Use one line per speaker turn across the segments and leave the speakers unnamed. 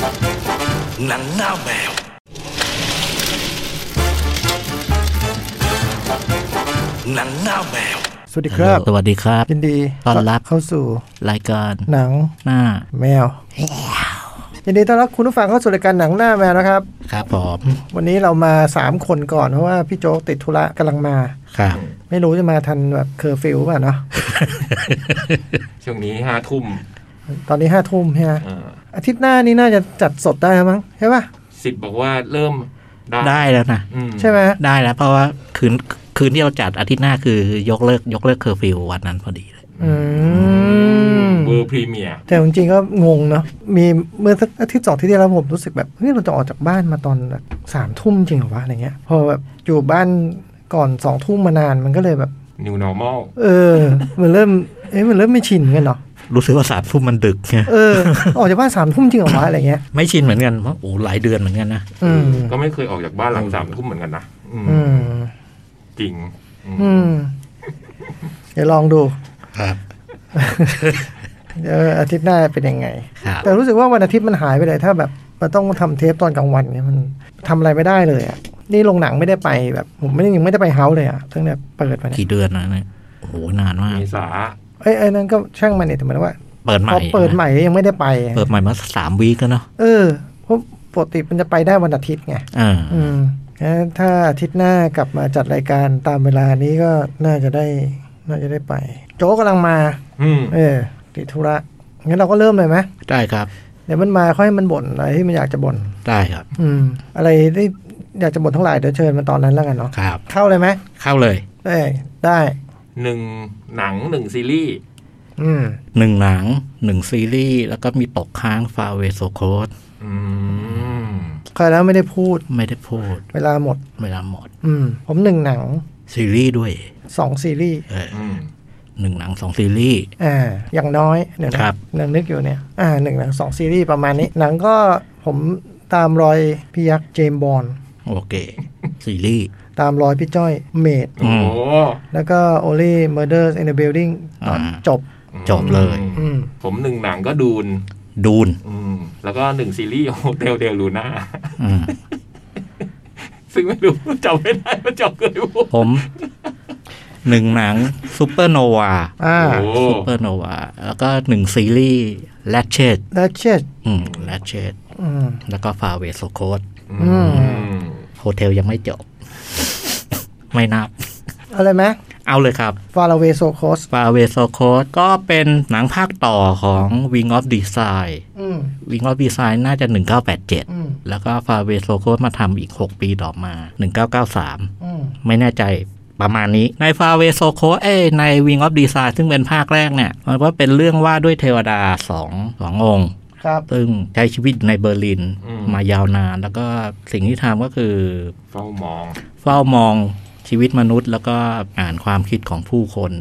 หนังหน้าแมว หนังหน้าแมว
สวัสดีครับ
ฮัลโหลสวัสดีครับ
ยินดี
ต้อนรับ
เข้าสู่
รายการ
หนัง
หน้า
แมวยินดีต้อนรับคุณผู้ฟังเข้าสู่รายการหนังหน้าแมวนะครับ
ครับผม
วันนี้เรามาสามคนก่อนเพราะว่าพี่โจ๊กติดธุระกำลังมา
ครับ
ไม่รู้จะมาทันแบบเคอร์ฟิวป่ะเนาะ
ช่วงนี้ห้าทุ่ม
ตอนนี้ห้าทุ่มใช่ไหม
อ่า
อาทิตย์หน้านี้น่าจะจัดสดได้แล้วมั้งใช่ป่ะ
สิบบอกว่าเริ่มได้
ได้แล้วนะ
อืม
ใช่ไหม
ได้แล้วเพราะว่าคืนคืนที่เราจัดอาทิตย์หน้าคือยกเลิกยกเลิกเคอร์ฟิววันนั้นพอดีเลย
อืม
เวอร์พรีเมียร์
แต่จริงๆก็งงเนาะมีเมื่อสักอาทิตย์สองอาที่ที่แล้วผมรู้สึกแบบเฮ้ยเราจะออกจากบ้านมาตอนแบบสามทุ่มจริงเหรอวะอะไรเงี้ย พอแบบอยู่บ้านก่อนสองทุ่มมานานมันก็เลยแบบ
นิวนอร์มอล
เออ มันเริ่ม เอ๊ะมันเริ่มไม่ชินกันเนาะ
รู้สึกว่าสามทุ่มมันดึกไง
เออ ออกจากบ้านสามทุ่มจริงเหรอวะอะไรเงี้ย
ไม่ชินเหมือนกันเพราะโอ้หลายเดือนเหมือนกันนะ
อืม
ก็ไม่เคยออกจากบ้านหลังสามทุ่มเหมือนกันนะอืม
อืม
จริงอืม
อืม เดี๋ยวลองดู
ครับ
เดี๋ยวอาทิตย์หน้าเป็นยังไง
ครับ
แต่รู้สึกว่าวันอาทิตย์มันหายไปเลย ถ้าแบบมันต้องทำเทปตอนกลางวันเนี่ยมันทำอะไรไม่ได้เลยอะนี่ลงหนังไม่ได้ไปแบบ ผมไม่ได้ยังไม่ได้ไปเฮาส์เลยอะตั้งแต่เปิดมาเนี่ย
กี่เดือนนะเนี่ยโอ้โหนานมาก
เมษา
เอ้ยไอ้นั่นก็ช่างมันเนี่ยแต่หมายถึงว่า
เปิดให
พ
ม่
อเปิดใหม่ยังไม่ได้ไป
เปิดใหม่มาสามวีคแล้วเนาะ
เออเพราะปกติมันจะไปได้วันอาทิตย์ไง
อ่า
อืมงั้นถ้าอาทิตย์หน้ากลับมาจัดรายการตามเวลานี้ก็น่าจะได้ น่าจะได้ไป โจ๊กกำลังมา
อืม
เออติดธุระงั้นเราก็เริ่มเลยไหม
ได้ครับ
เดี๋ยวมันมาค่อยให้มันบ่นอะไรที่มันอยากจะบ่น
ได้ครับ
อืม อะไรที่อยากจะบ่นทั้งหลายเดี๋ยวเชิญมันตอนนั้นแล้วกันเนาะ
ครับ
เข้าเลยไหม
เข้าเลย
ได้ได้
หนึ่งหนังหนึ่งซีรีส์
อืม
หนึ่งหนังหนึ่งซีรีส์แล้วก็มีตกค้างฟาเวโซโคส
อืม
ใครแล้วไม่ได้พูด
ไม่ได้พูด
เวลาหมด
เวลาหมด
อืม ผมหนึ่งหนัง
ซีรีส์ด้วย
สองซีรีส์
เออ
อืม
หนึ่งหนังสองซีรีส์
อ่า อย่างน้อยเดี๋ยวนะครับ นังนึกอยู่เนี่ย อ่าหนึ่งหนังสองซีรีส์ประมาณนี้ หนังก็ผมตามรอยพี่ยักษ์เจมส์บอนด์
โอเค ซีรีส์
ตามรอยพี่จ้อยเมด
โอ้
อืม
แล้วก็ Only Murders in the Building ตอน
อ่า
จบ
จบเลย
อืม
ผมหนึ่งหนังก็ดูน
ดูน
อืม แล้วก็หนึ่งซีรีส์ โฮเทลเดลลูน่า
อืม
ซึ่งไม่รู้จำไม่ได้ว่าจำกันหรือเปล่า
ผมหนึ่งหนังซูเปอร์โนวา
อ่า
โอ้
ซูเปอร์โนวาแล้วก็หนึ่งซีรีส์แรชเชต
แล้วเช็ด
อืมแรชเชต
อืม
แล้วก็ฟาเวสโคส
อืม
อืม
โฮเทลยังไม่ จบ ไม่นับ
อะไรไหม
เอาเลยครับ
ฟาราเวโซโคส
ฟาเวสโคสก็เป็นหนังภาคต่อของ Wing of Design
อืม
Wing of Design น่าจะ 1987
อืม
แล้วก็ฟาเวโซโคสมาทำอีก 6 ปีต่อมา 1993
อืม
ไม่แน่ใจประมาณนี้ ในฟาเวโซโคเอยใน Wing of Design ซึ่งเป็นภาคแรกเนี่ย มันก็เป็นเรื่องว่าด้วยเทวดาสองสององค์
ครับ
ซึ่งใช้ชีวิตในเบอร์ลินมายาวนาน แล้วก็สิ่งที่ทำก็คือ
เฝ้ามอง
เฝ้ามองชีวิตมนุษย์ แล้วก็อ่านความคิดของผู้คน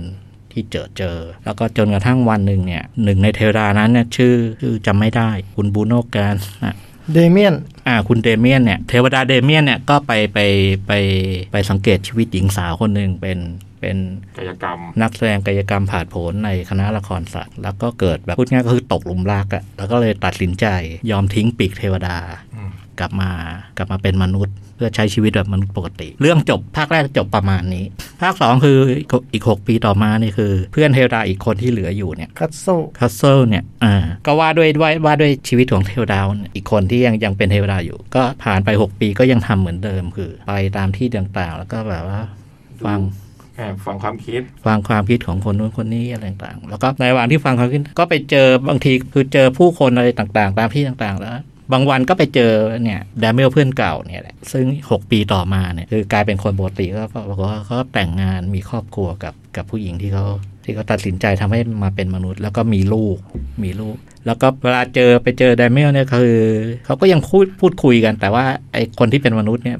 ที่เจอเจอ แล้วก็จนกระทั่งวันหนึ่งเนี่ยหนึ่งในเทวดานั้นเนี่ยชื่อชื่อจำไม่ได้คุณบูโนแการนะ
เดเมียน
อ่าคุณเดเมียนเนี่ยเทวดาเดเมียนเนี่ยก็ไปไปไปไปสังเกตชีวิตหญิงสาวคนหนึ่งเป็นเป็น
กายกรรม
นักแสดงกายกรรมผ่าดโผนในคณะละครศาสตร์แล้วก็เกิดแบบพูดง่ายก็คือตกหลุมรักอะ่ะแล้วก็เลยตัดสินใจยอมทิ้งปีกเทวดา
อืม
กลับมากลับมาเป็นมนุษย์ เพื่อใช้ชีวิตแบบมนุษย์ปกติ เรื่องจบภาคแรกจบประมาณนี้ ภาคสองคืออีกหกปีต่อมานี่คือ เพื่อนเทวดาอีกคนที่เหลืออยู่เนี่ย
คัตโซ
คัสเซิลเนี่ย อ่า ก็ว่าด้วยว่าว่าด้วยชีวิตของเทวดาเนี่ยอีกคนที่ยังยังเป็นเทวดาอยู่ ก็ผ่านไป 6 ปีก็ยังทำเหมือนเดิมคือ ไปตามที่ต่างๆ แล้วก็แบบว่า ฟัง
แอบฟังความคิด
ฟังความคิดของคนนู้นคนนี้อะไรต่างๆ แล้วก็ในระหว่างที่ฟังความคิดก็ไปเจอบางทีคือเจอผู้คนอะไรต่างๆ ตามที่ต่างๆ แล้ว บางวันก็ไปเจอเนี่ยดามิเอลเพื่อนเก่าเนี่ยแหละซึ่ง 6 ปีต่อมาเนี่ยคือกลายเป็นคนปกติก็ปรากฏว่าเขาแต่งงานมีครอบครัวกับกับผู้หญิงที่เขาที่เขาตัดสินใจทำให้มาเป็นมนุษย์ แล้วก็มีลูก มีลูก แล้วก็เวลาเจอไปเจอไดเมลเนี่ยคือเขาก็ยังพูดพูดคุยกัน แต่ว่าไอคนที่เป็นมนุษย์เนี่ย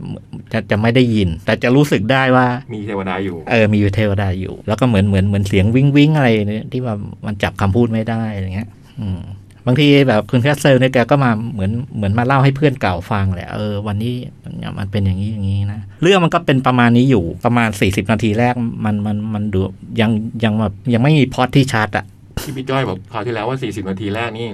จะจะไม่ได้ยิน แต่จะรู้สึกได้ว่า
มีเทวดาอยู่
เออ มีเทวดาอยู่ แล้วก็เหมือนเหมือนเหมือนเสียงวิ้งวิ้งอะไรเนี่ยที่ว่ามันจับคำพูดไม่ได้อะไรเงี้ย อืม บางทีแบบคุณแคสเซลเนี่ยแกก็มาเหมือนเหมือนมาเล่าให้เพื่อนเก่าฟังแหละ เออ วันนี้มันเป็นอย่างนี้อย่างนี้นะ เรื่องมันก็เป็นประมาณนี้อยู่ ประมาณ 40 นาทีแรกมันมันมันดูยังยังแบบยังไม่มีพล็อตที่ชัดอะ
ที่พี่จ้อยบอกคราวที่แล้วว่า 40 นาทีแรกนี่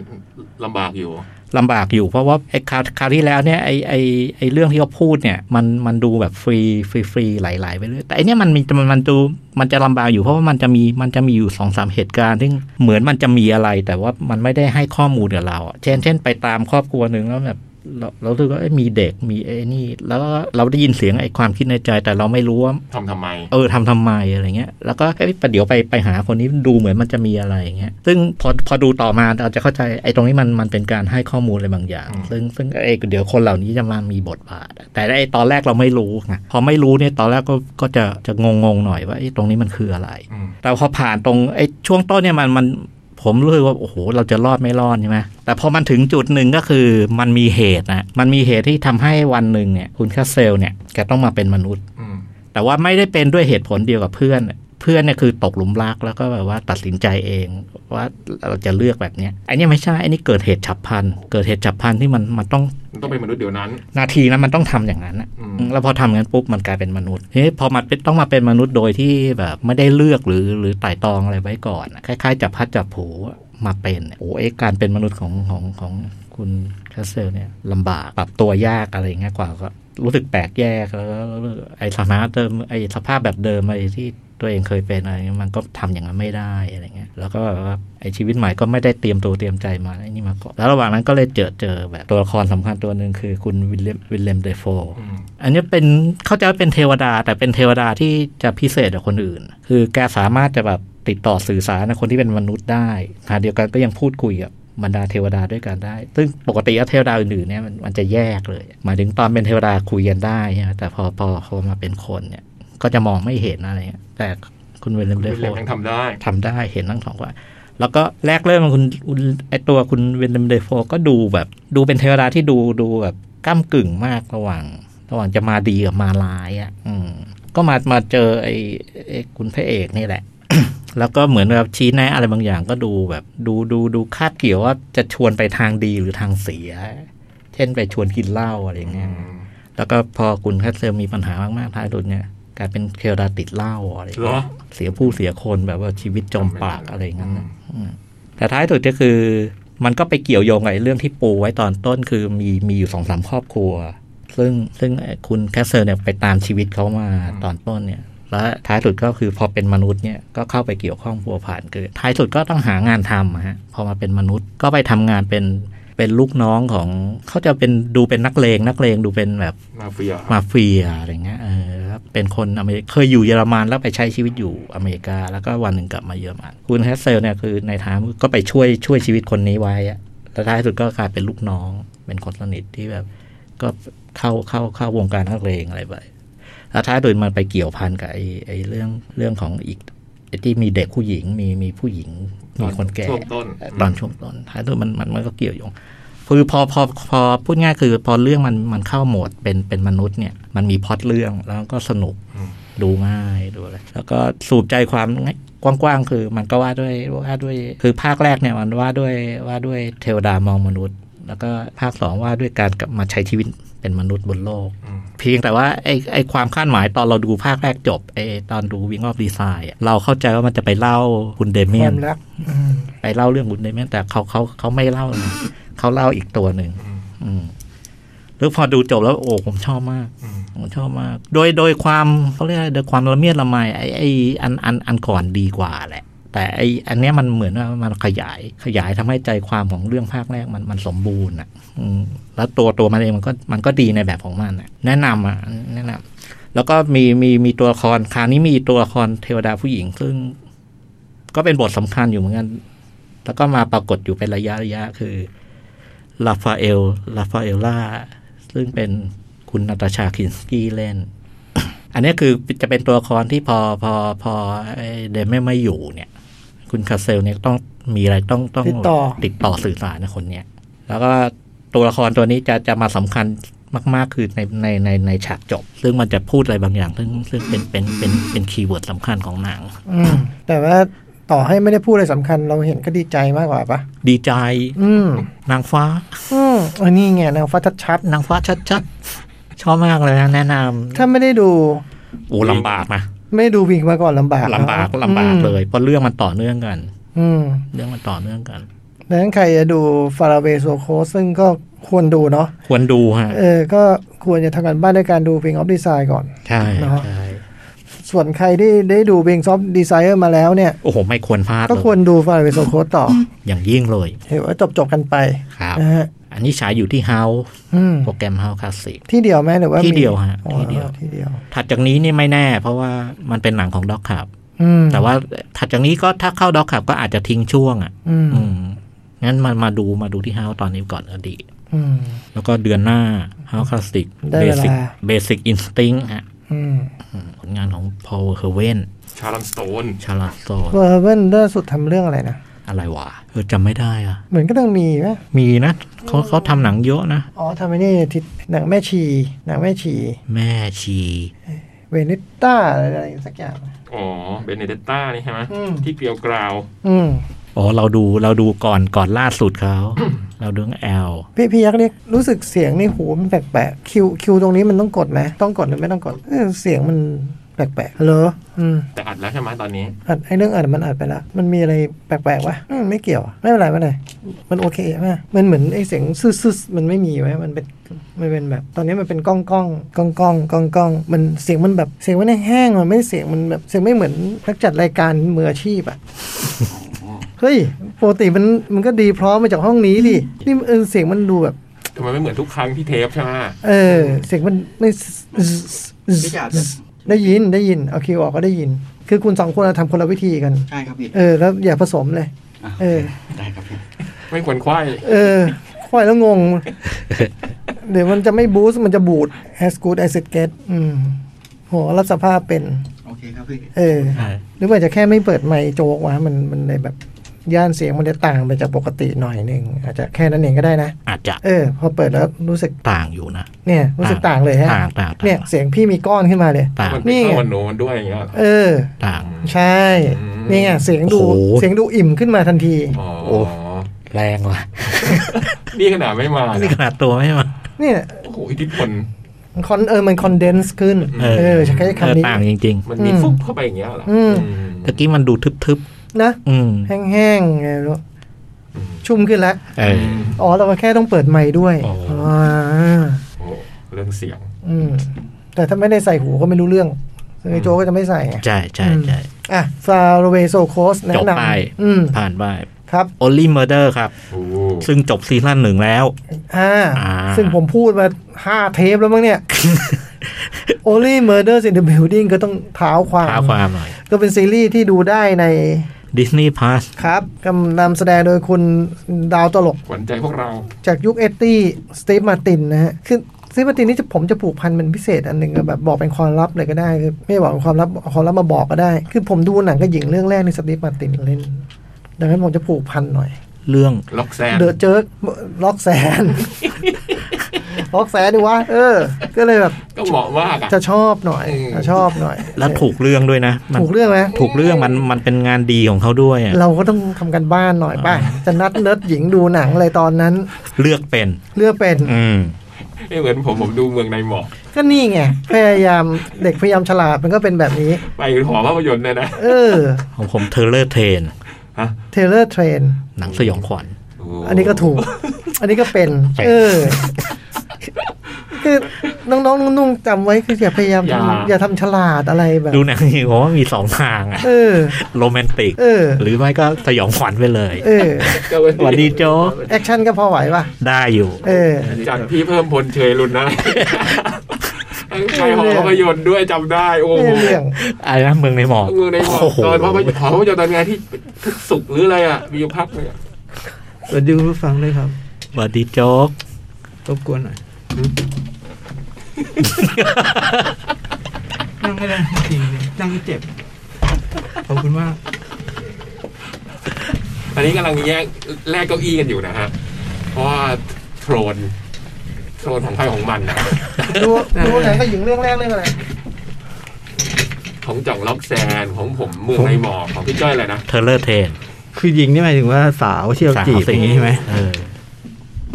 ลำบากอยู่
ลำบากอยู่เพราะว่าไอ้คราวคราวที่แล้วเนี่ยไอ้ไอ้ไอ้เรื่องที่เขาพูดเนี่ยมันมันดูแบบฟรีฟรีฟรีไหลๆไปเรื่อยแต่อันเนี้ยมันมีมันมันดูมันจะลำบากอยู่เพราะว่ามันจะมีมันจะมีอยู่สองสามเหตุการณ์ที่เหมือนมันจะมีอะไร แต่ว่ามันไม่ได้ให้ข้อมูลกับเราอะเช่นเช่นไปตามครอบครัวหนึ่งแล้วแบบ เราเรารู้สึกว่าเอ้ยมีเด็กมีไอ้นี่ แล้วก็เราได้ยินเสียงไอ้ความคิดในใจ แต่เราไม่รู้ว่า
ทำทำไม
เออทำทำไมอะไรเงี้ยแล้วก็เอ้ยประเดี๋ยวไปไปหาคนนี้ดูเหมือนมันจะมีอะไรอย่างเงี้ยซึ่งพอพอดูต่อมาเราจะเข้าใจไอ้ตรงนี้มันมันเป็นการให้ข้อมูลอะไรบางอย่าง
อืม
ซึ่งซึ่งไอ้เดี๋ยวคนเหล่านี้จะมามีบทบาท แต่ไอ้ตอนแรกเราไม่รู้ไงพอไม่รู้เนี่ยตอนแรกก็ก็จะจะงงงๆหน่อยว่าไอ้ตรงนี้มันคืออะไร
อืม
แต่พอผ่านตรงไอ้ช่วงต้นเนี่ยมันมันผมรู้สึกว่าโอ้โหเราจะรอดไม่รอดใช่ไหมแต่พอมันถึงจุดหนึ่งก็คือมันมีเหตุนะมันมีเหตุที่ทำให้วันหนึ่งเนี่ยคุณคาเซลเนี่ยแกต้องมาเป็นมนุษย์
อืม
แต่ว่าไม่ได้เป็นด้วยเหตุผลเดียวกับเพื่อน เพื่อนเนี่ยคือตกหลุมรักแล้วก็แบบว่าตัดสินใจเองว่าเราจะเลือกแบบเนี้ยไอ้เนี่ยไม่ใช่ไอ้นี่เกิดเหตุฉับพลัน เกิดเหตุฉับพลันที่มันมันต้อง
มันต้องเป็นมนุษย์เดี๋ยวนั้น
นาทีนั้นมันต้องทำอย่างนั้นอะ
อืม
แล้วพอทำอย่างนั้นปุ๊บมันกลายเป็นมนุษย์ทีนี้พอมันเป็นต้องมาเป็นมนุษย์โดยที่แบบไม่ได้เลือกหรือหรือไต่ตองอะไรไว้ก่อนอะคล้ายๆจับพัดจับผูอะมาเป็นอะโอ้เอ้การเป็นมนุษย์ของของของคุณคาสเซลเนี่ยลำบากปรับตัวยากอะไรอย่างเงี้ยกว่าก็ รู้สึกแปลกแยกแล้วก็รู้สึกไอ้สถานะเดิมไอ้สภาพแบบเดิมไอ้ที่ตัวเองเคยเป็นอะไรเงี้ยมันก็ทำอย่างนั้นไม่ได้อะไรเงี้ยแล้วก็แบบว่าไอ้ชีวิตใหม่ก็ไม่ได้เตรียมตัวเตรียมใจมาไอ้นี่มาก่อนแล้วระหว่างนั้นก็เลยเจอเจอแบบตัวละครสำคัญตัวหนึ่งคือคุณวิลเลมวิลเลมเดโฟ
อืม
อันนี้เป็นเข้าใจว่าเป็นเทวดาแต่เป็นเทวดาที่จะพิเศษกว่าคนอื่น คือแกสามารถจะแบบติดต่อสื่อสารกับคนที่เป็นมนุษย์ได้ขณะเดียวกันก็ยังพูดคุยกับบรรดาเทวดาด้วยกันได้ ซึ่งปกติแล้วเทวดาอื่นๆเนี่ยมันมันจะแยกเลย หมายถึงตอนเป็นเทวดาคุยกันได้ใช่ไหมแต่พอพอพอมาเป็นคนเนี่ยก็จะมองไม่เห็นอะไรเงี้ยแต่คุณเวลเลมเด
เป็น
โฟ
เล็บยังทำได้
ทำได้เห็นทั้งสองฝ่ายแล้วก็แรกเริ่มคุณคุณไอตัวคุณเวนเดมเดโฟก็ดูแบบ ดูเป็นเทวดาที่ดูดูแบบก้ามกึ่งมากระหว่าง ระหว่างจะมาดีกับมาร้ายอ่ะ อืม ก็มามาเจอไอไอ้คุณพระเอกนี่แหละ แล้วก็เหมือนแบบชี้แนะอะไรบางอย่างก็ดูแบบ ดูดูดูคาดเกี่ยวว่าจะชวนไปทางดีหรือทางเสีย เช่นไปชวนกินเหล้าอะไรอย่างเงี้ยแล้วก็พอคุณคัสเซลมีปัญหามากๆท้ายสุดเนี่ยกลายเป็นเทวดาติดเหล้าอะไรอย่าง
เหร
เงี้
อ
ย เสียผู้เสียคนแบบว่าชีวิตจมปากอะไรอย่างนั้นนะอืมแต่ท้ายสุดก็คือ มันก็ไปเกี่ยวโยงกับไอ้เรื่องที่ปูไว้ตอนต้นคือมีมีอยู่สองสามครอบครัว ซึ่งซึ่งไอ้คุณแคสเซอร์เนี่ยไปตามชีวิตเขามาตอนต้นเนี่ย และท้ายสุดก็คือพอเป็นมนุษย์เนี่ยก็เข้าไปเกี่ยวข้องพัวผ่านคือท้ายสุดก็ต้องหางานทำอะฮะพอมาเป็นมนุษย์ก็ไปทำงานเป็นเป็นลูกน้องของเขาจะเป็นดูเป็นนักเลงนักเลงดูเป็นแบบ
มาเฟีย
มาเฟียอะไรเงี้ยเออครับเป็นคนอเมริกเคยอยู่เยอรมันแล้วไปใช้ชีวิตอยู่อเมริกา แล้วก็วันหนึ่งกลับมาเยอรมัน คุณแฮสเซลเนี่ยคือในฐานก็ไปช่วยช่วยชีวิตคนนี้ไว้อะแล้วท้ายสุดก็กลายเป็นลูกน้อง เป็นคนสนิทที่แบบ ก็เข้าเข้าเข้าวงการนักเลงอะไรไปแล้วท้ายสุดมันไปเกี่ยวพันกับไอ้ไอ้เรื่องเรื่องของอีกไอ้ที่มีเด็กผู้หญิงมีมีผู้หญิงมีคนแก่
ช่วงต้น
ตอนช่วงต้นท้ายสุดมันมันมันก็เกี่ยวโยงคือพอพอพอพูดง่ายคือพอเรื่องมันมันเข้าโหมดเป็นเป็นมนุษย์เนี่ยมันมีพล็อตเรื่องแล้วก็สนุก
อืม
ดูง่ายดูอะไรแล้วก็สูบใจความกว้างๆคือมันก็ว่าด้วยว่าด้วยคือภาคแรกเนี่ยมันว่าด้วยว่าด้วยเทวดามองมนุษย์ แล้วก็ภาคสองว่าด้วยการกลับมาใช้ชีวิตเป็นมนุษย์บนโลก
อืม
เพียงแต่ว่าไอ้ไอ้ความคาดหมายตอนเราดูภาคแรกจบไอ้ตอนดูวิงออฟดีไซน์เราเข้าใจว่ามันจะไปเล่าคุณเด
ค
เมีย
วน ามรักอืม
ไปเล่าเรื่องคุณเดเมียนแต่เขาเขาเขาไม่เล่านะ เขาเล่าอีกตัวหนึ่ง
อืม
อืมแล้วพอดูจบแล้วโอ้ผมชอบมาก
อืม
ผมชอบมาก โดยโดยความเขาเรียกอะไรโดยความละเมียดละไมไอ้ไอ้อันอันอันก่อนดีกว่าแหละ แต่ไอ้อันเนี้ยมันเหมือนว่ามันขยายขยายทำให้ใจความของเรื่องภาคแรกมันมันสมบูรณ์อ่ะ อืมแล้วตัวตัวมันเองมันก็มันก็ดีในแบบของมันอะแนะนำอ่ะแนะนำแล้วก็มีมีมีตัวละครคราวนี้มีตัวละครเทวดาผู้หญิง ซึ่ง ก็เป็นบทสำคัญอยู่เหมือนกัน แล้วก็มาปรากฏอยู่เป็นระยะระยะคือลาฟาเอลลาฟาเอลล่าซึ่งเป็นคุณนาตาชาคินสกี้เล่น อันนี้คือจะเป็นตัวละครที่พอพอพอไอ้เดมไม่ไม่อยู่เนี่ย คุณคาเซลเนี่ยต้องมีอะไรต้องต้อง
ติดต่อ
ติดต่อสื่อสารกับคนเนี้ย แล้วก็ตัวละครตัวนี้จะจะมาสำคัญมาก ๆ คือในในในในฉากจบ ซึ่งมันจะพูดอะไรบางอย่าง ซึ่งซึ่งเป็นเป็นเป็นเป็นคีย์เวิร์ดสำคัญของหนัง
อืมแต่ว่าต่อให้ไม่ได้พูดอะไรสำคัญเราเห็นก็ดีใจมากกว่าปะ
ดีใจ
อืม
นางฟ้า
อืมเออนี่ไงนางฟ้าชัด
นางฟ้าชัดๆ ชอบมากเลยนะแนะน
ๆถ้าไม่ได้ดู
ำโอ้ลำบากนะ
ไม่ได้ดูวิงมาก่อนลำบากนะ
ลำบากลำบากเลยเพราะเรื่องมันต่อเนื่องกัน
อืม
เรื่องมันต่อเนื่องกัน
ดังนั้นใครจะดูฟาราเวโซโคซึ่งก็ควรดูเนาะ
ควรดูฮะ
เออก็ควรจะทำกันบ้านด้วยการดู Wing of Design ก่อน
ใช่
เนอะ
ใช่
ส่วนใครที่ได้ดู Wing of Desire มาแล้วเนี่ย
โอ้โห ไม่ควรพลาด
ก็
เล
ควร
ย
ดูฟาราเวโซโคต่อ
อย่างยิ่งเลย
เห็นว่าจบจบๆกันไป
ครับ
นะฮะ
อันนี้ฉายอยู่ที่เฮา
อืม
โปรแกรมเฮาคลาสสิก
ที่เดียวไหมหรือว่า
ที่
มี
เดียวฮะ
อ๋อ
ที่เดียว
ที่เดียว
ถัดจากนี้นี่ไม่แน่ เพราะว่ามันเป็นหนังของด็อกขับ
อืม
แต่ว่าถัดจากนี้ก็ถ้าเข้าด็อกขับก็อาจจะทิ้งช่วงอ่ะ
อืม
อืมงั้นมามาดูมาดูที่เฮาตอนนี้ก่อนอดีต
อืม
แล้วก็เดือนหน้า How Classic
ได้เวลา
Basic Basic Instinct ฮะ
อืม
อืมผลงานของ Paul Verhoeven
ชาลอนสโตน
ชาลอตโซ
เวอร์เวนล่าสุดทำเรื่องอะไรนะ
อะไรวะเออจำไม่ได้อ่ะ
เหมือนก็ต้องมีไหม
มีนะเขาเขาทำหนังเยอะนะ
อ๋อทำไอ้นี่ทิศหนังแม่ชีหนังแม่ชี
แม่ชี
เวนิต้าอะไรสักอย่าง
อ๋อ เบเนเดตต้านี่ใช่ไหม
อืม
ที่เกลียวกราว
อืม
อ๋อเราดูเราดูก่อนก่อนล่าสุดเขา เราดูแอล
พี่พี่ยักษ์เรียกรู้สึกเสียงในหูมันแปลกๆคิวคิวตรงนี้มันต้องกดไหมต้องกดหรือไม่ต้องกดเออเสียงมันแปลกๆฮัลโหลอืม
แต่อัดแล้วใช่ไหมตอนนี้
อัดไอเรื่องอัดมันอัดไปแล้ว มันมีอะไรแปลกๆวะอืมไม่เกี่ยวอะไม่เป็นไรไม่เป็นไรมันโอเคไหมมันเหมือนไอเสียงซึสๆมันไม่มีไว้มันเป็นมันเป็นแบบ ตอนนี้มันเป็นก้องก้องก้องก้องก้องก้องมันเสียงมันแบบเสียงมันแห้งๆมันไม่ได้เสียงมันแบบเสียงไม่เหมือนนักจัดรายการมืออาชีพอะ เฮ้ยปกติมันมันก็ดีพร้อมมาจากห้องนี้ดินี่เออเสียงมันดูแบบ
ทำไมไม่เหมือนทุกครั้งที่เทปใช่ไหม
เออ เสียงมันไม่ได้ยินได้ยินเอาคิวออกก็ได้ยิน คือคุณสองคนอะทำคนละวิธีกัน
ใช่ครับพี่
เออ แล้วอย่าผสมเลย
อ่ะ
เออ
ได้ครับพี่
ไม่ควรควาย
เออควายแล้ว งง เดี๋ยวมันจะไม่บูสต์มันจะบูด as good as it gets อืมโหรับสภาพเป็น
โอเคครับพี่
เออ หรือว่าจะแค่ไม่เปิดไมค์โจกวะมันมันเลยแบบ ย่านเสียงมันจะต่างไปจากปกติหน่อยหนึ่งอาจจะแค่นั้นเองก็ได้นะ
อาจจะ
เออ พอเปิดแล้วรู้สึก
ต่างอยู่นะ
เนี่ย รู้สึกต่างเลยฮะ
ต่างต่างต่าง
เนี่ยเสียงพี่มีก้อนขึ้นมาเลย
ต่าง
มันเป็นข้าวมันโน้นด้วยอย่างเงี้ย
เออ
ต่าง
ใช่
อืม
นี่ไงเสียงดู
โอ้โห
เสียงดูอิ่มขึ้นมาทันที
อ๋อ
โอ้ แรงว่ะ
นี่ขนาดไม่มา
นี่
นะ
ขนาดตัวไม่มา
เนี่ย
โอ้โหอิทธิพล
คอนเออมันคอนเดนซ์ขึ้น
เออ
เออใช้แค่
เออ
คำนี้
ต่างจริง
มันมี
อืม
ฟุบเข้าไปอย่างเงี้ยเหรออ
ม
อืม
ๆตะกี้มันดูทึบ
นะ
ๆ อืม
แห้งๆไงไม่รู้ชุ่มขึ้นแล้ว
เออ
อ๋อ เราก็แค่ต้องเปิดไมค์ด้วย
อ๋ออ๋
อ
โอ้เรื่องเสียง
อืม แต่ถ้าไม่ได้ใส่หูก็ไม่รู้เรื่องซึ่งไอ้โจก็จะไม่ใส่ไง
ใช่ใช่ใช่
อ่ะซาโรเวโซโคสแนะ
จบไป
นำอืม
ผ่านไป
ครับ
Only Murder ครับ
โอ้
ซึ่งจบซีซั่นหนึ่งแล้ว
อ่า
อ่า
ซึ่งผมพูดมาห้าเทปแล้วมั้ง เนี่ย Only Murders in the Building ก็ต้องเท้าควา
ท้าม ความหน่อย
ก็เป็นซีรีส์ที่ดูได้ใน
Disney Plus
ครับกำนำแสดงโดยคุณดาวตลก
ขวัญใจพวกเรา
จากยุคเอตี้สตีฟมาตินนะฮะ คือสตีฟมาตินนี่จะผมจะผูกพันเป็นพิเศษอันหนึ่งอะแบบบอกเป็นความลับเลยก็ได้ คือไม่บอกเป็นความลับเอาความลับมาบอกก็ได้ คือผมดูหนังกับหญิงเรื่องแรกในสตีฟมาตินเล่น ดังนั้นผมจะผูกพันหน่อย
เรื่อง
ล็อกแซน
เดอะเจิร์กล็อกแสน ล็อกแสนดีวะเออ ก็เลยแบบ
ก็เหมาะมากอะ
จะชอบหน่อย
อืม
จะชอบหน่อย
แล้วถูกเรื่องด้วยนะมัน
ถูกเรื่องไหม
ถูกเรื่องมันมันเป็นงานดีของเขาด้วยอะ
เราก็ต้องทำกันบ้านหน่อยป่ะ จะนัดเนิร์ดหญิงดูหนังอะไรตอนนั้น
เลือกเป็น
เลือกเป็น
อืม
ไม่เหมือนผมผมดูเมืองในหมอก
ก็นี่ไง พยายามเด็กพยายามฉลาดมันก็เป็นแบบนี้
ไปหอภาพยนตร์เลยนะ
เออ
ของผมเทเลอร์เทน
ฮะ
เทเลอร์เทรน
หนังสยองขวัญ
โ
อันนี้ก็ถูก อันนี้ก็เป็น
เป็น
เออ คือน้องๆนุ่งๆจำไว้คืออย่าพยายาม
อย่า
อย่าทำฉลาดอะไรแบบ
ดูหนังจริงผมว่ามีสองทางอะ
เออ
โรแมนติก
เออ
หรือไม่ก็สยองขวัญไปเลย
เออ
ก็
สวัสดีโจ๊ก
แอคชั่นก็พอไหวป่ะ
ได้อยู่
เออ
จากพี่เพิ่มพลเชยรุน นะใครหอภาพยนตร์ด้วยจำได้ โอ้
ไม่
โห
ได้เรื่อง
อะไรนะเมืองในหมอก
เมืองในหมอก
โโห
ตอนภาพยนตร์หอภาพยนตร์ตอนงานที่ทุกสุกร์หรืออะไรอ่ะ มีอยู่พักเลยอะ
สวัสดีคุณผู้ฟังด้วยครับ
สวัสดีโจ๊ก
รบกวนหน่อยนั่งไม่ได้จริงๆนั่งเจ็บ ขอบคุณมาก
อันนี้กำลังแยกแลกเก้าอี้กันอยู่นะฮะ เพราะว่าโทรนโทรนของใครของมันนะ
ดูดูหนังก็หญิงเรื่องแรกเรื่องอะไร
ของจ่องล็อกแซนของผมเมืองในหมอกของพี่จ้อยอะไรนะ
เทเลอร์เทน
คือหญิงนี่หมายถึงว่าสาวเที่ยวจีบอย่างนี้ใช่ไหม
เออ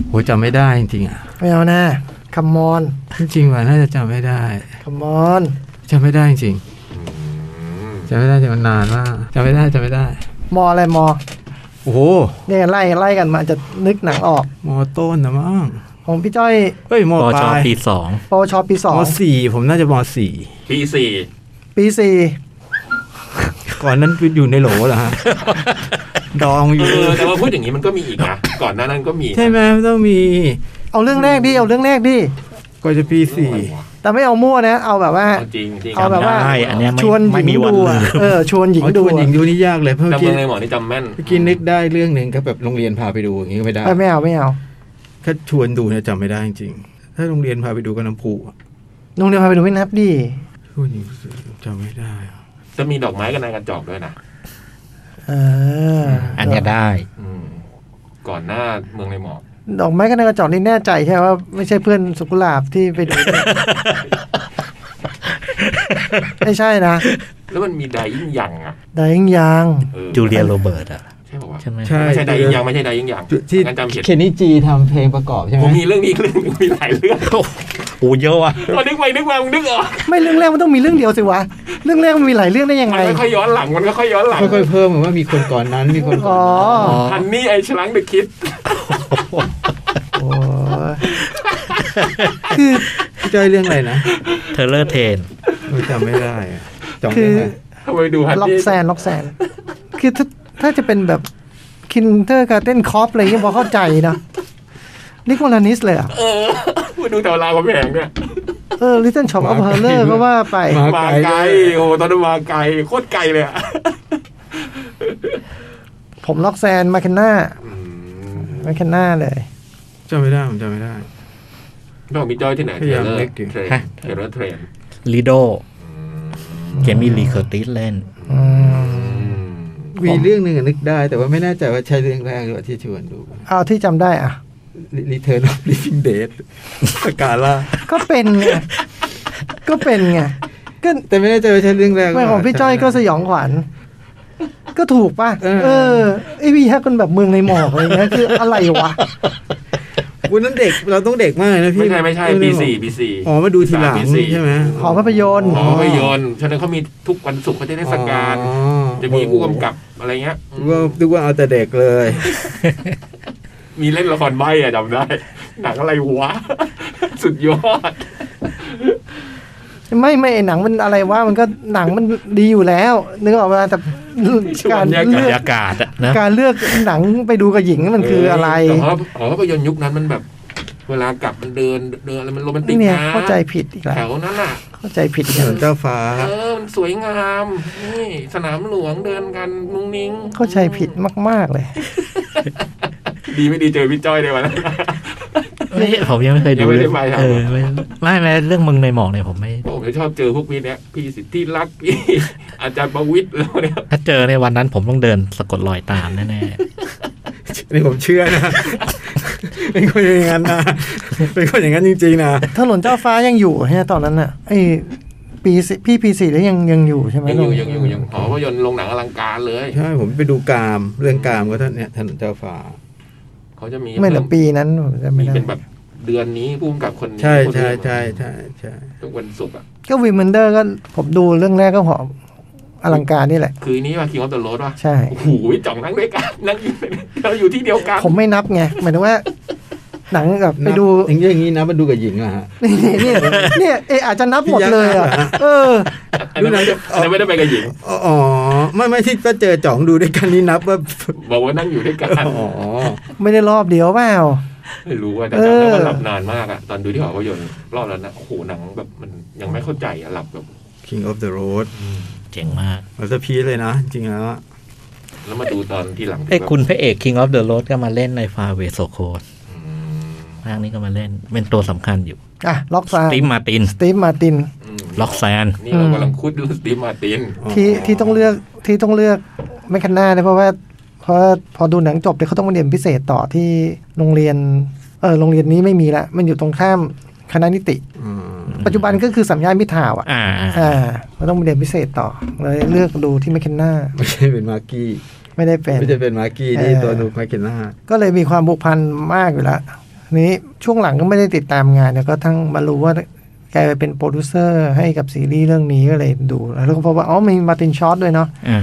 โหจำไม่ได้จริงๆอ่ะ
ไม่เอานะคัมมอน
จริงๆว่าน่าจะจำไม่ได้
คัมมอน
จำไม่ได้จริงจำไม่ได้จำมันนานมากจำไม่ได้จำไม่ได้
มออะไรมอ
โห
โห
เนี่ยไล่ไล่กันมาจะนึกหนังออก
มอต้นนะมั้ง
ของพี่จ้อย
เฮ้ยม
ป
อ
อ
ป
ชอ
ลาย
ปีสอง
ปวชปีสอ
ม
ง
อสี่ผมน่าจะมอสี่
ปีสี่
ปีสี่
ก่อนนั้นอยู่ในโหลเหรอฮะ ดองอ
เอยู่ อแต่ว่าพูดอย่างนี้มันก็มีอีกนะก่อนหน้านั้นก็มี
ใช่ไหมมันต้องมี
เอาเรื่องแรกดิเอาเรื่องแรกดิ
ก่อนจะปีสี่
แต่ไม่เอามั่วนะ เอาแบบว่า
เอาจริงจริง
เอาแบบว่า
จำได้อันเนี้ยไม่
ชวนห
ไม่มี
ญิง
วัน
ดู
ลื
อะ
ม
เออชวนหญิง
อ๋อช
ดู
วนหญิงดูนี่ยากเลยเพราะเมื่
จำ
อ
เมื
กี้
องในหมอนี่จำแม่น
เมื่อกี้นึกได้เรื่องหนึ่งก็แบบโรงเรียนพาไปดูอย่างนี้ก็ไม่ได้
เออไม่เอาไม่เอา
ถ้าชวนดูเนี่ยจำไม่ได้จริงๆถ้าโรงเรียนพาไปดูก็น้ำพุอะ
น้องเดียวพาไปดูไม่นับดิ
ชวนหญิงจำไม่ได้อะ
จะมีดอกไม้กับนายกันจอกด้วยนะ
เออ
อั
อั
นเนี้ยได้
อืมก่อนหน้าเมืองในหมอก
ดอกไม้กันในกระจอกนี่แน่ใจใช่ไหมว่าไม่ใช่เพื่อนสุกุหลาบที่ไปดู ไม่ใช่นะ
แล้วมันมีไดยิ่งยังอ่ะ
ไดยังยัง
อ อ
จูเลียโรเบิร์ตอะ
ใช่ป่าวะ
ใช่ไหม
ใช่
ไม่ใช่ไดยิ่งยังไม่ใช่ไดยิ่งยัง
ที่
งั้นจำผิด
เคนนี่จีทำเพลงประกอบใช่ไห
ผม มมีเรื่องนี้อีกเรื่องหนึ่งมีหลายเรื่อง
โอ้โหเยอะอะ
ตอนนึกไปนึกมามึงนึกออก
ไม่เรื่องแรกมันต้องมีเรื่องเดียวสิวะ เรื่องแรกมันมีหลายเรื่องได้ยัง
มั
ไง
นค่อยๆย้อนหลังมันค่อยๆย้อนหลัง
ค่อยๆเพิ่มเหมือนว่ามีคนก่อนนั้นมีคนก่
อ๋
อ
อน
นั้น
ฮันนี่ไอชลังเดอะคิด
โอ้ย
พี่จ้อยเรื่องอะไรนะ
เทเลอร์เทน
เออจำไม่ได้อะจำ
คื
ไม่
อ
ได้
ทำไมดูฮัน
ล็อก
นี่
แซนล็อกแซน คือถ้าถ้าจะเป็นแบบคินเทอร์การ์เต้นคอปอะไรเงี้ยพอเข้าใจนะนิโคลานิสเลยอ่ะ
เออพูดดูแต่ลาวกำแพงเนี่ย
เออลิตเติ้ลช็อปอัพเฮอร์เลอร์ก็ว่าไป
มาไกลโอ้โหตอนนั้นมาไกลโคตรไกลเลยอะ
ผมล็อกแซนมาเคนน่า
อืม
มาเคนน่าเลย
จำไม่ได้ผมจำไม่ได้
น้องมีจอยที่ไหน
พ
เท
ยายาม
เลอ
นึ
ร์
กอยู่
เทรน
ฮะ
เทเลอร์เทรน
ลีโดเจมี่ลีเคอร์ติสเล่น
อืม
มีเรื่องหนึ่งอะนึกได้ แต่ว่าไม่แน่ใจว่าใช่เรื่องแรกหรือเปล่าที่ชวนดู
เอาที่จำได้อ่ะ
Return of Living Dead สกาล่า
ก็เป็นไง ก็เป็นไง ก็
แต่ไม่แน่ใจว่าใช่เรื่องแรกหรื
ไม่
เป
ข
ล่า
องพี่จ้อยก็สยองขวัญ ก็ถูกป่ะ
เออ
เออไอพี่ฮักคนแบบเมืองในหมอกอะไรเงี้ยคืออะไรวะ
วันนั้นเด็กเราต้องเด็กมากเลยนะพี่
ไม่ใช่ไม่ใช่ปีสี่ปีสี่
อ๋อมาดูทีหลัง
ปีสี่
ใช่ไหม
หอภาพยนตร์
หอภาพยนตร์ฉะนั้นเขามีทุกวันศุกร์เขาจะได้สการ
อ๋อ
จะมีผู้กำกับอะไรเงี้ย
ดูว่าดูว่าเอาแต่เด็กเลย
มีเล่นละครใบอะจำได้ หนังอะไรวะ สุดยอด
ไม่ไม่ไอ้หนังมันอะไรวะมันก็หนังมันดีอยู่แล้วนึกออกมาแต่การ
บรรยากาศ
เลือก
บรรยากาศอะนะ
การเลือกหนังไปดูกับหญิงมันคืออะไร
แต่ว่าหอภาพยนตร์ยุคนั้นมันแบบ เวลากลับมันเดินเดินอะไรมันโรแมนติก
เนี่ย
นะ
เข้าใจผิดอีกแล้
แถ
ว
วนั้นอ่ะ
เข้าใจผิดอีกแล้ว
เจ้าฟ้า
เออ มันสวยงาม นี่ สนามหลวงเดินกันนุ้งนิ้ง
เข้าใจผิดมาก ๆ เลย
ดีไม่ดีเจอพี่จ้อยในวันนั้น
ไม่ผมยังไม่เคยดู
ยังไม่
เล
ได้
ย
ไปครับ
เออไม่ไม่ไม่เรื่องมึงในหมอกเนี่ยผมไม่
ผมจะชอบเจอพวกพี่เนี้ยพี่สิทธิรักษ์พี่ อาจารย์ประวิทย์แล้วเนี่ย
ถ้าเจอในวันนั้นผมต้องเดินสะกดรอยตามแน่
อันนี่ผมเชื่อนะ เป็นคนอย่างนั้นนะ เป็นคนอย่างนั้นจริงๆนะ
ถนนเจ้าฟ้ายังอยู่ใช่ไหมตอนนั้นอ่ะไอปีสี่พี่ปีสี่แล้วยังยังอยู่ใช่ไหม
ยังอยู่ยังอยู่ยังหอภาพยนตร์โรงหนังอลังการเลย
ใช่ ผมไปดูกาม เรื่องกามก็ท่านเนี่ยถนนเจ้าฟ้า
เขาจะมี
ไม่เหรอปีนั้นผมจำไม่
มี
ได้
เป็นแบบเดือนนี้พุ่มกับคนนี้
ใช่
คน
ใช่
นี้
ใช่ใช่ใช่
ทุกวันศุกร์อ่ะ
ก็วิมเบนเดอร์ก็ผมดูเรื่องแรกก็หอมอลังการนี่แหละ
คือนี้ว่าคิงออฟเดอะโรดว่ะ
ใช่
โอ้โหจ่องนั่งด้วยกัน นั่งอยู่เราอยู่ที่เดียวกัน
ผมไม่นับไงหมายถึงว่า หนังแบบไปดู
อย่างนี้อย่างนี้นะมาดูกับหญิงเหรอฮะ
นี่นี่เนี่ยเอออาจจะนับหมดเลยอ่ะเออ
อันนั้นไม่ได้อันนั้นไม่ได้ไปกับหญิง
อ๋ออ๋อไม่ไม่ที่ป้าเจอจ่องดูด้วยกันนี่นับว่า
บอกว่านั่งอยู่ด้วยกัน
อ๋อ
ไม่ได้รอบเดียวเปล่า
ไม่รู้ว่าแต่
เออ
จำได้ว่าหลับนานมากอะตอนดูที่หอภาพยนตร์รอบแล้วนะโอ้โหหนังแบบมันยังไม่เข้าใจอะหลับแบบ
King of the Road
ๆ เจ๋งมาก
มันจะพีเลยนะ จริงๆแล้วอะ
แล้วมาดูตอนที่หลัง
ไอ้ยคุณพระเอก King of the Road ก็มาเล่นในฟาเวโซโคดภาคนี้ก็มาเล่น เป็นตัวสำคัญอยู่
อ่ะล็อกซา
สตีมมาติน
สตีฟมาติน
อืม
ล็อกแซน
นี่เรากำลังคุดดูสตีฟมาร์ติน
อ๋อ
ที่ที่ต้องเลือกที่ต้องเลือกไม่คันหน้าเลยเพราะว่าเพราะพอดูหนังจบเนี่ยเขาต้องมาเรียนพิเศษต่อที่โรงเรียนเออโรงเรียนนี้ไม่มีละ มันอยู่ตรงข้ามคณะนิติ
อืม
ปัจจุบันก็คือสัญญาณมิตรทาวน์อ่ะ
อ่า
อ่าเราต้องไปเรียนพิเศษต่อเลยเลือกดูที่แมคเคนน่า
ไม่ใช่เป็นมาร์กี้
ไม่ได้เป็น
ไม่ใช่เป็นมาร์กี้ที่
เออ
ตัวนูมาเกนน่า
ก็เลยมีความผูกพันมากอยู่แล้วนี้ช่วงหลังก็ไม่ได้ติดตามงานเนี่ยก็ทั้งมารู้ว่าแกไปเป็นโปรดิวเซอร์ให้กับซีรีส์เรื่องนี้ก็เลยดู แล้วก็พบว่าอ๋อมีมาร์ตินชอตด้วยเนาะ
อ่า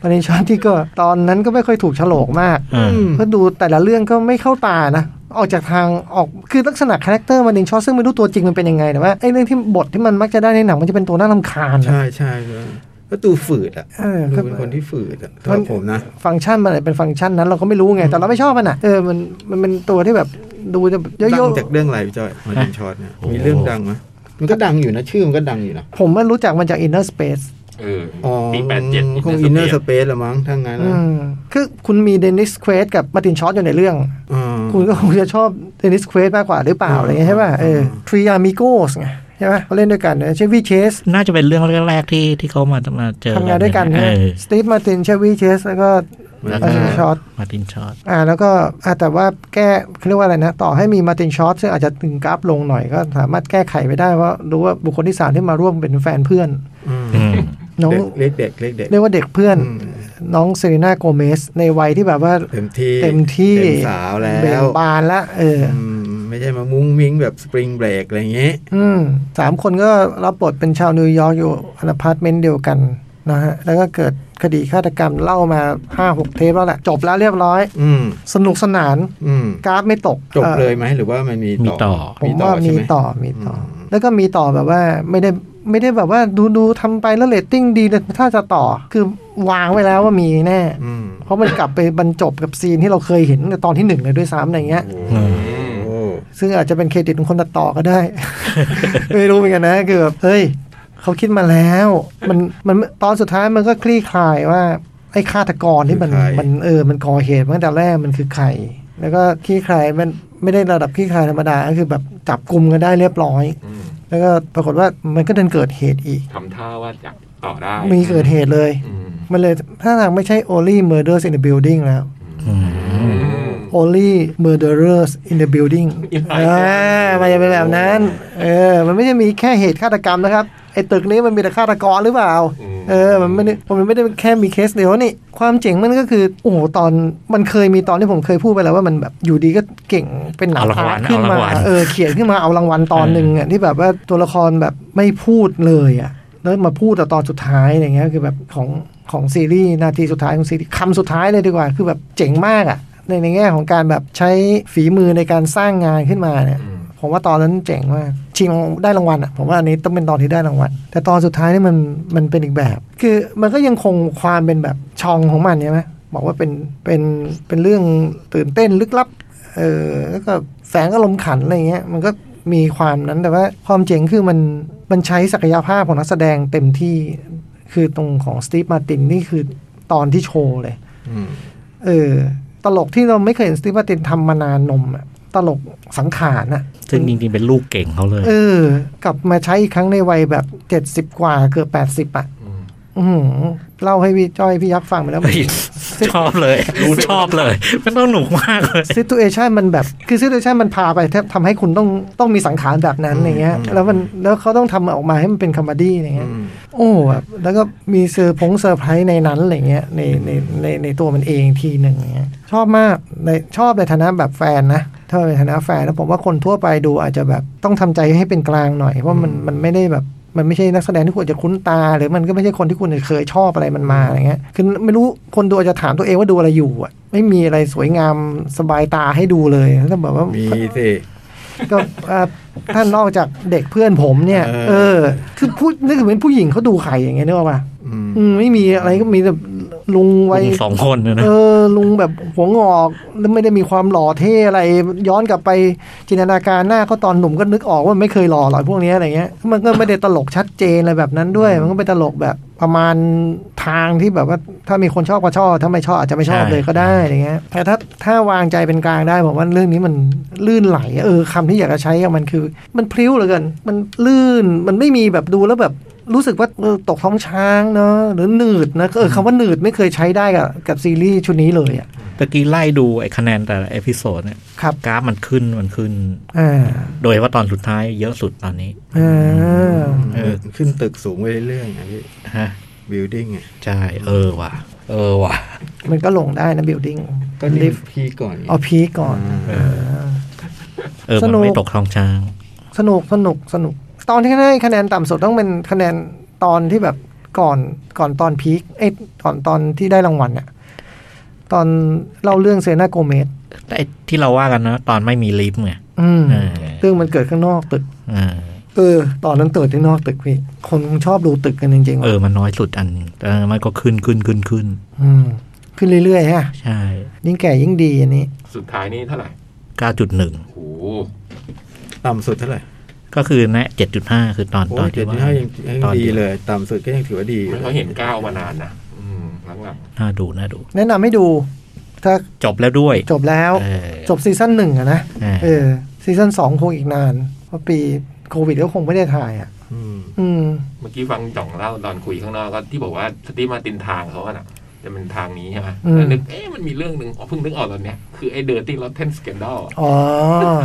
ประเด็นช็อตที่ก็ตอนนั้นก็ไม่ค่อยถูกโฉลกมาก
อ่า
อืม
เพราะดูแต่ละเรื่องก็ไม่เข้าตานะ ออกจากทางออกคือลักษณะคาแรคเตอร์มันเองชอตซึ่งไม่รู้ตัวจริงมันเป็นยังไงแต่ว่าไอ้เรื่องที่บทที่มันมักจะได้ในหนังมันจะเป็นตัวน่าลำคาญนะ
ใช่ใช่เลยก็ดูฝืดอ่ะ
เออ
ดู
ก็
เป็นคนที่ฝืดอ่ะ
มั
สำหรั
น
บผมนะ
ฟังก์ชันมันอาจจะเป็นฟังก์ชันนั้นเราก็ไม่รู้ไงแต่เราไม่ชอบมันอ่ะเออมันมันเป็นตัวที่แบบดูจะแบบเย
ดัง
อะ
จากเรื่องอะไรพี่จ้อยมาดินช็อตเนี่ยมีเรื่องดังไหมมันก็ดังอยู่นะ ชื่อมันก็ดังอยู่นะ
ๆผมมารู้จักมันจาก Inner Space
เออ
อ๋อ
ปีแปดเจ็ด
คงอินเนอร์สเปซละมั้งถ้างั้น
อื
นะ
มคือคุณมีเดนิสเควสกับมาตินชอตอยู่ในเรื่อง
อ่า
คุณก็คงจะชอบเดนิสเควสมากกว่าหรือเปล่า
อืม
อะไรเงี้ยใช่ป่ะเออ
อืม
ทรีอามิโกสไงใช่ป่ะเขาเล่นด้วยกันเชฟวี่เชส
น่าจะเป็นเรื่องแรกๆที่ที่เขามามาเจอ
ทำงานด้วยกัน
เอ
นะ
อ
สตีฟมาตินเชฟวี่เชสแล้วก็
แล้วก็
มาตินชอต
มาร์ตินชอต
อ่าแล้วก็อ่าแต่ว่าแก้เขาเรียกว่าอะไรนะ ต่อให้มีมาตินชอตซึ่งอาจจะตึงกราฟลงหน่อยก็สามารถแก้ไขไปได้ว่ารู้ว่าบุคคลที่สามที่มาร่วมเป็นแฟนเพื่อน
อืม
อืม
น้อง
เด็กเรียกเด็กเรียกเด็ก
เรียกว่าเด็กเพื่อน
อืม
น้องเซรีนาโกเมสในวัยที่แบบว่า
เต็มที่
เต็มที่
เต็มสาวแล้
เบ่ง
ว
บานละเออ
อืมไม่ใช่มามุ้งมิ้งแบบสปริงเบรกอะไรอย่างเงี้ย
อืมสามคนก็รับบทเป็นชาวนิวยอร์กอยู่อพาร์ตเมนต์เดียวกันนะฮะ แล้วก็เกิดคดีฆาตกรรมเล่ามาห้าหกเทปแล้วแหละ จบแล้วเรียบร้อย
อืม
สนุกสนาน
อืม
กราฟไม่ตก
จบ
อ่อ
เลยไหมหรือว่ามันมี
มี
ต่อ
ต่อ
ผมว่า
มี
มี
ต่
ต่
อ
อ
ใช่ไหม
มีต่อ
อืม
แล้วก็มีต่อแบบว่าไม่ได้ไม่ได้แบบว่าดูดูทำไปแล้วเรตติ้งดีแต่ถ้าจะต่อ คือวางไว้แล้วว่ามีแน่
อืม
เพราะมันกลับไปบรรจบกับซีนที่เราเคยเห็นในตอนที่หนึ่งเลยด้วยซ้ำอะไรเงี้ย
โอ้โห
ซึ่งอาจจะเป็นเครดิตของคนตัดต่อก็ ได้ ไม่รู้เหมือนกันนะคือแบบเฮ้ยเขาคิดมาแล้ว มันมันตอนสุดท้ายมันก็คลี่คลายว่า ไอ้ฆาตกรที่มันมันเออมันก่อเหตุมาตั้งแต่แรกมันคือใครแล้วก็คลี่คลายมันไม่ได้ระดับคลี่คลายธรรมดาก็คือแบบจับกลุ่มกันได้เรียบร้อย
อืม
แล้วก็ปรากฏว่ามันก็ดันเกิดเหตุอีก
ทำท่าว่าอยากต่อได้
มีเกิดเหตุเลย
อืม
มันเลยถ้าทางไม่ใช่ only murders in the building แล้ว only murderers in the building อ่ามันจะเป็นแบบนั้น เออ มันไม่ได้มีแค่เหตุฆาตกรรมนะครับ ไอ้ตึกนี้มันมีแต่ฆาตกรหรือเปล่า เออ มันไม่ได้มันไม่ได้แค่มีเคสเดียวนี่ ความเจ๋งมันก็คือ โอ้โห ตอน มันเคยมีตอนที่ผมเคยพูดไปแล้วว่ามันแบบอยู่ดีก็เก่งเป็นหนัง
เอารางวัล
อาร์ตขึ้นมา
เอารางวัล
เออ เขียนขึ้นมาเอารางวัลตอนหนึ่งอ่ะที่แบบว่าตัวละครแบบไม่พูดเลยอ่ะ แล้วมาพูดแต่ตอนสุดท้ายอย่างเงี้ยคือแบบของของซีรีส์นาทีสุดท้ายของซีรีส์คำสุดท้ายเลยดีกว่า คือแบบเจ๋งมากอ่ะ ในในแง่ของการแบบใช้ฝีมือในการสร้างงานขึ้นมาเนี่ย ผมว่าตอนนั้นเจ๋งมากชิงได้รางวัลอ่ะผมว่าอันนี้ต้องเป็นตอนที่ได้รางวัลแต่ตอนสุดท้ายนี่มันมันเป็นอีกแบบ คือมันก็ยังคงความเป็นแบบชองของมันใช่ไหมบอกว่าเป็นเป็นเป็นเรื่องตื่นเต้นลึกลับเออแล้วก็แฝงอารมณ์ขันอะไรเงี้ยมันก็มีความนั้นแต่ว่าความเจ๋งคือมันมันใช้ศักยภาพของนักแสดงเต็มที่คือตรงของสตีฟมาตินนี่คือตอนที่โชว์เลย
อืม
เออ ตลกที่เราไม่เคยเห็นสตีฟมาตินทำมานานนมอะตลกสังขารอะ
ซึ่งจริงๆเป็นลูกเก่งเขาเลย
เออ กลับมาใช้อีกครั้งในวัยแบบเจ็ดสิบ70 กว่าเกือบแปดสิบ80 อ่ะ
อืม
อือหือเล่าให้พี่จ้อยพี่ยักษ์ฟังไปแล้ว
ชอบเลย ชอบเลยมันต้องหนุกมากเลย
ซิตูเอชันมันแบบ คือซิตูเอชันมันพาไปแทบทำให้คุณต้องต้องมีสังขารแบบนั้นอย่างเงี้ย แล้วมันแล้วเขาต้องทำออกมาให้มันเป็นคอมเมดี้อย่างเงี้ย
อืม
โอ้แบบแล้วก็มีเซอร์พงเซอร์ไพรส์ในนั้นอะไรเงี้ยในในในในตัวมันเองทีหนึ่งอย่างเงี้ยชอบมากในชอบในฐานะแบบแฟนนะถ้าในฐานะแฟนแล้วผมว่าคนทั่วไปดูอาจจะแบบต้องทำใจให้เป็นกลางหน่อยเพราะมันมันไม่ได้แบบมันไม่ใช่นักแสดงที่คุณอาจจะคุ้นตา หรือมันก็ไม่ใช่คนที่คุณเคยชอบอะไรมันมาอะไรเงี้ยคือไม่รู้คนดูอาจจะถามตัวเองว่าดูอะไรอยู่อ่ะไม่มีอะไรสวยงามสบายตาให้ดูเลยแล้วแบบว่า
มีสิ
ก็เอ่อท่านนอกจากเด็กเพื่อนผมเนี่ย
เออ
เออ คือพูดนึกถึงเป็นผู้หญิงเขาดูไข่อย่างเงี้ยนึกออกป่ะ
อืม
อืมไม่มีอะไรก็มีแต่ลุงไว้
ลุงสองคนนะนะ
เออลุงแบบหัวงอกแล้วไม่ได้มีความหล่อเท่อะไร ย้อนกลับไปจินตนาการหน้าเขาตอนหนุ่มก็นึกออกว่าไม่เคยหล่อหรอกพวกเนี้ยอะไรเงี้ยมันก็ไม่ได้ตลกชัดเจนอะไรแบบนั้นด้วย มันก็เป็นตลกแบบประมาณทางที่แบบว่าถ้ามีคนชอบก็ชอบถ้าไม่ชอบอาจจะไม่ชอบเลยก็ได้อะไรเงี้ยแต่ถ้าถ้าวางใจเป็นกลางได้ผมว่าเรื่องนี้มันลื่นไหลเออคำที่อยากจะใช้อะมันคือ มันพลิ้วเหลือเกินมันลื่นมันไม่มีแบบดูแล้วแบบรู้สึกว่าเออตกท้องช้างเนอะหรือหนืดนะเออคำว่าหนืดไม่เคยใช้ได้กับกับซีรีส์ชุดนี้เลยอ่ะ
ตะกี้ไล่ดูไอ้คะแนนแต่ละเอพิโซดเนี่ย
ครับ
กราฟมันขึ้นมันขึ้น
อ่า
โดยว่าตอนสุดท้ายเยอะสุดตอนนี้
อ่า
เออ
ขึ้นตึกสูงไปเรื่อยๆนะพี่
ฮะ
building อ่ะ
ใช่ เออว่ะ เออว่ะ
มันก็ลงได้นะบิ l ดิ้ง
ก็นี่พี่ก่อนไง
เอาพีก่อน
า
เออ
ส
มัน
นุก
ไม่ตกทองช้าง
สนุกสนุกสนุก ตอนที่ให้คะแนนต่ำสุดต้องเป็นคะแนนตอนที่แบบ ก่อนก่อนตอนพีคเอ้ยก่อนตอนที่ได้รางวัลเนี่ยตอนเล่าเรื่องเซนาโกเมส
แต่ไอ้ที่เราว่ากันนะตอนไม่มีลิฟต์ไง
อืม
เออ
เรื่องมันเกิดข้างนอกตึก
เออ
เออ ตอนนั้นเกิดที่นอกตึกพี่ คนคงชอบดูตึกกันจริงๆ
เอ
ว่ะ
อมันน้อยสุดอันหนึ่งเออมันก็ขึ้นขึ้นขึ้นขึ้น
มขึ้นเรื่อยๆฮะ
ใช่
ยิ่งแก่ยิ่งดีอันนี้
สุดท้ายนี่เท่าไหร่
เก้าจุดหนึ่ง
โอ้โห
ต่ำสุดเท่าไหร่
ก็คือนะเจ็ดจุดห้าคือตอน
โอ้
ตอน
เจ็
ที่
ด
ว่า
ห้ายังยัง
ตอน
ดี
ที่
เลย ต่ำสุดก็ยังถือว่าดีอยู่
ไม่ค่อยเห็นก้าวมานานนะอืมหลัง
น่าดูน่าดู
แนะนำให้ดู ถ้า
จบแล้วด้วย
จบแล้ว
เออ
จบซีซั่นหนึ่งอะนะ
เออ
เออ ซีซั่นสองคงอีกนาน เพราะปีโควิดก็คงไม่ได้ถ่ายอ่ะ
อืม
อืม
ๆเมื่อกี้ฟังจ่องเล่าตอนคุยข้างนอกก็ที่บอกว่าสตีฟมาร์ตินทางเขาอะน่ะจะเป็นทางนี้ใช่ไหม
อืม
แล้วนึกเอ๊ะมันมีเรื่องหนึ่งอ๋อเพิ่งนึกออกตอนเนี้ยคือไอ้เดอร์ตี้ลอตเทนสแกนดอล
อ๋ อ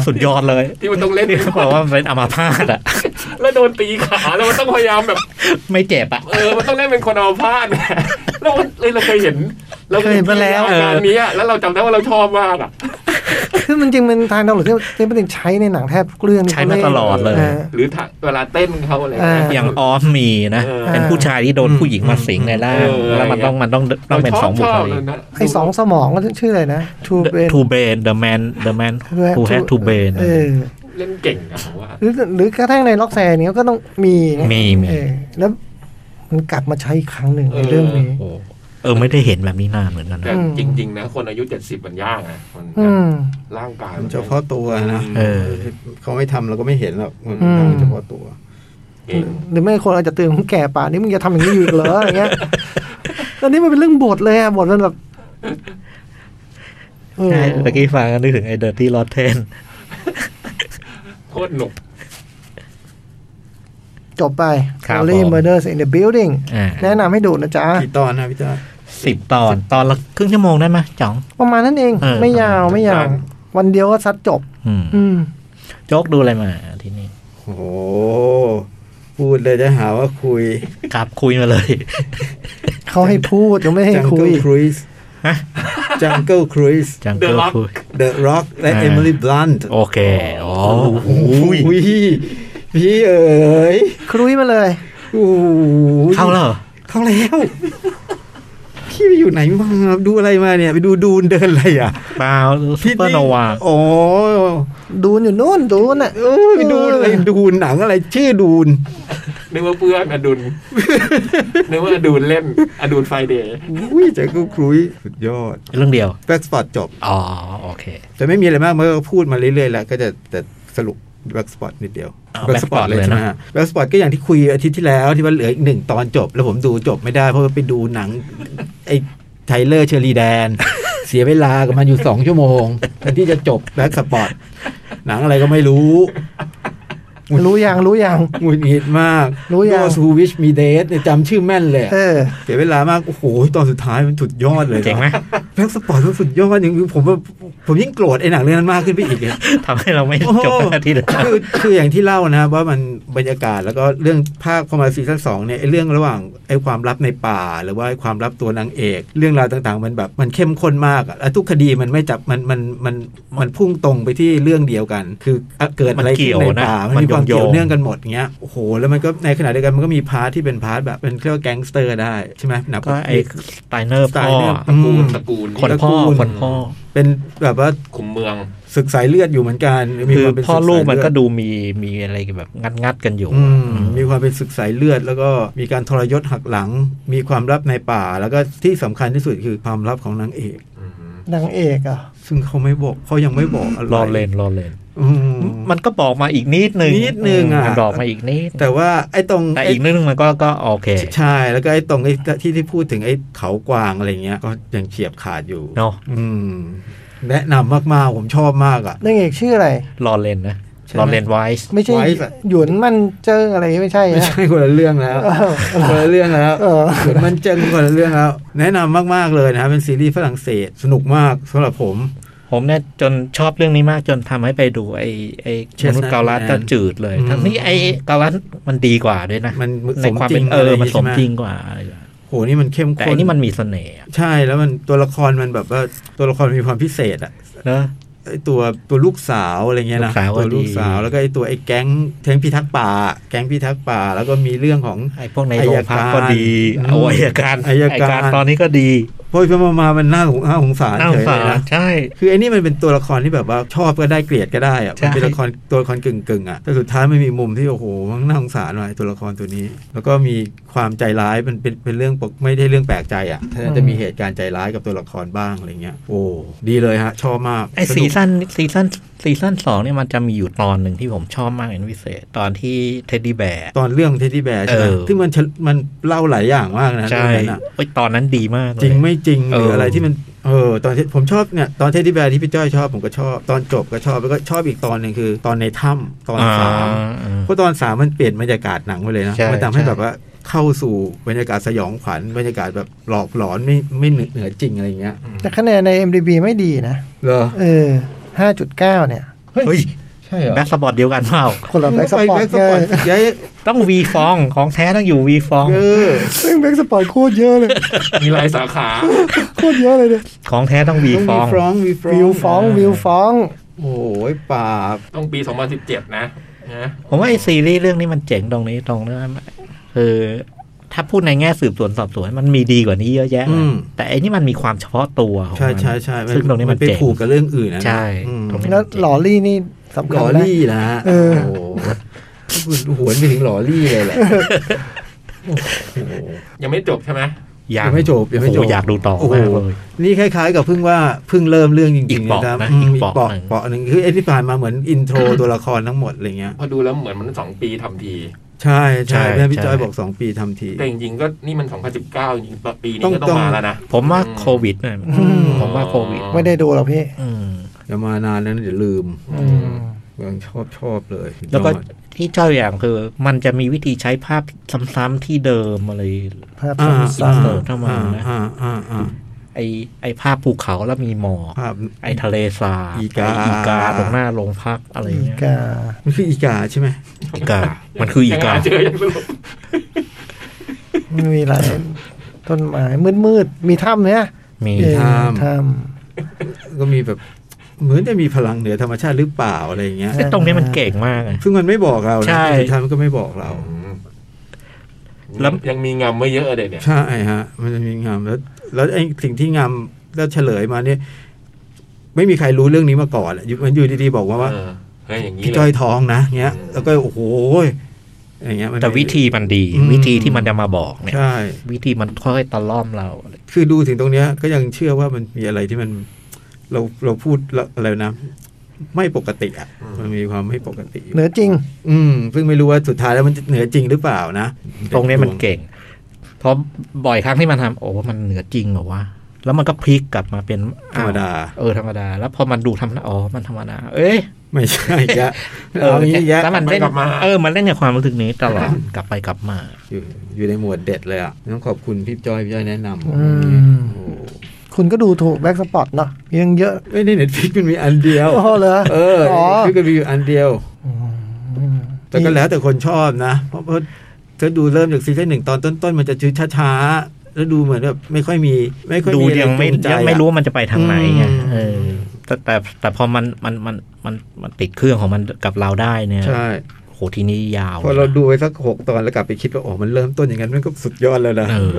สุดยอดเลย
ที่มันต้องเล่น
เขาบอกว่ามันเป็นอมาพาตอะ
แล้วโดนตีขาแล้วมันต้องพยายามแบบ
ไม่เจ็บอะ
เออ มันต้องเล่นเป็นคนเอาพลาดนะแล้วมันเลย เราเคยเห็น
เคยเห็นมาแล้ว
รยการนี้อะแล้วเราจำได้ว่าเราชอบมากอ่ะ
คือมันจริงมันทางดาวหรือที่ที่มันใช้ในหนังแทบทุกเรื่อง
ใช้มาตลอดเลย
า
หรือถ้าเวลาเต้นเขาอะไร
อ่า
อย่างออมมีนะ
เออ
เป็นผู้ชายที่โดนผู้หญิงมาสิงในร่าง
เออ
แล้วมันต้องมันต้องต้องเป็นสองบุคลิก
ไอ้สองสมองก็ชื่ออะไรนะทูเบน
ทูเบน the man the man who had two brain
เออ
เล่นเก่งอะผมว่า
หรือหรือกระทั่งในล็อกแซนเนี้ยก็ต้องมีไง
มีมี
เออแล้วมันกลับมาใช้อีกครั้งหนึ่งในเรื่องนี้
โอ้เออไม่ได้เห็นแบบนี้นานเหมือนกัน
แต่
นะ
อืม
จริง ๆ นะ คนอายุเจ็ดสิบมันยากนะมัน
อืม
ร่างกาย
มันเฉพาะตัวนะ
เออ
เขาไม่ทำเราก็ไม่เห็นหรอกมัน
อืม
เฉพาะตัว
เก่ง
หรือไม่คนอาจจะเตือนมึงแก่ป่านนี้มึงจะทำอย่างนี้อยู่อีกเหรออะไรเงี้ยตอนนี้มันเป็นเรื่องบทเลยอะบทมันแบบเออ
ใช่เมื่อกี้ฟังก็นึกถึงไอ้ dirty rotten
โคตรหนุก
จบไป
ครับ
Only
ผม
Murders in the Building
อ่า
แนะนำให้ดูนะจ๊ะ
กี่ตอนนะพี่จ้า
สิบตอนตอนละครึ่งชั่วโมงได้ไหมจ๋อง
ประมาณนั้นเอง
เออ
ไม่ยาวไม่ยาว
ครับ
วันเดียวก็ซัดจบ
อืม
อืม
โจ๊กดูอะไรมาที่นี่
โอ้โห พูดเลยจะหาว่าคุย
ครับคุยมาเลย
เขาให้พูดยังไม่ให้
จั
คุ
เกิ
ย
ลครูซ
ฮะ
จังเกิลครูซ
จัง
The
เกิล
Rock
คุย
เดอะร็อกและ
อ่า
เอมิลี่บลันต์
โอเคโอ้โห
พี่พี่เอ๋ย
ครุยมาเลย
โอ้โห
เข้าแล้วเหรอ
เข้าแล้ว พี่ไปอยู่ไหนมาดูอะไรมาเนี่ย ไปดูดูนเดินอะไรอ่ะ
เปล่าซู
พี่
เปอร์โนวา
โอ้
ดูนอยู่นู่นดูนอ่ะ
เออไปดูอะไรดูนหนังอะไร ชื่อดูน
นึกว่าเพื่อนอดุลนึกว่าอดุลเล่นอดุลไฟเดย์
อุ้ยแจ็คก็ครุยสุดยอด
เรื่องเดียว
แบ็กสปอตจบ
อ๋อ โอเค
แต่ไม่มีอะไรมากเมื่อพูดมาเรื่อยๆแล้ว ก็จะแต่สรุปแบ็กสปอตนิดเดียว
อ่า Black Spot เลยนะ
แบ็กสปอตก็อย่างที่คุยอาทิตย์ที่แล้วที่ว่าเหลืออีกหนึ่งตอนจบ แล้วผมดูจบไม่ได้ เพราะว่าไปดูหนัง ไอ้ไทเลอร์เชอรีแดน เสียเวลากับมันอยู่สองชั่วโมงแทนที่จะจบแบ็กสปอตหนังอะไรก็ไม่รู้
รู้ยังรู้ยัง
หงุดหงิดมาก
รู้ยัง
สูวิชมีเดทเนี่ยจำชื่อแม่นเลยอะ
เออ
เสียเวลามากโอ้โหตอนสุดท้ายมันสุดยอดเลย
เจ๋งไหม
แบ็กสปอร์ตมันสุดยอดอย่างผมว่าผมยิ่งโกรธไอ้หนังเรื่องนั้นมากขึ้นไปอีกอะ
ทำให้เราไม่จบหน้าที่เลย
คือคืออย่างที่เล่านะครับว่ามันบรรยากาศแล้วก็เรื่องภาคพอมาซีซั่นสองเนี่ยไอ้เรื่องระหว่างไอ้ความลับในป่า หรือว่าไอ้ความลับตัวนางเอก เรื่องราวต่างๆ มันแบบมันเข้มข้นมากอะแล้วทุกคดีมันไม่จับมันมันมันมันพุ่งตรงไปที่เรื่องเดียวกัน คือเกิดอะไรขึ้นในป่า
มันเกี่ยวนะ
มันมีความ
มันโยง
เกี่ยวเนื่องกันหมดเงี้ยโอ้โหแล้วมันก็ในขณะเดียวกันมันก็มีพาร์ทที่เป็นพาร์ทแบบเป็นเรียกว่าแก๊งสเตอร์ได้ใช่ไหมหนัง
ก็ไอ้สไตเนอร์พ่อ
Steiner
ตระกูล
อืม
ตระกูล
คนพ่อ
ตระกูล
คนพ่อ
เป็นแบบว่า
คุมเมือง
ศึกสายเลือดอยู่เหมือนกันมี
คือ
วามเป็น
พ่อ
ศึสาย
ลูกมันก็
เลือ
ดูมีมีอะไรแบบงัดงัดๆกันอยู่
อืมมีความเป็นศึกสายเลือด แล้วก็มีการทรยศหักหลัง มีความลับในป่า แล้วก็ที่สำคัญที่สุดคือความลับของนางเอก
นางเอกเหรอ่ะ
ซึ่งเขาไม่บอกเขายังไม่บอกอะไร
รอเลนรอเลน
อืม
มันก็บอกมาอีกนิดนึง
นิดนึงอะ
มันบอกมาอีกนิด
แต่ว่าไอ้ตรง
แต่อีกนิดนึงมันก็ก็โอเค
ใช่แล้วก็ไอ้ตรงไอ้ที่ที่พูดถึงไอ้เขากวางอะไรเงี้ยก็ยังเฉียบขาดอยู่
เนอะ
อืม แนะนำมากๆผมชอบมากอ่ะ
นางเอกชื่ออะไร
รอเลนนะ
ใช่
รอเลนไวส์
ไม่ใช่
Wife อะ
หยวนมันเจออะไรไม่ใช่
ไม่
นะ
ใช่คนละเรื่องแล้ว คนละเรื่องแล้ว
เออ
เหมือนมันเจงคนละเรื่องแล้ว แนะนำมาก ๆ เลยนะครับ เป็นซีรีส์ฝรั่งเศส สนุกมากสำหรับผม
ผมเนี่ยจนชอบเรื่องนี้มากจนทำให้ไปดูไอ้ไอ้ม
Chestnut
นุษย์เกาลัดก็
Man
จืดเลย
อืม
ทั้งนี้ไอ้เกาลัดมันดีกว่าด้วยนะ
มัน
ในความเป็น
สมจริง
เออ
อะไรอย่างงี้
มันสม
ใช่ไหม
จริงกว่าอะไรอย่างเงี้ย
โห นี่มันเข้ม
แต่
ข้
อั
น
นนี้มันมีเสน่ห์อะ
ใช่แล้วมันตัวละครมันแบบว่าตัวละครมีความพิเศษอะ
เนอะ
เ ไอ้ตัวตัวลูกสาวอะไรเงี้ย
ลู
นะ
กสาวก็
ตัว
ดี
ลูกสาวแล้วก็ไอ้ตัวไอ้แก๊งแก๊งพิทักษ์ป่า แก๊งพิทักษ์ป่า แล้วก็มีเรื่องของ
ไอ้พวกในโรงพัก
อัยการ
ก็ดี
อืม
โอ้ยอัยการ
อัยการ
ตอนนี้ก็ดี
พวกพี่มามามันน่าสงน่าสงสาร
น่าส
เฉ
ง
ย
สา
เลย
ร
นะ
ใช่
คือไอ้นี่มันเป็นตัวละครที่แบบว่าชอบก็ได้เกลียดก็ได้อะ
ใช่
มันเป็นละครตัวละครกึ่งกึ่งๆอ่ะแต่สุดท้ายมันมีมุมที่โอ้โหมันน่าสงสารว่ะไอ้ตัวละครตัวนี้ แล้วก็มีความใจร้ายมันเป็นเป็นเรื่องปกไม่ได้เรื่องแปลกใจอ่ะถ้าจะมีเหตุการณ์ใจร้ายกับตัวละครบ้างอะไรเงี้ยโอ้ดีเลยฮะชอบมาก
ไอ้
สนุก
ซีซั่นซีซั่นซีซั่นสองเนี่ยมันจะมีอยู่ตอนหนึ่งที่ผมชอบมากเป็นพิเศษ ตอนที่เท็ดดี้แบร์
ตอนเรื่องเท็ดดี้แบร์ใช่ไหม
เออ
ที่มันฉะมันเล่าหลายอย่างมากนะ
ใช่
เรื่องนั้นอะ
เอ้ยตอนนั้นดีมากเลย
จริงไม่จริง
เออ
หรืออะไรที่มันเออตอนที่ผมชอบเนี่ยตอนเท็ดดี้แบร์ที่พี่จ้อยชอบผมก็ชอบ ตอนจบก็ชอบแล้วก็ชอบอีกตอนหนึ่งคือ ตอนในถ้ำตอนสาม
อ่า
เพราะตอนสามมันเปลี่ยนบรรยากาศหนังไปเลยนะ
ใช่
มันทำให้
ใช่
แบบว่าเข้าสู่บรรยากาศสยองขวัญบรรยากาศแบบหลอกหลอนไม่ไม่เหนือเหนือจริงอะไรอย่างเงี้ย
แต่คะแนนใน MDB ไม่ดีนะ
เหรอ
เออห้าจุดเก้าเนี่ย
เฮ้ย
ใช่เหรอ
แบ็กสปอร์ตเดียวกันเปล่า
คนละแบ็กส
ไป
ปอร์
แบ็
ต
คสปอร์ตย้าย
ต้องวีฟองของแท้ต้องอยู่วีฟอง
เออ
ซึ่งแบ็กสปอร์ตโคตรเยอะเลย
มีหลายสาขา
โคตรเยอะเลยเนี่ย
ของแท้ต้องวี
ต้อง
ฟ
มี
อง
ฟรองก์มีฟรอง
วิว
ก์
ฟ้องวิวฟ้อง
โอ้ยป่าบ
ต้องปี 2017 นะนะ
ผมว่าไอซีรีส์เรื่องนี้มันเจ๋งตรงนี้ตรงเรื่องคือถ้าพูดในแง่สืบสวนสอบสวนมันมีดีกว่านี้เยอะแยะ
อื
นะ
ม
แต่ไอ้นี่มันมีความเฉพาะตัวของ
ใช่
มัน
ใช่ใช่
ซึ่งตรงนี้มัน
ไป
เจ๋ง
ผูกกับเรื่องอื่นนะ
ใช่
อืม
ตรงนี้
แล้วหลอรี่นี่สำ
ห
คั
ล่
ญ
อ
นะ
รี่นะฮะ
เออ
โอ้โห คุณหวนไปถึงหล่อรี่เลยแหละโอ้โห
ยังไม่จบใช่ไหม
ยังไม่จบยังไม่จบ
โอ้โหอยากดูต่อ
โอ้โห
มากเลย
นี่คล้ายๆกับเพิ่งว่าเพิ่งเริ่มเรื่องจ
อี
ริ
ก
งๆ
เปาะ
นะครับ
นะ
ม
อี
อี
ก
กเปาะ
เปาะหนึ่ง
เปาะหนึ่งคือไอ้ที่ผ่านมาเหมือนอินโท รตัวละครทั้งหมดอะไรเงี้ย
พอดูแล้วเหมือนมัน 2 ปีทำที
ใช่ใช่
ใช่
แม่พี่
ใช่
จอยบอกสองปีทำที
แต่จริงๆก็นี่มัน 2019 จริงๆปีนี้
ต้อง
ก็ต้อ
ต้องง
มาแล้วนะ
ผมว่าโควิดนะ
อืม
ผมว่าโควิด
ไม่ได้ดูหรอกพี่
อืม
อย่ามานานแล้วนะเดี๋ยวลืม
อืม
ยังชอบชอบเลย
แล้วก็ที่เจ้าอย่างคือ มันจะมีวิธีใช้ภาพซ้ำๆที่เดิมอะไร
ภาพ
อ่า
ซ้
อ่า
เสิร์ฟเข้ามานะ
อ่าอ่าอ่า
ไอไอภาพภูเขาแล้วมีหมอก
ภาพ
ไอทะเลสาบ
อีกา
ไอีกาตรงหน้าโรงพักอะไร
ำอี
เงี้ย
กา
มันคืออีกาใช่ไหม
อีกา มันคืออีกา
ยังหเจอยังไม่รู้
ไม่มีอะไรต้นไม้มืดๆมีถ้ำเนี่ย
มี
เออ
ถ้ำ
ถ้
ก็มีแบบเหมือนจะมีพลังเหนือธรรมชาติหรือเปล่าอะไรอย่างเงี้ย
ซึ่งตรงนี้มันเก่งมากอะ
ซึ่งมันไม่บอกเรานะ
ใช่
สุดท้ายมันก็ไม่บอกเรา
แล้ว
ยังมีงำไม่เยอะเลยเนี่ย
ใช่ฮะ มันจะมีงามแล้ว แล้วไอ้สิ่งที่งามแล้วเฉลยมาเนี่ย ไม่มีใครรู้เรื่องนี้มาก่อนอะอยู่มันอยู่ดีๆบอกว่าว่า
เออเฮ้ยอย่างนี้
พี่
เล
จ้อย ยท้องนะเงี้ย
อืม
แล้วก็โอ้โหอย่างเงี้ยมัน
แต่วิธีมันดี
อืม
วิธีที่มันจะมาบอกเนี่ย
ใช่
วิธีมันค่อยตะล่อมเราอะไร
คือดูถึงตรงเนี้ย ก็ยังเชื่อว่ามันมีอะไรที่มัน เราเราพูดแล้วอะไรนะ ไม่ปกติอ่ะ มันมีความไม่ปกติอยู่
ำเหนือจริง
อืมซึ่งไม่รู้ว่าสุดท้ายแล้วมันจะเหนือจริงหรือเปล่านะ
ตรงนี้มันเก่ง เพราะบ่อยครั้งที่มันทำโอ้มันเหนือจริงเหรอวะแล้วมันก็พลิกกลับมาเป็น
ธร
อ้ว
รมดา
เออธรรมดา แล้วพอมันดูทำนะอ๋อมันธรรมดา เอ้ย
ไม่ใช่แกแล้วเอาอย่างนี้แก
แล้วมันเล่น
กลับมา
เออมันเล่นในความรู้สึกนี้ตลอดกลับไปกลับมา
อยู่อยู่ในหมวดเด็ดเลยอ่ะต้องขอบคุณพี่จ้อยพี่จ้อยแนะนำ
อืม
โอ้โห
คุณก็ดูถูกแบ็กสปอตเนาะมียังเยอะ
เอ้ยในเน็ตฟิกมันมีอันเดียว
อ๋อเหรอ
เออ
อ๋อ
คือก็มีอยู่อันเดียว
ม
แต่ก็แล้วแต่คนชอบนะ เพราะเพราะถ้าดูเริ่มจากซีซั่นหนึ่งตอนต้นๆ มันจะชืดช้าๆ แล้วดูเหมือนแบบไม่ค่อยมี ไม่ค่อย
ดู
มีอะร
ยังไม่
จูใจ
ยัง
อะ
ไม่รู้ว่ามันจะไปทางไหนไง
อืม
เออแต่แต่แต่พอมันมันมันมันมันติดเครื่องของมันกับเราได้เนี่ย
ใช่
โหทีนี้ยาว
พอเรา
ลยนะ
ดูไปสักหกตอนแล้วกลับไปคิดว่าโอ้มันเริ่มต้นอย่างนั้นมันก็สุดยอดแล้วนะ
เออ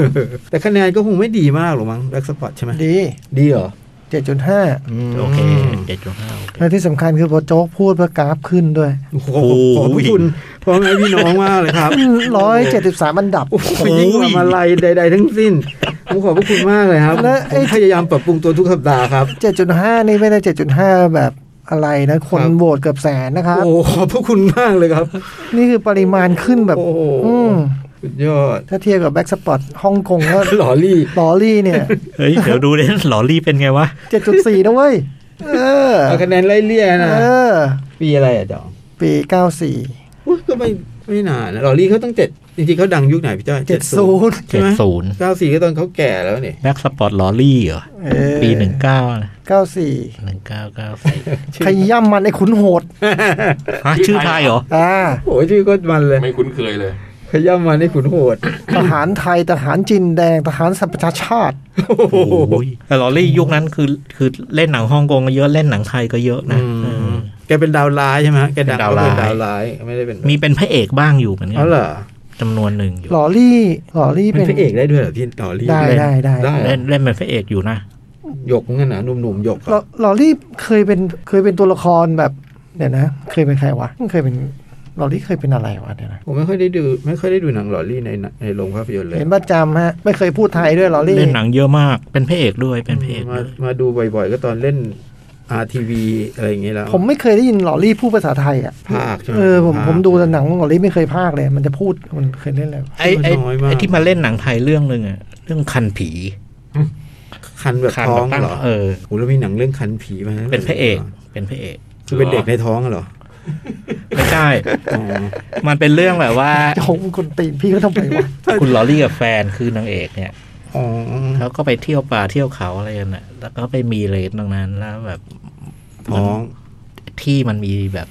แต่คะแนนก็คงไม่ดีมากหรอกมั้งแบ็กสปอตใช่ไหม
ดี
ดีเหรอ
เจ็ดจุดห้า
โอเคเจ็ดจุดห้าโอเค
และที่สำคัญคือพอโจ๊กพูดว่ากราฟขึ้นด้วย
โอ้โหขอบพระคุณพ่อแม่พี่น้องมากเลยครับ
ร้อยเจ็ดสิบสามอันดับ
โอ้โหยิ่งกว่ามาลัยใด ๆ ทั้งสิ้นผมขอบพระคุณมากเลยครับ
และไอ้
ผมพยายามปรับปรุงตัวทุกสัปดาห์ครับ
เจ็ดจุดห้านี่ไม่ได้เจ็ดจุดห้าแบบอะไรนะ คน
ครับ
โหวตเกือบแสนนะครับ
โอ้โหขอบพระคุณมากเลยครับ
นี่คือปริมาณขึ้นแบบ
โอ้โห
อืม
สุดยอด
ถ้าเทียบกับแบ็กสปอตฮ่องกงก็
หล่อลี่
ลอรี่เนี่ย
เฮ้ย เดี๋ยวดูเลยหลอรี่เป็นไงวะ
เจ็ดจุดสี่นะเว้ย เออ
เอาคะแนนไล่เลี่ยนะ
เออ
ปีอะไรอ่ะจอง
ปีเก้าสี่
อุ๊ยก็ไม่ไม่นานนะหล่อลี่เขาตั้งเจ็ดจริงๆเขาดังยุคไหนพี่จ้อย
เจ็ดศูนย์
ใช่
เจ็ด
ไหม
ศูนย์
เก้าสี่ก็ตอนเขาแก่แล้วนี่
แบ็กสปอร์ตลอรี่เหรอ ปีหนึ่งเก้า
เก้าสี่
หนึ่งเก้าเก้าสี่
ขย่ำมันไอ้ขุนโหด
ฮะชื่อไทยเหรอ
อ่า
โอ้ยชื่อก็มันเลย
ไม่คุ้นเคยเลย
เ ขย่ำมาในขุนโหด
ทหารไทยทหารจีนแดงทหารสัมปชาชาติ
โอ้โหแต่ลอรี่ยุคนั้นคือคือเล่นหนังฮ่องกงก็เยอะเล่นหนังไทยก็เยอะนะเออ
แกเป็นดาวร้ายใช่ไหมฮะแกดัง
เป็นดาวร้าย
เป็นดาวร้ายไม่ได้เป็น
มีเป็นพระเอกบ้างอยู่เหมือนกั
อ๋อเหรอ
จำนวนหนึ่งอยู่
หล่อรี่หล่อรี่
เป็
เป็น น
พระเอกได้ด้วยเหรอพี่อ๋อรีบ
ได้
เล่น
ได้ได้
ได้
เล่นเล่นเป็นพระเอกอยู่นะ
หยกเหมือนกันนะหนุ่มๆหยก
หล่อหล่อรี่เคยเป็นเคยเป็นตัวละครแบบเดี๋ยวนะ เคยเป็นใครวะมันเคยเป็นหล่อรี่เคยเป็นอะไรวะเดี๋ยวนะ
ผมไม่ค่อยได้ดูไม่ค่อยได้ดูหนังหล่อรี่ในในโรงภาพยนตร์เลย
เห็นประจำฮะ ไม่เคยพูดไทยด้วยหล่อรี่
เล่นหนังเยอะมากเป็นพระเอกด้วยเป็นพระเอก
มา
ด้วย
มาดูบ่อยๆ ก็ตอนเล่นอาทีวีอะไรอย่างเงี้ยแล้ว
ผมไม่เคยได้ยินหล่อรี่พูดภาษาไทยอ่ะ
ภาคใช่ไหม
เออผม
ภาค
ผมดูแต่หนังของหล่อรี่ไม่เคยพากย์เลย มันจะพูดมันเคยเล่นอะไรวะ
ไอ้ไอ้
น้อยมาก
ไอ้ที่มาเล่นหนังไทยเรื่องหนึ่งอะเรื่องคันผี
คันแบบ
คั
ท้อง
ตั้ง
เหรอ
เออ
โอ้แล้วมีหนังเรื่องคันผีมา
เป็นพระเอกเป็นพระเอก
คือเป็นเด็กในท้องเหรอ
ไม่ใช่
อ๋อ
มันเป็นเรื่องแบบว่า
โจ้มึงคนตีนพี่เขาทำไมวะ
คุณลอรี่กับแฟนคือนางเอกเนี่ย
อ๋อ
แล้วก็ไปเที่ยวป่าเที่ยวเขาอะไรกันน่ะ แล้วก็ไปมีเลนตรงนั้นแล้วแบบ
ท้อง
ที่มันมีแบบ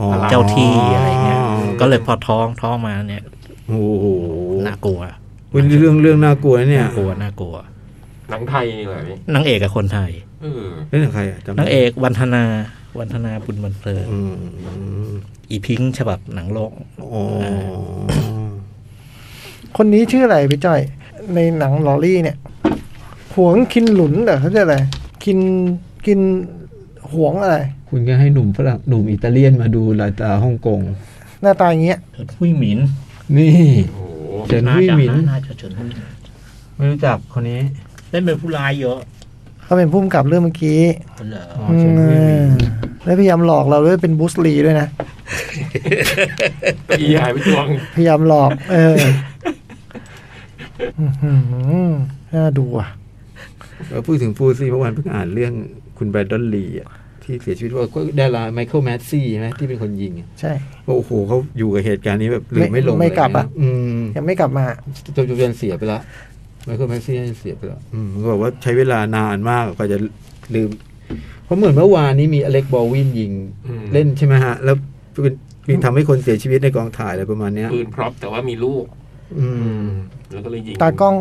อ๋อ
เจ้าที่อะไรเงี้ย ก็เลยพอท้องท้องมาเนี่ย
โอ้โห
น่ากลัว
เป็นเรื่องเรื่องน่ากลัวนะเนี่ย
น่ากลัวน่ากลัว
หนังไทยนี่เลย
นางเอกกับคนไทย
เออ
เล่นกับใครอะจำ
นาง
ได้
เอกวันธนาวันธนาบุญบันเพลิง
อืม
อีพิงค์ฉบับหนังโลก
อ๋อ
คนนี้ชื่ออะไรพี่จ้อยในหนังหล่อรี่เนี่ยหวงคินหลุนเหรอเขาเรียกอะไรคินกินหวงอะไร
คุณก็ให้หนุ่มฝรั่งหนุ่มอิตาเลียนมาดูลาตาฮ่องกง
หน้าตาอย่างเงี้ย
หุยหมิน
นี่
โอ้โห
เฉินวี่หมิน
น่าจะเฉินหุยหมิน
ไม่รู้จักคนนี้
เล่นเป็นผู้ร้ายเยอะ
เขาเป็นผู้กำกับเรื่องเมื่อกี้
เหรอ
อ๋อเฉินวี่หมิน
แล้วพยายามหลอกเราด้วยเป็นบูสลีด้วยนะ
อีหายไปจวง
พยายามหลอก เอออื้อหือน่าดูอ่ะ
เออพูดถึงฟูซี่เมื่อวานเพิ่งอ่านเรื่องคุณแบรนดอนลีอะที่เสียชีวิตว่าก็ดาราไมเคิลแมสซี่ใช่ไหมที่เป็นคนยิงอะ
ใช่
โอ้โหเขาอยู่กับเหตุการณ์นี้แบบลืม
ไม่
ไม่ลงเย
ไม่กลับอะ
อืม
ยังไม่กลับมา
จบจบจนเสียไปละไมเคิลแมสซี่น่าจะเสียไปละอืมเขาบอกว่าใช้เวลานานมากกว่าจะลืม เพราะเหมือนเมื่อวานนี้มีอเล็กบอลวินยิง
อืม
เล่นใช่ไหมฮะ แล้วเป็นมีทำให้คนเสียชีวิตในกองถ่ายอะไรประมาณเนี้ย
ปืนพร็อพแต่ว่ามีลูก
อืม
แล้วก็เลยยิง
ตากล้อง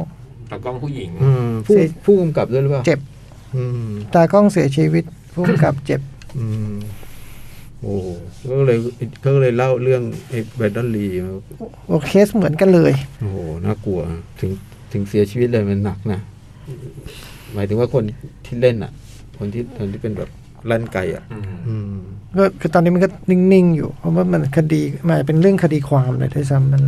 ตากล้องผู้หญิง
อืมผู้
เสีย
ผู้กำกับด้วยหรือเปล่า
เจ็บ
อืม
ตากล้องเสียชีวิต ผู้กำกับเจ็บ
อืมโอ้โหก็เลยก็เลยเล่าเรื่องไอ้แบดดอนลี
โอเคสเหมือนกันเลย
โอ้โหน่ากลัว ถึงถึงเสียชีวิตเลยมันหนักนะหมายถึงว่าคนที่เล่นอ่ะ คนที่คนที่เป็นแบบลั่นไกอ่ะ
อืม
อืม
ก็คือตอนนี้มันก็นิ่ง ๆ อยู่ เพราะว่ามันคดีมันเป็นเรื่องคดีความเลยด้วยซ้ำมัน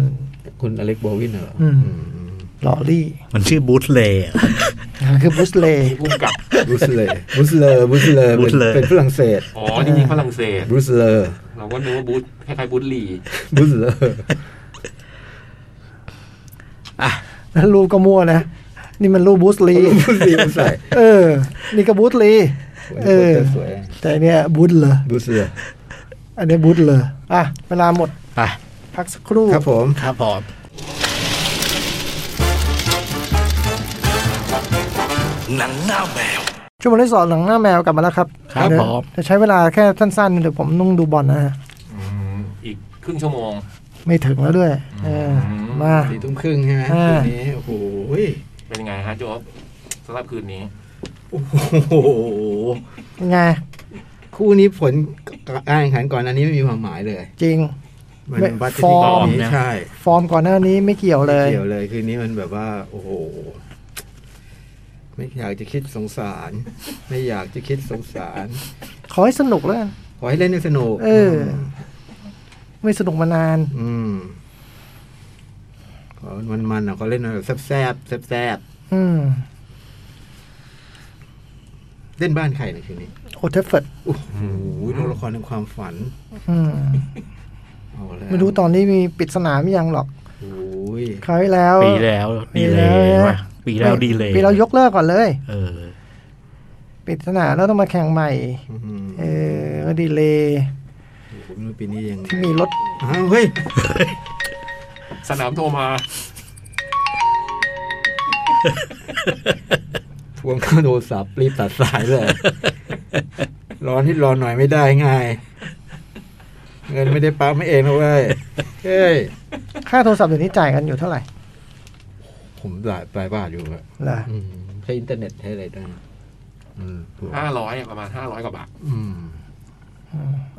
คุณอเล็กบอลวินเหรอ
อืม
อืม
หลอรี่
มันชื่อบูธเลย์อะ
คือบูสเลย์
ผู้กำกับ
บรูส เลอร์บรูสเลอร์บรูสเลอร์เป็น
Bruce Lee
เป็นฝรั่งเศส
อ๋อจริงๆฝรั่งเศส
บรูสเลอร์
เราก็นึกว่าบูธคล้ายๆบูธลี
บุษเล อร์
แล้วรูปก็มั่วนะ นี่มันรูปบูสลี
บุษลีใส่
เออ นี่ก็บูสลีเออ
สวย
แต่อันเนี่ยบูธเหรอ
บุษเลอร์
อันนี้บูธเลยอ่ะ เวลาหมด
ไป
พักสักครู่
ครับผม
ครับผม
หนังหน้าแมว
ชั่วโมงที่สองหลังหน้าแมวกลับมาแล้วครับ
ครับ
เดี๋ยว
ผม
จะใช้เวลาแค่สั้นๆ เดี๋ยวผมนุ่งดูบอลนะฮะ
อีกครึ่งชั่วโมง
ไม่ถึงแล้วด้วย เออ มา
สี่ทุ่มครึ่งใช่ไหม
อ่า
คืนนี้ โอ้โหย
เป็นยังไงฮะโจ๊บสำหรับคืนนี้
โอ้โห
ไง
คู่นี้ผลการแข่งขันก่อนอันนี้ไม่มีความหมายเลย
จริง
มัน
ไม่
บัตร
ฟ
ที่
อร์
ต
ม
อนนี้ใช่
ฟอร์มก่อนหน้านี้ไม่เกี่ยวเลย
เกี่ยวเลย คืนนี้มันแบบว่า โอ้โห ไม่อยากจะคิดสงสาร ไม่อยากจะคิดสงสาร
ขอให้สนุกแล้วกัน
ขอให้เล่นให้สนุก
เออ ไม่สนุกมานาน
อืมขอมันๆอ่ะขอเล่นแบบแซ่บๆแซ่บๆ
อืม
เล่นบ้านใครในคืนนี้
โอเทฟเฟิร์ด
โอ้โหโรงละครในความฝัน
อืม
เอาแล้ว
ไม่รู้ตอนนี้มีปิดสนามยังหรอก
โอ้ย
คราวที่แล้ว
ปีแล้ว
ปี
ดี
แล้
เล
ว
ย์ว่ะปีแล้วดีเลย
ปีแล้วยกเลิกก่อนเลย
เออ
ปิดสนามแล้วต้องมาแข่งใหม่
อื้อหือ
เออก็ดีเลย
โอ้โหไม่รู้ปีนี้ยังไง
ที่มีรถ
อ้าวเฮ้ย
สนามโทรมา
ทวงค่าโทรศัพท์รีบตัดสายเลยรอนิดรอหน่อยไม่ได้ไงเงินไม่ได้ปั๊มเองนะเว้ยเฮ้ย
ค ค่าโทรศัพท์เดี๋ยวนี้จ่ายกันอยู่เท่าไหร่
ผมหลายหลายบาทอยู่อะ
ล่ะ
อืมใช้อินเทอร์เน็ตใช้อะไรต่างอืมถูก
ห้าร้อยประมาณห้าร้อยกว่าบาท
อืม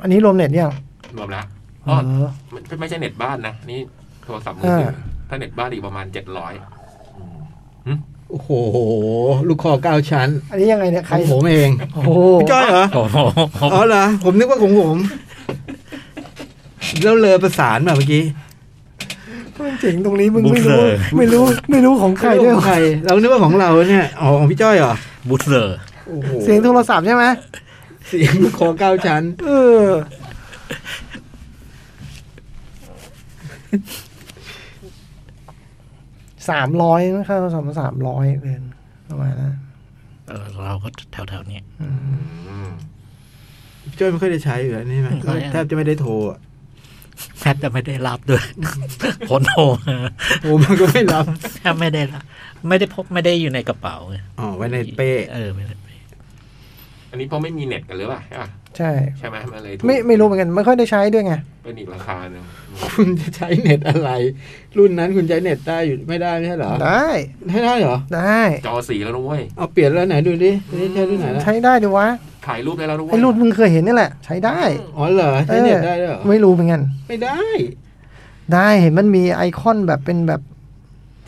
อันนี้รวมเน็ตยัง
รวมแล้ว
เอ
อ๋อ
อ
มันไม่ใช่เน็ตบ้านนะ นี่โทรศัพท์มือถือ
เออ
ถ้าเน็ตบ้านอีกประมาณเจ็ดร้อย
โอ้โห ลูกคอเก้าชั้น
อันนี้ยังไงเนี่ยใค
ข
ร
องผมเอง
โอ้โห
พี่จ้อยเหรอ
โอ้โห
อ๋อเหรอ ผมนึกว่าของผม แล้วเลอประสานมาเมื่อกี้
มันเจ๋งตรงนี้มึงไม่รู้ไม่รู้ไม่รู้ของใครด้วย
ใคร เรานึกว่าของเราเนี่ยอ๋อของพี่จ้อยเหรอ
บูสเตอร์
โอ้โห
เสียงโทรศัพท์ใช่ไหม
เสียงลูกคอเก้าชั้น
เออ สามร้อยนะค่าโทรศัพท์สามร้อยเป็นประมาณนั้น
เออเราก็แถวๆเนี้ย
อืม
อืม
พี่จ้อยไม่ค่อยได้ใช้อยู่แล้วนี่ไหม
ไม่ค่อยอะ
แทบจะไม่ได้โทรอะ
แทบจะไม่ได้รับด้วยผลโทรมา
โทรมันก็ไม่รับ
แทบไม่ได้รับไม่ได้พกไม่ได้อยู่ในกระเป๋าไง
อ๋อไว้ในเป้
เออไว้ในเป้
อันนี้เพราะไม่มีเน็ตกันหรือเปล่าใช่ปะ
ใช่
ใช่ไหมมันเลยถูก
ไม่ไม่รู้เหมือนกัน ไม่ค่อยได้ใช้ด้วยไง
เป็นอีกราคาหนึ่ง
คุณจะใช้เน็ตอะไร รุ่นนั้นคุณใช้เน็ตได้อยู่ไม่ได้ไม่ใช่เหรอ
ได้
ไม่ได้เหรอ
ได้
จอสีแล้วนะเว้ย
เอาเปลี่ยนแล้วไหนดูดิอันนี่ใช้รุ่นไหนละ
ใช้ได้ดูวะ
ถ่ายรูปได้แล้วนะเว้ย
ไอ้รูปมึงเคยเห็นนี่แหละ ใช้ได้
อ๋อเหรอใช้เน็ตได้ด้วยเหรอ
ไม่รู้เหมือนกัน
ไม่ได้
ได้เห็นมันมีไอคอนแบบเป็นแบบ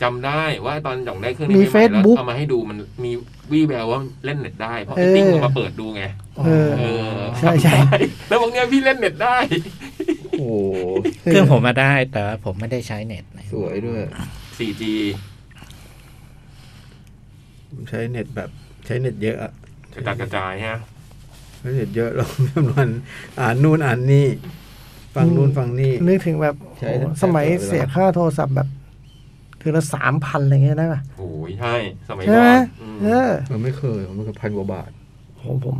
จำได้ว่าตอนหย่องได้เครื่องนี้
มี
ใหม่ๆแล้ว
Facebook
เอามาให้ดูมันมีวี่แววว่าเล่นเน็ตได้เพราะ
เอ
ไอ้
อ
ติ้งเอามาเปิดดูไง
เออ
เออ
ใช่ใช่
แล้วบอกเนี้ยพี่เล่นเน็ตได้
โอ้โห
เครื่องผมมาได้แต่ว่าผมไม่ได้ใช้เน็ตนะ
สวยด้วย
4G
ใช้เน็ตแบบใช้เน็ตเยอะอะ
กระจายกระจายฮะ
ใช้เน็ตเยอะเราจำนวนอ่านนู่นอ่านนี่ ฟังนู่นฟังนี่
นึกถึงแบบ
ใช้
โอ้โห
ได้
สมัย
ตลอดเวลา
เสียค่าโทรศัพท์แบบคือละสามพันอะไรเงี้ยได้ป่ะ
โอ้ยใช่สมัย
ใช่
ก่อ
ไหม
นอืม
เออ
เราไม่เคยผมมันก็พันกว่าบาท
ผมผม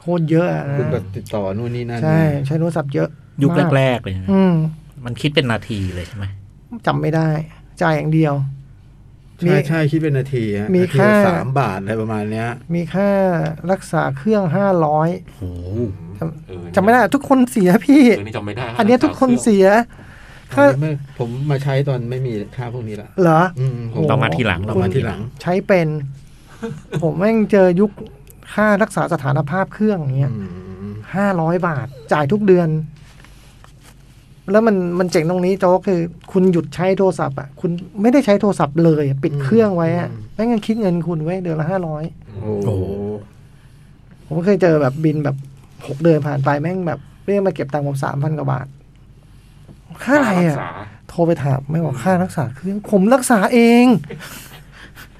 โคตรเยอะอะนะ
คุณแบบติดต่อนู่นนี่นั่น
ใช่ใช้โทรศัพท์เยอะ
ยุค
มา
แรกๆเลยใช่ไหม
อืม
มันคิดเป็นนาทีเลยใช่ไหม
จำไม่ได้ จ่ายอย่างเดียว
ใช่ใช่คิดเป็นนาทีฮะ
มี
นาทีละ
ค่า
สามบาทอะไรประมาณเนี้ย
มีค่ารักษาเครื่องห้าร้อย
โอ้โห
จำไม่ได้ทุกคนเสียพี่
เออนี่จำไม่ได้
อันเนี้ยทุกคนเสีย
อัน
ค่า
นี้ไม่ผมมาใช้ตอนไม่มีค่าพวกนี้ละ
เหรอ
อืมผม
ต่อมาทีหลัง
ต่อมาทีหลัง
ใช้เป็น ผมแม่งเจอยุคค่ารักษาสถานภาพเครื่องอย่างเงี้ยห้าร้อยบาท จ่ายทุกเดือน แล้วมันมันเจ๋งตรงนี้โจ๊กคือ คุณหยุดใช้โทรศัพท์อ่ะคุณไม่ได้ใช้โทรศัพท์เลยอะปิด
อืม
เครื่องไว้อ่ะ
อืม
แม่งยังคิดเงินคุณไว้เดือนละห้าร้อย
โอ้โห
ผมเคยเจอแบบบินแบบหกเดือนผ่านไปแม่งแบบเรียกมาเก็บตังค์ผมสามพันกว่าบาท ค่าอะไร
รัก
อ่ะ
ษา
โทรไปถามไม่บอกค่ารักษาเครื่องผมรักษาเอง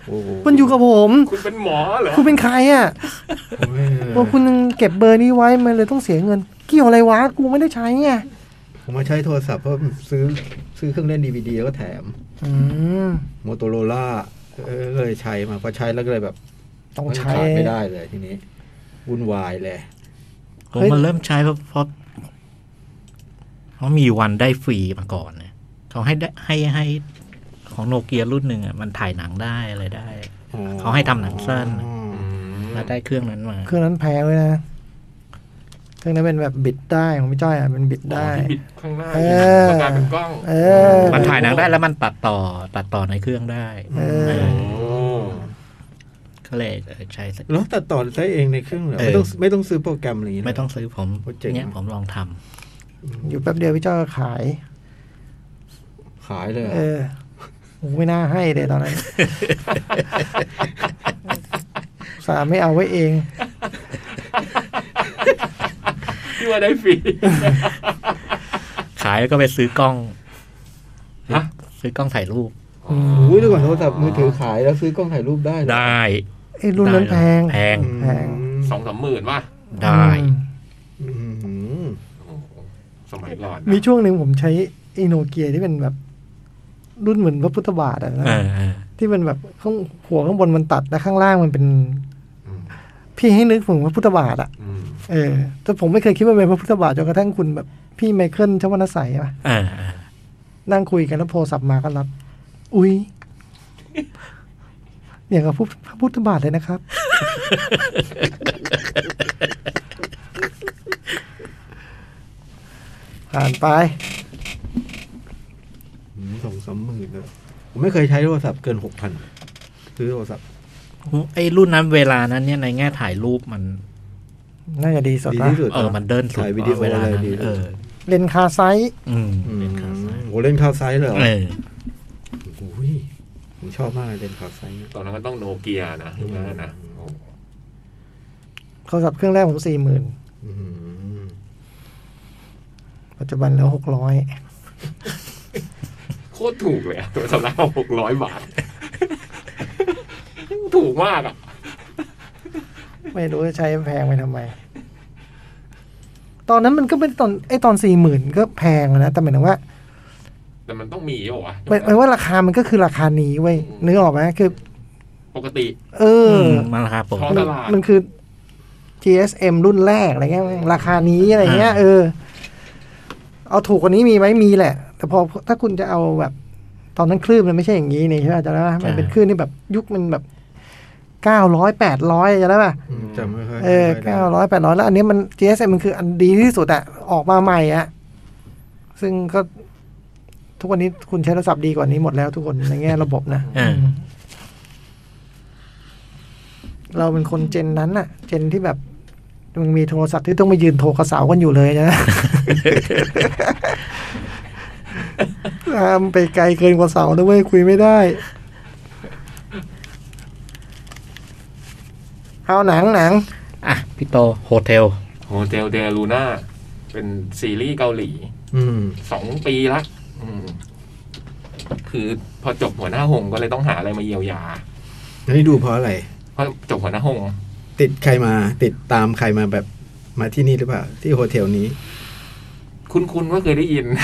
โอ้โห
มันอยู่กับผม
คุณเป็นหมอเหรอ
คุณเป็นใครอ่ะ ว่าคุณยังเก็บเบอร์นี้ไว้ มันเลยต้องเสียเงิน เกี่ยวอะไรวะ กูไม่ได้ใช้ไง
ผมมาใช้โทรศัพท์เพราะซื้อซื้อเครื่องเล่นดีวดีแล้วก็แถม
อืม
โมโตโรล่าเลยใช้มาพอใช้แล้วก็เลยแบบ
ต้อง
มัน
ใช้
ขาดไม่ได้เลยทีนี้วุ่นวายเลย
ผมมันเริ่มใช้เพราะเพราะเพราะมีวันได้ฟรีมาก่อนเนี่ยเขาให้ได้ให้ให้ของโนเกียรุ่นหนึ่งอ่ะมันถ่ายหนังได้อะไรได้ เขาให้ทำหนังสั้น
อืม
แล้วได้เครื่องนั้นมา
เครื่องนั้นแพงเลยนะเครื่องนั้นเป็นแบบบิดได้ของพี่จ้อยอ่ะเป็นบิดได้
ที่บิดข้างหน้า
เออ
มันกลายเป็นกล้อง
เออ
มันถ่ายหนังได้แล้วมันตัดต่อ ตัดต่อในเครื่องได้
เออ
เออ
โอ้
ก็เลยเออใช้สัก
แล้วตัดต่อใช้เองในเครื่องเหรอ
เออ
ไม่ต้องไม่ต้องซื้อโปรแกรมอะไรอย่างงี้นะ
ไม่ต้องซื้อผม
โอ้เจ๋ง
เนี่ยผมลองทำ
อยู่แป๊บเดียวพี่จ้อยก็ขาย
ขายเลยเหรอ
เออกูไม่น่าให้เลยตอนนั้น สามไม่เอาไว้เอง
ที่ว่าได้ฟรี
ขายแล้วก็ไปซื้อกล้อง
ฮะ
ซื้อกล้องถ่ายรูป
โอ้ยเดี๋ยวก่อนโทรศัพท์มือถือขายแล้วซื้อกล้องถ่ายรูปได้เหรอ
ได้
ไอ้รุ่นนั้นแพง
แพง
อืม
แพง
สองสามหมื่นว่ะ
ได้
อืม
อืม
โอ้โหสมัยก่อน
มีช่วงหนึ่งผมใช้ไอโนเกียที่เป็นแบบ รุ่นเหมือนพระพุทธบาทอ่ะนะ
เออเออ
ที่มันแบบข้างหัวข้างบนมันตัด และข้างล่างมันเป็น
อืม
พี่ให้นึกถึงพระพุทธบาทอะ
อืม
เออแต่ผมไม่เคยคิดว่าเป็นพระพุทธบาทจนกระทั่งคุณแบบ พี่ไมเคิลชวนสัยป่ะ
เออเออ
นั่งคุยกันแล้วโทรศัพท์มาก็รับ อุ้ยอย่างกับพระพุทธบาทเลยนะครับ ผ่านไป
อืมสอง ไม่เคยใช้โทรศัพท์เกินหกพันซื้อโทรศัพท์
ไอ้รุ่นนั้นเวลานั้นเนี่ยในแง่ถ่ายรูปมัน
น่าจะดีสุด
ดี
ละ
ที่สุด
เออมันเดินสุด
ถ่ายวิดีโอ
เวลา
อะไร
นั้น
ดี
เออ
เลนส์คาไซส์
อืม
อืม
เป็นข่าวสาร
โหเล่นข่าวไซส์เลยเหรอ
เออ
โอ้ยผมชอบมากเลยเล่นข่าวไซส์เนี่ย
ตอนนั้นมันต้องโนเกียนะยุคนั้นนะโอ้
โทรศัพท์เครื่องแรกผมสี่หมื่น
อืม
ปัจจุบันแล้วหกร้อย
โคตรถูกเลยอะตัวสำนักหกร้อยบาท ถูกมากอ่ะ
ไม่รู้จะใช้แพงไปทำไม ตอนนั้นมันก็เป็นตอนไอตอนสี่หมื่นก็แพงนะแต่หมายถึงว่า
แต่มันต้องมีโอ่ะ
หมายหมายว่าราคามันก็คือราคานี้เว้ยนึกออกไหมคือ
ปกติ
เอออ
มาราคาปก
ท้อง
มั
ต
น
ลาด
มันคือ GSM รุ่นแรกอะไรเงี้ยราคานี้อะไรเงี้ยเออ เอาถูกกว่านี้มีไหมมีแหละ แต่พอถ้าคุณจะเอาแบบ ตอนนั้นคลื่นมันไม่ใช่อย่างนี้นี่ใช่ไหมจะได้ป่ะมันเป็นคลื่นที่แบบยุคมันแบบเก้าร้อยแปดร้อยจะได้ป่ะ
จำไม่ค่อย
เออ
ได้
เก้าร้อยแปดร้อยแล้วอันนี้มัน GSM มันคืออันดีที่สุดอะออกมาใหม่อะซึ่งก็ทุกวันนี้คุณใช้โทรศัพท์ดีกว่านี้หมดแล้วทุกคนในแง่ระบบนะ
เออ
เราเป็นคนเจนนั้นน่ะ เจนที่แบบมันมีโทรศัพท์ที่ต้องมายืนโทรกระเสากันอยู่เลยนะ ตามไปไกลเกินกว่าเสาด้วยคุยไม่ได้ เอาหนังหนัง
อ่ะ พี่โตโฮเทล
โฮเทลเดลูน่าเป็นซีรีส์เกาหลี
อืม
สองปีละอืมคือพอจบหัวหน้าหงก็เลยต้องหาอะไรมาเยียวยา
แล้วนี่ดูเพราะอะไร
เพราะจบหัวหน้าหง
ติดใครมาติดตามใครมาแบบมาที่นี่หรือเปล่า ที่โฮเทลนี้
คุณคุณก็เคยได้ยิน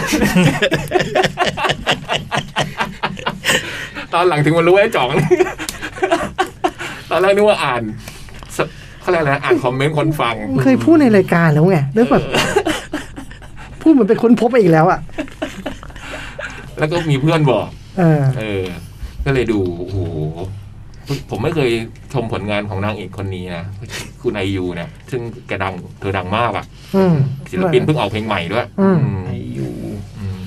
ตอนหลังถึงมารู้ว่าไอ้จ่อง ตอนแรกนึกว่าอ่านสเขาเรียกอะไรนะอ่านคอมเมนต์คนฟัง
เคยพูดในรายการแล้วไงเรื่องแบบ พูดเหมือนเป็นคนพบมาอีกแล้วอ่ะ
แล้วก็มีเพื่อนบอก
เออ
เออ ก็เลยดูโอ้โหผมไม่เคยชมผลงานของนางเอกคนนี้นะคุณไอยูนะซึ่งแกดังเธอดังมากอะ
อืม
ศิลปินเพิ่งออกเพลงใหม่ด้วย
อืม
อืมอืม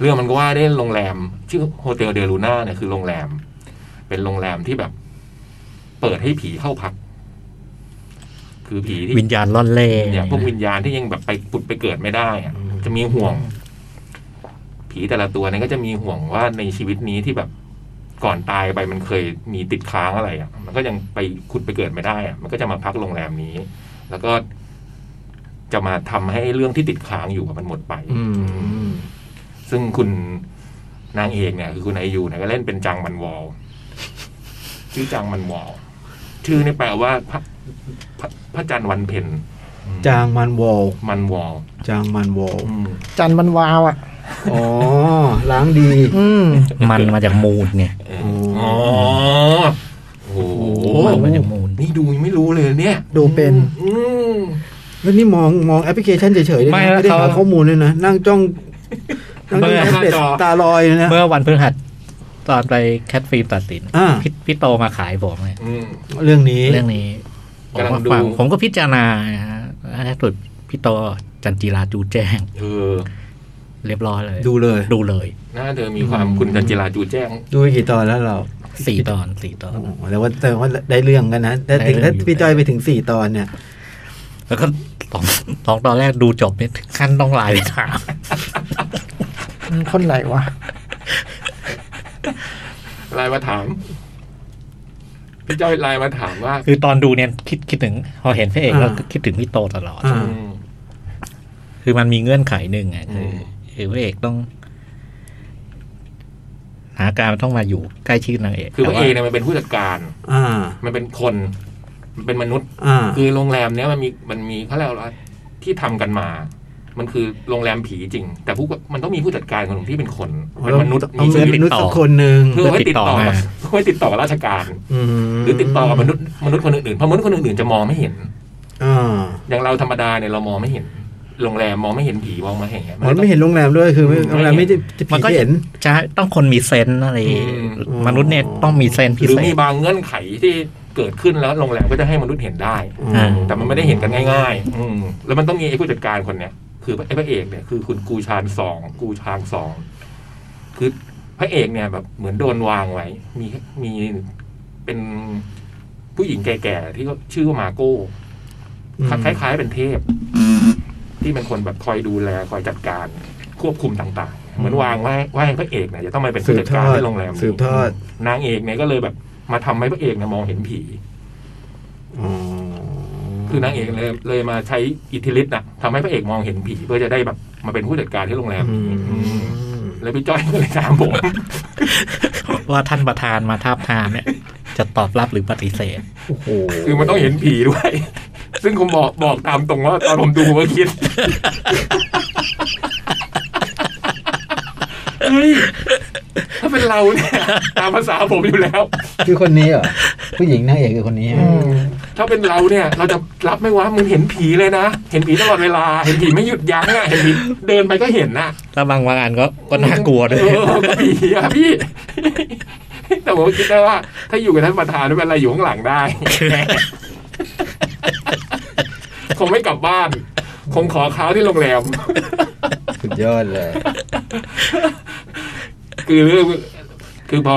เรื่องมันก็ว่าได้โรงแรม ชื่อโฮเทลเดลูน่าเนี่ยคือโรงแรม เป็นโรงแรมที่แบบ เปิดให้ผีเข้าพัก คือผีที่
วิญญาณล่อนเล่
เนี่ยพวกวิ
ญ
ญญาณที่ยังแบบไปปุดไปเกิดไม่ได้อะจะมีห่วง ผีแต่ละตัวเนี่ยก็จะมีห่วงว่าในชีวิตนี้ที่แบบก่อนตายไปมันเคยมีติดค้างอะไรอ่ะ มันก็ยังไปขุดไปเกิดไม่ได้อ่ะมันก็จะมาพักโรงแรมนี้ แล้วก็จะมาทำให้เรื่องที่ติดค้างอยู่อะมันหมดไป
อืม
ซึ่งคุณนางเอกเนี่ยคือคุณไอยูเนี่ยก็เล่นเป็นจังมันวอลชื่อจังมันวอลชื่อนี่แปลว่าพระพระพระจันทร์วันเพ็ญ
จางมันวอล
มันวอล
จางมันวอล
อืม
จันทร์มันวาวอ่ะ
อ๋อ ล้างดี
อืม
มันมาจากมูลไง
เออ
อ๋
อ๋
อ
อ โอ้โห
มันมาจากมูล
นี่ดูยังไม่รู้เลยเนี่ย
ดูเป็น
อืม
แล้วนี่มองมองแอปพลิเคชันเฉยๆด้วยนะไม่ได้หาข้อมูลเลยนะ นั่งจ้องนั่งจ้องแท็บเล็ตตาลอยเลยนะ
เมื่อวันพฤหัสตอนไปแคทฟิล์มตัดสิน
อ่า
พี่พี่โตมาขายผมไง
อืม
เรื่องนี้
เรื่องนี้ผม
กำลัง
ก็
ดู
ฟังผมก็พิจารณานะฮะล่าสุดพี่โตจันจีราจูแจ้ง
เออ
เรียบร้อยเลย
ดูเลย
ดูเลย
หน้าเธอมีความคุณจันจิราจูแจ้ง
ดูไปกี่ตอนแล้วเรา
สี่ตอนสี่ตอน
โอ้โหแต่ว่าแต่ว่าได้เรื่องกันนะแต่ถึง
ได้เรื่องอ
ถ้า
ยู่
พี่จ้อยไปถึงสี่ตอนเนี่ย
แล้วก็สองสองตอนแรกดูจบเนี่ยถึงขั้นต้องไลน์ไปถาม
มันคนไหนวะ
ไลน์มาถาม พี่จ้อยไลน์มาถามว่า
คือตอนดูเนี่ยคิดคิดถึง พอเห็นพระเอก
อ่า
แล้วก็คิดถึงพี่โตตลอด
อ่า
อืม
คือมันมีเงื่อนไขหนึ่งไงคือ
ม
คือพระเอกต้องหาการมันต้องมาอยู่ใกล้ชิดนางเอก
คือพระเอก
แต่ว่า
เนี่ยมันเป็นผู้จัดการ
อ่า
มันเป็นคน มันเป็นมนุษย์
อ่า
คือโรงแรมเนี้ยมันมีมันมีเขาเรียกว่าที่ทำกันมา มันคือโรงแรมผีจริง แต่ผู้มันต้องมีผู้จัดการคนหนึ่งที่เป็นคนเป็นมนุษย์
เอา
มีชี
เงิน
วิต
มนุษย์สักคนหนึ่ง
เพื่อไว้ติดต่อกับเพื่อไว้ติดต่อกับราชการ หรือติดต่อกับมนุษย์มนุษย์คนอื่นๆเพราะมนุษย์คนอื่นๆจะมองไม่เห็น
อ่า
อย่างเราธรรมดาเนี่ยเรามองไม่เห็น โรงแรมมองไม่เห็นผีมองไม่เห็นอย่างเงี้ย
มัน
ก็
ไม่เห็นโรงแรมด้วยคือไม่
อืม
โรงแรมไม่ได้จะ
มั
ผี
นก็
เห็น
จะต้องคนมีเซนส์อะไร
อืม
มนุษย์เนี่ยต้องมีเซนส์พิ
หรือ
เศ
มี
ษ
บางเงื่อนไขที่เกิดขึ้นแล้วโรงแรมก็จะให้มนุษย์เห็นได้
อ่า
แต่มันไม่ได้เห็นกันง่าย ๆ อืมแล้วมันต้องมีไอ้ผู้จัดการคนเนี้ยคือไอ้พระเอกเนี่ยคือคุณกูชานสองกูชางสองคือ พระเอกเนี่ยแบบเหมือนโดนวางไว้ มีมีเป็นผู้หญิงแก่ๆที่ชื่อว่ามาโก้
อืม
คล้ายๆเป็นเทพ ที่เป็นคนแบบคอยดูแลคอยจัดการควบคุมต่างๆ เหมือนวางไว้ว่าให้พระเอกเนี่ยจะต้องมาเป็นผู้จัดการที่โรงแรมนี้
สืบทอด
นางเอกเนี่ยก็เลยแบบ มาทำให้พระเอกเนี่ยมองเห็นผี
อ๋อ
คือนางเอกเลยเลยมาใช้อิทธิฤทธิ์นะทำให้พระเอกมองเห็นผีเพื่อจะได้แบบมาเป็นผู้จัดการที่โรงแรม
อื
นี้อืม
ม
แล้วพี่จ้อยก็เลยถามผม
ว่าท่านประธานมาทาบทามเนี่ย จะตอบรับหรือปฏิเสธ
โอ้โห
คือมันต้องเห็นผีด้วย ซึ่งผมบอกบอกตามตรงว่าตอนผมดูผมก็คิด เฮ้ยถ้าเป็นเราเนี่ยตามภาษาผมอยู่แล้ว
คือคนนี้เหรอผู้หญิงนางเอกคือคนนี้ใช่ไหม
ถ้าเป็นเราเนี่ย เราจะรับไหม่ว่ามึงเห็นผีเลยนะ เห็นผีตลอดเวลา เห็นผีไม่หยุดยั้งอ่ะเห็นผีเดินไปก็เห็นน่ะ
แล้วบางวางอันก็ก็น่ากลัวด้วย
เออก็ผีอะพี่ แต่ผมคิดได้ว่า ถ้าอยู่กับท่านประธานไม่เป็นไรอยู่ข้างหลังได้ คงไม่กลับบ้าน คงขอค้างที่โรงแรม
สุดยอดเลย
คือเรื่องคือ พอ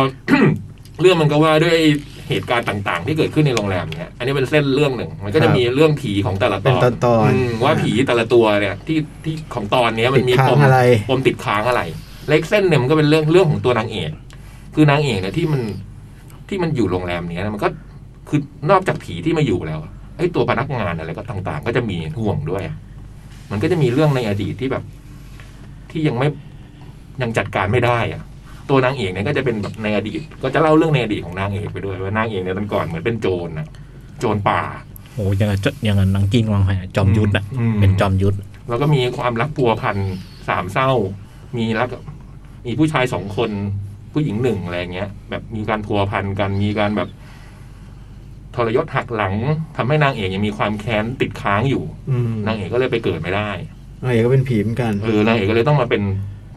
เรื่องมันก็ว่าด้วยเหตุการณ์ต่าง ๆ ที่เกิดขึ้นในโรงแรมเนี่ย อันนี้เป็นเส้นเรื่องหนึ่ง มันก็จะมีเรื่องผีของแต่ละต
เป็น
อน
ตอนตอน
อืมว่าผีแต่ละตัวเนี่ย ที่ที่ของตอนเนี้ยมันมี
ติดค้าง
ปม
อะไร
ปมติดค้างอะไรเล็กเส้นเนี่ยมันก็เป็นเรื่องเรื่องของตัวนางเอกคือนางเอกเนี่ยที่มันที่มันอยู่โรงแรมเนี้ยนะมันก็คือนอกจากผีที่มาอยู่แล้วอะไอ้ตัวพนักงานอะไรก็ต่าง ๆ ก็จะมีห่วงด้วยอะมันก็จะมีเรื่องในอดีตที่แบบ ที่ยังไม่ยังจัดการไม่ได้อะตัวนางเอกเนี่ยก็จะเป็นแบบในอดีต ก็จะเล่าเรื่องในอดีตของนางเอกไปด้วยว่านางเอกเนี่ยตอนก่อนเหมือนเป็นโจรนะโจรป่า
โอ้ยังจะยังหนังกินวางแผนจอมยุทธอ่ะ
อืม
เป็นจอมยุทธ
แล้วก็มีความรักปัวพันสามเศร้า มีรักกับมีผู้ชายสองคน ผู้หญิงหนึ่งอะไรเงี้ย แบบมีการพัวพันกัน มีการแบบทรยศหักหลังทำให้นางเอกยังมีความแค้นติดค้างอยู่
อืม
นางเอกก็เลยไปเกิดไม่ได้
นางเอกก็เป็นผีเหมือนกัน
เออนางเอกก็เลยต้องมาเป็น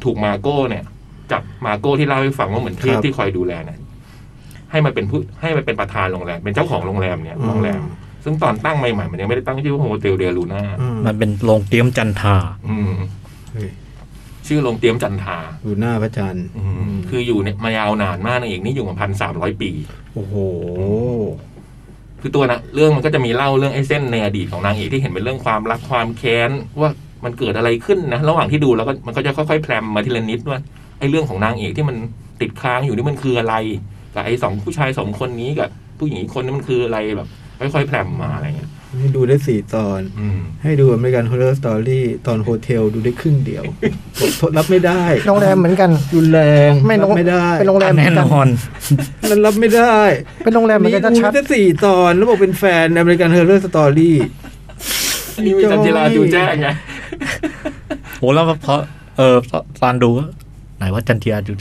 ถูกมาโก้เนี่ยจับมาโก้ที่เล่าให้ฟังว่าเหมือนเทพ
ครับ
ที่คอยดูแลเนี่ยให้มาเป็นผู้ให้มาเป็นประธานโรงแรม เป็นเจ้าของโรงแรมเนี่ยโรงแรม ซึ่งตอนตั้งใหม่ๆมันยังไม่ได้ตั้งชื่อว่าโฮเทลเดลูน่า
อืม
มันเป็นโรงเตรียมจันทรา
อืม
เฮ้ย
ชื่อโรงเตรียมจันทรา
ดูหน้าพระจันทร์
อืมคืออยู่เนี่ยมายาวนานมากนางเอกนี่อยู่มาพันสามร้อยปี
โอ้โห
คือตัวนะเรื่องมันก็จะมีเล่าเรื่องไอ้เส้นในอดีตของนางเอกที่เห็นเป็นเรื่องความรักความแค้นว่ามันเกิดอะไรขึ้นนะระหว่างที่ดูแล้วก็มันก็จะค่อยๆแพรมมาทีละนิดว่าไอ้เรื่องของนางเอกที่มันติดค้างอยู่นี่มันคืออะไรกับไอ้สองผู้ชายสองคนนี้กับผู้หญิงอีกคนนี่มันคืออะไรแบบ ค่อยๆแพรมมาอะไรเงี้ย
ให้ดูได้สี่ตอน
อืม
ให้ดูอเมริกันฮอ r ์เรอร์สตอรี่ตอนโฮเทลดูได้ครึ่งเดียวบอกทนรับไม่ได้
โรงแรมเหมือนกัน
รุนแรง
ไม่
รับ
โรง
ไม่ได้
เป็นโรงแรมเหมื
แน่
อน
น
กัน
อน
มันรับไม่ได้
เป็นโรงแรมเหมือนกัน
ดู
ชัด
ได้สี่ตอนแล้วบอกเป็นแฟนอเมริกันฮอ r ์เรอร์สตอรี่
นี่มีจันจิราจูแจ้งไง
โหแล้วพอเออตตอนดูก็ไหนว่าจันทียาจุด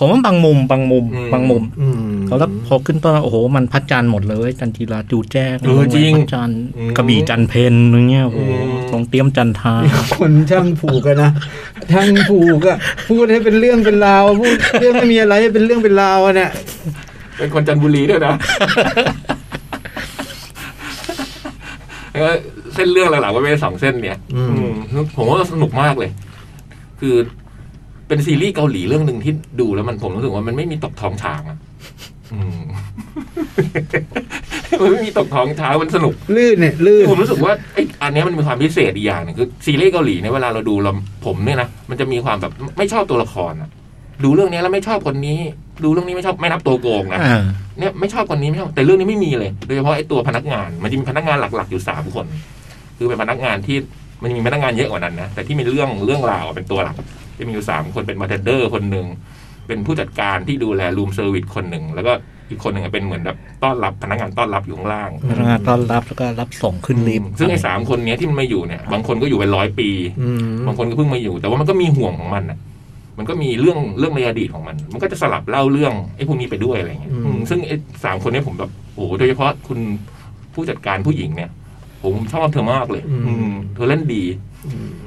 ผมว่าบางมุมบางมุมบางมุม
อืม
เขาแล้วพอขึ้นต้นโอ้โห มันพัดจันทร์หมดเลย จันทีราจูแจ้ง
เออจริง
พัดจันทร์
อืม
กระบี่จันเพนอะไรเงี้ยโอ้โห
อืม
โรงเตรียมจันทรา
คนช่างผูกอะนะช่างผูกอะพูดให้เป็นเรื่องเป็นราวพูดเรื่องไม่มีอะไรให้เป็นเรื่องเป็นราวอะเนี่ย
เป็นคนจันทบุรี ด้วยนะ แล้วก็เส้นเรื่องหลักๆก็เป็นสองเส้นเนี่ยอืมผมว่าสนุกมากเลย คือเป็นซีรีส์เกาหลีเรื่องหนึ่งที่ดูแล้วมันผมรู้สึกว่ามันไม่มีตกท้องช้างอ่ะอื ม มันไม่มีตกท้องช้างมันสนุก
ลื่นเนี่ยลื่น
ผมรู้สึกว่าไอ้อันเนี้ยมันมีความพิเศษอีกอย่างหนึงคือซีรีส์เกาหลีเนี่ยเวลาเราดูเราผมเนี่ยนะมันจะมีความแบบไม่ชอบตัวละครอะดูเรื่องเนี้ยแล้วไม่ชอบคนนี้ ดูเรื่องนี้ไม่ชอบไม่นับตัวโกงนะ
อ่า
เนี่ยไม่ชอบคนนี้ไม่ชอบแต่เรื่องนี้ไม่มีเลยโดยเฉพาะไอ้ตัวพนักงาน มันจะมีพนักงานหลักๆอยู่สามคน คือเป็นพนักงานที่มันมีพนักงานเยอะกว่านั้นนะแต่ที่มีเรื่องเรื่องราวเป็นตัวหลักจะมีอยู่สามคนเป็นบาร์เทนเดอร์คนหนึ่งเป็นผู้จัดการที่ดูแลรูมเซอร์วิสคนหนึ่งแล้วก็อีกคนหนึ่งเป็นเหมือนแบบต้อนรับพนักงานต้อนรับอยู่ข้างล่าง
พนักงานต้อนรับแล้วก็รับส่งขึ้นลิฟต์
ซึ่งไอ้สามคนเนี้ยที่มันมาอยู่เนี่ย บางคนก็อยู่เป็นร้อยปี
อืม
บางคนก็เพิ่งมาอยู่ แต่ว่ามันก็มีห่วงของมันอ่ะ มันก็มีเรื่องเรื่องในอดีตของมัน มันก็จะสลับเล่าเรื่องไอ้พวกนี้ไปด้วยอะไรเงี้ยอืมซึ่งไอ้สามคนเนี้ผมแบบโอ้โหโดยเฉพาะคุณผู้จัดการผู้หญิงเนี่ย ผมชอบเธอมากเลย อืมเธอเล่นดี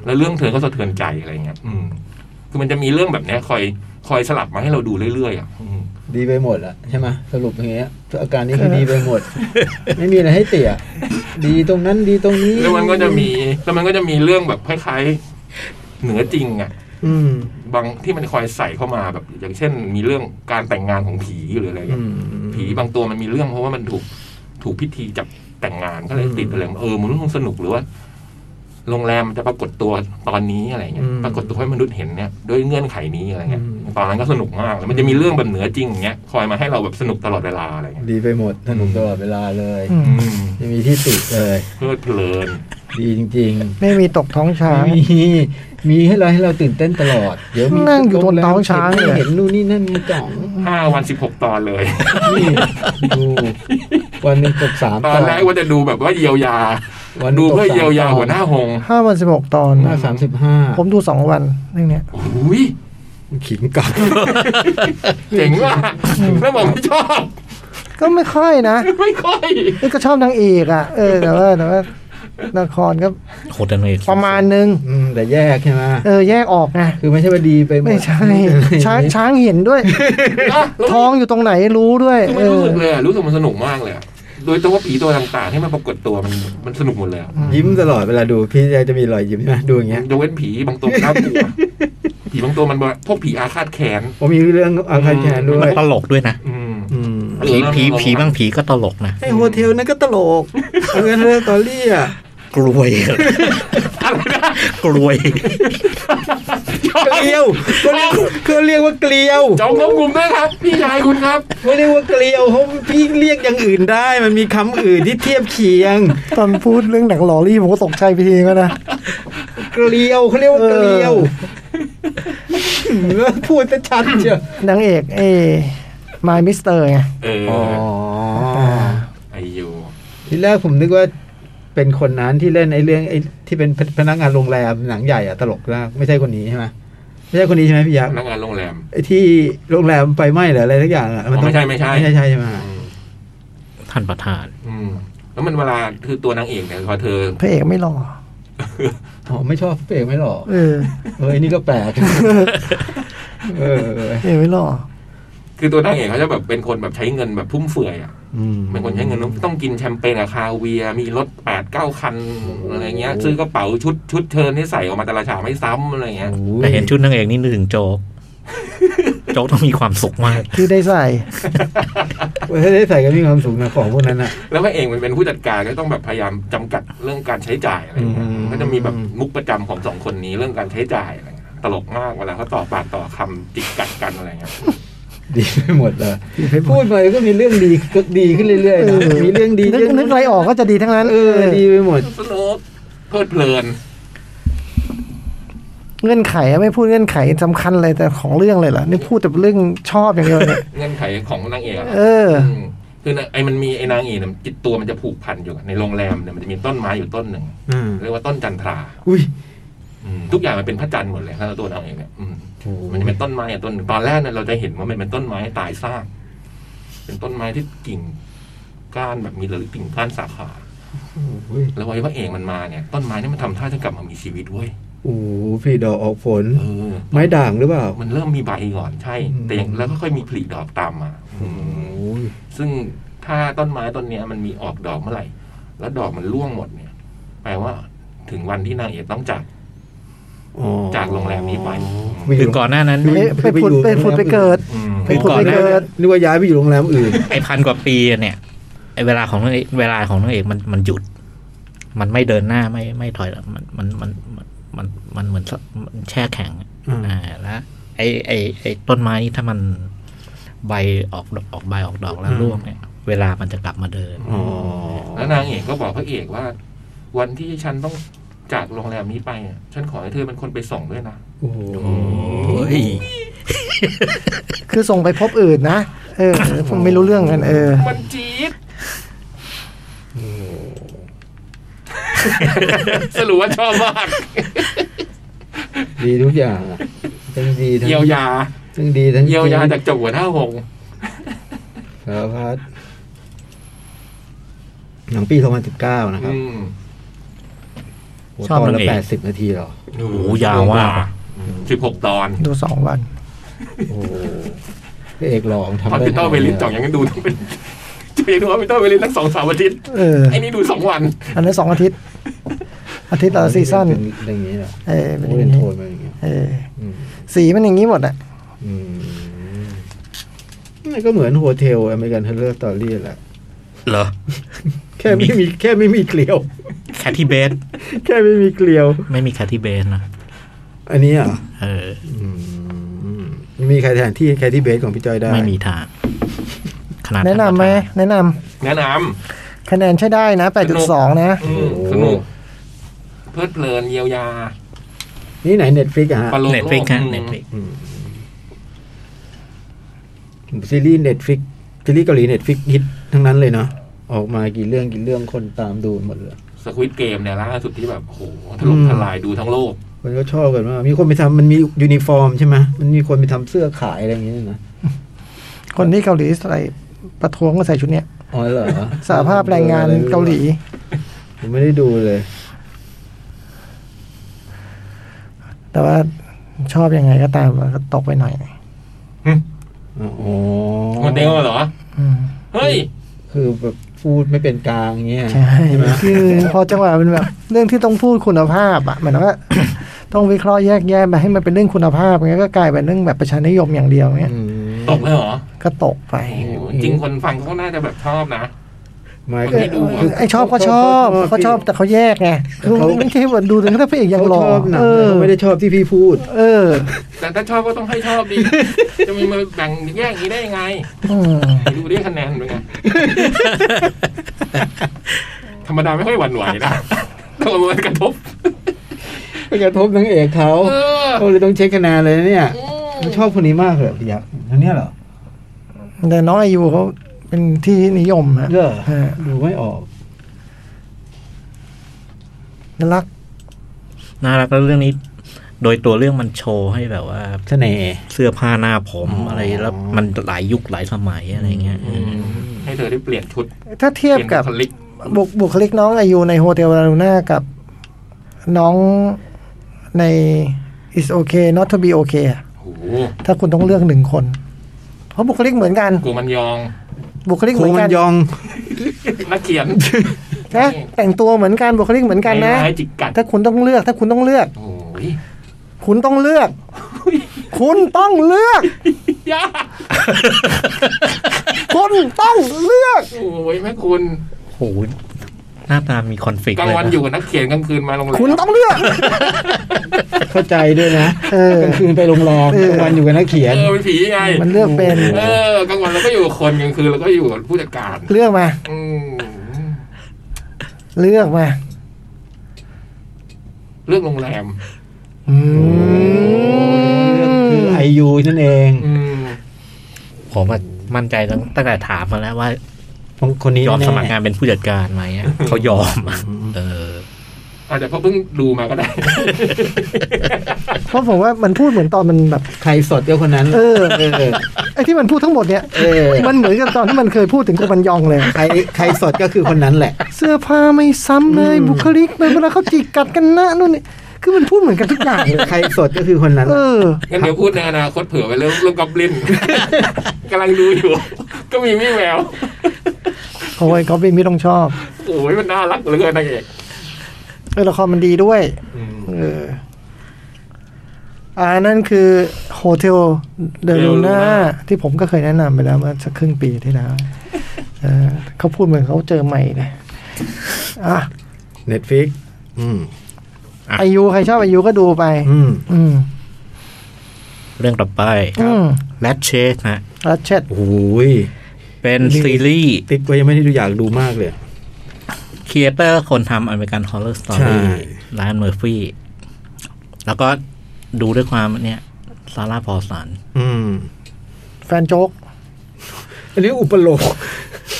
แล้วเรื่องเธอก็สะเทือนใจอะไรเงี้ยอืมคือมันจะมีเรื่องแบบเนี้ยคอยคอยสลับมาให้เราดูเรื่อยๆอ่ะอืม
ดีไปหมดอะใช่ไหมสรุปอย่างเงี้ยอาการนี้คือดีไปหมด ไม่มีอะไรให้เตี่ยดีตรงนั้นดีตรงนี้
แล้วมันก็จะมีแล้วมันก็จะมีเรื่องแบบคล้ายๆ เหนือจริงอ่ะ
อืม
บางที่มันคอยใส่เข้ามาแบบ อย่างเช่น มีเรื่องการแต่งงานของผีหรืออะไร
อื
เงี้ย
ม
ผีบางตัวมันมีเรื่องเพราะว่ามันถูกถูกพิธีจับแต่งงานก็เลยติดอะไรเออมันคงสนุกหรือว่า โรงแรมมันจะปรากฏตัวตอนนี้อะไรเงี้ยปรากฏตัวให้มนุษย์เห็นเนี่ยด้วยเงื่อนไขนี้อะไรเงี้ยตอนนั้นก็สนุกมากแล้วมันจะมีเรื่องแบบเหนือจริงอย่างเงี้ยคอยมาให้เราแบบสนุกตลอดเวลาอะไรเงี้ย
ดีไปหมดสนุกตลอดเวลาเลย
อืม
อืม
ไม่มีที่ติเลย
เพลิดเพลิน
ดีจริง
ไม่มีตกท้อง
ๆ
ช้าง
มีมีให้เราให้เราตื่นเต้นตลอด เดี๋ยวมี
นั่งอยู่บนเตาช้างเลย
เห็นนู่นนี่นั่นมีจ่อง
ห้าวันสิบหกตอนเลย
นี่ดูวันหนึ่งตกสาม
ตอนแรกว่าจะดูแบบว่าเยียวยา
วันหนึ่
ดู
งตก
เพื่อเยียวยา
สมตอ
หัวหน้าหง
ห้าวันสิบหกตอน
หน้าสามสิบห้า
ผมดูสองวันเรื่องเนี้ย
อุ้ย
ขิงกลับ
เจ๋งว่ะแล้วบอกไม่ชอบ
ก็ไม่ค่อยนะ
ไม่ค่อย
เอ้ยก็ชอบนางเอกอ่ะ เออแต่ว่าแต่ว่าละครก็
โหดเลย
ประมาณนึง
อืมแต่แยกใช่ไหม
เออแยกออกไง
คือไม่ใช่ว่าดีไปหมด
ไม่ใช่
อะไรอย่
ช้าง
เงี้ย
ช้างเห็นด้วย
นะแล้ว
ท้องอยู่ตรงไหนรู้ด้วย
คือ
เอ
ไม่
อ
รู้สึกเลยอะรู้สึกมันสนุกมากเลยอะโดยตัวผีตัวต่างๆที่มันปรากฏตัวมันมันสนุกหมดเลยอะ
ยิ้มตลอดเวลาดูพี่แจะจะมีรอยยิ้มใช่ไหมดูอย่างเงี้ย
ยกเว้นผีบางตัวมันน่ากลัวผีบางตัวมันบอกพวกผีอาฆาตแค้น
ผมมีเรื่องอาคารแคนด้ว
มัน
ย
ตลกด้วยนะ
อืม
อืม
ผีผี
เออ
ผีบางผีก็ตลกนะ
ไอโฮเทลนั่นก็ตลกเอาเงินเรื่องตอรี่อ่ะ
กลวยกลวย
เกลียวก็เรียกก็เรียกว่าเกลียว
จองควบคุมด้วยครับ พี่ชายคุณครับ
ก็เรียกว่าเกลียวเขาพี่เรียกอย่างอื่นได้ มันมีคำอื่นที่เทียบเคียง
ตอนพูดเรื่องหนังลอรี่ผมก็ตกใจไปทีก็นะ
เกลียวเขาเรียกว่าเกลียวพูดจะชัดเชียวน
างเอกเอมายมิสเตอร์ไง
เออ
อ๋อ
ไอยู
ทีแรกผมนึกว่าเป็นคนนั้นที่เล่นไอ้เรื่องไอ้ที่เป็นพนักงานโรงแรมหนังใหญ่อะตลกมากไม่ใช่คนนี้ใช่ไหมไม่ใช่คนนี้ใช่ไหมพี่ยักษ์
พนักงานโรงแรม
ไอ้ที่โรงแรมไฟไหม้หรืออะไรทักอย่างอะต้อง
อ๋อไม่ใช่ไม่ใช่
ไม่ใช่ใช่ไหม
อืม
ท่านประธาน
อืมแล้วมันเวลาคือตัวนางเอกเนี่ยพอเธอ
พระเอกไม่หล่อ
อ๋อไม่ชอบเปรกไม่หรอ
เออ
เออไอ้นี่ก็แปลกเออ
พระเอกไม่หล่อ
คือตัวนางเอกเขาจะแบบเป็นคนแบบใช้เงินแบบพุ่มเฟือยอ่ะเป็นคนใช้เงินต้องกินแชมเปญกับคาเวียร์มีรถแปดเก้าคันอะไรเงี้ย ซื้อกระเป๋าชุดชุดเชิญที่ใส่ออกมาแต่ละฉากไม่ซ้ำอะไรเงี้ย
โอ้ย
แต่เห็นชุดนางเอกนี่นึกถึงโจ๊ก โจ๊กต้องมีความสุขมาก
ที่ได้ใส่
เฮ้ยได้ใส่กันมีความสูงนะของพวกนั้นอะ
แล้วพระเอกมันเป็นผู้จัดการก็ต้องแบบพยายามจำกัดเรื่องการใช้จ่ายอะไรเงี้ย
อืม
ก็จะมีแบบมุกประจำของสองคนนี้เรื่องการใช้จ่ายอะไรเงี้ยตลกมากเวลาเขาต่อปากต่อคำจิกกัดกันอะไรเงี้ย
ดีไปหมดเลยพูดไปก็มีเรื่องดีก็ดีขึ้นเรื่อยๆนะ
เออ
มีเรื่องดี
นึก
เรื่อง
นึกอะไรออกก็จะดีทั้งนั้น
เออดีไปหมด
สนุกเพลิดเพลิน
เงื่อนไขอะไม่พูดเงื่อนไขสำคัญเลยแต่ของเรื่องเลยเหรอนี่พูดแต่เรื่องชอบอย่างเดียว เนี่ย
เงื่อนไขของนางเอกอะ
เออ
อืมคือนะไอ้มันมีไอ้นางเอกเนี่ยจิตตัวมันจะผูกพันอยู่กับในโรงแรมเนี่ยมันจะมีต้นไม้อยู่ต้นหนึ่ง
อืม
เรียกว่าต้นจันทรา
อุ้ย
อืมทุกอย่างมันเป็นพระจันทร์หมดเลยแล้วตัวนางเอกเนี่ยอืมมันจะเป็นต้นไม้อย่างต้นหนึ่งตอนแรกเนี่ยเราจะเห็นว่ามันเป็นต้นไม้ตายซากเป็นต้นไม้ที่กิ่งก้านแบบมีหรือกิ่งก้านสาขาแล้วไว้พระเอกมันมาเนี่ย ต้นไม้เนี่ยมันทำท่าจะกลับมามีชีวิตเว้ย
โอ้โหพี่ดอกออกผล
เออ
ไม้ด่างหรือเปล่า
มันเริ่มมีใบก่อนใช่ แต่ยังแล้วก็ค่อยมีผลิดอกตามมา อืม
โอ้ย
ซึ่งถ้าต้นไม้ต้นเนี้ยมันมีออกดอกเมื่อไหร่ แล้วดอกมันร่วงหมดเนี่ย แปลว่าถึงวันที่นางเอกต้องจาก
อ๋อ
จากโรงแรมนี้ไป
คือก่อนหน้านั้น
เอ๊ะไปผุดไปผุดไปเกิด
อืม
ไปผุด
ก่อน
ไป
หน้า
เกิด
นึกว่าย้ายไปอยู่โรงแรมอื่น
ไอพันกว่าปีเนี่ยไอเวลาของนางเอกเวลาของนางเอกมันมันหยุด มันไม่เดินหน้าไม่ไม่ถอยหลังมันมันมันมันมันมันเหมือนมันแช่แข็งอะ
อืม
อ่าแล้วไอไอไอต้นไม้นี่ถ้ามันใบออกดอกออกใบออกดอกแล้วร่วงเนี่ย เวลามันจะกลับมาเดิน
อ๋อ
แล้วนางเอกก็บอกพระเอกว่า วันที่ฉันต้องจากโรงแรมนี้ไปอะฉันขอให้เธอเป็นคนไปส่งด้วยนะ
โอ้โห
โอ้ย
คือส่งไปพบอื่นนะเออผมไม่รู้เรื่องกันเออ
มันจี๊ด สรุปว่าชอบมาก
ดีทุกอย่างอะทั้งดีทั้ง
เยียวยา
ทั้งดีทั้ง
เยียวยา
จ
จากจบหัวหน้าหง
สารพัดหนังปี2019 นะครับ
อืม
โอ้ตอนละ80 นาทีเหรอ
โอ้โหยาวมาก
สิบหกตอน
ดูสองวัน
โอ้โหพระเอกหลอง
ตอ
ทำ
น
ได้
พี่ต้อเวลิสจ่องยังดู ทั้งเป็นจะเรียกว่าพี่ต้อเวลิสทั้งสองสามอาทิตย์
เออ
ไอ้นี่ดูสองวัน
อันนั้นสองอาทิตย์ อาทิตย์ละซีซั่น
เป็นอย่างนี้เหรอ
เออเป็นอ
โอ้
ย่า
เล่
ง
นโท
นี้
นมาอย่างเงี้ย
เออ
อืม
สีมันอย่างนี้หมดอะ
อืมนี่ก็เหมือนโฮเทลอเมริกันเฮลเลอร์ตอรี่แหละ
เหรอ
แค่ไม่มีแค่ไม่มีเกลียว
แคทตี้เบส
แค่ไม่มีเกลียว
ไม่มีแคทตี้เบสนะ
อันนี้อ่ะ
เออ
มีใครแทนที่ใครที่เบสของพี่จอยได้
ไม่มีทางขนาด
แนะนำไหมแนะน
แนะน
ำคะแนนใช้ได้นะ 8.2 นะ
ำอืมสนุกเพลิดเพลินเยียวยา
นี่ไหนเน็ตฟลิกอะฮะ
ปลโลม
เน็ต
โล
ฟลิก
ก
ฮะ
อืม
เน็ตฟลิก
อืมซีรีส์เน็ตฟลิกซีรีส์เกาหลีเน็ตฟลิกฮิตทั้งนั้นเลยเนาะออกมากี่เรื่องกี่เรื่องคนตามดูหมดเลย
สควิตเกมเนี่ยล่าสุดที่แบบโอ้โหถล่มทลายดูทั้งโลก
คนก็ชอบกันมากมีคนไปทำมันมียูนิฟอร์มใช่ไหมมันมีคนไปทำเสื้อขายอะไรอย่างเงี้ยนะ
คนที่เกาหลีใส่ประท้วงก็ใส่ชุดเนี้ย
อ๋อเหรอ
สหภาพแรงงานเกาหลี
ผมไม่ได้ดูเลย
แต่ว่าชอบยังไงก็ตามมันก็ตกไปหน่อย
อ๋อ
โมเดลเหรอ
อืม
เฮ้ย
คือแบบพูดไม่เป็นกลางอย่างเงี้ย
ใช่
ไหม
คือพอจังหวะมันแบบ เรื่องที่ต้องพูดคุณภาพอะเหมือนว่า ต้องวิเคราะห์แยกแยะมาให้มันเป็นเรื่องคุณภาพงั้นก็กลายเป็นเรื่องแบบประชานิยมอย่างเดียวเนี้ย
ตกเลยเหรอ
ก็ตกไป
โอ้โหจริงคนฟังเขาน่าจะแบบชอบนะ
ไม่
คนที่ดูะ
ไอชอบก็ชอบเขาชอบแต่เขาแยกไงคือไม่ใช่ว่าดูถึงถ้าพระเอกยัง
เขา
หล่อ
ชอบหนัง
เอ
แต่
อ
เขาไม่ได้ชอบที่พี่พูด
เออ
แต่ถ้าชอบก็ต้องให้ชอบ ดิ จะมีมาแบ่งแยกอย่างนี้ได้ยังไง
อืม
ไปดูด้วยคะแนนเป็น ไง ธรรมดาไม่ค่อยหวั่นไหวนะ ต้องเอามันกระทบ
ไปกระทบนางเอกเขา
เออ
เขาเลยต้องเช็คคะแนนเลยนะเนี่ย
อืม
เขาชอบคนนี้มากเลยพี่ยักษ์คนเนี้ยเหรอ
แต่น้องอายุเขาเป็นที่นิยมฮะ
เหรอ
ฮะ
ดูไม่ออก
น่ารัก
น่ารักแล้วเรื่องนี้ โดยตัวเรื่องมันโชว์ให้แบบว่า
เสน่ห์
เสื้อผ้าหน้าผม
อ๋ออ
อะไรแล้วมันหลายยุคหลายสมัยอะไรเงี้ย
อืมให้เธอได้เปลี่ยนชุด
ถ้าเทียบกับ
เปลี่ยนบุคลิก
บุคบุคลิกน้องอายุในโฮเทลลาลูน่ากับน้องใน is okay not to be okay อะ
โอ้โห
ถ้าคุณต้องเลือกหนึ่งคน เพราะบุคลิกเหมือนกัน
กูมันยอง
บุคลิก
ค
เห
รู
มือน
มั
กัน
นยอง
นักเขียน
นะแต่งตัวเหมือนกันบุคลิกเหมือนกันนะ
ร้ายๆจิกกัด
ถ้าคุณต้องเลือกถ้าคุณต้องเลือก
โอ้ย
คุณต้องเลื อก คุณต้องเลือก
ยาก
คุณต้องเลือก
โอ้ยแม่คุณ
โหหน้าตามีคอนฟ lict
กลาง
เลย
วันอยู่กับนักเขียนกลางคืนมาโรงแรม
คุณต้องเลือก
เข้าใจด้วยนะ
เออก
ลางคืนไปโรงแรม
เออ
กลางวันอยู่กับนักเขียน
เออเป็นผีไง
มันเลือกเป็น
เออกลางวันเราก็อยู่กับคนกลางคืนเราก็อยู่กับผู้จัดการ
เลือกมา
อืม
เลือกมา
เรื่องโรงแรม
อื
เรื่องคือ
ม
ไอยูนั่นเอง
อืม
ผมอะมั่นใจตั้งตั้งแต่ถามมาแล้วว่า
คนนี้
ยอม
แน่
สมัครงานเป็นผู้จัดการไหมอะเขายอมอะเออ
อาจจะเพราะเพิ่งดูมาก็ได้
เพราะผมว่ามันพูดเหมือนตอนมันแบบ
ใครสดเดียวคนนั้น
เออ
เออ
ไอ้ที่มันพูดทั้งหมดเนี่ย
เออ
มันเหมือนกับตอนที่มันเคยพูดถึงกบันยองเลย
ใครใครสดก็คือคนนั้นแหละ
เสื้อผ้าไม่ซ้ำเลยบุคลิกเลยเวลาเขาจิกกัดกันนะนู่นนี่คือมันพูดเหมือนกันทุกอย่างเลย
ใครสดก็คือคนนั้น
เออ
งั้นเดี๋ยวพูดในอนาคตเผื่อไปเรื่องเรื่องกอบลินกำลังดูอยู่ ก็มีไม่แวว
โอ้ยก็เป็นไม่ต้องชอบ
โอ้ยมันน่ารักเหลือเกินนางเอก
เออละครมันดีด้วย
อืม
เอออันนั่นคือโฮเทลเด
Del
ลู
Luna
น่าที่ผมก็เคยแนะนำไปแล้วเมื่อสักครึ่งปีที่แล้วเออเขาพูดเหมือนเขาเจอใหม่เลยอ่ะ
เน็ตฟิกอืม
อ่ะ
อายุใครชอบอายุก็ดูไป
อืม
อืม
เรื่องต่อไป
อืม
แรดเชสนะ
รัชเชต
โอ้ย
เป็นซีรีส์
ติ๊กก็ยังไม่ได้ดูอยากดูมากเลย
ครีเอเตอร์คนทำอเมริกันฮอล r ์ o ร s สตอ
ใช่
รี่ไลอันเมอร์ฟี่แล้วก็ดูด้วยความเนี่ยซาร่าพอสัน
อืม
แฟนโจ๊ก
อันนี้อุปโลก น์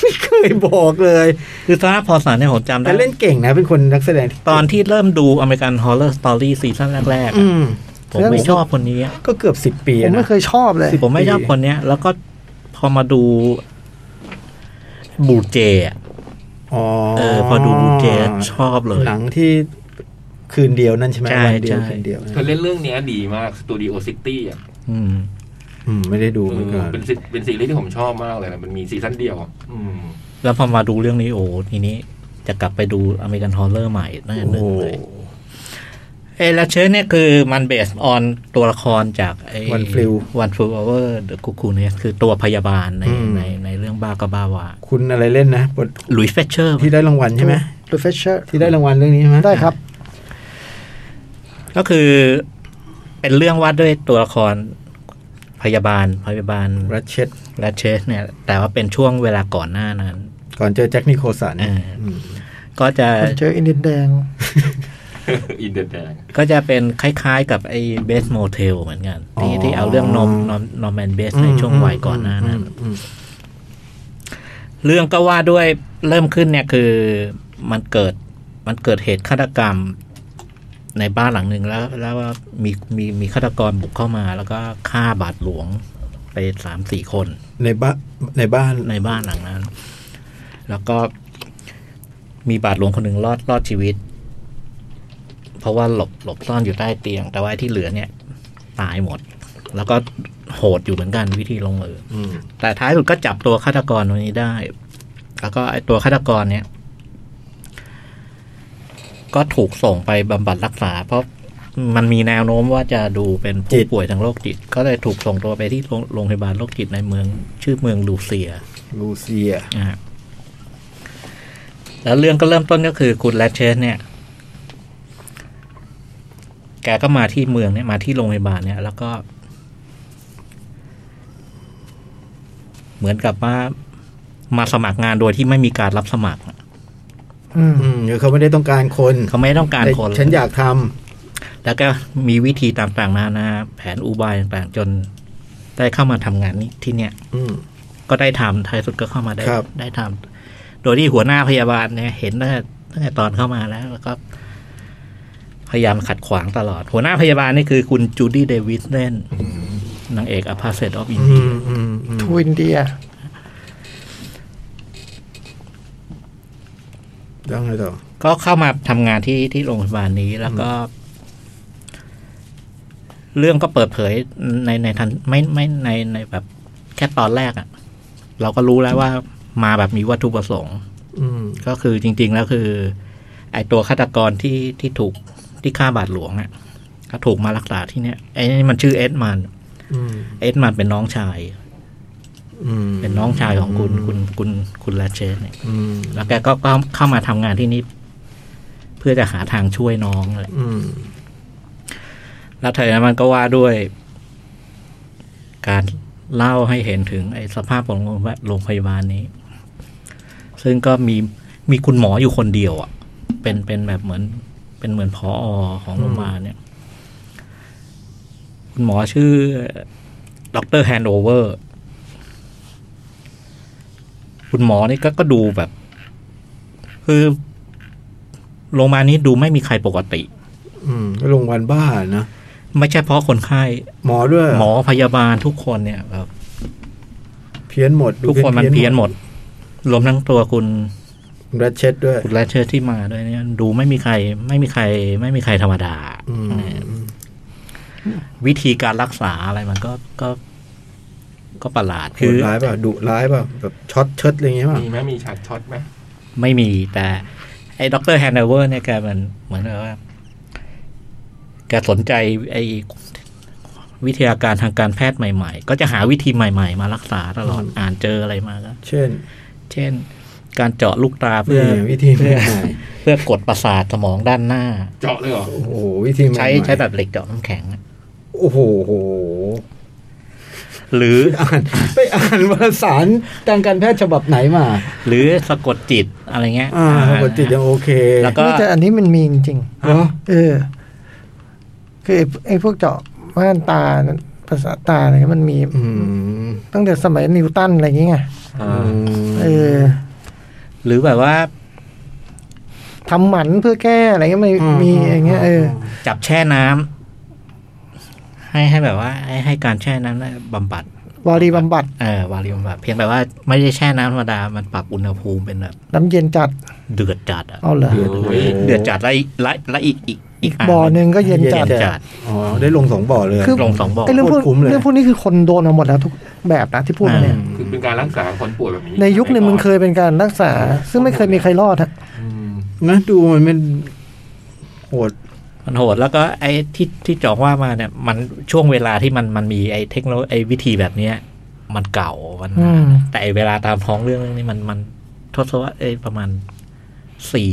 ไม่เคยบอกเลย
คือซาร่าพอสันเนี่ยผมจำได้
แต่เล่นเก่งนะ เป็นคนนักแสดงที่
ตอนที่เริ่มดูอเมริกันฮอล r ์ o ร s สตอรี่ซีซั่นแรกๆ
อื
อะ
ม
ผมไม่ชอบคนนี้อะ
ก็เกือบสิบปี
ผมไม่
นะ
เคยชอบเลย
สิบ
ผมไม่ชอบคนเนี้ย แล้วก็พอมาดูบูเจอะ
อ๋อ
เออ พอดูบูเจชอบเลย
หนังที่คืนเดียวนั่นใช่ไหม
ใช่
วันเดียว
ใช่
คืนเดียว
เธอเล่นเรื่องเนี้ยดีมากสตูดิโอซิตี้อ่ะ
อืม
อืมไม่ได้ดู
เอ
เหมือนกั
อน เป็นซีเป็นซีรีส์ที่ผมชอบมากเลยนะมันมีซีซั่นเดียว อื ม
แล้วพอมาดูเรื่องนี้โอ้ทีนี้จะกลับไปดูอเมริกันฮอลเลอร์ใหม่น่า
โอ้
หนึ่
โห
งเลย เอลาเชนเนี่ยคือมันเบสออนตัวละครจากไอ้
One Flew
วันฟิลเวอร์เดอะคุกคูเนี่ยคือตัวพยาบาลใน
อืม
ในในเรื่องบ้ากะบ้าวา
คุณอะไรเล่นนะบท
ลุยส์เฟเชอร์
ที่ได้รางวัลใช่ไหม
The Fisher
ที่ได้รางวัลเรื่องนี้ใช่ไหม
ได้ครับ
ก็คือเป็นเรื่องวาดด้วยตัวละครพยาบาลพยาบาล
รัชเช็ด
และเชสเนี่ย แต่ว่าเป็นช่วงเวลาก่อนหน้านั้น
ก่อนเจอแจ็คนิโคลสัน
เออ
อืม
ก็จะ
ผมเจออินเดียนแดง
อินเดียแดง
ก็จะเป็นคล้ายๆกับไอ้เบสโมเทลเหมือนกัน ที่ที่เอาเรื่องนมนมนมแมนเบสในช่วงวัยก่อนหน้านั้น
อืม
เรื่องก็ว่าด้วยเริ่มขึ้นเนี่ยคือมันเกิดมันเกิดเหตุฆาตกรรมในบ้านหลังหนึ่งแล้ว แล้วว่ามีมีมีฆาตกรบุกเข้ามา แล้วก็ฆ่าบาดหลวงไปสามสี่คน
ในบ้านในบ้าน
ในบ้านหลังนั้น แล้วก็มีบาทหลวงคนหนึ่งรอดรอดชีวิต เพราะว่าหลบหลบซ่อนอยู่ใต้เตียง แต่ว่าไอ้ที่เหลือเนี่ย ตายหมด แล้วก็โหดอยู่เหมือนกันวิธีลงมือ
อืม
แต่ท้ายสุดก็จับตัวฆาตกรตัวนี้ได้ แล้วก็ไอ้ตัวฆาตกรเนี่ย ก็ถูกส่งไปบำบัดรักษา เพราะมันมีแนวโน้มว่าจะดูเป็นผู้ป่วยทางโรคจิต ก็เลยถูกส่งตัวไปที่โรงโรงพยาบาลโรคจิตในเมือง ชื่อเมืองลูเซีย
ลูเซีย
นะฮะแล้วเรื่องก็เริ่มต้นก็คือคุณแรชเชสเนี่ย แกก็มาที่เมืองเนี่ยมาที่โรงพยาบาลเนี่ย แล้วก็ เหมือนกับว่ามาสมัครงานโดยที่ไม่มีการรับสมัคร
อืม
อืมเขาไม่ได้ต้องการคน
เขาไม่ต้องการคน
แต่ฉันอยากทำ
แล้วก็มีวิธีต่างๆนานาแผนอุบายต่างๆ จนได้เข้ามาทำงานนี้ที่เนี่ย
อืม
ก็ได้ทำท้ายสุดก็เข้ามาได้
ครับ
ได้ทำโดยที่หัวหน้าพยาบาลเนี่ย เห็นตั้งแต่ตั้งแต่ตอนเข้ามาแล้ว แล้วก็ พยายามขัดขวางตลอด หัวหน้าพยาบาลนี่คือคุณจูดี้เดวิสเล่นนางเอกอพาเซตออฟอิน
อืมอืมอืม
ทูอินเดีย
แล้วไงต่อ
ก็เข้ามาทำงานที่ที่โรงพยาบาลนี้แล้วก็ เรื่องก็เปิดเผยในในทันไม่ไม่ในในแบบ แค่ตอนแรกอะ่ะ เราก็รู้แล้วว่ามาแบบมีวัตถุประสงค์
อืม
ก็คือจริง ๆ แล้วคือ ไอตัวฆาตกรที่ที่ถูกที่ฆ่าบาทหลวงอะ่ะก็ถูกมารักษาที่เนี่ยไอ้นี่มันชื่อเอ็ดมัน
อืม
เอ็ดมันเป็นน้องชาย
อืม
เป็นน้องชายของคุณคุณคุณคุณลาเชสเนี่ย
อืม
แล้วแกก็ก็เข้ามาทำงานที่นี่เพื่อจะหาทางช่วยน้องแหละ
อืม
แล้วเธอนั้นมันก็ว่าด้วย การเล่าให้เห็นถึง ไอ้สภาพของโรงพยาบาลนี้ ซึ่งก็มีมีคุณหมออยู่คนเดียวอ่ะ เป็นเป็นแบบเหมือน เป็นเหมือนพออของโรงพยาบาลเนี่ย คุณหมอชื่อดรแฮนโอเวอร์ คุณหมอนี่ก็ก็ดูแบบ คือโรงพยาบาลนี้ดูไม่มีใครปกติ
อืมก็ลงวันบ้านะ
ไม่ใช่เพราะคนไข้
หมอด้วย
หมอพยาบาลทุกคนเนี่ยแบบ
เพี้ยนหมดดู
ทุกคนมันเพี้ยนหมด รวมทั้งตัวคุณ
รัชเช็ดด้วย
คุณแรชเชอร์ที่มาด้วยเนี่ย ดูไม่มีใคร ไม่มีใคร ไม่มีใครธรรมดา
อืม
วิธีการรักษาอะไรมันก็ก็ ก็ประหลาด
โห
คื
ด
อ
ร้ายเปล่ะดุร้ายเปล่ะแบบช็อตเชิดอะไรอย่างเงี้ยเปล่ะ
มีไหมมีฉากช็อตไหม
ไม่มีแต่ไอ้ด็อกเตอร์แฮนเวอร์เนี่ยแกมันเหมือนกับว่าแกสนใจไอ้วิทยาการทางการแพทย์ใหม่ ๆ ก็จะหาวิธีใหม่ ๆ มารักษาตลอดอ่านเจออะไรมาก็
เช่น
เช่น การเจาะลูกตาเพื่
เนี่
อย
วิธีให
เพื่อ
ม่
เพื่อกดประสาทสมองด้านหน้า
เจาะเลยเหรอ
โอ้โหวิธีหม่
ใช้ใช้แบบเหล็กเจาะน้ำแข็งอะ
โอ้โหโห
หรือ
อ่านไปอ่านวารสารทางการแพทย์ฉบับไหนมา
หรือสะกดจิตอะไรเงี้ย
อ่าปกติยังโอเค
แล้วก็
แต่อันนี้มันมีจริง
เหรอ
ๆเออ คือไอ้ไอ้พวกเจาะม่านตาภาษาทตาอะไรเงี้ยมันมี
อืม
ตั้งแต่สมัยนิวตันอะไรอย่างเงี้ยไง
อืม
เออ
หรือแบบว่า
ทำหมันเพื่อแก้อะไรก็ไม่
อืม
มีอย่างเงี้ยเออ
จับแช่น้ำให้ให้แบบว่า ให้ให้การแช่น้ำเนี่ยบำบัด
บอดีบำบัด
เออวาริวแบบเพียงแต่ว่าไม่ได้แช่น้ำธรรมดา มันปรับอุณหภูมิเป็นแบบ
น้ำเย็นจัด
เดือดจัดอะ
เอาเหรอ
เดือด
โอ้ย
เดือดจัดและอีกและและอีกอีกอีกน
บ่อหนึ่งก็เย็นจัด
เย็นจัด
อ๋อได้ลงสองบ่อเลย
คือ
ลงสองบ่อ
ไอ้เรื่องพวก
โคตรคุ้มเลย
เรื่องพวกนี้คือคนโดนมาหมดแล้วทุกแบบนะที่พูดมาเนี่ย
คือเป็นการรักษาคนป่วยแบบนี้
ในยุคหนึ่งมันเค
ส
ยเป็นการรักษา ซึ่งไม่เคยมีใครรอดฮะ
ก่อนอืม
นะดูมันเป็นโหด
มันโหดแล้วก็ไอ้ที่ที่จอกว่ามาเนี่ยมันช่วงเวลาที่มันมันมีไอ้เทคโนโลยีไอ้วิธีแบบเนี้ยมันเก่ามัน
อืม
แต่ไอ้เวลาตามท้องเรื่องเรื่องนี้มันมันทศวรรษไอ้ประมาณสี่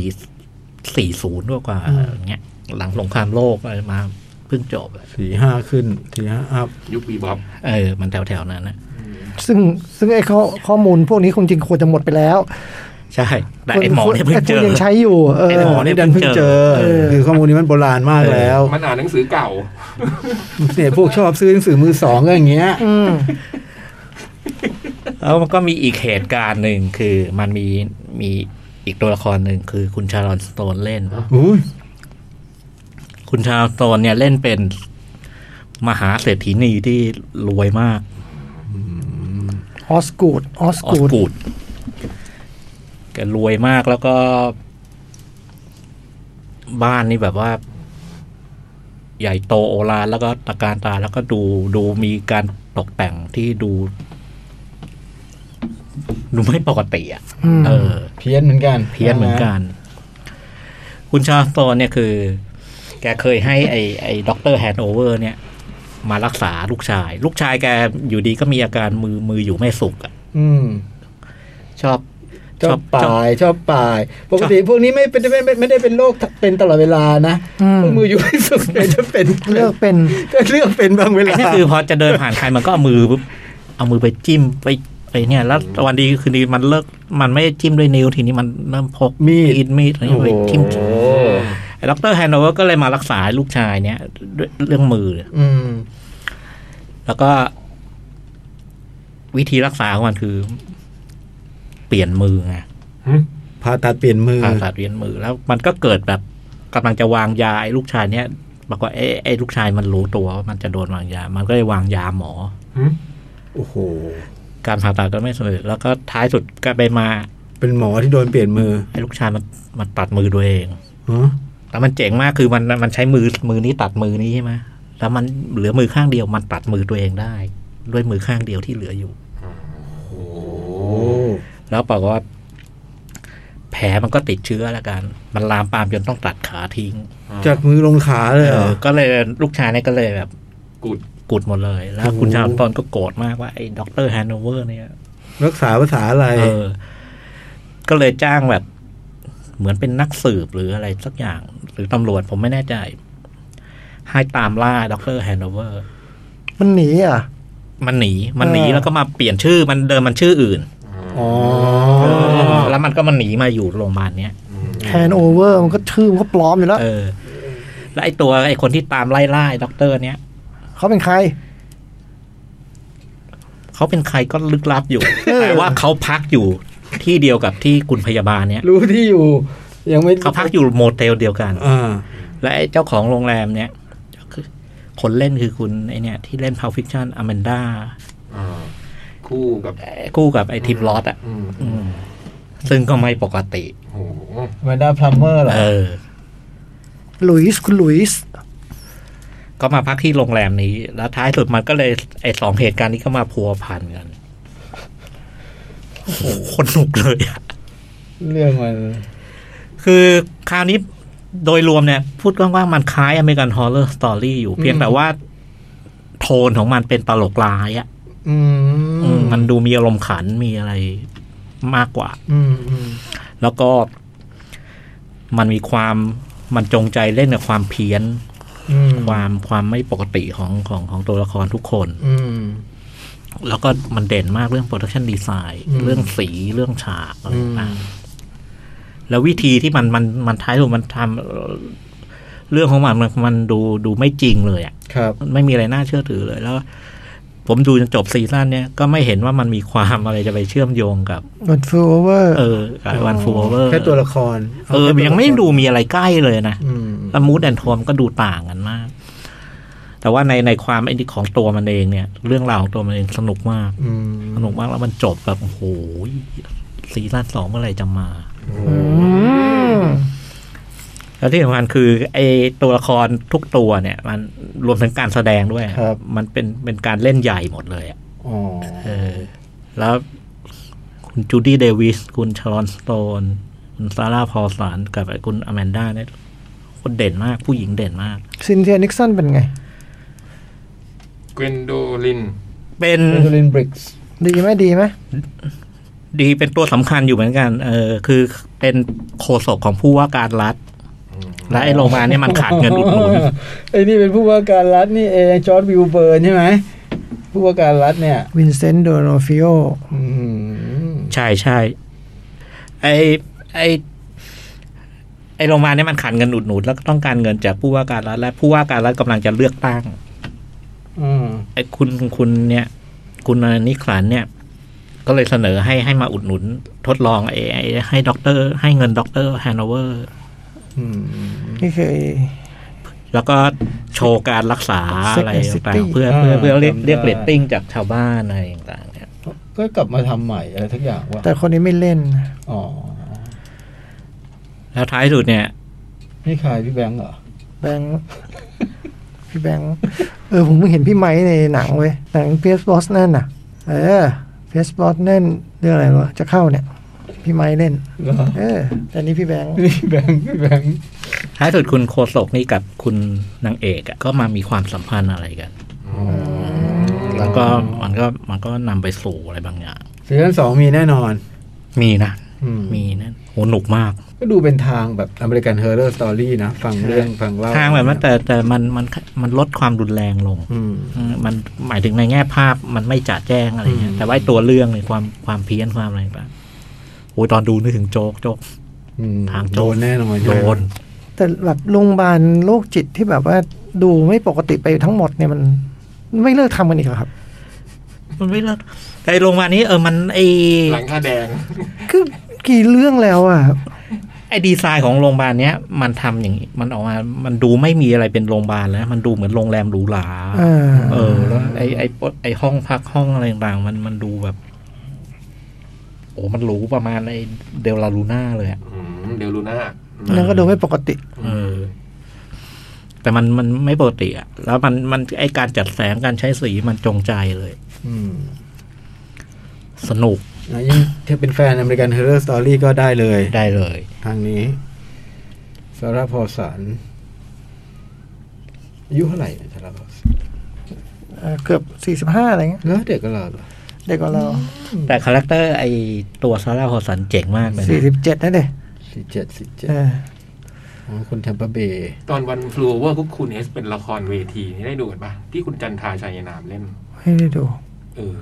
สี่ศูนย์กว่าๆ
อืม
อย่างเงี้ยหลังสงครามโลกอะไรมาเพิ่งจบอะ
สี่ห้าขึ้นสี่ห้าอัพ
ยุคบีบ๊อบ
เออ มันแถวแถวๆนั้นนะ
ซึ่งซึ่งไอ้ข้อข้อมูลพวกนี้คงจริงควรจะหมดไปแล้ว
ใช่ แต่ไอ้หมอเนี่ยเพิ่งเจอ
ไพวกยังใช้อยู่เออ
ไอ้หมอ
นี่ดันเพิ่งเจอ
เออ
คือข้อมูลนี้มันโบราณมากแล้ว
มันอ่านหนังสือเก่า
เนี่ยพวกชอบซื้อหนังสือมือสองก็อย่างเงี้ย
อืม
แล้วมันก็มีอีกเหตุการณ์หนึ่งคือมันมีมีอีกตัวละครหนึ่งคือคุณชารอนสโตนเล่น
อุ้ย
คุณชาวโตนเนี่ยเล่นเป็นมหาเศรษฐีนีที่รวยมาก
ออสกูดออส
ออส
กูด
กูดแกรวยมากแล้วก็ บ้านนี่แบบว่า ใหญ่โตโอฬารแล้วก็ตระการตาแล้วก็ดูดูมีการตกแต่งที่ดู ดูไม่ปกติอ่ะ เออ
เพี้ยนเหมือนกัน
เพี้ยนเหมือนกัน คุณชาโตนเนี่ยคือ แกเคยให้ไอ้ไอ้ด็อกเตอร์แฮนโอเวอร์เนี่ย มารักษาลูกชาย ลูกชายแกอยู่ดีก็มีอาการมือมืออยู่ไม่สุกอะ
อืม
ชอบ
ชอบป่ายชอบป่าย ปกติพวกนี้ไม่เป็นไม่ไม่ไม่ได้เป็นโรคเป็นตลอดเวลานะพวกมืออยู่ไม่สุดเลยจะเป็น
เลือกเป็น
จะเลือกเป็นบางเว
ไอ้
ลา
นี่คือพอจะเดินผ่านใครมันก็เอามือปุ๊บเอามือไปจิ้มไปไปเนี่ย แล้ววันดีคืนดีมันเลิกมันไม่ได้จิ้มด้วยนิ้วทีนี้มันเริ่มพก
มี
อิ
ด
ดมีดอะไร
โอ้โห
ไปจิ้มไอ้ด็อกเตอร์แฮนโอเวอร์ก็เลยมารักษาลูกชายเนี่ยด้วยเรื่องมือ
อืม
แล้วก็ วิธีรักษาของมันคือ เปลี่ยนมือไง
ผ่าตัดเปลี่ยนมือ
ผ่าตัดเปลี่ยนมือ แล้วมันก็เกิดแบบกำลังจะวางยาไอ้ลูกชายเนี่ยบอกว่าไอ้ไอ้ลูกชายมันรู้ตัวว่ามันจะโดนวางยา มันก็เลยวางยาหมอ
โอ้โห
การผ่าตัดก็ไม่สำเร็จแล้วก็ท้ายสุดก็ไปมา
เป็นหมอที่โดนเปลี่ยนมือ
ไอ้ลูกชายมันมันตัดมือตัวเอง
ฮะ
แล้วมันเจ๋งมากคือมันมันใช้มือมือนี้ตัดมือนี้ใช่ไหมแล้วมันเหลือมือข้างเดียวมันตัดมือตัวเองได้ ด้วยมือข้างเดียวที่เหลืออยู่
โอ้
แล้วปรากฏว่า แผลมันก็ติดเชื้อแล้วกัน มันลามปามจนต้องตัดขาทิ้ง
จากมือลงขาเลยเหร
เอ
อ
อก็เลยลูกชายเนี่ยก็เลยแบบ
กูด
กุดหมดเลย แล้ว
โอ้โห
คุณชาวตอนก็โกรธมากว่าไอ้ด็อกเตอร์แฮนโนเวอร์เนี่ย
รักษาภาษาอะไร
เออ ก็เลยจ้างแบบ เหมือนเป็นนักสืบหรืออะไรสักอย่าง หรือตำรวจผมไม่แน่ใจ ให้ตามล่าด็อกเตอร์แฮนโนเวอร์
มันหนีอ่ะ
มันหนี มันหนี
เออ
แล้วก็มาเปลี่ยนชื่อ มันเดิมมันชื่ออื่น
อ๋อ
แล้วมันก็มันหนีมาอยู่โรงพยาบาลเนี้ย
แทนโอเวอร์มันก็ชื่อมันก็ปลอมอยู่แล้ว
เออ แล้วไอ้ตัวไอ้คนที่ตามไล่ล่าไอ้ด็อกเตอร์เนี้ย
เขาเป็นใคร
เขาเป็นใครก็ลึกลับอยู่
เออ
แต่ว่าเขาพักอยู่ที่เดียวกับที่คุณพยาบาลเนี่ย
รู้ที่อยู่ ยังไม่
เขาพักอยู่โมเทลเดียวกัน
อ่า
และไอ้เจ้าของโรงแรมเนี่ยก็คือคนเล่นคือคุณไอเนี่ย ที่เล่นพาวฟิคชั่นอแมนด้า
คู่กับ
คู่กับไอทีมลอตอ่ะ
อืม
อืม ซึ่งก็ไม่ปกติ
โอ้โห
วันด้าพลัมเมอร์เหรอ
เออ
หลุยส์คุณหลุยส์
ก็มาพักที่โรงแรมนี้ แล้วท้ายสุดมันก็เลยไอสองเหตุการณ์นี้ก็มาพัวพันกันโอ้โหคนหนุกเลยอะ
เรื่องมัน
คือคราวนี้โดยรวมเนี่ย พูดกว้างๆ มันคล้ายอเมริกันฮอลเลอร์สตอรี่อยู่ เพียงแต่ว่า โทนของมันเป็นตลกร้ายอะ
อืม
อืมมันดูมีอารมณ์ขันมีอะไรมากกว่า
อืมอืม
แล้วก็มันมีความมันจงใจเล่นกับความเพี้ยน
อืม
ความความไม่ปกติของของของตัวละครทุกคน
อืม
แล้วก็มันเด่นมากเรื่องโปรดักชันดีไซน์
อืม
เรื่องสีเรื่องฉากอะไร
อืม
ต่าง แล้ววิธีที่มันมันมันท้ายสุดมันทำเรื่องของมันมันมันดูดูไม่จริงเลยอ่ะ
ครับ
มันไม่มีอะไรน่าเชื่อถือเลย แล้ว ผมดูจนจบซีซั่นเนี่ยก็ไม่เห็นว่ามันมีความอะไรจะไปเชื่อมโยงกับ
หลุดฟูโอเวอร์
เออวันฟูเวอร์
แค่ตัวละคร
เออ ยังไม่ดูมีอะไรใกล้เลยนะ
อืม
แล้วมูดแอนโทมก็ดูต่างกันมาก แต่ว่าในในความไอ้นี่ของตัวมันเองเนี่ย เรื่องราวของตัวมันเองสนุกมาก
อืม
สนุกมากแล้วมันจบแบบโอ้โหซีซั่นสองเมื่อไหร่จะมา แล้วที่สำคัญคือไอตัวละครทุกตัวเนี่ย มันรวมถึงการแสดงด้วย
ครับ
มันเป็นเป็นการเล่นใหญ่หมดเลยอะ
อ๋อ
เออ แล้วคุณจูดี้เดวิส คุณชารอนสโตน คุณซาร่าพอลสันกับไอ้คุณอแมนด้าเนี่ยโ คนเด่นมาก ผู้หญิงเด่นมาก
ซินเทียนิกสันเป็นไง
เกวนโดลิน
เป็น
เมโทลินบริกส์
ดีไหมดีไหม
ดีเป็นตัวสำคัญอยู่เหมือนกัน เออคือเป็นโฆษกของผู้ว่าการรัฐ และไอ้โรงงานเนี่ยมันขาดเงินอุดหนุน
ไอ้นี่เป็นผู้ว่าการรัฐนี่เองจอร์ดวิลเบิร์นใช่ไหมผู้ว่าการรัฐเนี่ย
วินเซนต์โดโนฟิโอ
อืม
ใช่ใช่ไอไอไอโรงพยาบาลเนี่ยมันขาดเงินอุดหนุนแล้วก็ต้องการเงินจากผู้ว่าการรัฐและผู้ว่าการรัฐกำลังจะเลือกตั้ง
อืม
ไอคุณคุณเนี่ย คุณนิคลันเนี่ย ก็เลยเสนอให้ให้มาอุดหนุน ทดลองไอไอ้ให้ด็อกเตอร์ให้เงินด็อกเตอร์แฮนโนเวอร์
อืม
นี่คือ
แล้วก็โชว์การรักษาอะไรต่าง
Sick and
ๆเพื่อเพื่อเพื่อเรียกเรียกเรตติ้งจากชาวบ้านอะไรต่างๆเนี่ย
ก็กลับมาทำใหม่อะไรทักอย่างว่า
แต่คนนี้ไม่เล่น
อ๋อ
แล้วท้ายสุดเนี่ย
นี่ใครพี่แบงค์เหรอ
แบงค์ พี่แบงค์ เออ ผมเพิ่งเห็นพี่ไม้ในหนังเว้ย หนังเพียสบอสแน่นอ่ะ เออเพียสบอสแน่นเรื่องอะไรวะจะเข้าเนี่ย พี่ไม้เล่น
เหรอ
เออ แต่นี่พี่แบงค์
นี่แบงค์พี่แบงค์
ท้ายสุดคุณโคศกนี่กับคุณนางเอกอะก็มามีความสัมพันธ์อะไรกัน แล้วก็มันก็มันก็นำไปสู่อะไรบางอย่าง
ซีซั่นสองมีแน่นอน
มีนะ
อื
มีนะโหหนุกมาก
ก็ดูเป็นทางแบบอเมริกันเฮอร์เรอร์สตอรี่นะ ฟังเรื่องฟังเล่า
ทางแบบนั้นแต่แต่มันมันมันลดความรุนแรงลง
อืม
อืมมันหมายถึงในแง่ภาพมันไม่จ่าแจ้งอะไรเงี้ย
อืม
แต่ว่าไอ้ตัวเรื่องในยความความเพี้ยนความอะไรแบบโอ้ยตอนดูนึกถึงโจ๊กโจ๊ก
อืม
ทางโจร
โดนแน่นอน
โด
ใช่ไหม
น
แต่แบบโรงพยาบาลโรคจิตที่แบบว่าดูไม่ปกติไปทั้งหมดเนี่ยมันไม่เลิกทำกันอีกเหรอครับ
มันไม่ละไอ้โรงพยาบาลนี้เออมันไอ้
หลังคาแดง
คือกี่เรื่องแล้วอ่ะ
ไอ้ดีไซน์ของโรงพยาบาลเนี้ยมันทำอย่างงี้มันออกมามันดูไม่มีอะไรเป็นโรงพยาบาลแล้ว มันดูเหมือนโรงแรมหรูหรา
เออ
เออแล้วไอไอปดไอห้องพักห้องอะไรต่างๆมันมันดูแบบ โอ้มันหรูประมาณไอเดลลาลูน่าเลยอะ
อืมเดลลูน่า
แล้วก็ดูไม่ปกติ
เออ แต่มันมันไม่ปกติอะแล้วมันมันไอการจัดแสงการใช้สีมันจงใจเลย
อืม
สนุก
นะยิ่งถ้าเป็นแฟนอเมริกันเฮอร์เรอร์สตอรี่ก็ได้เลย
ได้เลย
ทางนี้ซาร่าพอสันอายุเท่าไหร่เนี่ยซาร่าพอสัน
เออเกือบสี่สิบห้าอะไรเงี้ย
เหรอเด็กก็เราเหรอ
เด็กกว่าเรา
แต่คาแรคเตอร์ไอตัวซาร่าฮอสันเจ๋งมากเลย
สี่
นะ
สิบเจ็ดนั่นเด็ก
สี่เจ็ดสี่เจ็ด
เออ
อ๋อคนแทมเปอร์เบย์
ตอนวันฟลูเวอร์คุกคูเนสเป็นละครเวทีนี่ได้ดูกันปะที่คุณจันทราชัยนามเล่น
ไม่ได้ดู
เออ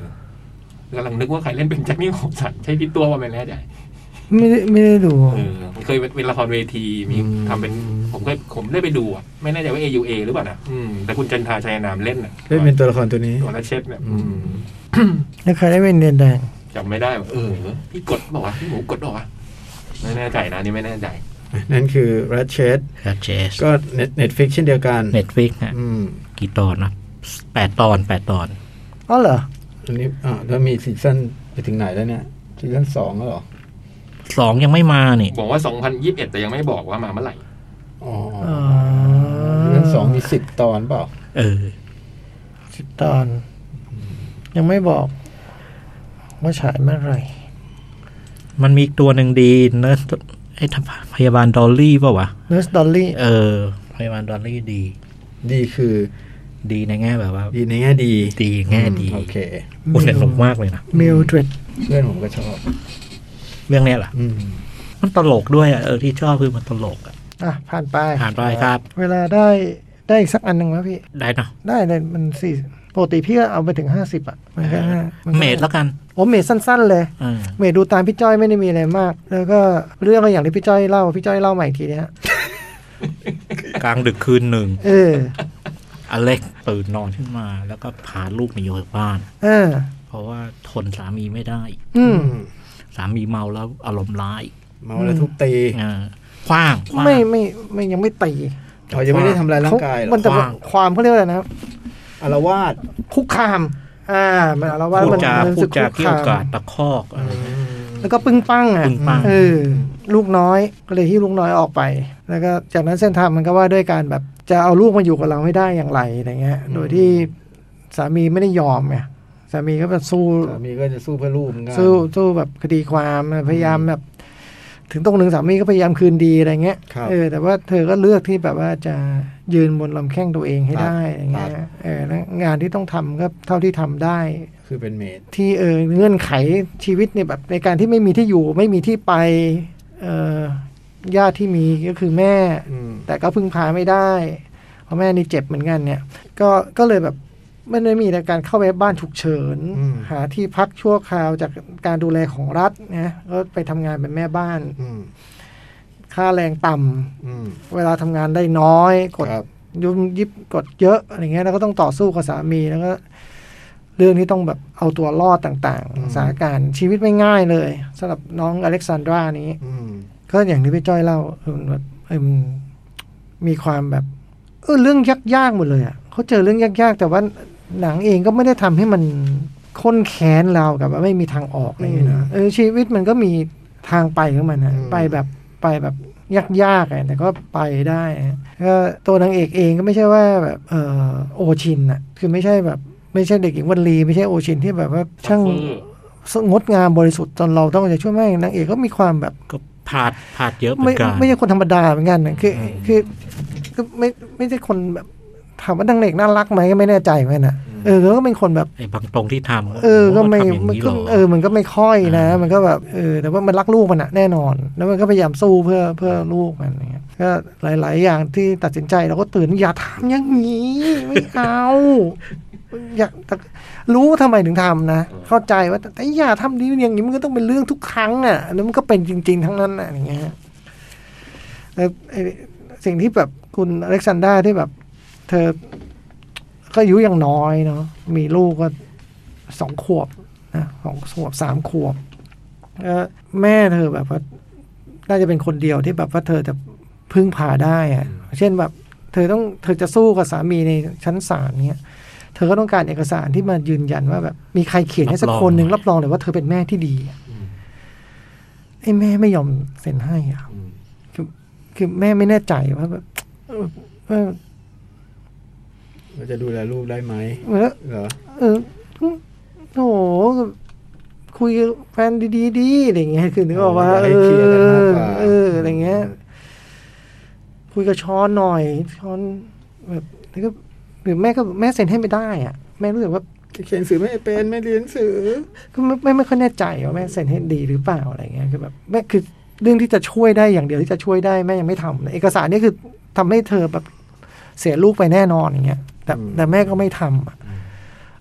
กำลังนึกว่าใครเล่นเป็นแจ็คนี่ของสันใช่พี่ตัวว่าไม่แน่ใจ
ไม่ได้ไม่ได้ดู
เออมันเคยเป็นละครเวทีมีทำเป็นผมเคยผมได้ไปดูอ่ะไม่แน่ใจว่า AUA หรือเปล่านะอืมแต่คุณจันทราชัยนามเล่นอ่ะ
เล่นเป็นตัวละครตัวนี้
ตัวละเชฟเนี่ยอืม
แล้วเคยได้เป็นเดือนแดง
จำไม่ได้ว่าเออพี่กดบอกว่าพี่หมูกดบอกว่าไม่แน่ใจนะนี่ไม่แน่ใจ
นั่นคือรัชเชด
ครับเจส
ก็เน็ตฟิกเช่นเดียวกัน
เน็ตฟิกฮะ
อืม
กี่ตอนนะแปดตอนแปดตอน
อ๋อเหรอ
อันนี้อ่าแล้วมีซีซั่นไปถึงไหนแล้วเนี่ยซีซั่นสองแล้วเหรอ
สองยังไม่มานี่
บอกว่า 2021 แต่ยังไม่บอกว่ามาเมื่อไหร่
อ๋อ
อ๋อ
ซีซั่นสองมีสิบตอนเปล่า
เออ
สิบตอน ยังไม่บอก ว่าฉายเมื่อไหร่
มันมีอีกตัวหนึ่งดีเนอร์ไอ้ทำพยาบาลดอลลี่ป่าวะ
Nurse Dolly
เออพยาบาลดอลลี่ดี
ดีคือ
ดีในแง่แบบว่า
ดีในแง่ดี
ดีแง่ดี
โอเค
อุ้ยสนุกมากเลยนะ
Mildred
เพื่อนผมก็ชอบ
เรื่องเนี้ยแหละ
อืม
มันตลกด้วยอ่ะเออที่ชอบคือมันตลกอ่ะ
อ่ะ ผ่านไป
ผ่านไปครับ
เวลาได้ได้อีกสักอันหนึ่งไหมพี่
ได้เนาะ
ได้เลยมันสี่ปกติพี่ก็เอาไปถึงห้าสิบอ่ะ มันแค่ห้ามัน
เมดแล้วกัน
โอ้เมดสั้น ๆ เลย
เออ
เมดดูตามพี่จ้อยไม่ได้มีอะไรมาก แล้วก็เรื่องก็อย่างที่พี่จ้อยเล่า พี่จ้อยเล่าใหม่อีกทีเนี้ย
กลางดึกคืนหนึ่ง
เออ
อเล็กตื่นนอนขึ้นมา แล้วก็พาลูกมาอยู่ที่บ้าน
เออ
เพราะว่าทนสามีไม่ได้
อืม
สามีเมาแล้วอารมณ์ร้าย
เมาแล้วทุบตี
เออคว้างคว้าง
ไม่ไม่ไม่ยังไม่ตี
เขายังไม่ได้ทำลายร่างกายหร
เข
อ
มันแต่
ขวาง
ความเขาเรียกว่าอะไรนะ
อารวาส
คุกคาม อ่า มันอาละว่าส
พูด
มัน
จา
มัน
พู
รู้สึ
ด
ก
จา
คุก
เกี่ยว
คาม
กาดตะคอกอะไร
แล้วก็ปึ้งปั้งอ่ะ
ปึ้งปั้ง
เออ ลูกน้อยก็เลยที่ลูกน้อยออกไป แล้วก็จากนั้นเส้นทางมันก็ว่าด้วยการแบบ จะเอาลูกมาอยู่กับเราให้ได้อย่างไรอะไรเงี้ย โดยที่สามีไม่ได้ยอมไงสามีก็แบบสู้
สามีก็จะสู้เพื่อลูกเหมือนกัน
สู้สู้แบบคดีความนะพยายามแบบ ถึงตรงหนึ่งสามีก็พยายามคืนดีอะไรเงี้ย
ครับ
เออแต่ว่าเธอก็เลือกที่แบบว่าจะยืนบนลำแข้งตัวเองให้
ครับ
ได้อะไรเงี้ย
ครับ
เออแล้วงานที่ต้องทำก็เท่าที่ทำได้
คือเป็นเมด
ที่เออเงื่อนไขชีวิตเนี่ยแบบในการที่ไม่มีที่อยู่ไม่มีที่ไปเออญาติที่มีก็คือแม่
อืม
แต่ก็พึ่งพาไม่ได้เพราะแม่นี่เจ็บเหมือนกันเนี่ย ก็ก็เลยแบบไม่ได้มีในการเข้าไปบ้านฉุกเฉิน
อืม
หาที่พักชั่วคราวจากการดูแลของรัฐนะก็ไปทำงานเป็นแม่บ้าน
อืม
ค่าแรงต่ำ
อืม
เวลาทำงานได้น้อยกด
ครับ
ยุบยิบกดเยอะอะไรเงี้ยแล้วก็ต้องต่อสู้กับสามีแล้วก็ เรื่องที่ต้องแบบเอาตัวรอดต่างๆสถานการณ์ชีวิตไม่ง่ายเลยสำหรับน้องอเล็กซานดรานี้
อืม
ก็อย่างที่พี่จ้อยเล่าเออมันแบบเออมันมีความแบบ เออเรื่องยากๆหมดเลยอ่ะเขาเจอเรื่องยากๆ แต่ว่าหนังเองก็ไม่ได้ทำให้มันค้นแค้นเรากับว่าไม่มีทางออกอะไรเงี้ยนะเออชีวิตมันก็มีทางไปของมันนะไปแบบไปแบบยากๆอะแต่ก็ไปได้อะก็ตัวนางเอกเองก็ไม่ใช่ว่าแบบเออโอชินอ่ะคือไม่ใช่แบบไม่ใช่เด็กหญิงวันลีไม่ใช่โอชินที่แบบว่าช่าง
ซัฟเฟอร์
งดงามบริสุทธิ์จนเราต้องจะช่วยแม่งนางเอกก็มีความแบบ
ก็พลาดพลาดเยอะเหมือ
ไม่
นกัน
ไม่ใช่คนธรรมดาเหมือนกันนะคืออคือก็ไม่ไม่ใช่คนแบบถามว่านางเอกน่ารักไหมก็ไม่แน่ใจเหมือนกันนะเออก็เป็นคนแบบ
ไอ้บางตรงที่ทำ
เออ ก็ไม่
ทำอย่าง
มัน
นี้ห
ก็
รอ
เออ มันก็ไม่ค่อยนะ
อ่ามั
มันก็แบบ เออ แต่ว่ามันรักลูกมันอะแน่นอน แล้วมันก็พยายามสู้เพื่อเพื่อลูกมันอย่างเงี้ยก็หลาย ๆ อย่างที่ตัดสินใจเราก็ตื่นอย่าทำอย่างนี้ ไม่เอา อยากแต่รู้ว่าทำไมถึงทำนะ เข้าใจว่าแต่แต่อย่าทำนี้อย่างนี้มันก็ต้องเป็นเรื่องทุกครั้งอ่ะ แล้วมันก็เป็นจริง ๆ ทั้งนั้นอ่ะอย่างเงี้ยแล้วไอ้สิ่งที่แบบคุณอเล็กซานดราที่แบบ เธอ ก็อายุยังน้อยเนาะมีลูกก็ สองขวบนะสองขวบสามขวบเอ่อแม่เธอแบบว่าน่าจะเป็นคนเดียวที่แบบว่าเธอจะพึ่งพาได้อะเช่นแบบเธอต้องเธอจะสู้กับสามีในชั้นศาลเนี้ยเธอก็ต้องการเอกสารที่มายืนยันว่าแบบมีใครเขียนให้สัก
รับรอง
คนหนึ่งรับรองเลยว่าเธอเป็นแม่ที่ดีอะไอ้แม่ไม่ยอมเซ็นให้อ่ะ
อืม
คือคือแม่ไม่แน่ใจว่าแบบเออเออ
เราจะดูแลลูกได้ไหม
เหมือนว่า
เหรอ
เออโถคุยกับแฟนดีๆดีอะไรอย่างเงี้ยคือนึกออกว่า
อยา
เอ
กให้เคลียร์กันมาก
อก
ว่า
เอออะไรเงี้ย คุยกับช้อนหน่อย ช้อนแบบแล้วก็หรือแม่ก็แม่เซ็นให้ไม่ได้อ่ะ แม่รู้สึกว่า
เขียนหนังสือไม่เป็นไม่เรียนหนังสือ
ก็ไม่ไม่ไม่ค่อยแน่ใจว่าแม่เซ็นให้ดีหรือเปล่าอะไรเงี้ยคือแบบแม่คือเรื่องที่จะช่วยได้อย่างเดียวที่จะช่วยได้แม่ยังไม่ทำเอกสารนี่คือทำให้เธอแบบเสียลูกไปแน่นอนอย่างเงี้ยแต่
อืม
แต่แม่ก็ไม่ทำอะ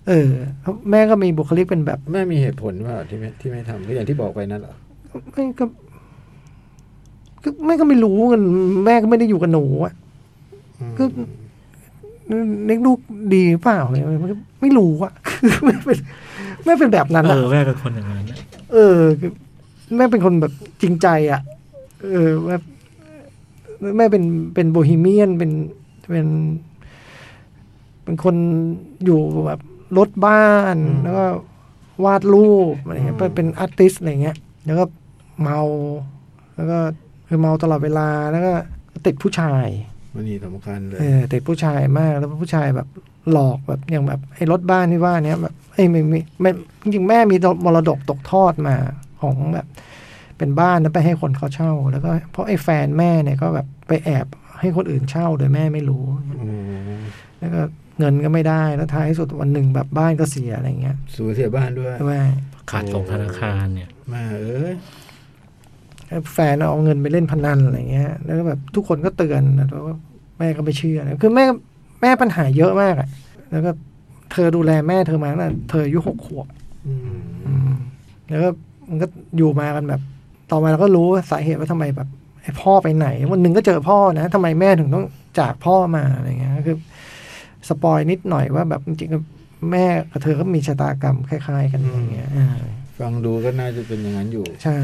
เออเพราะแม่ก็มีบุคลิกเป็นแบบ
แม่มีเหตุผลว่าที่ไม่ที่ไม่ทำก็อย่างที่บอกไปนั่นเหรอ
ไม่ก็ก็แม่ก็ไม่รู้กันแม่ก็ไม่ได้อยู่กับหนูอะก็เลี้ยงลูกดีหรือเปล่าเลยมันก็ไม่รู้อะ คือแม่เป็นแม่เป็นแบบนั้น
เอ
อะ
อแม่เป็นคนอย่างนั้น
เออคือแม่เป็นคนแบบจริงใจอะเออแม่แม่เป็นเป็นโบฮีเมียนเป็นเป็น เป็นคนอยู่แบบรถบ้านแล้วก็วาดรูปอะไรเงี้ยเป็นเป็นอาร์ติสอะไรเงี้ย แล้วก็เมา แล้วก็คือเมาตลอดเวลาแล้วก็ติดผู้ชาย
มันนี่สำคัญเลย
เออติดผู้ชายมากแล้วผู้ชายแบบหลอกแบบอย่างแบบไอ้รถบ้านที่ว่าเนี้ยแบบไอ้ยไม่ไม่ไม่จริงๆแม่มีมรดกตกทอดมาของแบบ เป็นบ้านแล้วไปให้คนเขาเช่า แล้วก็เพราะไอ้แฟนแม่เนี่ยก็แบบไปแอบให้คนอื่นเช่าโดยแม่ไม่รู้
อืม
แล้วก็เงินก็ไม่ได้แล้วท้ายสุดวันหนึ่งแบบบ้านก็เสียอะไรเงี้ย
สูญเสียบ้านด้วย
ใช่ไหม
ขาดส่งธนาคารเนี่ย
แม่เอ้ย
แล้วแฟนเอาเงินไปเล่นพนันอะไรเงี้ย แล้วก็แบบทุกคนก็เตือนแล้วก็แม่ก็ไม่เชื่อนะคือแม่แม่ปัญหาเยอะมากอะแล้วก็เธอดูแลแม่เธอมาตั้งแต่เธออายุหกขวบ
อืม
แล้วก็มันก็อยู่มากันแบบ ต่อมาเราก็รู้สาเหตุว่าทำไมแบบไอ้พ่อไปไหน วันหนึ่งก็เจอพ่อนะทำไมแม่ถึงต้องจากพ่อมาอะไรเงี้ยก็คือสปอยนิดหน่อยว่าแบบจริงๆก็แม่กับเธอก็มีชะตากรรมคล้าย ๆ กันอะไรเงี้ยอ่า
ฟังดูก็น่าจะเป็นอย่างนั้นอยู่
ใช่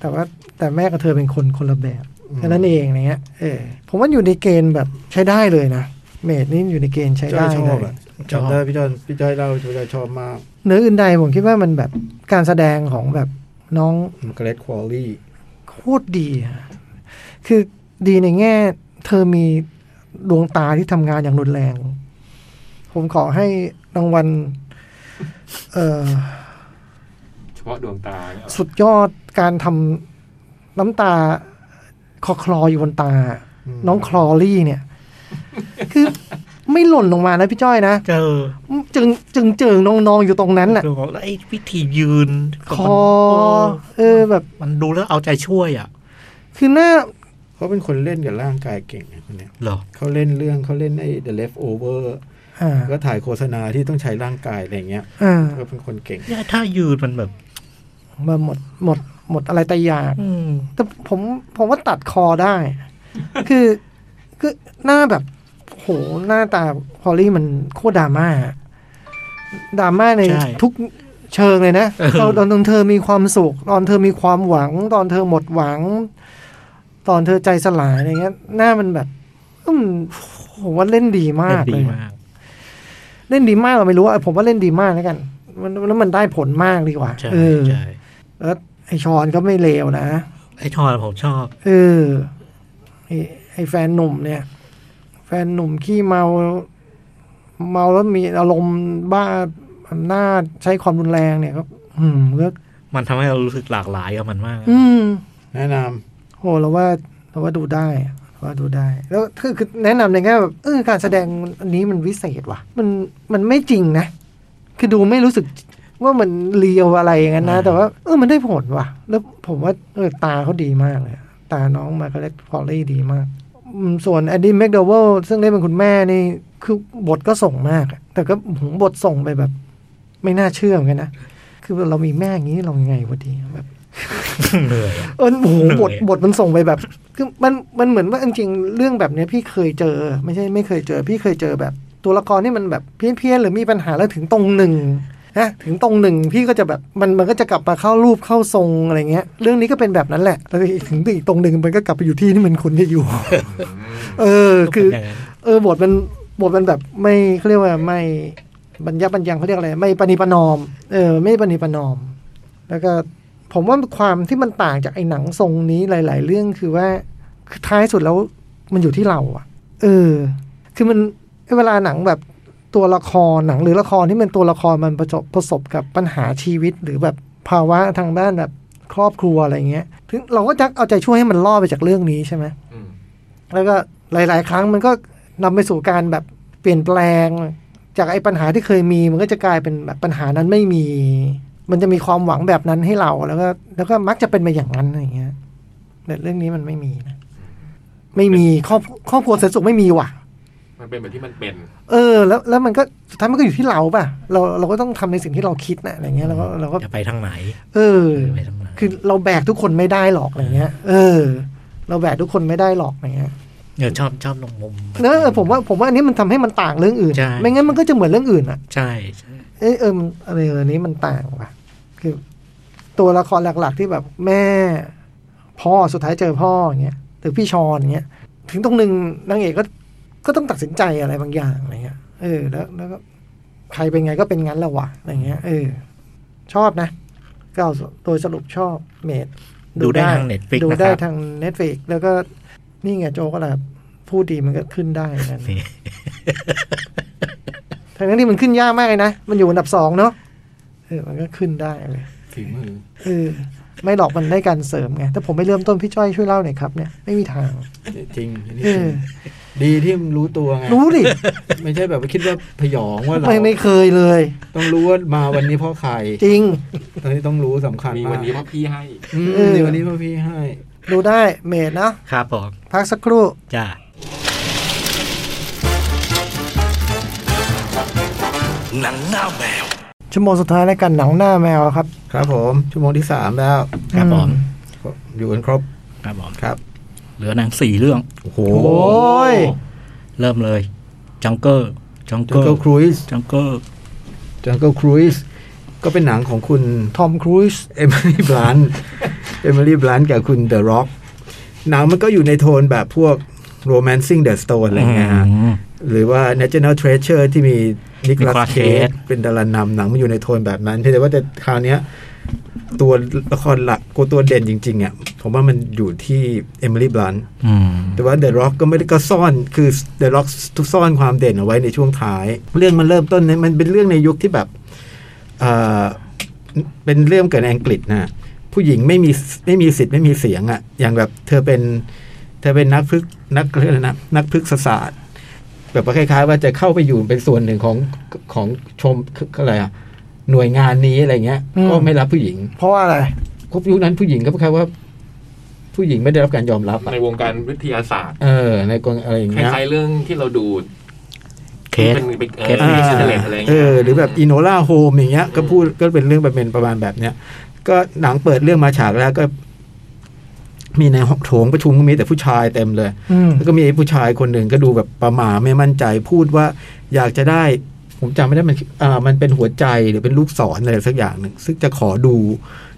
แต่ว่าแต่แม่กับเธอเป็นคนคนละแบบแค่นั้นเองอะไรเงี้ย เออ ผมว่าอยู่ในเกณฑ์แบบใช้ได้เลยนะ เมดนี่อยู่ในเกณฑ์ใช้
จ้
ได้
อยช
เล
อบ
ย
อ่ะจำได้พี่จอยพี่จอยเล่าพี่จอยชอบมาก
เหนืออื่นใดผมคิดว่ามันแบบการแสดงของแบบน้อง
เกรดควอลี่
โคตรดีอะคือดีในแง่ เธอมีดวงตาที่ทำงานอย่างรุนแรง ผมขอให้รางวัลเอ่อ
เฉพาะดวงตาเนี่ย
สุดยอดการทำ น้ำตาคลอคลออยู่บนตา น้องคลอรี่เนี่ย คือไม่หล่นลงมานะพี่จ้อยนะ
เจอ
จึงจึงเจิงนองนองๆอยู่ตรงนั้นน่ะ
แล้วไอ้วิธียืน
คอ เออแบบ
มันดูแล้วเอาใจช่วยอ่ะ
คือหน้า
เขาเป็นคนเล่นกับร่างกายเก่งนะคนเนี้ย
เหรอ
เขาเล่นเรื่องเขาเล่นไอ้ The Leftover
อ่า
ก็ถ่ายโฆษณาที่ต้องใช้ร่างกายอะไรเงี้ย
อ่า
ก็เป็นคนเก่ง
เนี่ยถ้ายืนมันแบบ
มาหมดหมดหมดอะไรแต่อยาก
อืม
แต่ผมผมว่าตัดคอได้ คือคือหน้าแบบ โหหน้าตาฮอลลี่มันโคตรดราม่าดราม่าใน
ใช่
ทุกเชิงเลยนะ
เออ
ตอนตอนเธอมีความสุข ตอนเธอมีความหวัง ตอนเธอหมดหวัง ตอนเธอใจสลายอะไรเงี้ย หน้ามันแบบอืมผมว่าเล่นดีมาก
เล่
เล
นดี
ย
มาก
เล่นดีมากเราไม่รู้อะผมว่าเล่นดีมากแล้วกันมันแล้วมันได้ผลมากดีกว่า
ใช่
เออ
ใช่
แล้วไอชอนก็ไม่เลวนะ
ไอ้ชอนผมชอบ
เออไอ้ไอ้แฟนหนุ่มเนี่ย แฟนหนุ่มขี้เมา เมาแล้วมีอารมณ์บ้าอำนาจใช้ความรุนแรงเนี่ยก็อืมก็
มันทำให้เรารู้สึกหลากหลายกับมันมาก
อืม
แนะนำ
โหเราว่าเราว่าดูได้เราว่าดูได้ แล้วคือคือแนะนำในแง่แบบเออการแสดงอันนี้มันวิเศษว่ะ มันมันไม่จริงนะ คือดูไม่รู้สึกว่ามันเลียวอะไรอย่างนั้นนะ
อ่า
แต่ว่าเออมันได้ผลว่ะ แล้วผมว่าเออตาเขาดีมากเลยอะตาน้องมาคาเล็กพอลลี่ดีมากอืมส่วนแอดดี้แมคดเวลซึ่งเล่นเป็นคุณแม่นี่ คือบทก็ส่งมากอะแต่ก็หบทส่งไปแบบ ไม่น่าเชื่อเหมือนกันนะ คือเรามีแม่อย่างนี้เรายังไงวะดีแบบ
เหนื่อยอะ
เออโอ้โห
เหนื่อย
บทบทมันส่งไปแบบคือมันมันเหมือนว่าจริงๆเรื่องแบบเนี้ยพี่เคยเจอ ไม่ใช่ไม่เคยเจอ พี่เคยเจอแบบ ตัวละครที่มันแบบเพี้ยนๆหรือมีปัญหาแล้วถึงตรงหนึ่งนะถึงตรงหนึ่งพี่ก็จะแบบมันมันก็จะกลับมาเข้ารูปเข้าทรงอะไรเงี้ย เรื่องนี้ก็เป็นแบบนั้นแหละแล้วถึงอีกตรงหนึ่งมันก็กลับไปอยู่ที่ที่มันควรจะ อยู่ เออคือ
ย่างนั้น
เออบทมันบทมันแบบไม่เขาเรียกว่าไม่บรรยับบรรยังเขาเรียกอะไรไม่ปณิประนอม เออ ไม่ปณิประนอม แล้วก็ผมว่าความที่มันต่างจากไอ้หนังทรงนี้หลาย ๆ เรื่องคือว่าคือท้ายสุดแล้วมันอยู่ที่เราอะเออ คือมันเวลาหนังแบบตัวละครหนังหรือละครที่มันตัวละครมันประสบประสบกับปัญหาชีวิตหรือแบบภาวะทางด้านแบบครอบครัวอะไรเงี้ยถึงเราก็จะเอาใจช่วยให้มันล่อดไปจากเรื่องนี้ใช่ไหม
อืม
แล้วก็หลาย ๆ ครั้งมันก็นำไปสู่การแบบเปลี่ยนแปลง จากไอ้ปัญหาที่เคยมี มันก็จะกลายเป็นแบบปัญหานั้นไม่มี มันจะมีความหวังแบบนั้นให้เราแล้วก็แล้วก็มักจะเป็นไปอย่างนั้นอะไรอย่างเงี้ยแต่เรื่องนี้มันไม่มีนะไม่มีครอบครอบครัวแสนสุขไม่มีว่ะ
มันเป็นแบบที่มันเป็น
เออ แล้วแล้วมันก็สุดท้ายมันก็อยู่ที่เราป่ะเราเราก็ต้องทำในสิ่งที่เราคิดนะอะไรเงี้ยเราก็เราก็
จะไปทางไหน
เออ
จะไปทางไหน
คือเราแบกทุกคนไม่ได้หรอกอะไรเงี้ย เออ เราแบกทุกคนไม่ได้หรอกอะไรเงี้ย
เออชอบชอบลงมุม
เนอะเออผมว่าผมว่าอันนี้มันทำให้มันต่างเรื่องอื่น
ใช่
ไม่งั้นมันก็จะเหมือนเรื่องอื่นอ่ะ
ใช่ใช่
เอยเออมันอะไรเออนี้มันต่างว่ะคือ ตัวละครหลักๆที่แบบแม่ พ่อสุดท้ายเจอพ่ออย่างเงี้ยหรือพี่ชอนอย่างเงี้ยถึงตรงหนึ่งนางเอกก็ก็ต้องตัดสินใจอะไรบางอย่างอะไรเงี้ยเออแล้วแล้วก็ใครเป็นไงก็เป็นงั้นแหละวะอะไรเงี้ยเออ ชอบนะก็เอาโดยสรุปชอบเมด
ดูได้ทาง Netflix
ดูได้
นะครับ
ทางเน็ตฟลิกแล้วก็นี่ไงโจก็แหละพูดดีมันก็ขึ้นได้นั่น
นี่
ทั้งนั้นที่มันขึ้นยากมากเลยนะ มันอยู่อันดับสองเนาะ เออ มันก็ขึ้นได้เลย
ฝีมือ
เออ ไม่หรอกมันได้การเสริมไง ถ้าผมไม่เริ่มต้นพี่จ้อยช่วยเล่าหน่อยครับเนี่ย ไม่มีทาง
จริงอันนี้
เอ
จริ
อ
งดีที่มึงรู้ตัวไง
รู้ดิ
ไม่ใช่แบบว่าคิดว่าพยองว่าเรา
ไม่ไม่เคยเลย
ต้องรู้ว่ามาวันนี้เพราะใคร
จริง
ตอนนี้ต้องรู้สำคัญ
มี
มา
วัน
ก
นี้เพราะพี่ให้
อืม
เออ
มีวันนี้เพราะพี่ให้
ดูได้เมดเนาะ
ครับผม
พักสักครู่
จ้า
หนังหน้าแมว
ชั่วโมงสุดท้ายแล้วกันหนังหน้าแมวครับ
ครับผมชั่วโมงที่สามแล้ว
ครับผม
อยู่กันครบ
ครับผม
ครับ
เหลือหนังสี่เรื่อง
โอ้โห
โอ้ย
เริ่มเลยจังเกอร์จังเก
จัง
อ
เกิล
ร์
ครูซ
จังเกอร์
จังเกิลครูซก็เป็นหนังของคุณ
ทอมครูซ
เอมิลี่บลั นเอมิลี่บลันกับคุณเดอะร็อกหนังมันก็อยู่ในโทนแบบพวก Romancing the Stone อะไรเงี้ยฮะ
ม
หรือว่า National Treasure ที่มีนิคลั
Nicolas
สเค
Cage
สเป็นดารานำหนังมันอยู่ในโทนแบบนั้นเพียงแต่ว่าแต่คราวเนี้ย ตัวละครหลักกูตัวเด่นจริง ๆอ่ะผมว่ามันอยู่ที่เอมิลี่บลัน
อืม
แต่ว่าเดอะร็อกก็ไม่ได้ก็ซ่อนคือเดอะร็อกทุกซ่อนความเด่นเอาไว้ในช่วงท้าย เรื่องมันเริ่มต้นเนี่ยมันเป็นเรื่องในยุคที่แบบ เอ่อเป็นเรื่องเกิดในอังกฤษนะ ผู้ ผู้หญิงไม่มีไม่มีสิทธิ์ไม่มีเสียงอะ่ะ อย่างแบบเธอเป็นเธอเป็นนักพฤกษ์นักเรียกอะไรนะนักพฤกษศาสตร์ แบบว่าคล้ายๆว่าจะเข้าไปอยู่เป็นส่วนหนึ่งของของชมคืออะไรอะหน่วยงานนี้อะไรเงี้ย
อืม
ก็ไม่รับผู้หญิง
เพราะว่าอะไร
ครบยุคนั้นผู้หญิงก็คล้ายๆว่า ผู้หญิงไม่ได้รับการยอมรับอะ
ในวงการวิทยาศาสตร์
เออ ในกองอะไรอย่าง
ค
เงี้ย
ล้ายๆเรื่องที่เราดู
เค
ที่
ส
เป็นเป็นเอ
เค
อ
ส
เป็นอินเทอร์เน็ตอะไรย่าง
เอ
เงี้ย
อหรือแบบอีโนล่าโฮมอย่างเงี้ยก็พูดก็เป็นเรื่องแบบเป็นประมาณแบบเนี้ย ก็หนังเปิดเรื่องมาฉากแล้วก็ มีในห้องโถงประชุมก็มีแต่ผู้ชายเต็มเลย
อืม
แล้วก็มีผู้ชายคนหนึ่งก็ดูแบบประหมาไม่มั่นใจ พูดว่าอยากจะได้ ผมจำไม่ได้มันอ่ามันเป็นหัวใจหรือเป็นลูกศรอะไรสักอย่างหนึ่งซึ่งจะขอดู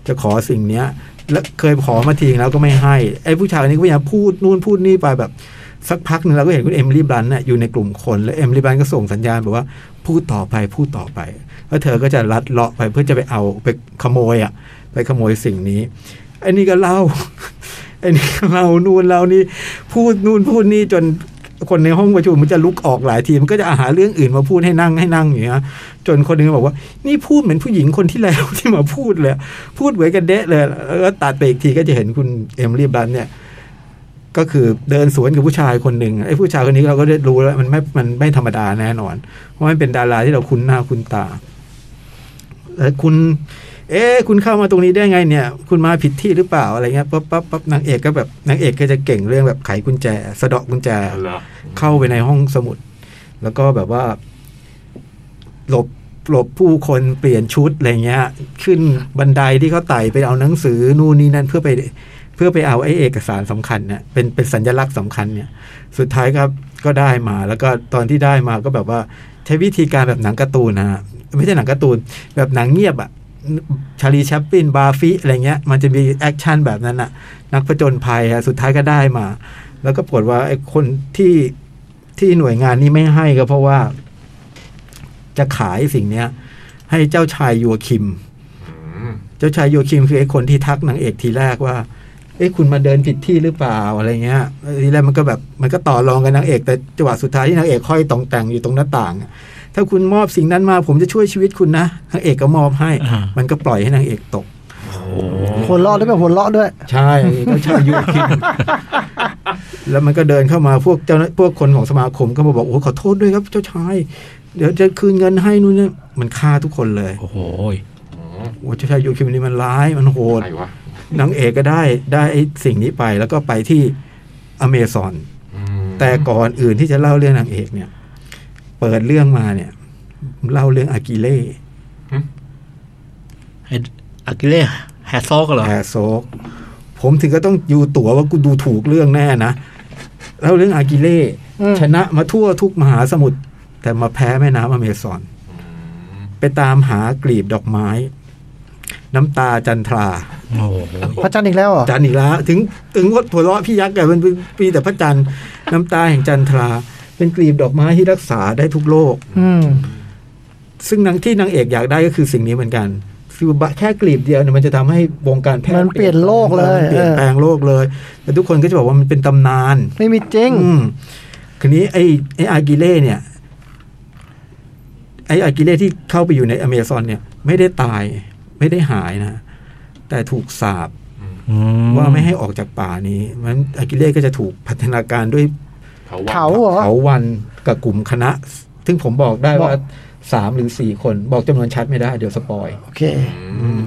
จะขอสิ่งเนี้ย แล้วเคยขอมาทีแล้วก็ไม่ให้ไอ้ผู้ชายคนนี้ก็พยายามพูดนู่นพูดนี่ไปแบบ สักพักหนึ่งเราก็เห็นคุณเอมิลี่บลันน่ะอยู่ในกลุ่มคน แล้วเอมิลี่บลันก็ส่งสัญญาณบอกว่าพูดต่อไปพูดต่อไปแล้วเธอก็จะลัดเลาะไปเพื่อจะไปเอาไปขโมยอ่ะ ไปขโมยสิ่งนี้ไอ้นี่ก็เล่า ไอ้นี่ก็เล่านู่นเล่านี่พูดนู่นพูดนี่จนคนในห้องประชุมมันจะลุกออกหลายทีมันก็จะหาเรื่องอื่นมาพูดให้นั่งให้นั่งอย่างเงี้ยจนคนหนึงบอกว่า นี่พูดเหมือนผู้หญิงคนที่แล้ว ที่มาพูดเลย พูดเหมือนกันเดะเลยแล้วก็ตัดไปอีกทีก็จะเห็นคุณเอมิลี่บลันเนี่ย ก็คือเดินสวนกับผู้ชายคนหนึ่งไอ้ผู้ชายคนนี้เราก็ได้รู้แล้วมันไม่ มันไม่ธรรมดาแน่นอน เพราะมันเป็นดาราที่เราคุ้นหน้าคุ้นตาแล้วคุณ เอ๊ะคุณเข้ามาตรงนี้ได้ไงเนี่ย คุณมาผิดที่หรือเปล่าอะไรเงี้ยปั๊บปั๊บปั๊บนางเอกก็แบบนางเอกก็จะเก่งเรื่องแบบไขกุญแจ สะเดาะกุญแจ
เหรอ
เข้าไปในห้องสมุด แล้วก็แบบว่า หลบหลบผู้คนเปลี่ยนชุดอะไรเงี้ย ขึ้นบันไดที่เขาไต่ไปเอาหนังสือนู่นนี่นั่นเพื่อไป เพื่อไปเอาไอ้เอกสารสำคัญเนี่ยเป็นเป็นสัญลักษณ์สำคัญเนี่ย สุดท้ายก็ก็ได้มา แล้วก็ตอนที่ได้มาก็แบบว่าใช้วิธีการแบบหนังการ์ตูนนะฮะไม่ใช่หนังการ์ตูน แบบหนังเงียบอะชาลีแชปปินบาฟิอะไรเงี้ย มันจะมีแอคชั่นแบบนั้นอะนักผจญภัยอะสุดท้ายก็ได้มา แล้วก็ปรากฏว่าไอ้คนที่ที่หน่วยงานนี้ไม่ให้ก็เพราะว่า จะขายสิ่งเนี้ย ให้เจ้าชายโยัวคิม
อืม
เจ้าชายโยคิมคือไอ้คนที่ทักนางเอกทีแรกว่า เอ้คุณมาเดินผิดที่หรือเปล่าอะไรเงี้ยทีแรกมันก็แบบมันก็ต่อรองกับนางเอก แต่จังหวะสุดท้ายที่นางเอกห้อยตองแต่งอยู่ตรงหน้าต่างอะถ้าคุณมอบสิ่งนั้นมาผมจะช่วยชีวิตคุณนะนางเอกก็มอบให้
อ่ามั
มันก็ปล่อยให้นางเอกตก
หัวเราะด้วยแบบหัวเราะด้วย
ใช่เจ้าชายโยคิม แล้วมันก็เดินเข้ามาพวกเจ้าหน้าพวกคนของสมาคมก็มาบอกโอ้ขอโทษด้วยครับ เจ้าชายเดี๋ยวจะคืนเงินให้นู่นนี่มันฆ่าทุกคนเลย
โอ้โห
อืม
โอ้เจ้าชายโยคิมนี่มันร้ายมันโหด
ใครวะ
นางเอกก็ได้ได้ไอ้สิ่งนี้ไปแล้วก็ไปที่อเมซอน
อืม
แต่ก่อนอื่นที่จะเล่าเรื่องนางเอกเนี่ย เปิดเรื่องมาเนี่ย เล่าเรื่องอากิเล่
ไอ้อากิเล่แฮซอกเหรอ
แอโซกผมถึงก็ต้องอยู่ตั๋วว่ากูดูถูกเรื่องแน่นะเล่าเรื่องอากิเล่
อืม
ชนะมาทั่วทุกมหาสมุทรแต่มาแพ้แม่น้ำอเมซอน ไปตามหากลีบดอกไม้ น้ำตาจันทรา
โอ้โห
พระจันทร์อีกแล้วเหรอ
จันทร์อีกแล้วถึงถึงวดหัวเราะพี่ยักษ์แกมันเป็นปีแต่พระจันทร์น้ำตาแห่งจันทรา เป็นกลีบดอกไม้ที่รักษาได้ทุกโรค
อืม
ซึ่งนางที่นางเอกอยากได้ก็คือสิ่งนี้เหมือนกันคือแค่กลีบเดียวเนี่ยมันจะทำให้วงการแพทย์
มันเปลี่ยนโลกเลย
มันเปลี่ยน
เออ
แปลงโลกเลยแต่ทุกคนก็จะบอกว่ามันเป็นตำนาน
ไม่มีจริง
อืมคืนนี้ไอ้ไอ้อากิเล่เนี่ย ไอ้อากิเล่ที่เข้าไปอยู่ในอเมซอนเนี่ย ไม่ได้ตายไม่ได้หายนะ แต่ถูกสาป
อื
ว่าไม่ให้ออกจากป่านี้มันอากิเล่ก็จะถูกพัฒนาการด้วย
เขา
เขา หร
ว่า
อ
เถาวันกับกลุ่มคณะ ซึ่งผมบอกได้
บอก
ว่าสามหรือสี่คนบอกจำนวนชัดไม่ได้เดี๋ยวสปอย
โอเค
อืม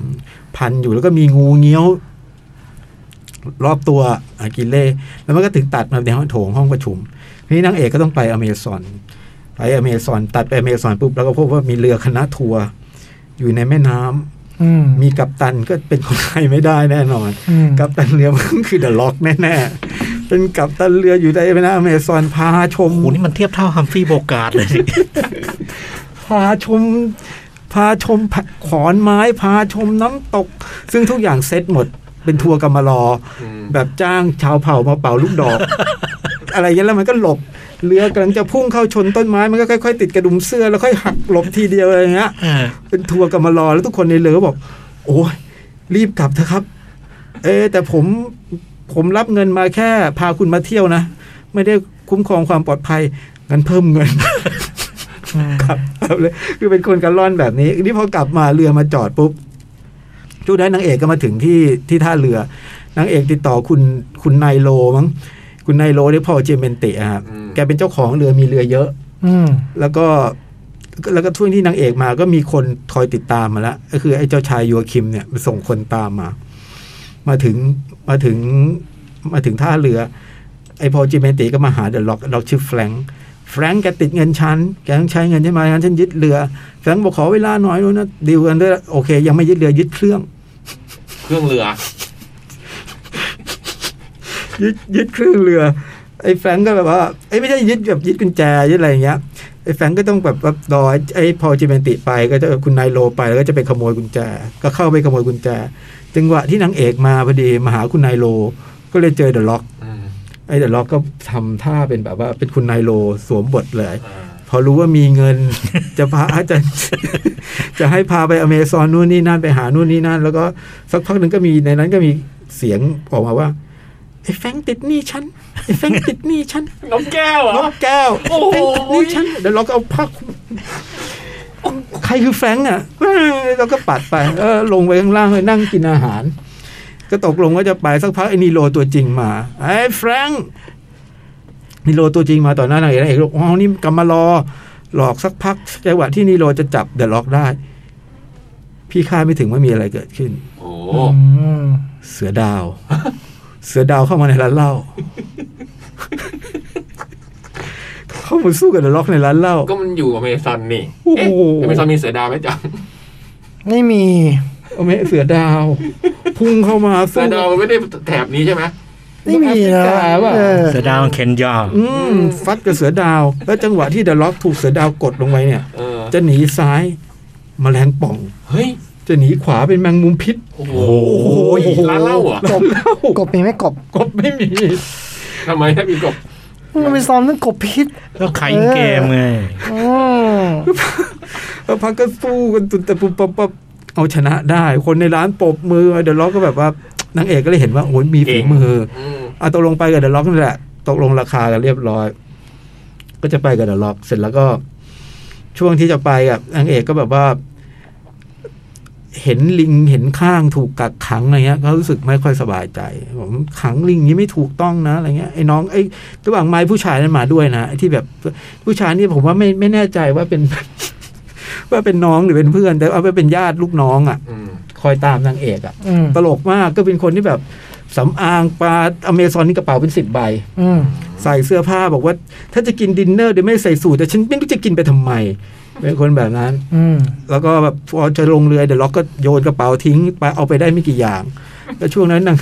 พันอยู่แล้วก็มีงูเงี้ยว รอบตัวอากิเล่แล้วมันก็ถึงตัดมาในห้องโถงห้องประชุมทีนี้นางเอกก็ต้องไปอเมซอนไปอเมซอนตัดไปอเมซอนปุ๊บแล้วก็พบว่ามีเรือคณะทัวร์อยู่ในแม่น้ำ
อืม
มีกัปตันก็เป็นคนไทยไม่ได้แน่นอน
อืม
กัปตันเรือมันคือเดอะล็อกแน่ๆ เป็นกัปตันเรืออยู่ในแม่น้ำอเมซอนพาชม
โหนี่มันเทียบเท่าฮัมฟี่โบการ์ดเลยสิ
พาชม พาชมขอนไม้ พาชมน้ำตก ซึ่งทุกอย่างเซ็ตหมด เป็นทัวร์กำมะลอ
อืม
แบบจ้างชาวเผ่ามาเป่าลูกดอก อะไรอย่างเงี้ยแล้วมันก็หลบ เรือกำลังจะพุ่งเข้าชนต้นไม้ มันก็ค่อยๆ ติดกระดุมเสื้อแล้วค่อยหักหลบทีเดียวอะไรอย่างเงี้ย
เออ
เป็นทัวร์กำมารอแล้วทุกคนในเรือก็บอก โอ้ยรีบกลับเถอะครับ เออแต่ผมผมรับเงินมาแค่พาคุณมาเที่ยวนะ ไม่ได้คุ้มครองความปลอดภัยงั้นเพิ่มเงิน ครับครับเลยคือเป็นคนกันล่อนแบบนี้นี่พอกลับมาเรือมาจอดปุ๊บ ช่วงนั้นนางเอกก็มาถึงที่ที่ท่าเรือนางเอกติดต่อคุณคุณนายโลมั้งคุณนายโลหรือพอเจเมนติอะครับ
อืม
แกเป็นเจ้าของเรือมีเรือเยอะ
อืม
แล้วก็แล้วก็ช่วงที่นางเอกมาก็มีคนคอยติดตามมาแล้วก็คือไอ้เจ้าชายยัวคิมเนี่ยมันส่งคนตามมา มาถึงมาถึงมาถึงท่าเรือ ไอ้พอจิเมนติก็มาหาเดอะล็อกล็อกชื่อแฟรงค์แฟรงค์แกติดเงินฉันแกต้องใช้เงินใช่ไหมงั้นฉันยึดเรือแฟรงค์บอกขอเวลาหน่อยนู้นนะดีลกันด้วยโอเค ยังไม่ยึดเรือยึดเครื่อง
เครื่องเรือ
ยึดยึดเครื่องเรือ ไอ้แฟรงก์ก็แบบว่าไอ้ยไม่ใช่ยึดแบบยึดกุญแจยึดอะไรอย่างเงี้ยไอ้แฟรงก์ก็ต้องแบบว่ารอไอ้พอจิเมนติไปก็จะคุณนายโลไปแล้วก็จะไปขโมยกุญแจ ก็เข้าไปขโมยกุญแจจังหวะที่นางเอกมาพอดีมาหาคุณนายโล ก็เลยเจอเดอะล็อก
อืม
ไอ้เดอะล็อกก็ทำท่าเป็นแบบว่าเป็นคุณนายโลสวมบทเลย
อ่า
พอรู้ว่ามีเงิน จะพาจะ จะให้พาไปอเมซอนนู่นนี่นั่นไปหานู่นนี่นั่น แล้วก็สักพักหนึ่งก็มีในนั้นก็มีเสียงออกมาว่าไอ้แฟรงค์ติดหนี้ฉันไอ้แฟรงค์ติดหนี้ฉัน
น้องแก้วเหร
น้อ
อ
งแก้ว
โอ้โห
ไแฟรงค์ติดหนี้ฉันเดี๋ยวเราก็เอา ผ้าคลุมใครคือแฟรงค์อ่ะเออเราก็ปัดไปเออลงไปข้างล่างเลยนั่งกินอาหาร ก็ตกลงว่าจะไปสักพักไอ้นีโรตัวจริงมาไอ้แฟรงค์นีโรตัวจริงมาต่อหน้านางเอกนางเอกบอกอ๋อนี่กำมารอ หลอกสักพักจังหวะที่นีโรจะจับเดอะล็อกได้ พี่คาดไม่ถึงว่ามีอะไรเกิดขึ้น
โอ้
อืม
เสือดาว เสือดาวเข้ามาในร้านเหล้าเข้ามาสู้กับเดอะล็อกในร้านเหล้า
ก็มันอยู่อเมซอนนี่
โอ้โห
เอ๊ะอเมซอนมีเสือดาวไหมจ๊ะ
ไม่มี
เอาไหมเสือดาว พุ่งเข้ามา
เสือดาวมันไม่ได้แถบนี้ใช่ไหม
ไม่มีแล้วอะ
แล้ว
เออ
เสือดาวเคนยา
อืมฟัดกับเสือดาว แล้วจังหวะที่เดอะล็อกถูกเสือดาวกดลงไปเนี่ย
เออ
จะหนีซ้ายแมลงป่อง
เฮ้ย
จะหนีขวาเป็นแมงมุมพิษ
โอ้โห
โอ้โห
ร้านเหล้าเหรอ่ะ
กบเหล้าก
บมีไหม่กบ
กบไม่มี
ทำไมถ้ามีกบ
มันไปซ้อมเรื่องกบพิษ
ก็ไขเกมไง
อืม
แล้วพักก็สู้กันตุนแต่ปุ๊บปั๊บปั๊บเอาชนะได้ คนในร้านปรบมือเดอะล็อกก็แบบว่านางเอกก็เลยเห็นว่าโอ้ยมีฝีมือ
อืม
เอาตกลงไปกับเดอะล็อกนี่แหละตกลงราคากันเรียบร้อย ก็จะไปกับเดอะล็อกเสร็จแล้วก็ ช่วงที่จะไปกับนางเอกก็แบบว่า เห็นลิงเห็นข้างถูกกักขังอะไรเงี้ยก็รู้สึกไม่ค่อยสบายใจผมขังลิงอย่างนี้ไม่ถูกต้องนะอะไรเงี้ยไอ้น้องไอ้ระหว่างไม้ผู้ชายนั้นมาด้วยนะไอ้ที่แบบผู้ชายนี่ผมว่าไม่ไม่แน่ใจว่าเป็น ว่าเป็นน้องหรือเป็นเพื่อน แต่เอาไปเป็นญาติลูกน้องอ่ะ
อืม
คอยตามนางเอกอ่ะ
อืม
ตลกมากก็เป็นคนที่แบบสำอางปลาอเมซอนนี่กระเป๋าเป็นสิบใบ
อืม
ใส่เสื้อผ้าบอกว่า ถ้าจะกินดินเนอร์โดยไม่ใส่สูทแต่ฉันไม่รู้จะกินไปทำไม เป็นคนแบบนั้น
อืม
แล้วก็แบบพอจะลงเรือเดี๋ยวล็อกก็โยนกระเป๋าทิ้งไปเอาไปได้ไม่กี่อย่าง แล้วช่วงนั้นนาง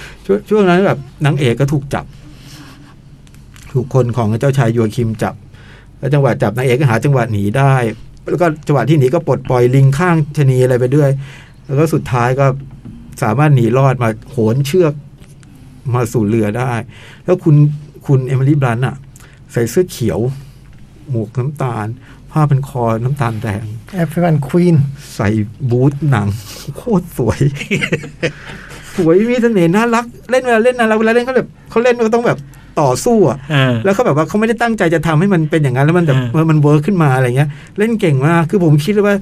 ช่วงช่วงนั้นแบบนางเอกก็ถูกจับ ถูกคนของเจ้าชายยัวคิมจับ แล้วจังหวะจับนางเอกก็หาจังหวะหนีได้ แล้วก็จังหวะที่หนีก็ปลดปล่อยลิงข้างชะนีอะไรไปด้วย แล้วก็สุดท้ายก็สามารถหนีรอดมาโหนเชือกมาสู่เรือได้ แล้วคุณคุณเอมิลี่บลันอะใส่เสื้อเขียว หมวกน้ำตาล ผ้าพันคอน้ำตาลแดง
แอฟริกันควีน
ใส่บูทหนัง โคตรส วย สวยมีเสน่ห์น่ารัก เล่นเวลาเล่นนะเราเวลาเล่นเขาแบบเขาเล่นก็ต้องแบบต่อสู้ อ่ะ
อ่า
แล้วเขาแบบว่าเขาไม่ได้ตั้งใจจะทำให้มันเป็นอย่างนั้นแล้วมันแบบ
อ่า
มันเวิร์กขึ้นมาอะไรเงี้ย เล่นเก่งมาก คือผมคิดเลยว่า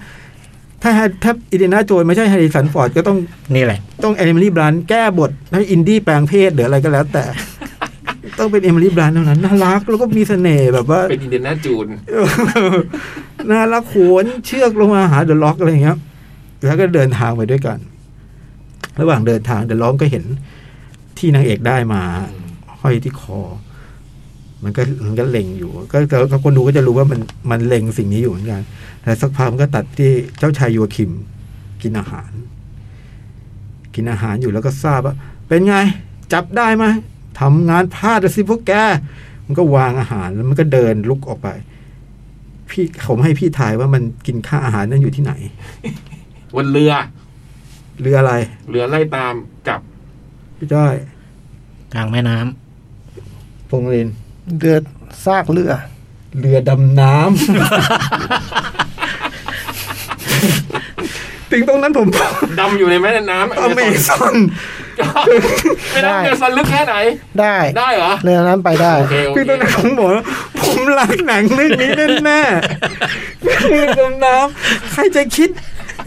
ถ้าถ้าอินเดน่าโจนไม่ใช่แฮร์ริสันฟอร์ดก็ต้อง
นี่แหละ
ต้องเอมิลี่บลันแก้บทให้อินดี้แปลงเพศหรืออะไรก็แล้วแต่ ต้องเป็นเอมิลี่บลันเท่านั้นน่ารักแล้วก็มีเสน่ห์แบบว่า
เป็นอินเดียนาจูน
เออ น่ารักโขนเชือกลงมาหาเดอะล็อกอะไรอย่างเงี้ย แล้วก็เดินทางไปด้วยกัน ระหว่างเดินทางเดอะล็อกก็เห็นที่นางเอกได้มา ห้อยที่คอ มันก็มันก็เล็งอยู่ ก็แต่ก็คนดูก็จะรู้ว่ามันมันเล็งสิ่งนี้อยู่เหมือนกันแต่สักพักมันก็ตัดที่เจ้าชายยัวคิม กินอาหาร กินอาหารอยู่แล้วก็ทราบว่าเป็นไง จับได้ไหมทำงานพลาดอะสิพวกแก มันก็วางอาหารแล้วมันก็เดินลุกออกไป พี่ผมให้พี่ทายว่ามันกินค่าอาหารนั้นอยู่ที่ไหน
วันเรือ
เรืออะไร
เรือไล่ตามจับ
พี่จ้อย
กลางแม่น้ำ
พงเรน
เดือดซากเรือ
เรือดำน้ ำ ถึงตรงนั้นผม
ดำอยู่ในแม่น้ำ
อเมซอน
ไม่ได้เมซอนลึกแค่ไหน
ได้
ได้เหรอ
เรือนั้นไปได้
โอเคโอ
คือ
เค
ตอนนั้นผมบอกว่าผมรักหนังเรื่องนี้แน่ๆเรือดำน้ำใครจะคิด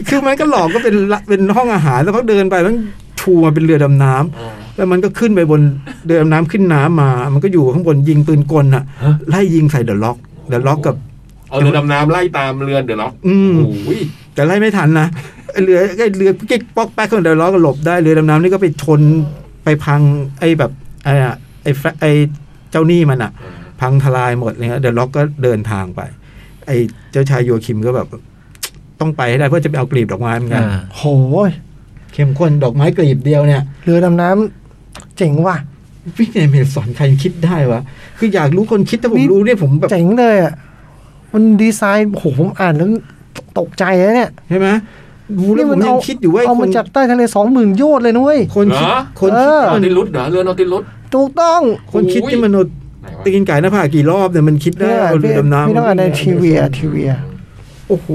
คือมันก็หลอกก็เป็นละเป็นห้องอาหารแล้วพักเดินไปมันชูมาเป็นเรือดำน้ำ
อืม
แล้วมันก็ขึ้นไปบนเรือดำน้ำขึ้นน้ำมา มันก็อยู่ข้างบนยิงปืนกลน่ะ
ฮะ
ไล่ยิงใส่เดอะล็อกเดอะล็อกกับ
เอาเรือดำน้ำไล่ตามเรือนเดี๋ยวล็อก
อืม
โอ้ย
แต่ไล่ไม่ทันนะไอ้เรือไอ้เรือกิ๊กป๊อกแป๊กของเดอะล็อกก็หลบได้เรือดำน้ำนี่ก็ไปชนไปพังไอ้แบบไอ้อะไอ้แฟไอ้เจ้าหนี้มันอ่ะ พังทลายหมดเลยฮะเดอะล็อกก็เดินทางไป ไอ้เจ้าชายโยคิมก็แบบ ต้องไปให้ได้เพื่อจะไปเอากลีบดอกไม้เหมือนกัน
อ่า
โหย
เข้มข้นดอกไม้กลีบเดียวเนี่ย
เรือดำน้ำเจ๋งว่ะ
วิเนยเมสอนใครคิดได้วะ คืออยากรู้คนคิดถ้าผ
นี่
มรู้เนี่ยผมแบบ
เจ๋งเลยอ่ะมันดีไซน์โหผมอ่านแล้วตกใจเลยเนี่ย
ใช่ไหมรู้แล้วผม
นี่
ยังคิดอยู่ว่าไอ้
เอา
ค
มาน จากใต้ทะเลสองหมื่นโยชน์เลยนุ้ย
คนคิด
เหรอ
คน
เอ
คิด
อ
นอติลุสเหรอเรือนอติลุส
ถูกต้อง
คนคิด
โอ้ย
ที่มนุษย์
ไหนวะ
ตีนไก่หน้าผากกี่รอบเนี่ยมันคิดได้
เนี่ย
เอาเรื
พี่
อดำน้ำ
พี่ต้องอ่านใน
มั
ทีวีอะทีวีอะ
โอ้โห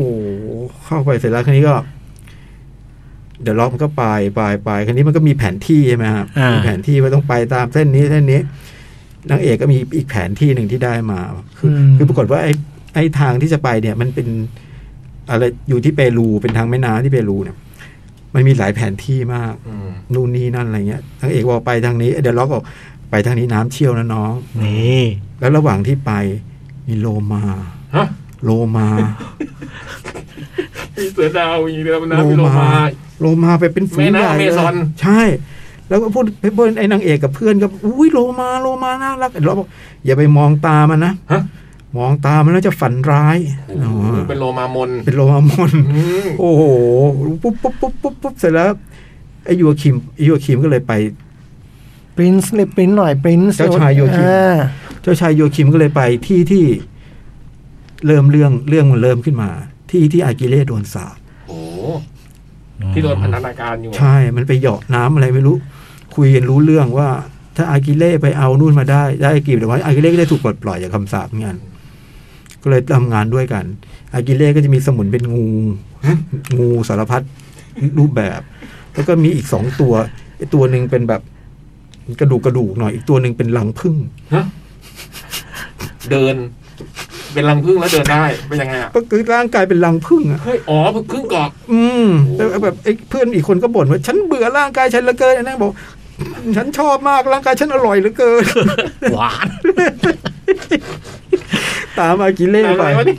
เข้าไปเสร็จแล้วคันนี้ก็ เดี๋ยวล็อกมันก็ไปไปไปคันนี้มันก็มีแผนที่ใช่ไหมครับ
อ่ามี
มีแผนที่ว่าต้องไปตามเส้นนี้เส้นนี้นางเอกก็มีอีกแผนที่หนึ่งที่ได้มาคือ คือปรากฏว่าไอ้ไอ้ทางที่จะไปเนี่ย มันเป็นอะไรอยู่ที่เปรูเป็นทางแม่น้ำที่เปรูเนี่ย มันมีหลายแผนที่มาก
อืม
นู่นนี่นั่นอะไรเงี้ยทางเอกบอกไปทางนี้เดี๋ยวล็อกบอกไปทางนี้น้ำเชี่ยวนะน้อง
นี่
แล้วระหว่างที่ไปมีโลมา
ฮะ
โลมา
มีเสือดาวมีเรือดำน้ำมีโลมา
โลมาไปเป็นฝูง
แม่
ใหญ่
น้ำ
เล
เมซอน
ยใช่ แล้วก็พูดไปเพื่อนไอ้นางเอกกับเพื่อนก็อุ้ยโลมาโลมาน่ารักเดี๋ยวล็อกบอกอย่าไปมองตามันนะ
ฮะ
มองตามันแล้วจะฝันร้าย
โอ้โหเป็นโลมามน
เป็นโลมามอน
อืม
โอ้โห ปุ๊บปุ๊บปุ๊บปุ๊บปุ๊บเสร็จแล้วไอ้โยัวคิมไอ้โยัวคิมก็เลยไป
ปรินซ์เลยปรินซ์หน่อยปรินซ์
เจ้าชายโยคิม เจ้าชายโยัวคิมก็เลยไปที่ที่เริ่มเรื่องเรื่องมันเริ่มขึ้นมา ที่ที่อากิเล่โดนสาป
โอ้โหที่โดนพันธนาการอยู่
ใช่มันไปเหยาะน้ำอะไรไม่รู้ คุยกันรู้เรื่องว่า ถ้าอากิเล่ไปเอานู่นมาได้ได้กีบแต่ว่าอากิเล่ก็ได้ถูกปลดปล่อยจากคำสาปงานก็เลยทำงานด้วยกัน อากิเล่ก็จะมีสมุนเป็นงู งูสารพัดรูปแบบ แล้วก็มีอีกสองตัวไอ้ตัวหนึ่งเป็นแบบกระดูกกระดูกหน่อย อีกตัวหนึ่งเป็นรังผึ้ง
ฮะเดิน เป็นรังผึ้งแล้วเดินได้ เป็นยังไงอ่ะ
ก็คือร่างกายเป็นรังผึ้งอ่ะ
เฮ้ยอ๋อผึ้งเกาะ
อืมแล้วแบบไอ้เพื่อนอีกคนก็บ่นว่า ฉันเบื่อร่างกายฉันเหลือเกินไอ้นั่นบอก ฉันชอบมากร่างกายฉันอร่อยเหลือเกิน
หวาน
ตามอากิเล่ไป
อะไรวะเนี่ย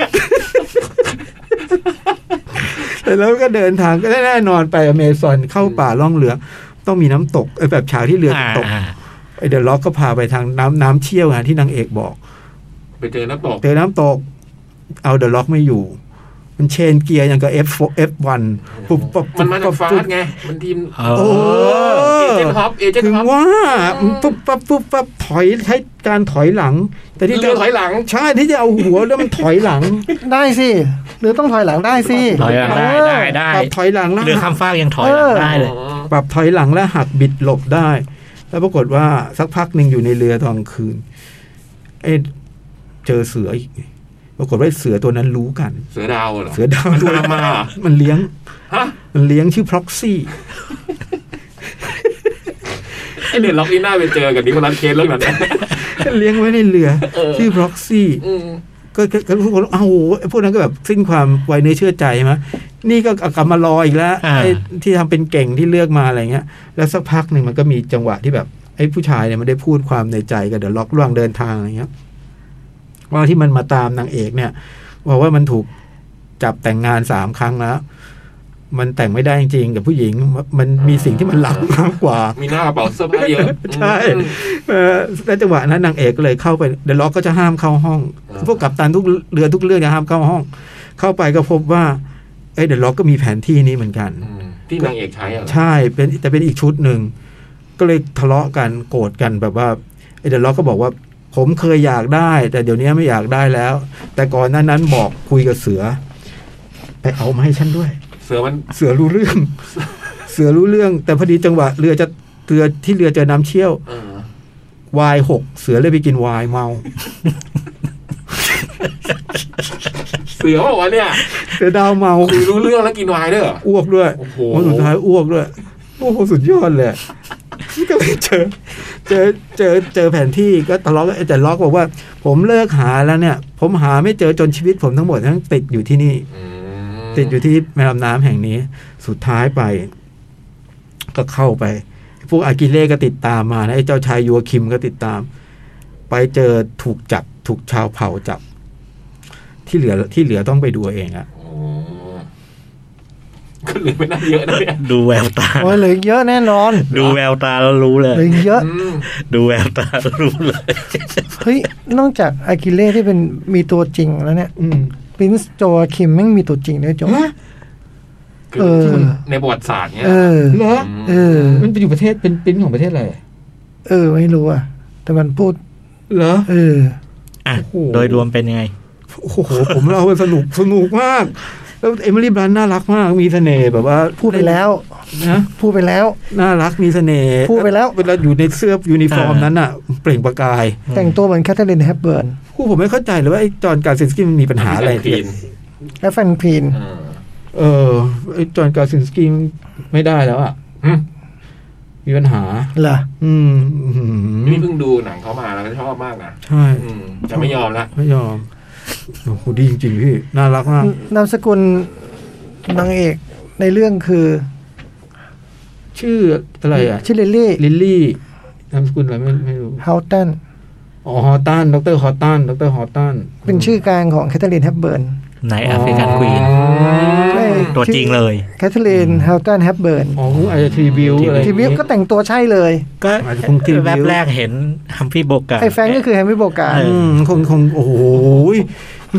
แต่แล้วก็เดินทางก็แน่นอนไปอเมซอนเข้าป่าล่องเรือ ต้องมีน้ำตกเอ้ยแบบฉากที่เรือตกไอ้เดอะล็อกก็พาไปทางน้ำน้ำเชี่ยวไงที่นางเอกบอก
ไปเจอน้ำตก
เจอน้ำตก เอาเดอะล็อกไม่อยู่ มันเชนเกียร์ยังกับ F4 F1 ปุ๊บปุ๊บ
มันมาจากฟา
ปุ๊
ส
บ
ไง มันทีม
เอ
โอ้
อ
เอเจนต์ฮอปเอเจน
ถึ
ต์
ง
ฮอป
ว่าปุ๊บปั๊บปุ๊บปั๊บถอยใช้การถอยหลัง แต่ที่
เรือถอยหลัง
ใช่ที่จะเอาหัวแล้วมันถอยหลัง
ได้สิหรือต้องถอยหลังได้สิ
ถอยหลังได้ได้ได้
ปรับถอยหลังแล้ว
เรือข้ามฟากยังถอยหลังได้เลย
อ๋อ
ปรับถอยหลังแล้วหักบิดหลบได้ แล้วปรากฏว่าสักพักหนึ่งอยู่ในเรือตอนกลางคืนเอ้ยเจอเสืออีกปรากฏว่าเสือตัวนั้นรู้กัน
เสือดาวเหรอ
เสือดาว
มันทรมานเหรอ
มันเลี้ยง
ฮะ
มันเลี้ยงชื่อ proxy
ไอเรือนล็อกอีน่าไปเจอกับนิโคลัสเคสเรื่องนั้นนะ
เลี้ยงไว้ในเรือ ชื่อ proxy
อืม
ก็ก็ก็ทุกคนเอ้าวพวกนั้นก็แบบสิ้นความไว้เนื้อเชื่อใจใช่ไหมนี่ก็เอากลับมารออีกแล้ว
อ่า
ไอ้ที่ทำเป็นเก่งที่เลือกมาอะไรเงี้ย แล้วสักพักหนึ่งมันก็มีจังหวะที่แบบไอ้ผู้ชายเนี่ยมันได้พูดความในใจกับเดอะล็อกระหว่างเดินทางอะไรเงี้ยว่าที่มันมาตามนางเอกเนี่ยบอกว่ามันถูกจับแต่งงานสามครั้งแล้ว มันแต่งไม่ได้จริงๆกับผู้หญิง มันมีสิ่งที่มันหลักมากกว่า
มีหน้ากระเป๋าเสื้อผ้าเยอะ
ใช่เออแล้วจังหวะนั้นนางเอกก็เลยเข้าไปเดล็อกก็จะห้ามเข้าห้อง พวกกัปตันทุกเรือทุกเรือจะห้ามเข้าห้อง เข้าไปก็พบว่า เอ้เดล็อกก็มีแผนที่นี้เหมือนกัน
อืมที่นางเอกใช้อ่ะ
ใช่เป็นแต่เป็นอีกชุดหนึ่ง ก็เลยทะเลาะกันโกรธกันแบบว่าไอ้เดล็อกก็บอกว่า ผมเคยอยากได้ แต่เดี๋ยวนี้ไม่อยากได้แล้ว แต่ก่อนหนั้นนั้นบอกคุยกับเสือ ไปเอามาให้ฉันด้วย
เสือมัน
เสือรู้เรื่อง เสือรู้เรื่อง แต่พอดีจังหวะเรือจะเรือที่เรือเจอน้ำเชี่ยว
เออ
วายหกเสือเลยไปกินวายเมา
เสือบอกว่าเนี่ย
เสือดาวเมา
คุยรู้เรื่องแล้วกินไวน์ด้วยเหรอ
อ้วกด้วย
โอ้โห
วันสุดท้ายอ้วกด้วยโอ้โหสุดยอดเลยก็ไปเจอ เจอเจอเจอแผนที่ก็ทะเลาะกันแต่ล็อกบอกว่า ผมเลิกหาแล้วเนี่ย ผมหาไม่เจอจนชีวิตผมทั้งหมดทั้งติดอยู่ที่นี่
อืม
ติดอยู่ที่แม่ลำน้ำแห่งนี้ สุดท้ายไป ก็เข้าไป พวกอากิเล่ก็ติดตามมานะไอ้เจ้าชายยัวคิมก็ติดตาม ไปเจอถูกจับ ถูกชาวเผ่าจับ ที่เหลือที่เหลือต้องไปดูเอาเองอะ
โอ้ก็เหลือไม่น่าเยอะนะเนี่ย
ดูแววตา
โอ้ยเหลืออีกเยอะแน่นอน
ดูแววตาแล้วรู้เลย
เหลืออีกเยอะ
อืม
ดูแววตาแล้วรู้เลย
เฮ้ย นอกจากอากิเล่ที่เป็นมีตัวจริงแล้วเนี่ย
อืม
ปรินซ์โจอาคิมแม่งมีตัวจริงด้วยโจ
คือ
เออ
ในประวัติศาสตร์เนี่ย
เออ
เหรอ
เอ
ม
อ
มันไปอยู่ประเทศเป็นปริ้นของประเทศอะไร
เออ ไม่รู้อ่ะ แต่มันพูด
เหรอ
เออ
อ่ะ
โอ้โห
โดยรวมเป็นยังไง
โอ้โห ผมเราไปสนุกสนุกมาก แล้วเอมิลี่บลันน่ารักมาก มีเสน่ห์แบบว่า
พูดไปแล้ว
นะ
พูดไปแล้ว
น่ารักมีเสน่ห์
พูดไปแล้ว
เวลาอยู่ในเสื้อยูนิฟอร์มนั้นอ่ะ เปล่งประกาย
แต่งตัวเหมือนแคทเธอรีนแฮปเบิร์น
คู่ผมไม่เข้าใจเลยว่าไอ้จอห์นการซินสกี้มันมีปัญหาอะไร
ที่
เนี่ย
น
และแฟนพีน
เออ
เออไอ้จอห์นการซินสกี้ไม่ได้แล้วอ่ะ
อืม
มีปัญหา
เหรอ
อืมอื้อหือ
นี่เพิ่งดูหนังเขามาแล้วก็ชอบมากนะ
ใช่
อืมจะไม่ยอมละ
ไม่ยอมโอ้โหดีจริงๆพี่ น่ารักมาก
นามสกุลนางเอกในเรื่องคือ
ชื่ออะไรอ่ะ
ชิลลิลลี่
ลิลลี่นามสกุลอะไรไม่ไม่รู้
ฮาวตัน
อ๋อฮอตตันดรฮอตตันดรฮอตตัน
เป็นชื่อกลางของแคทเธอรีนแฮปเบิร์น
ไหนแอฟริกันควีน
เฮ้ย
ตัวจริงเลย
แคทเธอรีนฮาวตันแฮปเบิร์น
อ๋อเพิ่งอาจจะทรีวิวอะไร
ทีวีก็แต่งตัวใช่เลย
ก็
อาจจะคงที่วิว
แวบแรกเห็นฮัมพี่โบกา
ไอ้แฟรงก์ก็คือแฮมมี่โบการ
เอ
อืมคงคงโอ้โหย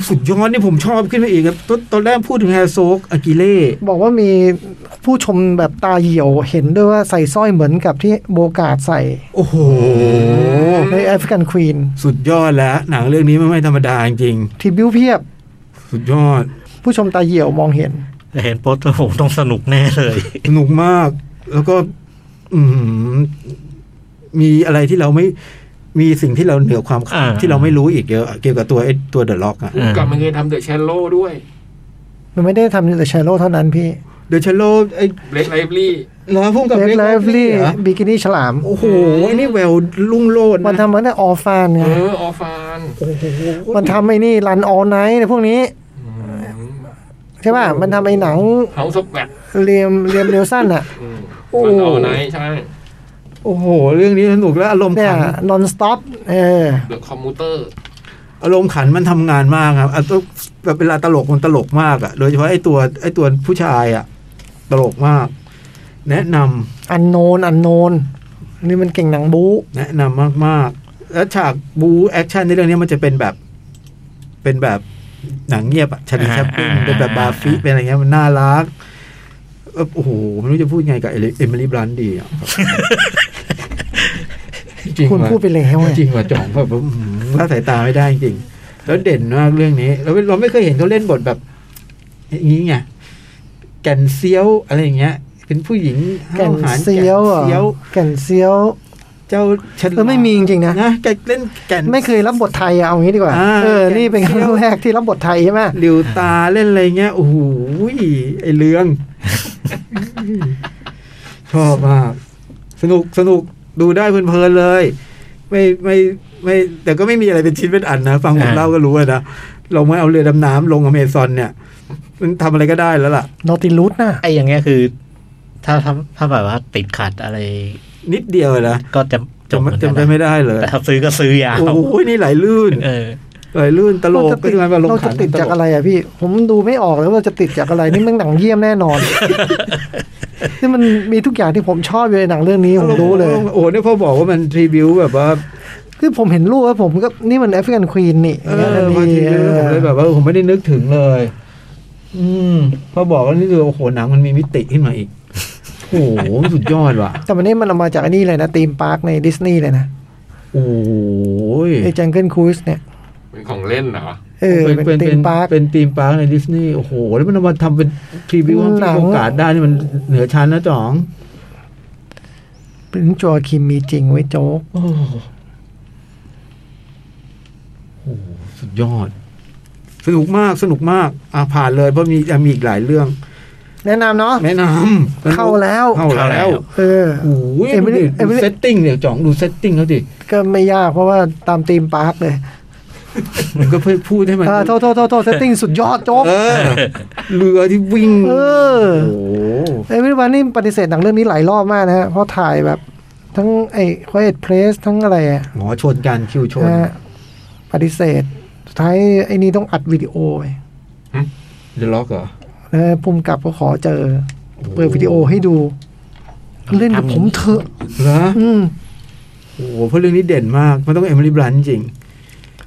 สุดยอดนี่ผมชอบขึ้นมาอีกครับตอนตอนแรกพูดถึงแฮร์โซกอากิเล่
บอกว่ามีผู้ชมแบบตาเหี่ยวเห็นด้วยว่าใส่สร้อยเหมือนกับที่โบการใส่
โอ้โห
ในแอฟริกันควีน
สุดยอดแล้ว หนังเรื่องนี้มันไม่ธรรมดาจริง
ทีบิวเพียบ
ๆสุดยอด
ผู้ชมตาเหี่ยวมองเห็น
เห็นโปสเตอร์ผมต้องสนุกแน่เลย
สนุกมาก แล้วก็ อือหือมีอะไรที่เราไม่ มีสิ่งที่เราเหนือความคาด
อ่า
ที่เราไม่รู้อีกเยอะ เกี่ยวกับตัวไอ้ตัวเดอะล็อกอะ
พุ่งกลับมันเคยทำเดอะแชนโลด้วย
มันไม่ได้ทำแต่ชาโลเท่านั้นพี่
เดอะเชลโลไอ้
เล็กไลฟ์ลี่
เหรอพุ่งกับ
เล็กไลฟ์ลี่
เหรอ
บิกินี่ฉลาม
โอ้โหไอ้นี่แววลุ่งโลด
มันทำมาได้ออฟานไง
เออออฟาน
โอ้โห
มันทำไอ้นี่รันออ n ไนท์พวกนี้ ใช่ป่ะ มันทำไอ้หนัง
เฮาส์ออฟแบท
เรียมเรียมเนลสันอะ
มันเอาไหนใช่
โอ้โห เรื่องนี้สนุกและอารมณ์
เนี่ย
ขัน
นอนสต็อปเออ
เดอะคอมมูเตอร์
อารมณ์ขันมันทำงานมากครับอ่ะต้องแบบเวลาตลกมันตลกมากอ่ะ โดยเฉพาะไอ้ตัวไอ้ตัวผู้ชายอ่ะ ตลกมาก แนะนำ
อันโนนอันโนน นี่มันเก่งหนังบู๊
แนะนำมากๆ แล้วฉากบูแอคชั่นในเรื่องนี้มันจะเป็นแบบ เป็นแบบหนังเงียบอ่ะชาลีแชปปิ้ง
อ่า
เป็นแบบบาฟิเป็นอะไรเงี้ยมันน่ารักเออโอ้โหไม่รู้จะพูดไงกับเอมิลี่บลันดีอ่ะจริง
คุณ
ว่ะ
พูดไปแล้วไง
จริงว่ะจ่องแบบว่าอื้อหือละสายตาไม่ได้จริง แล้วเด่นมากเรื่องนี้ แล้วเราไม่เคยเห็นเขาเล่นบทแบบอย่างนี้ไงแก่นเซียวอะไรอย่างเงี้ย เป็นผู้หญิง
แก่
ห้านวหาญ
เซียว
แก่
อ่ะ
นเซียว
แก่นเซียว
เจ้าฉัน
เออไม่มีจริงๆนะ
นะแกเล่นแก่น
ไม่เคยรับบทไทยอะเอางี้ดีกว่า
อ่า
เออ นี่เป็นครั้
แก่นเซี
ง
ยว
แรกที่รับบทไทยใช่ไหม
หลิวตาเล่นอะไรเงี้ยโอ้โหไอเรื่อง ชอบมาก สนุกสนุกดูได้เพลินๆเลย ไม่ไม่ไม่ แต่ก็ไม่มีอะไรเป็นชิ้นเป็นอันนะ ฟังผม
อ่า
เล่าก็รู้อะนะเราไม่เอาเรือดำน้ำลงอเมซอนเนี่ย มันทำอะไรก็ได้แล้วล่ะ
นอติลูสน่ะ
ไอ้อย่างเงี้ยคือ ถ้าถ้าถ้าแบบว่าติดขัดอะไร
นิดเดียวนะ
ก็จะจบ
จำ
เหมือน
จำ
กัน
ได้
นะ
ไม่ได้เลย
แต่ถ้าซื้อก็ซื้อยาว
โอ้โหนี่ไหลลื่น
เออ
ไหลลื่นตลก
เราจะ
เป็
ติด
นงานมาลง
เรา
ขั
จะ
น
ติดจากอะไรอ่ะพี่ ผมดูไม่ออกเลยว่าเราจะติดจากอะไร นี่มันหนังเยี่ยมแน่ นอน นี่มันมีทุกอย่างที่ผมชอบอยู่ในหนังเรื่องนี้ ผมรู้เลย
โอ้โหเนี่ยพ่อบอกว่ามันรีวิวแบบว่า
คือผมเห็นรูปแล้วผมก็นี่มันแอฟริกันควีนนี่
เอ
อย่างนั้น
อบาง
ดี
ที
เออ
ผมเลยแบบว่าผมไม่ได้นึกถึงเลย อืมพอบอกว่านี่คือโอ้โหหนังมันมีมิติขึ้นมาอีก โอ้โหสุดยอดว่ะ
แต่มันนี่มันเอามาจากไอันนี้เลยนะตีมพาร์คในดิสนีย์เลยนะ
โอ้ย
ไอ้จังเกิลครูซเนี่ย
เป็นของเล่นเหรอ
เออเป็นตีมพาร์ค
เป็นทีมพาร์คในดิสนีย์โอ้โห แล้วมันเอามาทำเป็นพรีวิว
หนัง
ที่โอกาสได้นี่มันเหนือชั้นนะจ๋อง
ปรินจอคิมมีจริงไว้ยโจ๊ก
โอ้โหโอ้โหสุดยอด สนุกมากสนุกมากอ่ะผ่านเลยเพราะมียังมีอีกหลายเรื่อง
แนะนำเนาะ
แนะนำ
เข้าแล้ว
เข้าแล้ว
เออ
โอ้ย
เอมิ
ดู
ลี่
ดิ
เอมิ
ดู
ลี่
เซตติ้งเนี่ยจ่องดูเซตติ้งเขาดิ
ก็ไม่ยากเพราะว่าตามตีมพาร์คเลย
มันก็พูดให้มัน
อ่าโทษโทษโทษโทษเซตติ้งสุดยอดโจ๊ก
เออเรือที่วิ่ง
เออ
โอ้โห
เอ้ยวิวันนี่ปฏิเสธหนังเรื่องนี้หลายรอบมากนะฮะ เพราะถ่ายแบบทั้งไอ้ Quiet Place ทั้งอะไรอ่ะ
หมอชนกันคิวชน
นะฮะปฏิเสธ สุดท้ายไอ้นี่ต้องอัดวิดีโอไป
เดล็อกเหรอ
แล้วภูมิกับก็ขอเจอ เปิดวิดีโอให้ดู เล่นกับผมเถอะ
เหรอ
อืม
โอ้โหเพราะเรื่องนี้เด่นมาก มันต้องเอมิลี่บลันจริง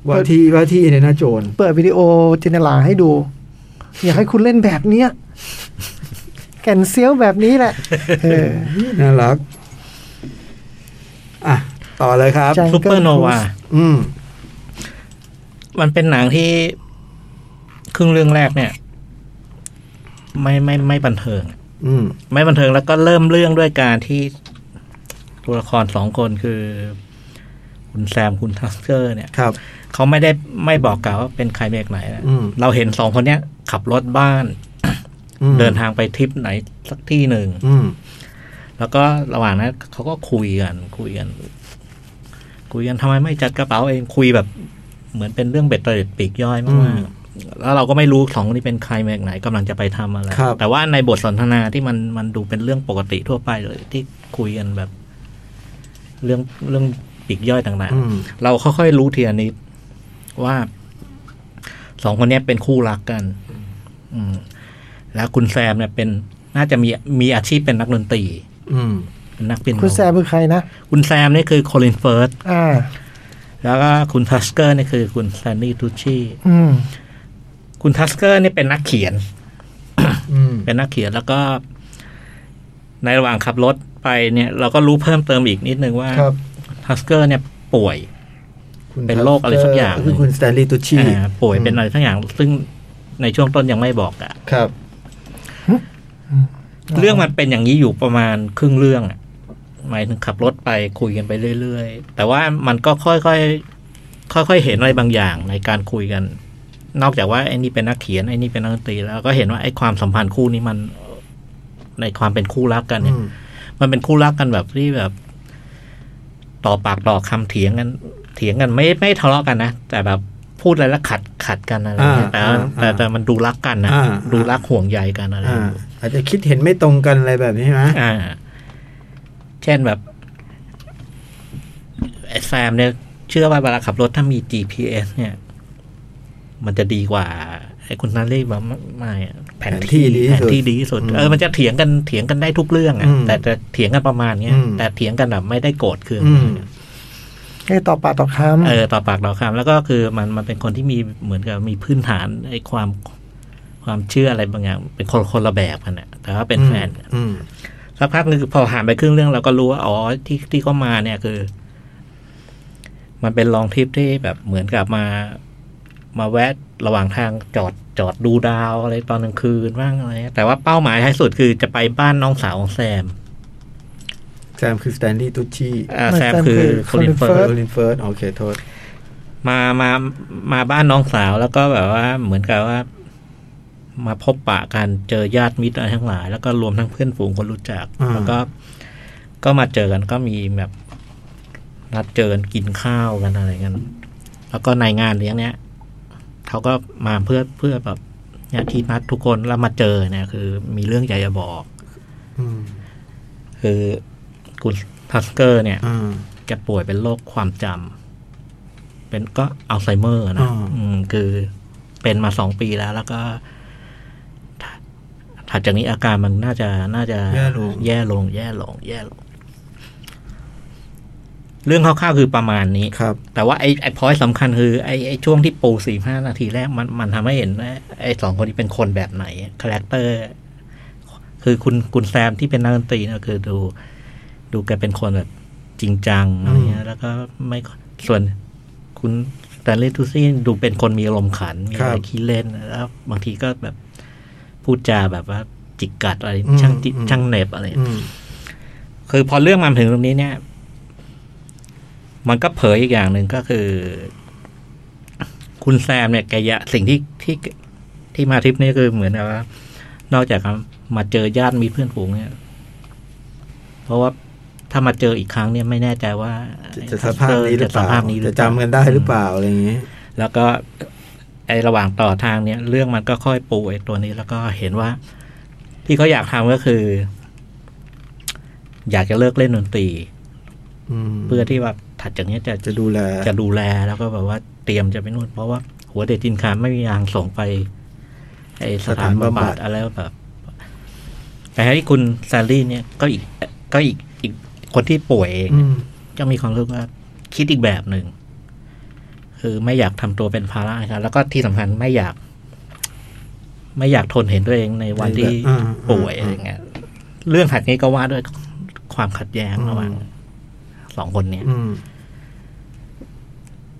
ว่าที่ว่าที่ในหน้าโจร
เปิดวิดีโอเจเนลาให้ดู อยากให้คุณเล่นแบบเนี้ยแก่นเซียวแบบนี้แหละเออ
น่ารัก อ่ะ ต่อเลยครับ
ใช่
ซูเปอร์โนวา
อืม
มันเป็นหนังที่ครึ่งเรื่องแรกเนี่ย ไม่ไม่ไม่บันเทิง
อืม
ไม่บันเทิงแล้วก็เริ่มเรื่องด้วยการที่ตัวละครสองคนคือ คุณแซมคุณทัสเกอร์เนี่ย
ครับ
เขาไม่ได้ไม่บอกกล่าวว่าเป็นใครเมฆไหนนะ
อืม
เราเห็นสองคนเนี้ย ขับรถบ้าน
อืม
เดินทางไปทริปไหนสักที่หนึ่ง
อืม
แล้วก็ระหว่างนั้นเขาก็คุยกัน คุยกัน คุยกันทำไมไม่จัดกระเป๋าเองคุยแบบ เหมือนเป็นเรื่องเบ็ดเตล็ดปลีกย่อย
อื
มาก
ม
ๆแล้วเราก็ไม่รู้สองคนนี้เป็นใครมาจากไหนกำลังจะไปทำอะไร
ครับ
แต่ว่าในบทสนทนาที่มันมันดูเป็นเรื่องปกติทั่วไปเลย ที่คุยกันแบบ เรื่องเรื่องปลีกย่อยต่าง
อืม
ๆ เราค่อยๆรู้ทีละนิดว่าสองคนเนี้ยเป็นคู่รักกัน อืม แล้วคุณแซมเนี่ยเป็นน่าจะมีมีอาชีพเป็นนักดนตรี
อืม
เป็นนักเปียโน
คุณแซมคือใครนะ
คุณแซมนี่คือโคลินเฟิร์ส
อ่า
แล้วก็คุณทัสเกอร์นี่คือคุณแซนดี้ทูชี
อืม
คุณทัสเกอร์นี่เป็นนักเขียน
อืม
เป็นนักเขียนแล้วก็ ในระหว่างขับรถไปเนี่ย เราก็รู้เพิ่มเติมอีกนิดนึงว่า
ครับ
ทัสเกอร์เนี่ยป่วย
คุณ
เป็นโรคอะไรสักอย่าง
คือคุณสแตนลีย์ตุชชี
อ่าป่วยเป็นอะไรทั้งอย่าง ซึ่งในช่วงต้นยังไม่บอกอะ
ครับ
เรื่องมันเป็นอย่างนี้อยู่ประมาณครึ่งเรื่องอะหมายถึงขับรถไปคุยกันไปเรื่อยๆ แต่ว่ามันก็ค่อยๆค่อยๆเห็นอะไรบางอย่างในการคุยกัน นอกจากว่าไอ้นี่เป็นนักเขียนไอ้นี่เป็นนักดนตรีแล้วก็เห็นว่าไอ้ความสัมพันธ์คู่นี้มันในความเป็นคู่รักกันเนี่ย
อืม
มันเป็นคู่รักกันแบบที่แบบ ต่อปากต่อคำเถียงกัน เถียงกันไม่ไม่ทะเลาะกันนะแต่แบบพูดอะไรแล้วขัดขัดกันอะไรเงี้ยแต่
อ่า
ว่าแต่
อ่า
แต่มันดูรักกันนะ
อ่า
ดูรักห่วงใยกันอะไร
อ่า อาจจะคิดเห็นไม่ตรงกันอะไรแบบนี้ใช่ไหม
อ่า เช่นแบบไอ้แซมเนี่ย เชื่อว่าเวลาขับรถถ้ามี GPS เนี่ย มันจะดีกว่าไอ้คุณนันเรียกว่าไม่ไม่อะแผนที่แผนที่ดีที่สุดเออมันจะเถียงกันเถียงกันได้ทุกเรื่องอ่ะแต่จะเถียงกันประมาณเนี้ยแต่เถียงกันแบบไม่ได้โกรธเคือง
อืม
ให้ต่อปากต่อคำ
เออต่อปากต่อคำแล้วก็คือมันมันเป็นคนที่มีเหมือนกับมีพื้นฐานไอ้ความความเชื่ออะไรบางอย่าง เป็นคนคนละแบบกันนะแต่ว่าเป็นแฟน
อืม
สักพักหนึงพอผ่านไปครึ่งเรื่องเราก็รู้ว่าอ๋อที่ที่เขามาเนี่ยคือ มันเป็นลองทริปที่แบบเหมือนกับมา มาแวะระหว่างทางจอดจอดดูดาวอะไรตอนกลางคืนบ้างอะไรแต่ว่าเป้าหมายท้ายสุดคือจะไปบ้านน้องสาวของแซม
แซมคือสแตนลีย์ตุชชี
อ่า
ไม่
แซม
แซม
คือ
คือ
โคลินเฟิร์
Colin Firth
ส
โอลินเฟิร์สโอเคโทษ
มามามาบ้านน้องสาวแล้วก็แบบว่าเหมือนกับว่า มาพบปะกันเจอญาติมิตรอะไรทั้งหลาย แล้วก็รวมทั้งเพื่อนฝูงคนรู้จัก
อ่า
แล้วก็ก็มาเจอกันก็มีแบบนัดเจอกันกินข้าวกันอะไรกัน แล้วก็ในงานเลี้ยงเนี้ยเขาก็มาเพื่อเพื่อแบบเนี่ยที่นัดทุกคนแล้วมาเจอเนี่ยคือมีเรื่องใหญ่จะบอก
อืม
คือคุณทัสเกอร์เนี่ย
อ่า
แกป่วยเป็นโรคความจำเป็นก็อัลไซเมอร์นะ
อ่า
อืมคือเป็นมาสองปีแล้ว แล้วก็ถัดถัดจากนี้อาการมันน่าจะน่าจะ
แย่ลง
แย่ลง แย่ลง แย่ลง เรื่องคร่าวๆคือประมาณนี้
ครับ
แต่ว่าไอ้ไอ้พอยสำคัญคือไอ้ไอ้ช่วงที่ปูสี่ห้านาทีแรกมันมันทำให้เห็นว่าไอ้สองคนนี้เป็นคนแบบไหนคาแรคเตอร์ คือคุณคุณแซมที่เป็นนักดนตรีเนี่ยคือดู ดูแกเป็นคนแบบจริงจังอะไรเงี้ย แล้วก็ไม่ค่อยส่วนคุณแตนเลทูซี่ดูเป็นคนมีอารมณ์ขัน มีอะ
ค
ไร
รับ
ขี้เล่นแล้วบางทีก็แบบพูดจาแบบว่าจิกกัดอะไร
อืม
ช่างจิ
อืม
ช่างเหน็บอะไร
อืม
คือพอเรื่องมาถึงตรงนี้เนี่ย มันก็เผยอีกอย่างหนึ่งก็คือ คุณแซมเนี่ยแกอยะสิ่งที่ที่ที่มาทริปนี้คือเหมือนกับว่า นอกจากมาเจอญาติมีเพื่อนฝูงเนี่ย เพราะว่าถ้ามาเจออีกครั้งเนี่ยไม่แน่ใจว่า
จะสภาพนี้หรือ
จะ
เป
ส
ล่า
ภาพนี้หรือเป
จะ
ล่า
จำกันได้หรือเปล่าอะไรอย่างเงี้ย
แล้วก็ไอระหว่างต่อทางเนี่ย เรื่องมันก็ค่อยปูไอตัวนี้ แล้วก็เห็นว่า ที่เขาอยากทำก็คือ อยากจะเลิกเล่นดนตรี
ม
เพื่อที่ว่าถัดจากเนี้ยจะ
จะดูแล
จะดูแลแล้วก็แบบว่าเตรียมจะไปนู่นเพราะว่าหัวเด็ดจินคามไม่มีทางส่งไป ไอสถานบำบัดอะไรแบบแต่ให้คุณซารี่เนี่ยก็อีกก็อีกอีกคนที่ป่วยเอง
อืม
ก็มีความรู้สึกว่าคิดอีกแบบหนึ่งคือไม่อยากทำตัวเป็นภาระนะครับแล้วก็ที่สำคัญไม่อยาก ไม่อยากทนเห็นตัวเองในวันที่
อ่า
ป่วยอะไรเงี้ยเรื่องถัดนี้ก็ว่าด้วยความขัดแย้งระหว่างสองคนเนี้ย
อืม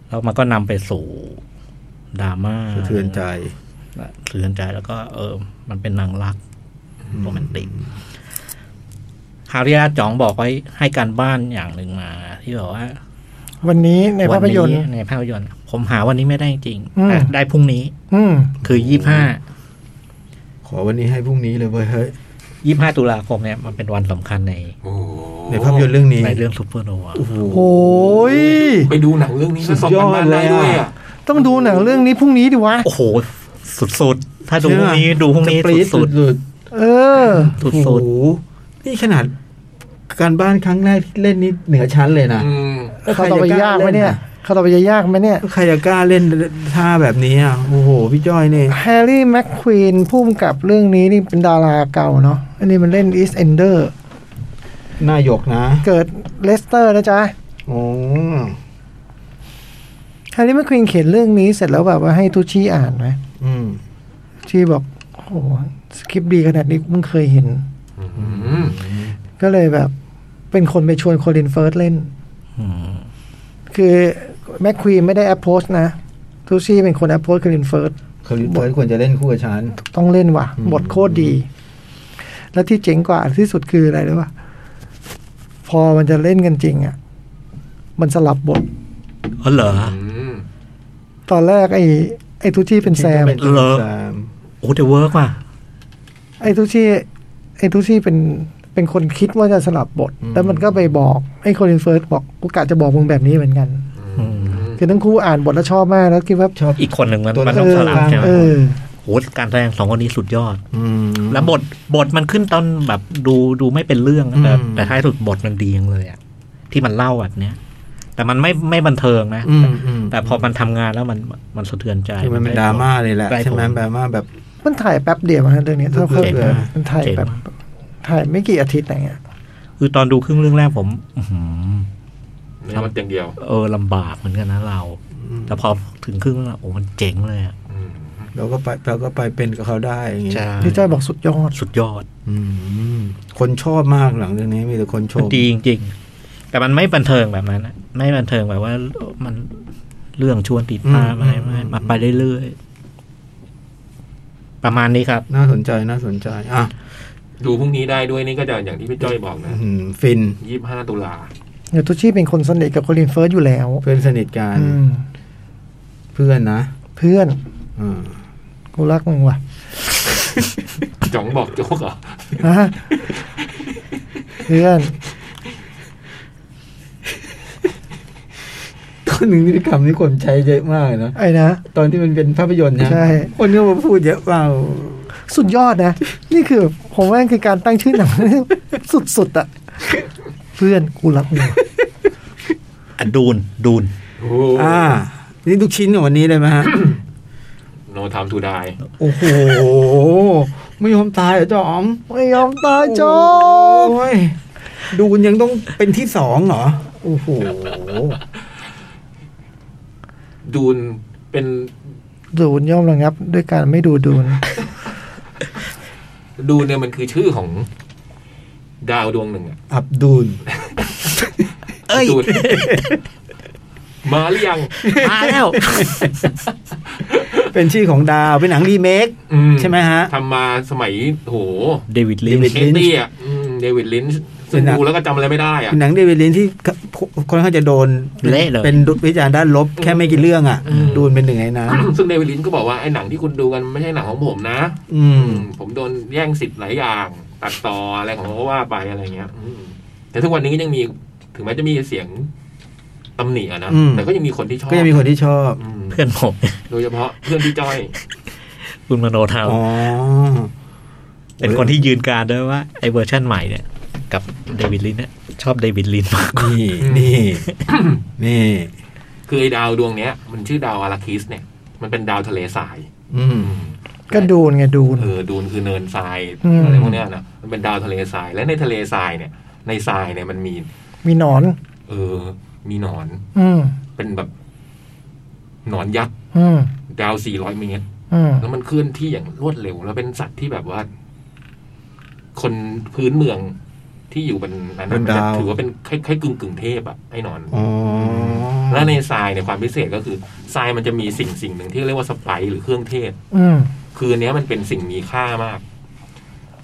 แล้วมันก็นำไปสู่ดราม่า
สะเทือนใจ
สะเทือนใจแล้วก็ เออ มันเป็นนางรัก โรแมนติก ฮาริอาจ๋องบอกไว้ให้การบ้านอย่างหนึ่งมา ที่บอกว่า
วันนี้ในภาพยนตร์
วัในภาพยนตร์ ผมหาวันนี้ไม่ได้จริง
อืม
แต่ได้พรุ่งนี้
อืม
คือยี่ห้า
ขอวันนี้ให้พรุ่งนี้เลยเว้ยเฮ้ย
ยี่ห้าตุลาคมเนี่ยมันเป็นวันสำคัญใน
โอ้โห
ในภาพยนตร์เรื่องนี้
ในเรื่องซูเปอร์โนวา
โอ้โห
โอ้ย
ไปดูหนังเรื่องนี้
สุด
แล้วส่ง
ยอ
กั
ด
นบ้านได้
เลยอะ
ด้วยอ่ะ
ต้องดูหนังเรื่องนี้พรุ่งนี้ดิวะ
โอ้โห สุดๆ ถ้าดูพรุ่งนี้
ใช่ปะ
ดูพรุ่งนี้
จะปรี๊
สุด
สุด
เออ
ๆ
ๆโอ้
สุด
โหนี่ขนาดการบ้านครั้งแรกที่เล่นนี่เหนือชั้นเลยนะ
อืม
เขาต่อไปยากไหมเนี่ย
ใครจะกล้าเล่นอะ
เขาต่อไปจะยากไหมเนี่ย
ใครจะกล้าเล่นท่าแบบนี้อ่ะโอ้โหพี่จ้อยนี่
แฮร์รี่แม็กควีนผู้กำกับเรื่องนี้นี่เป็นดาราเก่าเนาะ อันนี้มันเล่นอีสเอนเดอร์
หน้าหยกนะ
เกิดเลสเตอร์นะจ๊ะ
โอ้
แฮร์รี่แม็กควีนเขียนเรื่องนี้เสร็จแล้วแบบว่าให้ทุชี่อ่านไหม
อืม
ทุชี่บอกโอ้โหสคริปต์ดีขนาดนี้มึงเคยเห็น
อืม
ก็เลยแบบเป็นคนไปชวนโคลินเฟิร์สเล่น
ๆอืม
คือแม็กควีนไม่ได้แอปโพสนะทุชี่เป็นคนแอปโพสโคลินเฟิร์ส
คาริเฟิร์สควรจะเล่นคู่กับฉัน
ต้องเล่นว่ะ
อืม
บทโคตรดี แล้วที่เจ๋งกว่าที่สุดคืออะไรรู้ป่ะพอมันจะเล่นกันจริงอ่ะ มันสลับบท
อ๋อเหรอ
อืม
ตอนแรกไอ้ไอ้ทุชี่เป็นแซม
เป็น
เหรอ
แซม
โอ้แต่เวิร์กว่ะ
ไอ้ทุชี่ไอ้ทุชี่เป็นเป็นคนคิดว่าจะสลับบท แล้วมันก็ไปบอกไอ้โคลินเฟิร์สบอกกูกะจะบอกมึงแบบนี้เหมือนกัน
อืม
คือทั้งคู่อ่านบทแล้วชอบมากแล้วคิดว่า
ชอบ
อีกคนหนึ่งมัน
ตัว
มันต้องสลับ
เออ
ใช่ไหม
เออ
โอ้การแสดงสองคนนี้สุดยอด
อืม
แล้วบทบทมันขึ้นตอนแบบดูดูไม่เป็นเรื่องนะแต่
อืม
แต่ท้ายสุดบทมันดีจังเลยอะที่มันเล่าแบบเนี้ย แต่มันไม่ไม่บันเทิงนะ
อืมอืม
แต่พอมันทำงานแล้วมันมันสะเทือนใจ
คือมันเป็น
ไผล
ดราม่าเลยแหละ
ได้ผล
ใช่ไหมดราม่าแบบ
มันถ่ายแป๊บเดียวนะเรื่องนี้ถ้าเขา
เจ๋งมาก
มันถ่ายแบบ ถ่ายไม่กี่อาทิตย์อะไรเงี้ย
คือตอนดูครึ่งเรื่องแรกผม อื้อหือ
นี่มันเตียงเดียว
เออลำบากเหมือนกันนะเรา แต่พอถึงครึ่งเรื่องอะโอ้มันเจ๋งเลยอะ
อืม
เราก็ไปเราก็ไปเป็นกับเขาได้อย่างงี้
พี่จ้อยบอกสุดยอด
สุดยอด
อืมคนชอบมากหลังเรื่องนี้มีแต่คนช
มัน
ม
ดีจริงๆ แต่มันไม่บันเทิงแบบนั้นอะไม่บันเทิงแบบว่ามันเรื่องชวนติดตามอะไรไม่มาไปเรื่อยๆประมาณนี้ครับ
น่าสนใจน่าสนใจอ่ะ
ดูพรุ่งนี้ได้ด้วยนี่ก็จะอย่างที่พี่จ้อยบอกนะ
อืมฟิน
ยี่ห้าตุลา
เดี๋ยวทุชี่เป็นคนสนิทกับโคลินเฟิร์สอยู่แล้ว
เพื่อนสนิทกัน
อืม
เพื่อนนะ
เพื่อน
อ่า
กูรักมึงว่ะ
จ๋องบอกโจ๊กเหรอ
ฮะเพื่อน
ตอนหนึ่งนี่คำนี้คนใช้เยอะมากเลยนะ
ไอ้นะ
ตอนที่มันเป็นภาพยนตร์นะ
ใช่
คนก็มาพูดเยอะเปล่า
สุดยอดนะ นี่คือ ผมว่าคือการตั้งชื่อหนัง สุดๆอะเพื่อนกูรักมึงว่ะ
อดูนดูน
โอ้โห
อ่า นี่ทุกชิ้นของวันนี้เลยไหมฮะ
no time to die
โอ้โห ไม่ยอมตายเหรอจอม
ไม่ยอมตายจอม
โอ้ยดูนยังต้องเป็นที่สองเหรอ โอ้โห
ดูนเป็น
ดูนย่อมระงับ ด้วยการไม่ดูดูน
ดูนเนี่ยมันคือชื่อของ ดาวดวงหนึ่งอะ
อับดุล
เอ้ย
ดูนมาหรือยัง
มาแล้ว
เป็นชื่อของดาวเป็นหนังรีเมค
อื
ใช่ไหมฮะ
ทำมาสมัยโห
เดวิดลินช์
เดวิดลินช์
เตี้อ่ะอืมเดวิดลินช์ซึ่ง
เป็นหนัง
ดูแล้วก็จำอะไรไม่ได้อ่ะ
เป็นหนังเดวิดลินช์ที่ค่อนข้างจะโดน
เละเลย
เป็นวิจารณ์ด้านลบแค่ไม่กี่เรื่องอ่ะ
อืม
ดูนเป็นหนึ่งในนั้น
ซึ่งเดวิดลินช์ก็บอกว่าไอ้หนังที่คุณดูกันไม่ใช่หนังของผมนะ
อืม
ผมโดนแย่งสิทธิ์หลายอย่าง ตัดต่ออะไรของเขาก็ว่าไปอะไรเงี้ยอืมแต่ทุกวันนี้ก็ยังมีถึงแม้จะมีเสียง ตำหนิอะนะ
อืม
แต่ก็ยังมีคนที่ชอบ
ก็ยังมีคนที่ชอบ
อืม
เพื่อนผม
โดยเฉพาะเพื่อนที่จ้อย
คุณมโนทาว
อ๋อ
เป็นคนที่ยืนการด้วยว่าไอ้เวอร์ชั่นใหม่เนี่ย กับเดวิดลินเนี่ยชอบเดวิดลินมากกว่า
นี่นี่ นี่
คือไอ้ดาวดวงเนี้ย มันชื่อดาวอาราคิสเนี่ย มันเป็นดาวทะเลทราย
อืม
ก็ดูนไงดูน
เออดูนคือเนินทราย
อืม
อะไรพวกเนี้ยนะมันเป็นดาวทะเลทรายและในทะเลทรายเนี่ย ในทรายเนี่ยมันมี
มีหนอน
เออ มีหนอน
อืม
เป็นแบบ หนอนยักษ์
อืม
ดาว 400 เมตร
อืม
แล้วมันเคลื่อนที่อย่างรวดเร็ว แล้วเป็นสัตว์ที่แบบว่า คนพื้นเมืองที่อยู่บนนั้น
บน
มั
ดาว
จะถือว่าเป็นคล้ายๆกึ่งกึ่งๆเทพอะไอ้หนอน
อ๋อ
แล้วในทรายเนี่ยความพิเศษก็คือทรายมันจะมีสิ่งสิ่งหนึ่งที่เรียกว่าสไปซ์หรือเครื่องเทศ
อืม
คืออนเนี้ยมันเป็นสิ่งมีค่ามาก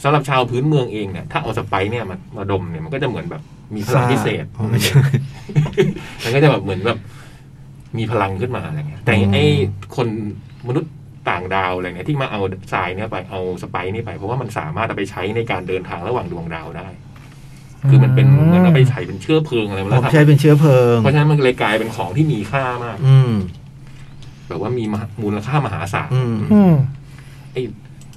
สำหรับชาวพื้นเมืองเองเนี่ย ถ้าเอาสไปซ์เนี่ยมามาดมเนี่ยมันก็จะเหมือนแบบ มีพลังพิเศษ
อ๋อไม่ใช่
มันก็จะแบบเหมือนแบบมีพลังขึ้นมาอะไรเงี้ยแต่
อืม
ไอ้คนมนุษย์ต่างดาวอะไรเนี่ยที่มาเอาทรายเนี่ยไปเอาสไปซ์นี่ไป เพราะว่ามันสามารถเอาไปใช้ในการเดินทางระหว่างดวงดาวได้ คือมันเป็นเหมือนเอาไปใช้เป็นเชื้อเพลิงอะไร
ผ
แล้ว
ม
ทำ
ใช้เป็นเชื้อเพลิง
เพราะฉะนั้นมันเลยกลายเป็นของที่มีค่ามาก
อืม
แบบว่ามีมหามูลค่ามหาศาล
อืม
อืม
ไอ้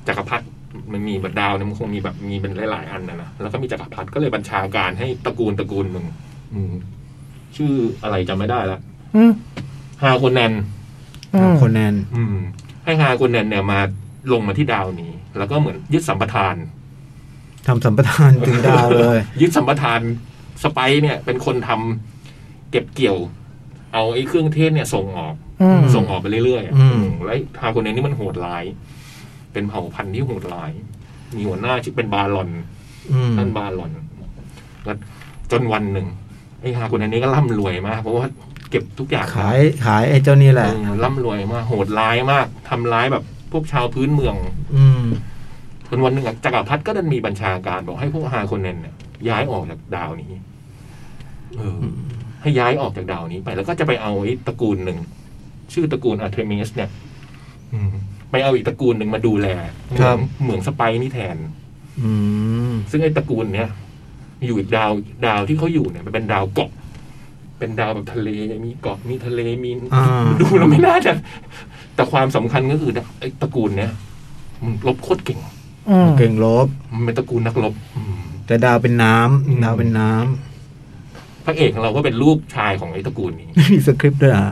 จักรพรรดิมันมีแบบดาวเนี่ยมันคงมีแบบมีเป็นหลาย ๆ อันนะนะแล้วก็มีจักรพรรดิก็เลยบัญชาการให้ตระกูลตระกูลหนึ่งอืม ชื่ออะไรจำไม่ได้ละ
อืม
ฮาโคนแนน
อืม
คนแนน
อืมให้ฮาคนนั้นเนี่ยมาลงมาที่ดาวนี้ แล้วก็เหมือนยึดสัมปทาน
ทำสัมปทานถึงดาวเลย
ยึดสัมปทานสไปซ์เนี่ย เป็นคนทำเก็บเกี่ยว เอาไอ้เครื่องเทศเนี่ยส่งออก
อืม
ส่งออกไปเรื่อยๆอะ
อืม
อืมแล้วไอ้ฮาคนนั้นนี่มันโหดร้าย เป็นเผ่าพันธุ์ที่โหดร้าย มีหัวหน้าชื่อเป็นบาลอน
อืม
ท่านบาลอนแล้วจนวันหนึ่งไอ้ฮาคนนั้นนี่ก็ร่ำรวยมาก เพราะว่าเก็บทุกอย่าง
ขายขายไอ้เจ้านี่แหละ
เออร่ำรวยมากโหดร้ายมากทำร้ายแบบ พวกชาวพื้นเมือง
อืม
จนวันหนึ่งอะจักรพรรดิก็ดันมีบัญชาการบอกให้พวกฮาโคนเนนเนี่ยย้ายออกจากดาวนี้เอออ
ม
ให้ย้ายออกจากดาวนี้ไป แล้วก็จะไปเอาไอ้ตระกูลหนึ่ง ชื่อตระกูลอาร์เทมิสเนี่ยอืมไปเอาอีกตระกูลหนึ่งมาดูแลเหมืองเหมืองสไปซ์นี่แทน
อืม
ซึ่งไอ้ตระกูลเนี่ยอยู่อีกดาวดาวที่เขาอยู่เนี่ยมันเป็นดาวเกาะ เป็นดาวแบบทะเลมีเกาะมีทะเลมี
อ่า
ดูแล้วไม่น่าจะ แต่ความสำคัญก็คือไอ้ตระกูลเนี่ยมันลบโคตรเก่ง
อืม
เก่งลบ
มันเป็นตระกูลนักรบอืม
แต่ดาวเป็นน้ำ
อืม
ดาวเป็นน้ำ
พระเอกของเราก็เป็นลูกชายของไอ้ตระกูลนี้
มีสคริปต์ด้วยอ่ะ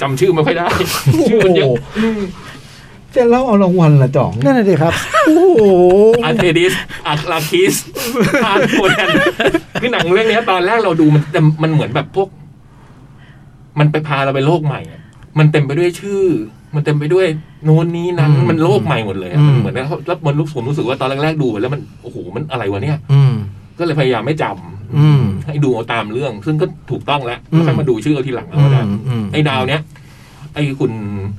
จำชื่อไม่ค่อยได้ ชื่อมันเยอะ
จะเล่าเอารางวัลละจ่อง
นั่นแหละดิครับ
โอ้โห
อาร์เทดิสอาร์ลาคิสอาร์โคนนคือหนังเรื่องเนี้ยตอนแรกเราดูมันแต่มันเหมือนแบบพวก มันไปพาเราไปโลกใหม่อะมันเต็มไปด้วยชื่อ มันเต็มไปด้วยโน้นนี้นั้นมันโลกใหม่หมดเลยอะมันเหมือนแล้วแล้วมันรู้ผมรู้สึกว่าตอนแรกๆดูไปแล้วมันโอ้โหมันอะไรวะเนี่ย
อืม
ก็เลยพยายามไม่จำ
อืม
ให้ดูเอาตามเรื่อง ซึ่งก็ถูกต้องแล้วแล้วค่อยมาดูชื่อเอาทีหลังเอาก็ได้
อืมอืม
ไอ้ดาวเนี้ยไอ้คุณ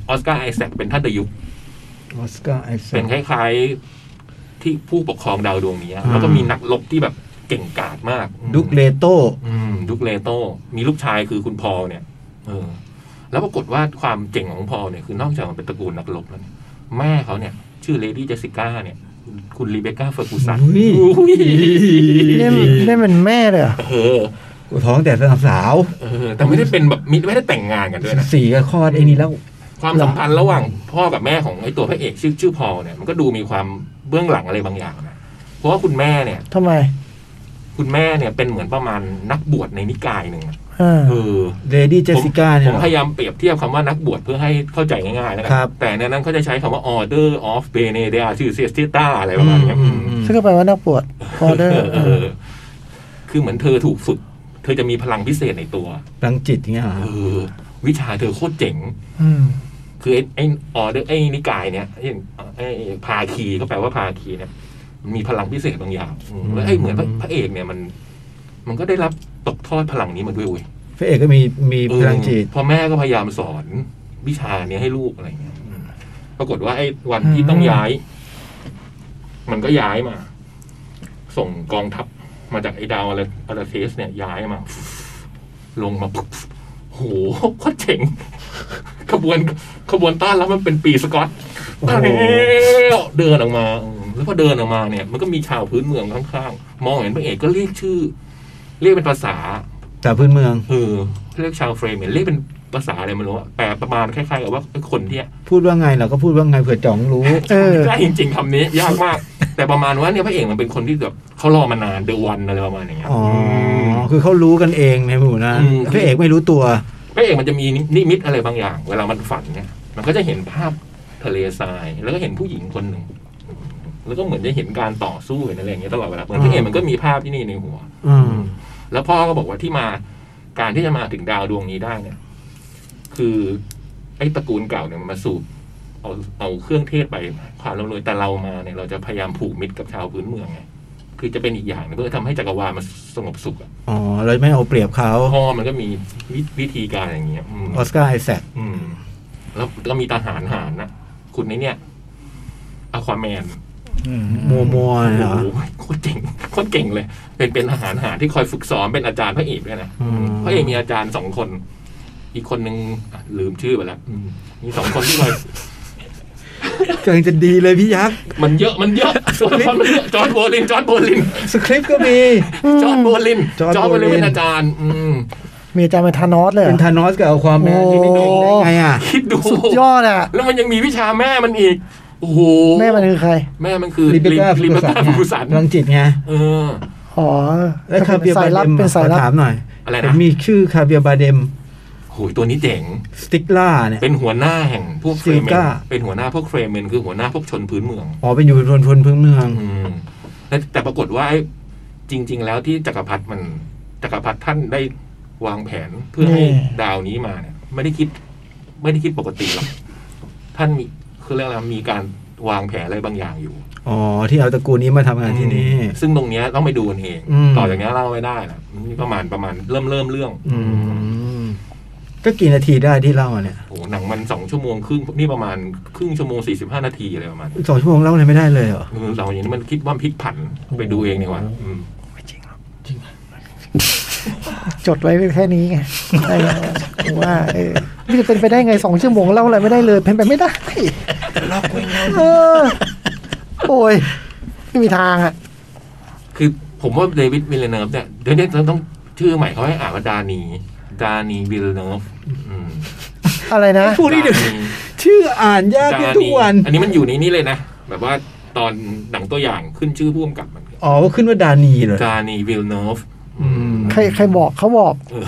ออสการ์ไอแซคเป็นท่านดยุค
ออสการ์ไอแซ
เป็น
ค
คล้ายๆ ที่ผู้ปกครองดาวดวงนี้อะ
อ่า
แล้วก็มีนักรบที่แบบเก่งกาจมาก
ดุกเลโต้
อืมดุกเลโต มีลูกชายคือคุณพอลเนี่ย เออ แล้วปรากฏว่าความเจ๋งของพอลเนี่ยคือนอกจากมันเป็นตระกูลนักรบแล้วเนี่ยแม่เขาเนี่ย ชื่อเลดี้เจสิก้าเนี่ย คุณรีเบคก้าเฟอร์กูสัน
อุ้ย
อุ้ย
นี่มันนี่เป็นแม่เลยเหรอ
เออ
ท้องแต่สาวสาว
เออ แต่ไม่ได้เป็นแบบมิไม่ได้แต่งงานกันด้วยนะ
สี่ก็คลอดไอ้นี่แล้ว
ความสัมพันธ์ระหว่างพ่อกับแม่ของไอ้ตัวพระเอกชื่อชื่อพอลเนี่ยมันก็ดูมีความเบื้องหลังอะไรบางอย่างนะเพราะว่าคุณแม่เนี่ย
ทำไม
คุณแม่เนี่ยเป็นเหมือนประมาณนักบวชในนิกายหนึ่งอะ
อ่า
เออ
เลดี้เจ
ผม
สิก้าเนี่
ผ
ย
ม
เหรอ
พยายามเปรียบเทียบคำว่านักบวชเพื่อให้เข้าใจง่ายๆนะค
ครั
รับ บ แต่ในนั้นเขาจะใช้คำว่า order of benedicta อะไรประมาณเนี้ย
อื
อื
ม
ม
อืม
ซึ่งก็แปลว่านักปวดออเดอร์
เออ คือเหมือนเธอถูกฝึก เธอจะมีพลังพิเศษในตัว
พลังจิตอย่างเงี้ยเหรอ
เออ วิชาเธอโคตรเจ๋ง
อืม
คือไอ้ไอ้ออเดอร์ไอ้นิกายเนี่ยไอ้ไอ้พาคีก็แปลว่าพาคีเนี่ยมันมีพลังพิเศษบางอย่างอืมแล้วไอ้เหมือนพระพระเอกเนี่ยมัน มันก็ได้รับตกทอดพลังนี้มาด้วยเว้ย
พระเอกก็มีมีพลังจิต
เออพอแม่ก็พยายามสอนวิชาเนี้ยให้ลูกอะไรเงี้ยอืมปรากฏว่าไอ้วันที่ต้องย้าย มันก็ย้ายมา ส่งกองทัพมาจากไอ้ดาวอะไรอะไรเทสเนี่ยย้ายมา ลงมาปุ๊บโหโคตรเจ๋ง ขบวนขบวนต้านแล้วมันเป็นปีสกอต
โอ้โห
ตายแล้วเดินออกมาอืมแล้วพอเดินออกมาเนี่ย มันก็มีชาวพื้นเมืองข้างๆ มองเห็นพระเอกก็เรียกชื่อ เรียกเป็นภาษา
แต่พื้นเมือง
เออเรียกชาวเฟรมเนี่ยเรียกเป็นภาษาอะไรไม่รู้อะแต่ประมาณคล้ายๆกับว่าไอ้คนเนี่ย
พูดว่าไงเราก็พูดว่าไงเผื่อจ๋องรู้
เออ
ไม่ได้จริงๆคำนี้ ยากมาก แต่ประมาณว่าเนี่ยพระเอกมันเป็นคนที่แบบเขารอมานานเดอะวันอะไรประมาณอย่างเงี้ย
อ๋ออคือเขารู้กันเองในหมู่นะ
อืม
พระเอกไม่รู้ตัว
พระเอกมันจะมีนิมิตอะไรบางอย่าง เวลามันฝันเนี่ยมันก็จะเห็นภาพทะเลทราย แล้วก็เห็นผู้หญิงคนหนึ่งแล้วก็เหมือนจะเห็นการต่อสู้เห็นอะไรอย่างเงี้ยตลอดเวลาเหมือนพระเอกมันก็มีภาพที่นี่ในหัว
อืม
แล้วพ่อก็บอกว่าที่มาการที่จะมาถึงดาวดวงนี้ได้เนี่ย คือ ไอ้ตระกูลเก่าเนี่ยมันมาสูบเอาเอาเครื่องเทศไปความร่ำรวยแต่เรามาเนี่ยเราจะพยายามผูกมิตรกับชาวพื้นเมืองไงคือจะเป็นอีกอย่างหนึ่งเพื่อทำให้จักรวาลมันสงบสุขอะ
อ๋อเราไม่เอาเปรียบเขา
พ่อมันก็มีวิวิธีการอย่างเงี้ยอืม
ออสการ์ไอแซค
อืม แล้วก็มีทหารหารนะคุณนี่เนี่ยอควาแมน
อืม
มัวมัวๆ
โอ้
เนี่ยเหรอ
โหโคตรเจ๋งโคตรเก่งเลย เป็นเป็นทหารหารที่คอยฝึกสอนเป็นอาจารย์พระเอกด้วยนะ
อืม
พระเอกมีอาจารย์สองคน อีกคนนึงอ่ะลืมชื่อไปแล้วอืมมีสองคนที่คอย
เกิงจะดีเลยพี่ยักษ์
มันเยอะมันเยอะตัวละครมันเยอะจอร์ดโบลินจอร์ดโบลิน
สคริปต์ก็มี
จอร์ดโบลิน
จอร์จ
จอร์ดโบลิน
โบลิน
เป็นอาจารย์ อืม
มีอาจารย์เป็นธานอสเลยเหร
เป็
อน
ธานอสกับเอาความแม่ที่ไม่โดนได้ไงอ่ะ
คิดดู
สุดยอดอ่ะ
แล้วมันยังมีวิชาแม่มันอีกโอ้โห
แม่มันคือใคร
แม่มันคือ
ลิเบก้า
ลิ
ฟู
เบ
กุสั
ก้าน ฟูกุสัน
รังจิตไง
เออ
อ๋อ
และคาเบีย
สา
บาย เด
ลับ
ม
เป็นสายลั
ขอถา
บ
มหน่อย
อะไรนะ
เห็นมีชื่อคาเบียบาเดม
โอ้ยตัวนี้เจ๋ง
สติกล่าเนี่ย
เป็นหัวหน้าแห่งพวกเฟรเม
ซิล
น
กา
เป็นหัวหน้าพวกเฟรเมนคือหัวหน้าพวกชนพื้นเมือง
อ๋อเป็นอยู่บนพนพื้นเมือง
อืมแล้วแต่ปรากฏว่าไอ้จริง ๆ แล้วที่จักรพรรดิมันจักรพรรดิท่านได้วางแผนเพื่อให้
แน่
ดาวนี้มาเนี่ย ไม่ได้คิด ไม่ได้คิดปกติหรอกท่านมีคือเรื่องอะไรมีการวางแผนอะไรบางอย่างอยู่
อ๋อ ที่เอาตระกูลนี้มาทำงานที่นี่
ซึ่งตรงเนี้ยต้องไปดูกันเอง
อืม
ต่อจากเนี้ยเล่าไม่ได้นะมันมีประมาณประมาณเริ่มเริ่มเรื่อง
อืม ก็กี่นาทีได้ที่เล่าอะเนี่ย
โอ้โหหนังมันสองชั่วโมงครึ่งนี่ประมาณครึ่งชั่วโมงสี่สิบห้านาทีอะไรประมาณนี้
สองชั่วโมงเล่าอะไรไม่ได้เลยเหรอ
คือเราอย่างนี้มันคิดว่าพลิกผันไปดูเองดีกว่าอืม
จดไว้แค่นี้ไงใช่ไงว่าเออมันจะเป็นไปได้ไงสองชั่วโมงเล่าอะไรไม่ได้เลย เป็นไปไม่ได้เออโอ้ยไม่มีทางอ่ะ
คือผมว่าเดวิดวิลเลเนิร์ฟเนี่ยเดี๋ยวนี้เราต้องชื่อใหม่เขาให้อ่านว่าดานีดานีวิลเลเนิร์ฟอืม
อะไรนะ
พูดนี่เดี๋ยว
า
ชื่ออ่านยาก
ดา
ขึ้นทุกวัน
อันนี้มันอยู่ในนี้เลยนะ แบบว่าตอนหนังตัวอย่างขึ้นชื่อพ่วงกับมัน
อ๋อก็ขึ้นว่าดานีเลย
ดานีวิลเนิร์ฟ
อืม
ใครใครบอกเขาบอก
เออ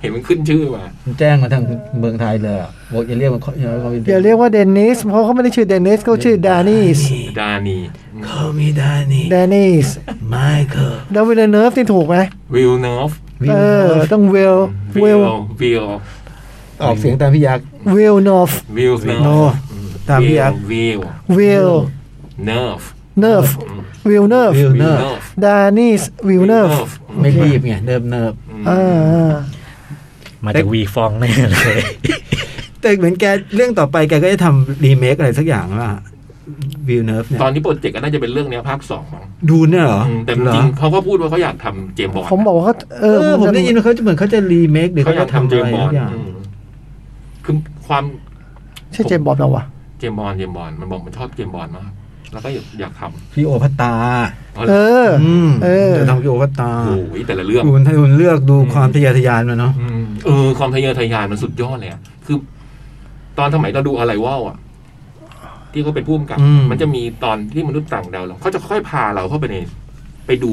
เห็นมันขึ้นชื่อมา
มันแจ้งมาทางเมืองไทยเลยอะบอกอย่าเรียกมันอย่าเรียกมัน
เดี๋ยวเรียกว่าเดนนิส เพราะเขาไม่ได้ชื่อเดนนิสเขาชื่อดานิส
ดานี
เขามีดานี
ดานิส
ไมเคิล
แล้ววิลเนิร์ฟที่ถูกไหม
วิลเนิร์ฟ
เออ ต้องเวลเวล
วิล
ออกเสียงตามพี่ยักษ์
เวลนอฟ
วิลเนิ
โน
ร์ฟ
ตามพี่ยักษ์
วิล
เวล
เนิร์ฟ
เนิร์ฟวิลเนิร์ฟ
Will
วิล
Nerve
เนิร์ฟ
ดานิสวิลเนิร์ฟ
ไม่รีบไงเนิบเนิบ
อ่า
มาจากวีฟองแน่เลย
แต่เหมือนแกเรื่องต่อไปแกก็จะทำรีเมคอะไรสักอย่างว่าวิวเนิร์ฟเนี่ย
ตอนนี้โปรเจกต์ก็น่าจะเป็นเรื่องเนี้ยภาคสองมั้ง
ดูเนี่ยเหรอ
อืมแต่จ
เหรอ
ริงๆเขาก็พูดว่าเขาอยากทำเจมส์บอล
ผมบอกว่าเขาเอ
เอ
อ
อผมได้ยินว่าเขาจะเหมือนเขาจะรีเมคหรือ
เขา
เขา
อยา
จะ
กทำ
ทำ
เจ
อะ
ม
ไร
ส์บอล
สักอย่าง
อืมคือความ
ใช่เจมส์บอลเราวะ
เจมส์บอลเจมส์บอลมันบอกมันชอบเจมส์บอลมาก แล้วก็อยากอยากท
พี่โอพัตตา
ำเอา
เอ
ละ
อ
ม
เออ
จะทำพี่โอพัตตา
โอ้ยแต่ละเรื่อง
ดูมันให้คุณเลือกดูความทะเยอทะยานมันเนาะ
อืมเออความทะเยอทะยานมันสุดยอดเลยอะคือ ตอนสมัยเราดูอะไรวอลอ่ะ ที่เขาเป็นผู้กำกับ มันจะมีตอนที่มนุษย์ต่างดาวเราเขาจะค่อยพาเราเข้าไปใน ไปดู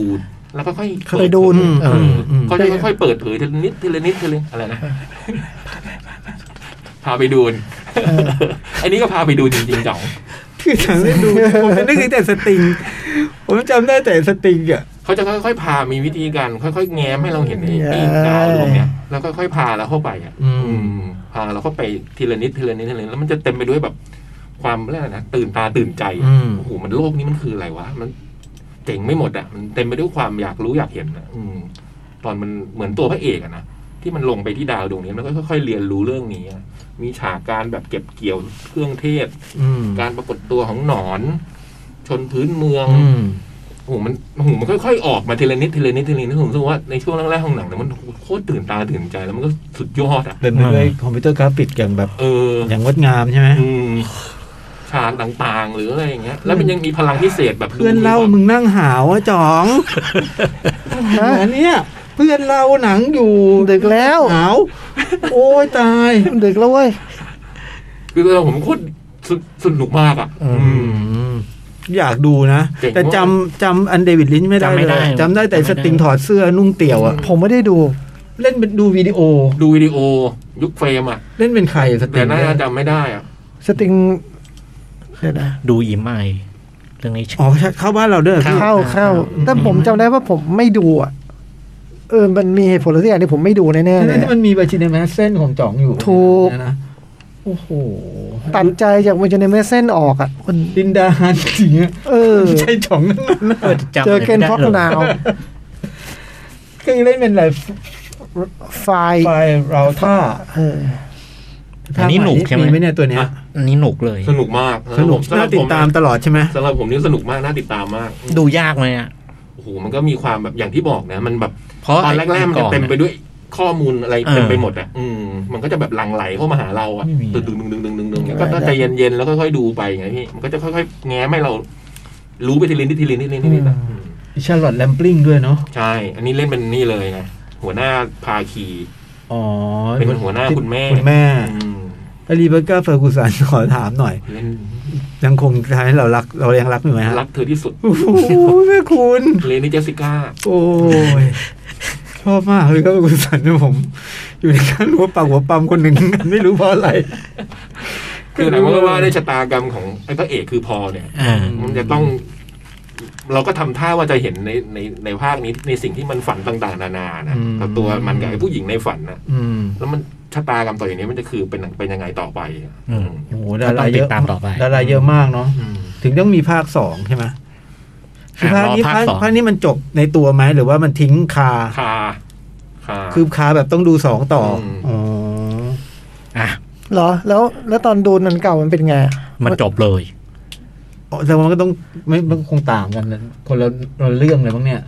แล้วก็ค่อย
เข้าไปดู
เปิเผย
ม
เอออืม
เขาจะค่อยๆเปิดเผยทีละนิดทีละนิดทีละนิดอะไรนะพาไปดูนอันนี้ก็พาไปดูจริงๆจ่อง
คือฉันได้ดูผมจะนึกถึงแต่สติง ผมจำได้แต่สติงอ่ะ
เขาจะค่อยๆพามีวิธีการค่อยๆแง้มให้เราเห็นไอ้ไอ้ดาวดวงเนี้ยแล้วค่อยๆพาเราเข้าไปอ่ะอืมพาเราเข้าไปทีละนิดทีละนิดทีละนิดแล้วมันจะเต็มไปด้วยแบบ ความเรียกอะไรนะตื่นตาตื่นใจอะ
อืม
โอ้โหมันโลกนี้มันคืออะไรวะมันเจ๋งไม่หมดอ่ะมันเต็มไปด้วยความอยากรู้อยากเห็นอ่ะอืม ตอนมันเหมือนตัวพระเอกอะนะที่มันลงไปที่ดาวดวงนี้มันก็ค่อยๆเรียนรู้เรื่องนี้อะมีฉากการแบบเก็บเกี่ยวเครื่องเทศ
อืม
การปรากฏตัวของหนอน ชนพื้นเมือง
อืม
โอ้โหมันโอ้โหมันค่อยๆออกมาทีละนิดทีละนิดทีละนิดผมรู้สึกว่าในช่วงแรกๆของหนังเนี่ยมันโคตรตื่นตาตื่นใจแล้วมันก็สุดยอดอ่ะ
เต็มไปด้วยคอมพิวเตอร์กราฟิกอย่างแบบ
เออ
อย่างงดงามใช่ไหม
อืมฉากต่างๆ หรืออะไรอย่างเงี้ย แล้วมันยังมีพลังพิเศษแบบดู
เพื่อนเล่า
มีควม
มึงนั่งหาวะจ๋อง
ฮะ
อันเนี้ย เพื่อนเราหนังอยู่
ดึกแล้ว
หนาวโอ้ยตาย
ดึกแล้วเว้ย
คือเราผมโคตรสนุกสนุกมากอ่ะ
อื
อืม
อยากดูนะ
เจ๋ง
แต่จำจำอันเดวิดลินช์ไม่ได้
จำไม่
เล
ได้
ยจำได้แต่
จำไม่ได้
สติงถอดเสื้อนุ่งเตี่ยวอะ
ผมไม่ได้ดู
เล่นเป็นดูวิดีโอ
ดูวิดีโอยุคเฟรมอ่ะ
เล่นเป็นใครอะสติ
แต่
ง
น่าจะจำไม่ได้อ่ะ
สติงเดี๋ยวนะ
ดูอีไมล์เรื่องนี้ชื่อ
อ๋อใช่เข้าบ้านเราเด้อพี่
เข้าเข้าแต่ผมจำได้ว่าผมไม่ดูอ่ะเออมันมีเหตุผลอะไรสักอย่างที่ผมไม่ดูแน่ๆเล
นั่
ย
นที่มันมีบาชินเนมสเส้นของจ่องอยู่
ถูก
เนี่ยนะโอ้โห
ตัดใจจากวันจะในเมสเซนออกอ่ะคน
ดินดาฮันจริงอะ
เออ
ไม่ใช่จ่องนั่นนะ
จำ
เจอเกน
ไม่ได้
พ็อก
เลย
นาว
คือเล่นเป็นอะไร
ไฟล์
ไฟเราท่า
เออ
อันนี้หนุกใช่ไหม
ไหมเนี่ยตัวเนี้ย
อ่ะ
อันนี้หนุกเลย
สนุกมาก
สนุก
สำห
น่า
รับ
ติ
ผ
ด
ม
ตามตลอดใช่ไหม
สำหรับผมนี่สนุกมากน่าติดตามมาก
ดูยากไหมอ่ะ
โอ้โหมันก็มีความแบบอย่างที่บอกนะ มันแบบ
เพราะ
ตอนแรกๆมันจะ
อ้อ
เต็มไปด้วยข้อมูลอะไร
เออ
เต็มไปหมดอ่ะอืมมันก็จะแบบหลั่งไหลเข้ามาหาเราอ่ะตึงดึงดึงดึงดึงดึงดึงแล้วก็
ได้
ใจเย็นๆแล้วค่อยๆดูไปไงพี่มันก็จะค่อยๆแง้มให้เรา รู้ไปทีละนิดทีละนิดทีละนิดทีละนิดอะ
ชาร์ลอตแลมปลิงด้วยเนาะ
ใช่ อันนี้เล่นเป็นนี่เลยไงหัวหน้าพาคี
อ๋อ
เป็นหัวหน้าคุณแม่
คุณแม่
อืม
รีเบคก้าเฟอร์กูสันขอถามหน่อย
เล่น
ยังคงทำให้เรารักเรายังรักอยู่ไหมฮะ
รักเธอที่สุด
โอ้โหแม่คุณ
เลนนี่เจสสิก้า
โอ้ย ชอบมากเลยครับคุณสันนะผม อยู่ในการหัวปักหัวปั๊มคนหนึ่ง ไม่รู้เพราะอะไร
คือหนังมันก็ว่าได้วยชะตากรรมของไอ้พระเอกคือพอเนี่ย
อ่า
มันจะต้อง เราก็ทำท่าว่าจะเห็นในในในภาคนี้ในสิ่งที่มันฝันต่างๆ นานานะ
อืม
แต่ตัวมันกับไอ้ผู้หญิงในฝันนะ
อืม
แล้วมันชะตากรรมต่ออย่างนี้มันจะคือเป็นเป็นยังไงต่อไปอ่ะ
อืม
โอ้โหดาราเย
ก็ต้องติ
อะ
ดตามต่อไป
ดาราเยอะมากเนาะ
อืม
ถึงต้องมีภาคสองใช่ไหมคือ
อ่ะรอภาค
ภาคนี้ภาค
สอง
ภาคนี้มันจบในตัวไหมหรือว่ามันทิ้งคา
คาคา
คือคาแบบต้องดูสองต่ออ
ม
อ๋อ
อ่ะ
เหรอ แล้วแล้วตอนดูนันเก่ามันเป็นไงอะ
มันจบเลย
อ๋อแต่ว่ามันก็ต้องไม่มันคงต่างกันนะคนละละเรื่องเลยบ้างเนี่ย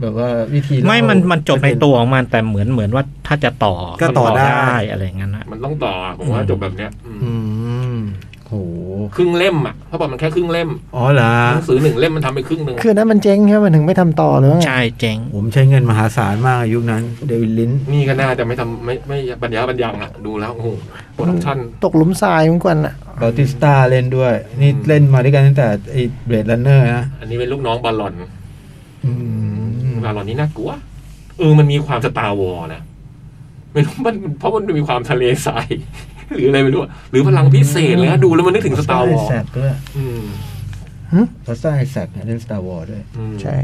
แบบว่าวิธีเล่า
ไม่ มัน มันจบใน
เป็
ตัวของมันแต่เหมือน เหมือนว่าถ้าจะต่อ
ก็ต่อได้
อะไรอย่างนั้นนะ
มันต้องต่อผมว่าจบแบบเนี้ยอืม
อืมโห
ครึ่งเล่มอ่ะเขาบอกมันแค่ครึ่งเล่ม
อ๋อเหรอ
หนังสือหนึ่งเล่มมันทำไปครึ่งหนึ่ง
คือนั้นมันเจ๊งใช่ไหมมันถึงไม่ทำต่อหรือว่าไง
ใช่ เจ๋ง
ผมใช้เงินมหาศาลมากยุคนั้น เดวิดลินช์
นี่ก็น่าจะไม่ทำไม่ไม่บรรยาบรรยังอ่ะ ดูแล้วโอ้โหโปรดักชั่น
ตกหลุมทรายเหมือนกันอ่ะ
บาติสตาเล่นด้วย นี่
อืม
เล่นมาด้วยกันตั้งแต่ไอ้เบรด d ันเนอร์นะ
อันนี้เป็นลูกน้องบาลอน
อืม
ลาลอนนี่น่ากลัวเออมันมีความสตาร์วอนะไม่รู้มันเพราะมันมีความทะเลทราย หรืออะไรไม่รู้อะหรือพลังพิเศษเลยนะดูแล้วมันนึกถึงสตาร์ว
ไอ
อ
แซกด้วย
อืม
พอสตาไอแซกเนี่ยเล่นสตาร์วอลด้วย
อืม
ใช่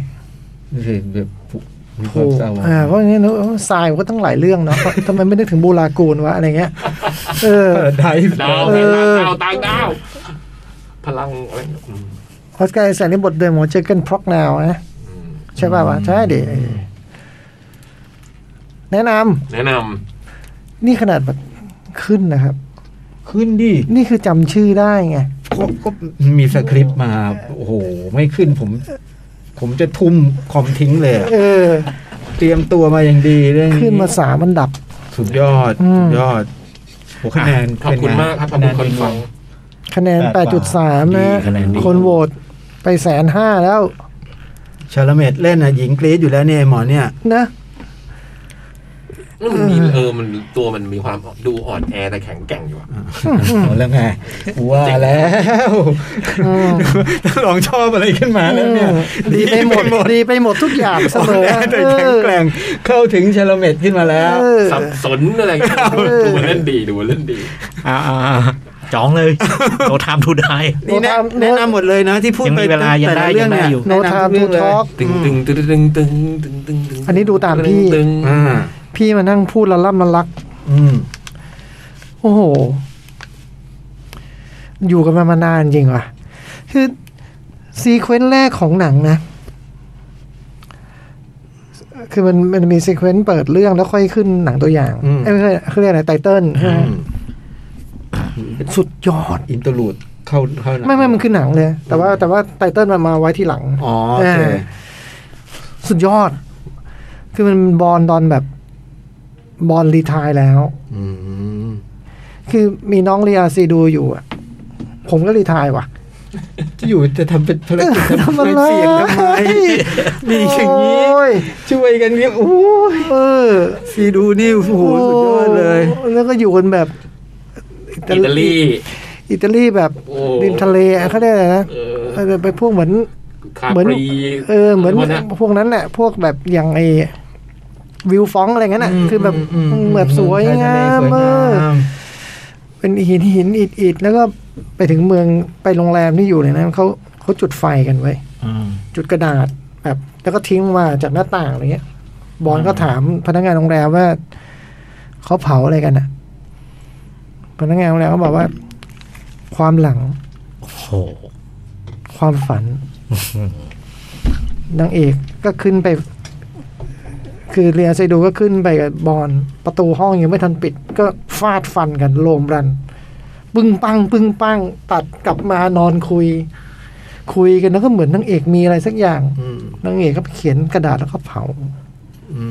นี่คือแบบมีค
ถู
วาม
ก
สตาร์วอล
อ่าเพราะงั้นเนอะทรายมันก็ต้องหลายเรื่องเนาะ ทำไมไม่นึกถึงบูรากูนวะอะไรเงี้ย เออ
เปิดไดฟ์
ดาว
เออ
ดาวตางดาวพลังอะไรอืม
ออสการ์ไอแซนนี่บทเดิมของเจอเกนพร็อกนาวนะ
อืม
ใช่ป่าวะใช่ดิเออแนะนำ
แนะน
นี่ขนาดแบบขึ้นนะครับ
ขึ้นดิ
นี่คือจำชื่อได้ไง
ก็ก็มีสคริปต์มา โอ้โห ไม่ขึ้นผม ผมจะทุ่มคอมทิ้งเลยอะ
เออ
เตรียมตัวมาอย่างดีเรื่อง
ขึ้นมาสามอันดับ
สุดยอด
อืม
สุดยอดโอ้โหคะแนน
ำขอบคุณ
เป็นไง
มากครับขอบคุณคนฟัง
คะแนน
แปดกว่า
8.3 นะ
ดีคะแนนดี
คนโหวตไปแสนห้าแล้ว
ชาลเมตเล่นนะหญิงกรีดอยู่แล้วเนี่ยไอ้หมอเนี่ย
นะ
มันมีเออมันตัวมันมีความดูอ่อนแอแต่แข็งแกร่งอยู่อะ
เอาแล้วไงว่าแล้ว
อืม
ต้องลองชอบอะไรขึ้นมาแล้วเนี่ย
ดีไปหมด ดีไปหมดทุกอย่างเสมอ
แแต่แข็งแกร่งเข้าถึงชาลเมตขึ้นมาแล้ว
เออ
สับสนอะไรอย่างเงี้ยดูมันเล่นดีดูมันเล่นดี
อ่าอ่าอ่าจ้องเลยโนทามทูได้
นี่แนะแนะนำหมดเลยนะที่พูด
ยัง
ไป
มีเวลายัง
แต่
ได้
ละเรื่องเนี่
ยัง
ย
ได้อยู่
โนทาม
แะำ
ทู
ทุกเรื่งเลย
ทอล์ก
ตึงตึงตึงตึงตึงตึงตึงตึง
อันนี้ดูตามพี่
ตึง
อ่า
พี่มานั่งพูดละล่ำละลัก
อืม
โอ้โห อยู่กันมามานานจริงว่ะ คือซีเควนต์แรกของหนังนะ คือมันมันมีซีเควนต์เปิดเรื่องแล้วค่อยขึ้นหนังตัวอย่างเอ้ยไม่ใช่เขาเรียกอะไรไตเติ้ลใช่ไหมสุดยอด
อินเตอร์ลูดเข้าเข้าหนัง
ไม่ไม่มันคือหนังเลย แต่ว่าแต่ว่าไตเติ้ลมันมาไว้ที่หลัง
อ๋อโอ
เอ
เค
อ สุดยอด คือมันบอลตอนแบบบอลรีไทายแล้ว
อืม
คือมีน้องเรียซีดูอยู่อะผมก็รีไทายว่ะ
จะอยู่จะทำเป็นภารกิจ
ทำอะไร
เสี่ยงทำไมมีอย่างนี้
โอ้ย
ช่วยกันเนี่ยโอ้ย
เออ
ซีดูนี่โอ้โหสุดยอดเลย
โอ้แล้วก็อยู่กันแบบ
อิตาลี
อิตาลีแบบ
โอ้
ริมทะเลอะเขาเรียกอะไรนะ
เอ
เอ
อ
อไปพวกเหมือน
คา
เหมือน
ปรี
เออเหมือน
พวกะ
พวกนั้นแหละพวกแบบอย่างไอวิวฟองอะไรเงี้ยน่ะ
อืม
คือแบบ
มอืม
แบบสวยงาม
ใช่ทะเลสวยงาม
เออเป็นหินหินอิดอิดแล้วก็ไปถึงเมืองไปโรงแรมที่อยู่เลยนะเขาเขาจุดไฟกันไว้ย
อ่า
จุดกระดาษแบบแล้วก็ทิ้งมาจากหน้าต่างอะไรเงี้ย บอลก็ถามพนักงานโรงแรมว่าเขาเผาอะไรกันอ่ะ พนักงานโรงแรมก็บอกว่า ความหลัง
โอ้โห
ความฝันนางเอกก็ขึ้นไป คือเรียไซดูก็ขึ้นไปกับบอลประตูห้องยังไม่ทันปิด ก็ฟาดฟันกันโลมรัน ปึ้งปัง ปึ้งปัง ตัดกลับมานอนคุย คุยกันแล้วก็เหมือนนางเอกมีอะไรสักอย่าง
อืม
นางเอกก็เขียนกระดาษแล้วก็เผา
อื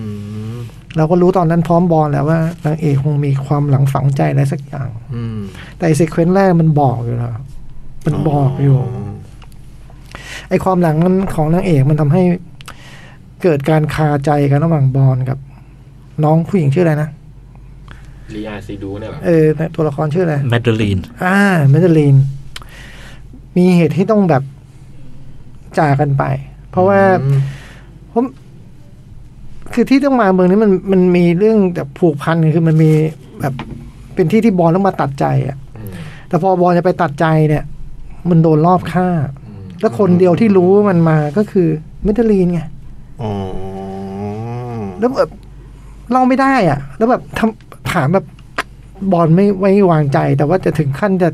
ม
เราก็รู้ตอนนั้นพร้อมบอลแล้วว่านางเอกคงมีความหลังฝังใจอะไรสักอย่าง
อืม
แต่ไอ้ซีเควนต์แรกมันบอกอยู่แล้วมันบอกอยู่ ไอ้ความหลังมันของนางเอกมันทำให้เกิดการคาใจกันระหว่างบอลกับ น้องผู้หญิงชื่ออะไรนะ
รีอาซีดูเนี่ยเหรอ
เออ ตัวละครชื่ออะไร
แมดเดลีน
อ่าเมดเดลีน มีเหตุที่ต้องแบบจากกันไป เพราะว่า ผมคือที่ต้องมาเมืองนี้มันมันมีเรื่องแบบผูกพันคือมันมีแบบเป็นที่ที่บอลต้องมาตัดใจอะ
อืม
แต่พอบอลจะไปตัดใจเนี่ย มันโดนรอบฆ่า
อืม
แล้วคนเดียวที่รู้ว่ามันมาก็คือเมทัลลีนไง
อ๋อ
แล้วแบบเล่าไม่ได้อ่ะ แล้วแบบทำถามแบบบอลไม่ไว้วางใจ แต่ว่าจะถึงขั้นจะ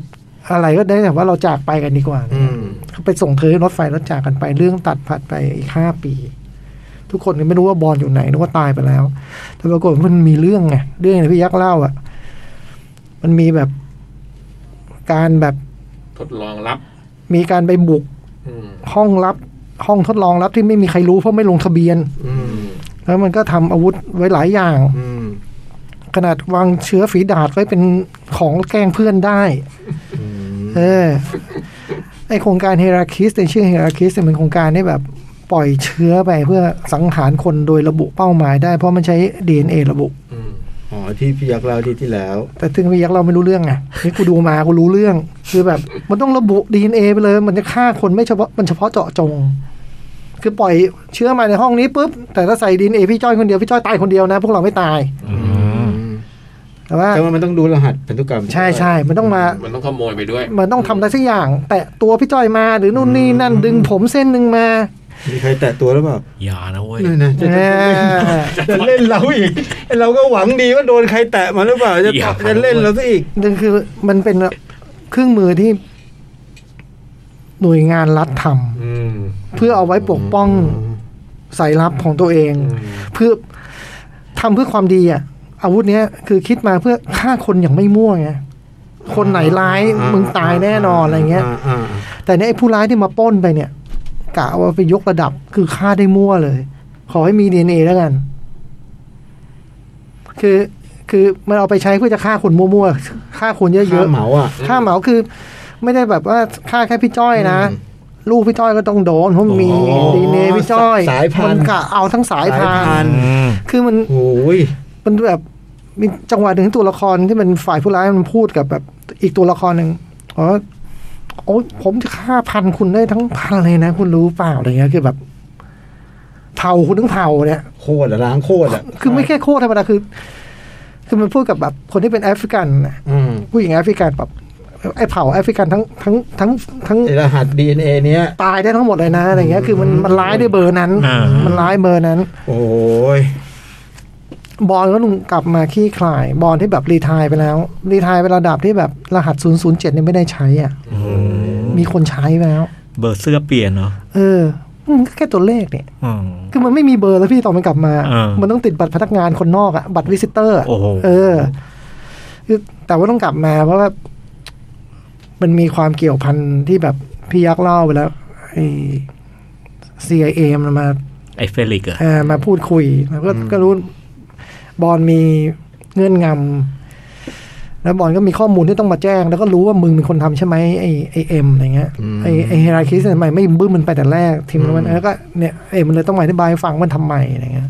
อะไรก็ได้แต่ว่าเราจากไปกันดีกว่า
อืม
เขาไปส่งเธอรถไฟแล้วจากกันไปเรื่องตัดผัดไปอีกห้าปี ทุกคนก็ไม่รู้ว่าบอลอยู่ไหนนึกว่าตายไปแล้ว แต่ปรากฏว่ามันมีเรื่องไงเรื่องที่พี่ยักษ์เล่าอ่ะ มันมีแบบการแบบ
ทดลองรับ
มีการไปบุก
อืม
ห้องลับ ห้องทดลองลับที่ไม่มีใครรู้เพราะไม่ลงทะเบียน
อื
อื
ม
ม
แล้วมันก็ทำอาวุธไว้หลายอย่าง
อืม
ขนาดวางเชื้อฝีดาดไว้เป็นของแกล้งเพื่อนได้
อืม
เออ ไอโครงการเฮราคิสในชื่อเฮราคิสเป็นโครงการที่แบบปล่อยเชื้อไปเพื่อสังหารคนโดยระบุเป้าหมายได้ เพราะมันใช้ DNA ระบุ
อืม
อ๋อที่พี่ยักษ์เล่าที่ที่แล้ว
แต่ถึงพี่ยักษ์เราไม่รู้เรื่องไงนี่กูดูมากูรู้เรื่อง คือแบบ มันต้องระบุ DNA ไปเลย มันจะฆ่าคนไม่เฉพาะมันเฉพาะเจาะจง คือปล่อยเชื้อมาในห้องนี้ปุ๊บแต่ถ้าใส่ DNA พี่จ้อยคนเดียวพี่จ้อยตายคนเดียวนะ พวกเราไม่ตาย แต่ว่า
แต่ว่ามันต้องรู้รหัสพันธุกรรม
ใช่ใช่ มันต้องมา
มันต้องขโมยไปด้วย
มันต้องทำอะไรสักอย่าง แตะตัวพี่จ้อยมาหรือนู่นนี่นั่นดึงผมเส้นหนึ่งมา
มีใครแตะตัวหรือเปล่า
อย่านะเว้ย
นั่นนะจะ
แหม
จะเล่นเราอีกไอ้เราก็หวังดีว่าโดนใครแตะมาหรือเปล่า จะ
อย่า
จะเล่นเราซะอีก
นึงคือมันเป็นเครื่องมือที่หน่วยงานรัฐท
อืม
ำเพื่อเอาไว้ปกป้องสายลับของตัวเอง
อืม
เพื่อทำเพื่อความดีอ่ะ อาวุธเนี้ยคือคิดมาเพื่อฆ่าคนอย่างไม่มั่วไงคนไหนร้ายมึงตายแน่นอนอะไรเงี้ย
อ่า
แต่เนี่ยไอ้ผู้ร้ายที่มาปล้นไปเนี่ยกะว่าไปยกระดับคือฆ่าได้มั่วเลย ขอให้มีดีเอ็นเอแล้วกัน คือคือมันเอาไปใช้เพื่อจะฆ่าคนมั่วๆฆ่าคนเย
ๆ
อะ
ข้าเหมาอ่ะ
ๆฆ่าเหมาคือ ไม่ได้แบบว่าฆ่าแค่พี่จ้อยนะ
อืม
ลูกพี่จ้อยก็ต้องโดนเพราะมี
โอ้โห
ดีเอ็นเอพี่จ้อย
สายพันธุ์
มันกะเอาทั้งสายพา
สายพั
น
นธุ์
คือมัน
โอ้ย
มันแบบมีจังหวะหนึ่งที่ตัวละครที่มันฝ่ายผู้ร้ายมันพูดกับแบบอีกตัวละครหนึ่งอ๋อโอ้ยผมจะฆ่าพันคุณได้ทั้งพันเลยนะ คุณรู้เปล่าอะไรเงี้ยคือแบบเผาคุณทั้งเผาเนี่ย
โคตรอะล้างโคตรอ่ะ
คือไม่แค่โคตรธรรมดาคือ คือมันพูดกับแบบคนที่เป็นแอฟริกันน่ะ
อืม
ผู้หญิงแอฟริกันแบบไอ้เผาแอฟริกันทั้งทั้งทั้งทั้ง
ไอ้รหัส DNA เนี้ย
ตายได้ทั้งหมดเลยนะอะไรเงี้ยคือมันมันร้ายด้วยเบอร์นั้น
อ่ามั
มันร้ายเบอร์นั้น
โอ้ย
บอลก็ลงกลับมาขี้คลาย บอลที่แบบรีไทายไปแล้ว รีไทายไประดับที่แบบรหัส 007เนี่ยไม่ได้ใช้อ่ะ มีคนใช้ไปแล้ว
เบอร์เสื้อเปลี่ยนเนาะ
เออมันก็แค่ตัวเลขเนี่ย
อืม
คือมันไม่มีเบอร์แล้วพี่ตอนมันกลับมา
อ่ามั
มันต้องติดบัตรพนักงานคนนอกอ่ะ บัตรวิสิเตอร์อะ
โอ้โห
เออคือแต่ว่าต้องกลับมา เพราะว่า มันมีความเกี่ยวพันที่แบบพี่ยักษ์เล่าไปแล้วไอ้ CIA มันมา
ไอเฟลิกเหรอะ
เอ่อมาพูดคุยแล้วก็ก็รู้บอลมีเงื่อนงำ แล้วบอลก็มีข้อมูลที่ต้องมาแจ้ง แล้วก็รู้ว่ามึงเป็นคนทำใช่ไหมไอไอเอ็มอะไรเงี้ย
อืม
ไอไอเฮราคิสทำไมไม่บึ้มมันไปแต่แรกทีม
อืม
มันแล้วก็เนี่ยเอ็มมันเลยต้องมาอธิบายให้ฟังมันทำไมอะไรเงี้ย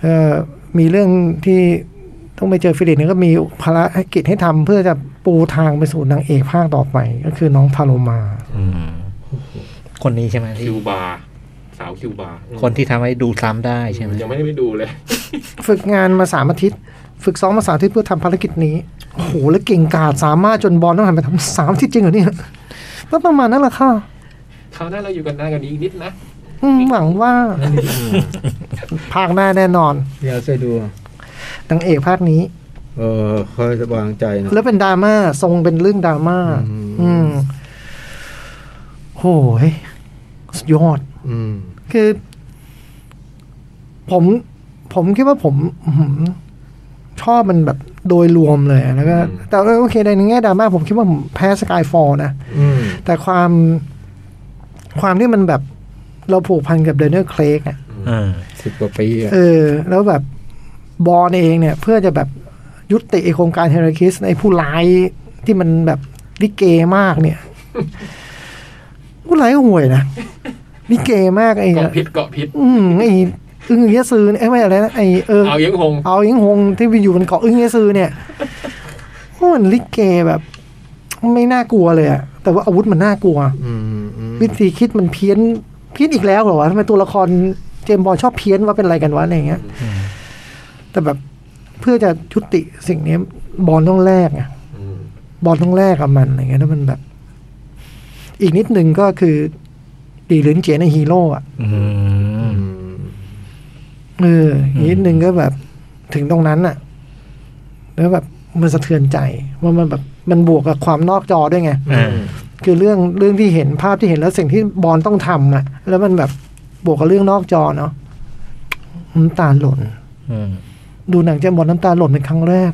เออมีเรื่องที่ต้องไปเจอฟิลิปเนี่ยก็มีภารกิจให้ทำเพื่อจะปูทางไปสู่นางเอกภาคต่อไป ก็คือน้องพาโลมา
อืมคนนี้ใช่ไหมที่
คิวบาร์สาวคิวบาร์
คนที่ทำให้ดูซ้ำได้ใช่ไหม
ยังไม่ได้ไปดูเลย
ฝึกงานมาสามอาทิตย์ ฝึกซ้อมมาสามอาทิตย์เพื่อทำภารกิจนี้ โอ้โห แล้วเก่งกาจสามารถจนบอลต้องหันไปทำสามอาทิตย์จริงเหรอเนี่ยก็ประมาณนั้นแหละค่ะ
คราวหน้าเราอยู่กันหน้ากันนี้อีกนิดนะ
อืมหวัง ว่า ภาคหน้าแน่นอน
เดี๋ยวช่วยดู
นางเอกภาคนี้
เออค่อยสบางใจนะ
แล้วเป็นดราม่าทรงเป็นเรื่องดราม่า
อืม
อืมโหยสุดยอด
อืม
คือ ผม ผมคิดว่าผมอื้อหือชอบมันแบบโดยรวมเลยอะแล้วก็
อืม
แต่ว่าโอเคในแง่ดราม่าผมคิดว่าผมแพ้สกายฟอลนะ
อืม
แต่ความความที่มันแบบเราผูกพันกับเดนเนอร์เคลกอ่ะ
เออ
สิบกว่าปีอะ
เออ แล้วแบบบอลเองเนี่ย เพื่อจะแบบยุติไอ้โครงการเฮราคิสไอ้ผู้ร้ายที่มันแบบลิเกมาก เนี่ย ผู้ร้ายก็ห่วยนะลิเกมากไอ้
เกาะพิษเกาะพิษ
อืมไอ้อึ้งเยซือเนี่ยเอ้ยไม่อะไรนะไอ้เออ
เอายังคง
เอายิงหงที่ไปอยู่บนเกาะอึ้งเยซือเนี่ยโอ้มันลิเกแบบ ไม่น่ากลัวเลยอะแต่ว่าอาวุธมันน่ากลัว
อืมอืม
วิธีคิดมันเพี้ยนเพี้ยนอีกแล้วเหรอวะทำไมตัวละครเจมส์บอลชอบเพี้ยนว่าเป็นอะไรกันวะอะไรอย่างเงี้ย แต่แบบเพื่อจะยุติสิ่งนี้บอลต้องแลกไง
อืม
บอลต้องแลกกับมันอะไรเงี้ยแล้วมันแบบ อีกนิดนึงก็คือดีลินเจียในฮีโร่อะ
อืม
อืม
เอออีกนิดนึงก็แบบถึงตรงนั้นน่ะ แล้วแบบมันสะเทือนใจว่ามันแบบมันบวกกับความนอกจอด้วยไง
เออ
คือเรื่องเรื่องที่เห็นภาพที่เห็นแล้วสิ่งที่บอลต้องทำอ่ะ แล้วมันแบบบวกกับเรื่องนอกจอเนาะน้ำตาหล่น
อืม
ดูหนังเจมส์บอลน้ำตาหล่นเป็นครั้งแรก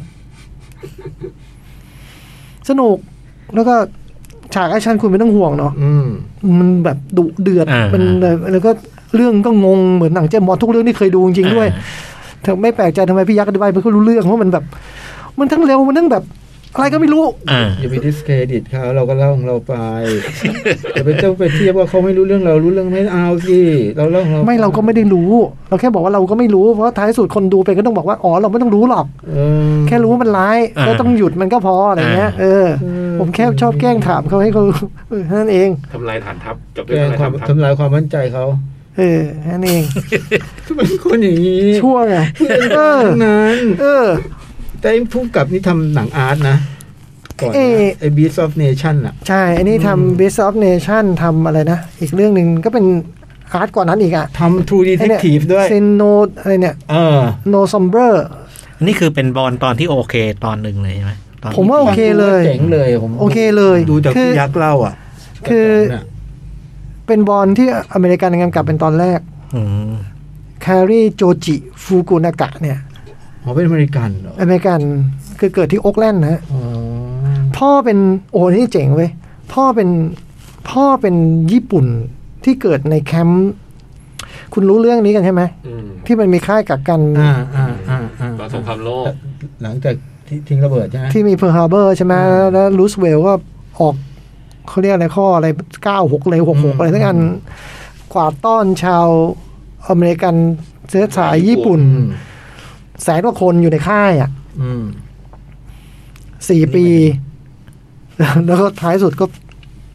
สนุก แล้วก็ฉากแอคชั่นคุณไม่ต้องห่วงเนาะ
อืม
มันแบบดุเดือดมันแบบแล้วก็เรื่องก็งงเหมือนหนังเจมส์บอลทุกเรื่องที่เคยดูจริงๆด้วย เธอไม่แปลกใจทำไมพี่ยักษ์อธิบายไม่ค่อยรู้เรื่องเพราะมันแบบ มันทั้งเร็วมันทั้งแบบ อะไรก็ไม่รู้
อ่า
อย่าไปดิสเครดิตเขาเราก็เล่าของเรา ไปอย่าไปเจ้าไปเทียบว่าเขาไม่รู้เรื่องเรารู้เรื่องไม่เอาสิเราเล่าของเรา
ไม่เราก็ไม่ได้รู้ เราแค่บอกว่าเราก็ไม่รู้เพราะท้ายสุดคนดูไปก็ต้องบอกว่าอ๋อเราไม่ต้องรู้หรอก
เออ
แค่รู้ว่ามันร้ายแล้วต้องหยุดมันก็พออะไรเงี้ยเออ
อืม
ผมแค่ชอบแกล้งถามเขาให้เขา เออนั่นเอง
ทำลายฐานทัพจบ
แก
ด้วย
งความ
ทำลายฐานทัพ
ทำลายความมั่นใจเขา
เออนั่นเอง
ทำไมคนอย่างนี้
ชั่วไงเออ
ทั้งนั้น
เออ
แต่ไอ้ผู้กำกับนี่ทำหนังอาร์ตนะ ก่อน
เอ่อ
นะไอ้ Beast of Nation อ่ะ
ใช่ อันนี้ทำ Best of Nation ทำอะไรนะ อีกเรื่องหนึ่งก็เป็นอาร์ตก่อนนั้นอีกอะ
ทำ True
ไอ้เนี่ย
Detective ด้วย
เซโนอะไรเนี่ย
เออ
No Somber
อันนี่คือเป็นบอลตอนที่โอเคตอนหนึ่งเลยใช่ไหมตอนที่
ผมว่า โอเคเลย
เจ๋งเลยผม
โอเคเลย
ดูจาก
คือ
พี่ยักษ์เล่าอ่ะ
คือ
น่ะ
เป็นบอลที่อเมริกันกำกับเป็นตอนแรก
อืม
แครีโจจิฟูกุนากะเนี่ย
อ๋อเป็นอเมริกันเหรอ
อเมริกันคือเกิดที่โอ๊กแลนด์นะฮะ
อ๋อ
พ่อเป็นโอ้นี่เจ๋งเว้ย พ่อเป็นพ่อเป็นญี่ปุ่นที่เกิดในแคมป์คุณรู้เรื่องนี้กันใช่ไหม
อืม
ที่มันมีค่ายกักกัน
อ่าอ่าอ่าอ่า
ตอนสงครามโลก
หลังจากที่ทิ้งระเบิดใช่ไหม
ที่มีเพิร์ลฮาร์เบอร์ใช่ไหมแล้วรูสเวลก็ออกเขาเรียกอะไรข้ออะไรเก้าหกเลยหกหกอะไรทั้งอันกวาดต้อนชาวอเมริกันเชื้อสายญี่ปุ่น
อืม
แสนกว่าคนอยู่ในค่ายอ่ะ
อืม
สี่ปี แล้วก็ท้ายสุดก็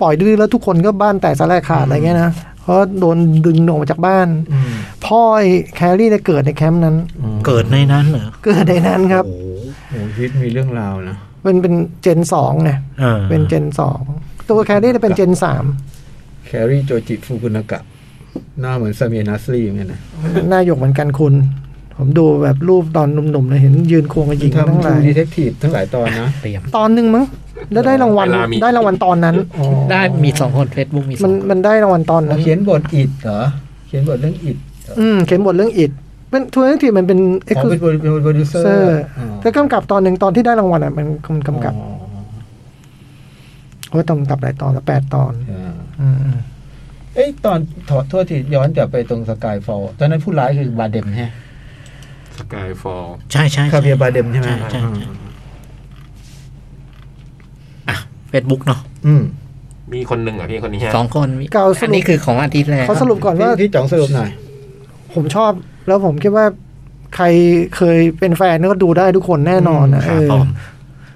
ปล่อยดื้อแล้วทุกคนก็บ้านแตกสลายขาดอะไรเงี้ยนะเพราะโดนดึงออกมาจากบ้าน
อืม
พ่อไอ้แครี่เนี่ยเกิดในแคมป์นั้น
อ๋อ
เกิดในนั้นเหรอ
เกิดในนั้นครับ
โอ้โห
โอ้ชีวิตมีเรื่องราวนะ
เป็นเป็นเจนสองไง
ออ
เป็นเจนสองตัวแครี่เนี่ยเป็นเจนสาม
แครี่โจจิฟูกุนากะ หน้าเหมือนซามีนัสลีเหมือนกันนะ
หน้าหยกเหมือนกันคุณ ผมดูแบบรูปตอนหนุ่มๆเลยเห็นยืนควงกับหญิงทั้ง
ทำ
หลาย
True Detective ทั้งหลายตอนนะ
เตรียม
ตอนหนึ่งมั้งแล้วได้รางวัลได้รางวัลตอนนั้น
อ๋อ
ได้มีสองคนเฟซบุ๊กมีส
มั
อน ง
มันได้รางวัลตอน
เรา
นั้น
เขียนบทอิดเหรอ เขียนบทเรื่องอิดเหรอ
อืมเขียนบทเรื่องอิดเป็นทัวร์ทั้งทีมันเป็น
อ๋อเป็นโปรเป็นโปรดิวเซอ
เซอ
ร์
ร์แต่กำกับตอนหนึ่งตอนที่ได้รางวัลอ่ะมันมันกำกับ
อ๋อ
โอ้ยต้องกำกับหลายตอนละแปดตอน
อ่า
อืม
เอ้ยตอนถอดโทษทีย้อนกลับไปตรงสกายฟอลตอนนั้นผู้ร้ายคือบาเดมใช่ไหม
สกายฟอล
ใช่ใช่ใช่
คาเบียร์บาเดมใช่ไหม
ใช่ใช่
อ่า
ใช่ Facebook เนาะ
อืม
มีคนหนึ่งเหรอพี่คนนี้ฮะ
สองคนมี
เก่าสรุป
อันนี้คือของอาทิตย์แล้ว
เขาสรุปก่อนว่า
พี่พี่จ่องสรุปหน่อย
ผมชอบแล้วผมคิดว่าใครเคยเป็นแฟนก็ดูได้ทุกคนแน่นอนนะ
ค
เอ
รั
อ
บ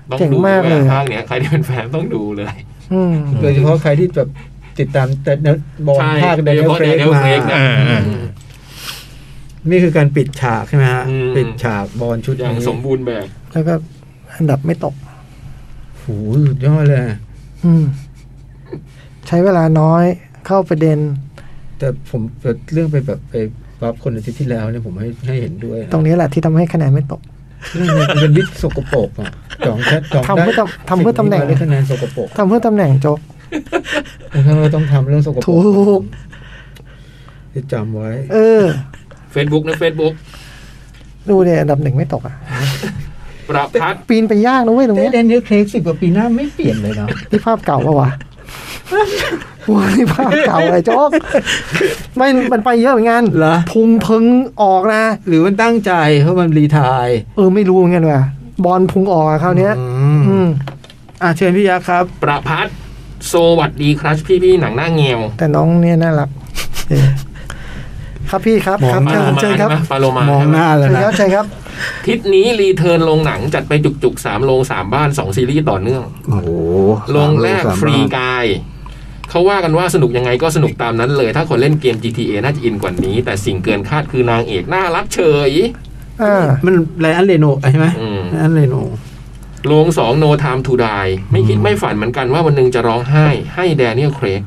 ผม
ต้อง
เจ๋ง
ดู
มาก
เล
เลยย
ภาคเนี้ยใครที่เป็นแฟนต้องดูเลย
อืม
โดยเฉพาะใครที่แบบติดตามแต่เนื้อบอล
ใช่
ภาคเดน
โดยเฉพาะ
เฟรก
Daniel
มา
Craig นะ
เออเออ
นี่คือการปิดฉากใช่ไหมฮะ
อืม
ปิดฉากบอลชุด
อย่าง
นี้
สมบูรณ์แบบ
แล้วก็อันดับไม่ตก
โอ้โหสุดยอดเลย
อืม ใช้เวลาน้อยเข้าประเด็น
แต่ผมเรื่องไปแบบไปรับคนอาทิตย์ที่แล้วเนี่ยผมให้ให้เห็นด้วยนะ
ตรงนี้แหละที่ทำให้คะแนนไม่ตก
นี่มันมันเป็นวิธีสกปรกอ่ะจองแค่จอง
ทำเพื่อ
ได้
ทำทำเพื่อตำแหน่ง
สิ่นี้มาได้คะแนนสกปรก
ทำเพื่อตำแหน่งโจ๊ก
บางครั้งเราต้องทำเรื่องสกปรก
ถูก
ที่จำไว้
เออ
เฟซบุ๊กนะเฟซบุ๊ก
ดูเนี่ยอันดับหนึ่งไม่ตกอ่ะ
ประพัด
ปีนไปยากนะเว้ยตรง
แต่
เนี้ย
เดนเนลเคลกสิบกว่าปีหน้าไม่เปลี่ยนเลยนะ
นี่ภาพเก่าปะวะโอ้ยนี่ภาพเก่าเลยโจ๊กไม่มันไปเยอะเหมือนกัน
เหรอ
พุงพึงออกนะ
หรือมันตั้งใจเพราะมันรีไทาย
เออไม่รู้เหมือนกันว่ะบอลพุงออกอะคราวเนี้ย อืม
อ่ะเชิญพี่ยักษ์ครับ
ประพัดสวัสดีครับพี่พี่ๆหนังหน้าเงียว
แต่น้องเนี่ยน่ารักเออครับพี่ครับ
มอง
ครับ
ปา
เชิญ
โลมา
เชิญครับ
ใช่ไหมปาโลมาม
องหน้าเลย
เชิญ
นะครับ
เชิญครับ
ทิศนี้รีเทิร์นโรงหนังจัดไปจุกๆสามโรงสามบ้านสองซีรีส์ต่อเนื่อง
โอ้โห
ลงแรก
สาม
ฟรี
บาท
กาย เขาว่ากันว่าสนุกยังไงก็สนุกตามนั้นเลย ถ้าคนเล่นเกม GTA น่าจะอินกว่านี้ แต่สิ่งเกินคาดคือนางเอกน่ารักเฉย
อ่า
มันไรอันเรโนใช่ไหม
อืม
ไรอันเรโน
โรงสอง No Time to Die ไม่คิด
อืม
ไม่ฝันเหมือนกันว่าวันหนึ่งจะร้องไห้ ให้แดเนียลเครก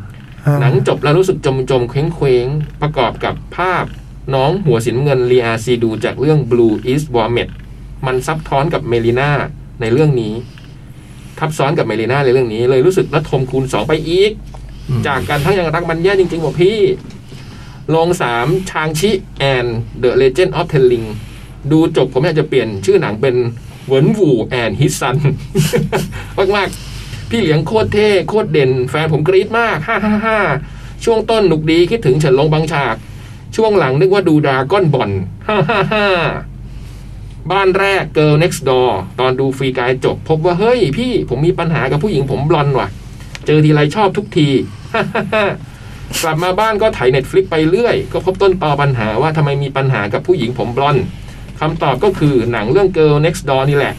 หนังจบแล้วรู้สึกจมจมๆเคว้งเคว้งๆ ประกอบกับภาพ น้องหัวสินเงินเรียซีดูจากเรื่อง Blue is w a r m e t มันซับท้อนกับเมลิน่าในเรื่องนี้ ทับซ้อนกับเมลิน่าในเรื่องนี้ เลยรู้สึกระทมคูณสองไปอีก จากกันทั้งยังรักมันแย่จริงๆว่ะพี่ ลงสามชางชิแอนเดอะเลเจนด์ออฟเทลลิงดูจบผมอยากจะเปลี่ยนชื่อหนังเป็นเหวินหวูแอนฮิซัน มากๆ พี่เหลียงโคตรเท่ โคตรเด่น แฟนผมกรี๊ดมากฮ่าฮ่าฮ่าช่วงต้นหนุกดีคิดถึงเฉินลงบางฉาก ช่วงหลังนึกว่าดูดราก้อนบอลฮ่าฮ่าฮ่าบ้านแรก Girl Next Door ตอนดูฟรีกายจบ พบว่าเฮ้ยพี่ผมมีปัญหากับผู้หญิงผมบลอนด์ว่ะ เจอทีไรชอบทุกที กลับมาบ้านก็ไถ่ายเน็ตฟลิกไปเรื่อย ก็พบต้นตอปัญหาว่าทำไมมีปัญหากับผู้หญิงผมบลอนด์คำตอบก็คือหนังเรื่อง Girl Next Door นี่แหละ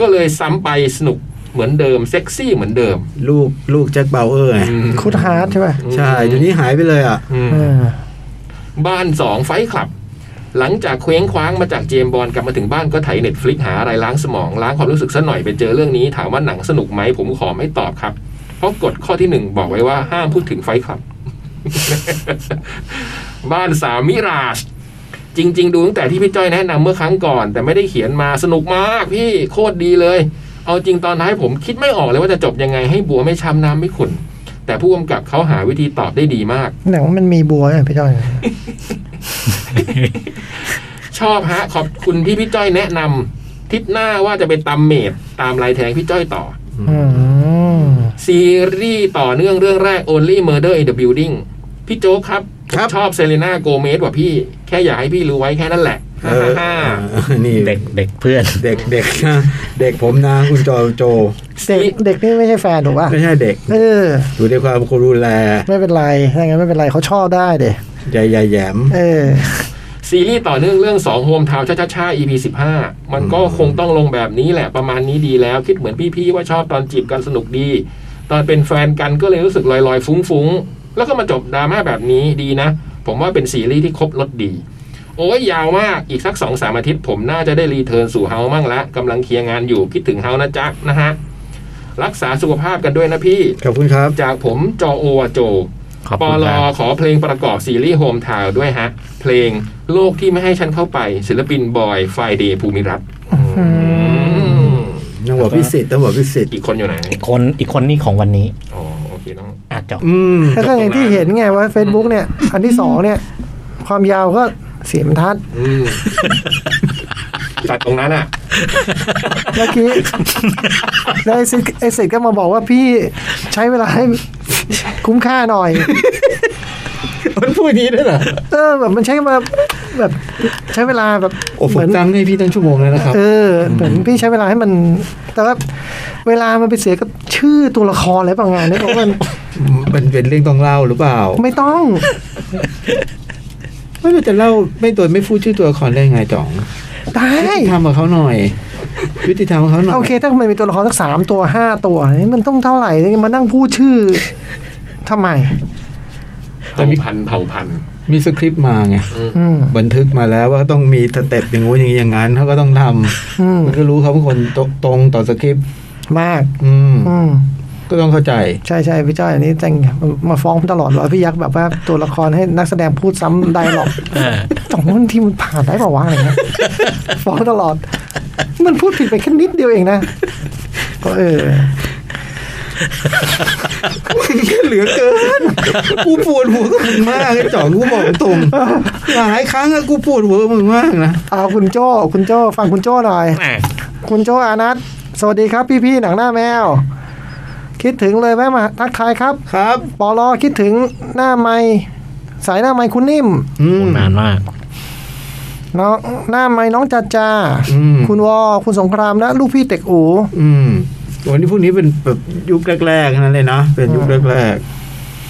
ก็เลยซ้ำไปสนุกเหมือนเดิม เซ็กซี่เหมือนเดิม
ลูกลูกแจ็คเบลเออร์ไง
คุดฮาร์ดใช่ป่ะ
ใช่เดี๋ยวนี้หายไปเลยอ่ะ
อืม
เออ
บ้านสองไฟคลับ หลังจากเคว้งคว้างมาจากเจมส์บอลกลับมาถึงบ้านก็ไถ่ายเน็ตฟลิกหาอะไรล้างสมองล้างความรู้สึกซะหน่อยไปเจอเรื่องนี้ถามว่าหนังสนุกไหมผมขอไม่ตอบครับ เพราะกฎข้อที่หนึ่งบอกไว้ว่าห้ามพูดถึงไฟคลับ บ้านสามมิราช จริง ๆ ดูตั้งแต่ที่พี่จ้อยแนะนำเมื่อครั้งก่อน แต่ไม่ได้เขียนมาสนุกมากพี่โคตรดีเลย เอาจริงตอนท้ายผมคิดไม่ออกเลยว่าจะจบยังไงให้บัวไม่ช้ำน้ำไม่ขุ่นแต่ผู้กำกับเขาหาวิธีตอบได้ดีมาก
หนังมันมีบัวเนี่ยพี่จ้อย
ชอบฮะ ขอบคุณที่พี่จ้อยแนะนำทิศหน้าว่าจะไปตำเมดตามลายแทงพี่จ้อยต่อ
อืม
ซีรีส์ต่อเนื่องเรื่องแรก Only Murder in the Building พี่โจ๊กครับผม
ครับ
ชอบเซเลน่าโกเมสว่ะพี่ แค่อยากให้พี่รู้ไว้แค่นั้นแหละ
เออ
ฮ่าๆ
เออนี่
เด็กเด็กเพื่อน
เด็กเด็กนะเด็กผมนะคุณจอโจ
เด็กเด็กนี่ไม่ใช่แฟนถูกป่ะ
ไม่ใช่เด็ก
เออ
อยู่ในความกรุณแล
ไม่เป็นไรถ้างั้นไม่เป็นไรเขาชอบได้เด็
ใหญ่ใหญ่แหยม
เออ
ซีรีส์ต่อเนื่องเรื่อง 2 โฮมทาวช่าช่า EP 15 มันก็คงต้องลงแบบนี้แหละประมาณนี้ดีแล้ว คิดเหมือนพี่ๆว่าชอบตอนจีบกันสนุกดี ตอนเป็นแฟนกันก็เลยรู้สึกลอยๆ ฟุ้งๆ แล้วก็มาจบดราม่าแบบนี้ดีนะ ผมว่าเป็นซีรีส์ที่ครบรสดี โอ้ยยาวมากอีกสักสองสามอาทิตย์ผมน่าจะได้รีเทิร์นสู่เฮามั่งละกำลังเคลียร์งานอยู่คิดถึงเฮานะจ๊ะนะฮะรักษาสุขภาพกันด้วยนะพี่
ขอบคุณครับ
จากผมจอโอวาโจ
ขอบ
ป
คุ
อ
ณ
ล
ค
อ
รับ
ขอเพลงประกอบซีรีส์โฮมทาวด้วยฮะ เพลงโลกที่ไม่ให้ฉันเข้าไป ศิลปินบอยไฟเดย์ภูมิรัตน์
ต้องบอกพิสิทธิ์ต้องบอกพิสิทธิ์
อีกคนอยู่ไหน
อีกคนอีกคนนี่ของวันนี้
อ๋อ โอเคน้อง
อาจจะ
อืม
แล้วก็อย่างที่เห็นไงว่า Facebook เนี่ย อันที่สองเนี่ย ความยาวก็เสียมทัด
อืมจัดตรงนั้นอ่ะ
เมื่อกี้แล้วไอซิไอซิ ก็มาบอกว่าพี่ใช้เวลาให้คุ้มค่าหน่อย
มันพูดอย่างนี้ด้วยเหรอ
เออแบบมันใช้มาแบบใช้เวลาแบบ
โอ้ผ
เห
ม
มือน
ตั้งให้พี่ตั้งชั่วโมงแล้วนะครับ
เออเหมือนพี่ใช้เวลาให้มัน แต่ว่าเวลามันไปเสียกับชื่อตัวละครอะไรบางงานเนี่ยเพราะมัน
มันเป็นเรื่องต้องเล่าหรือเปล่า
ไม่ต้อง
ไม่เราจะเล่าไม่โดยไม่พูดชื่อตัวละครได้ไงจ่อง
ได้
ยุติธรรมกับเขาหน่อยยุติธรรมกับเขาหน่อย
โอเค ถ้ามันมีตัวละครสักสามตัวห้าตัวนี่มันต้องเท่าไหร่เนี่ยมานั่งพูดชื่อทำไม
เผ่าพันธุ์เผ่าพันธุ์
มีสคริปต์มาไง
อืม
บันทึกมาแล้วว่าต้องมีสเต็ปอย่างงู้นอย่างนี้อย่างนั้นเขาก็ต้องท
อืม
ำมันก็รู้เขาเป็นคนตตรงต่อสคริปต์
มาก
อืม
อืม
ก็ต้องเข้าใจ
ใช่ใช่พี่จ้อยอันนี้แจงมาฟ้องผมตลอดเลยพี่ยักษ์แบบว่าตัวละครให้นักแสดงพูดซ้ำไดหรอก
เออ
สองคนที่มันผ่านได้เปล่าวะอะไรเงี้ยฟ้องตลอด มันพูดผิดไปแค่นิดเดียวเองนะก็เออ
เหลือเกิน กูปวดหัวกับมึงมากไอ้จ่องกูบอกตรงหลายครั้งอะกูปวดหัวกับมึงมากนะ
เอาคุณโจ้คุณโจ้ฟังคุณโจ้หน่อย คุณโจอานัทสวัสดีครับพี่พี่ๆหนังหน้าแมว คิดถึงเลยแวะมาทักทายครับ
ครับ
ปอลอคิดถึงหน้าไม้สายหน้าไม้คุณนิ่ม
อืม
นานมาก
น้องหน้าไม้น้องจัดจา
อืม
คุณวอคุณสงครามและลูกพี่เต็กอู
อืมวันนี้พวกนี้เป็นแบบยุคแรกๆทั้งนั้นเลยนะเป็นยุคแรก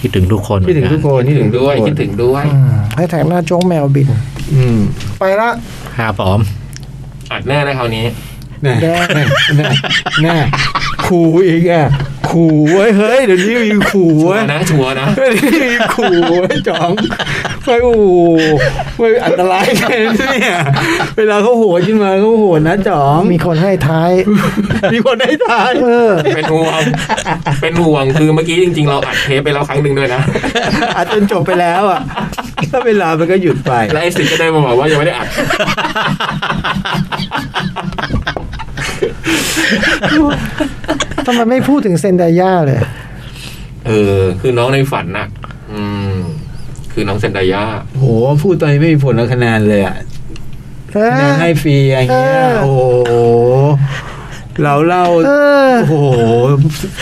คิดถึงทุกคน
ๆคิดถึงทุกคน
คิดถึงด้วยคิดถึงด้วย
อืมให้แถมหน้าโจ๊กแมวบิน
อืม
ไปละ
หาผอม
อัดแน่นะคราวนี้
แน่แน่แน่แน่ขู่อีกอ่ะขู่เว้ยเฮ้ยเดี๋ยวนี้มีขู่
ชัว
เว้ย
ร์นะชัวร์ นะ
เดี๋ยวนี้มีขู่เว้ยจ๋องไปโอ้โหไปอันตรายแค่นี้เนี่ยเวลาเขาโหดขึ้นมาเขาโหดนะจ๋อง
มีคนให้ท้าย
มีคนได้ทาย
เออ
เป็นห่วง เป็นห่วงคือเมื่อกี้จริง ๆ เราอัดเทปไปแล้วครั้งหนึ่งด้วยนะ
อัดจนจบไปแล้วอ่ะถ้าเวลามันก็หยุดไป
แล้วไอ้สิงก็ได้มาบอกว่ายังไม่ได้อัด
ทำไมไม่พูดถึงเซนไดาย่าเลย
เออ คือน้องในฝันน่ะ อืม คือน้องเซนไดายา
โหพูดไปไม่มีผลกับคะแนนเลยอ่ะ
เอ
คะแน
อ
นให้ฟรีอย่างเงี้ย
เออ
โอ้โห เราเล่า
เออ
โอ้โห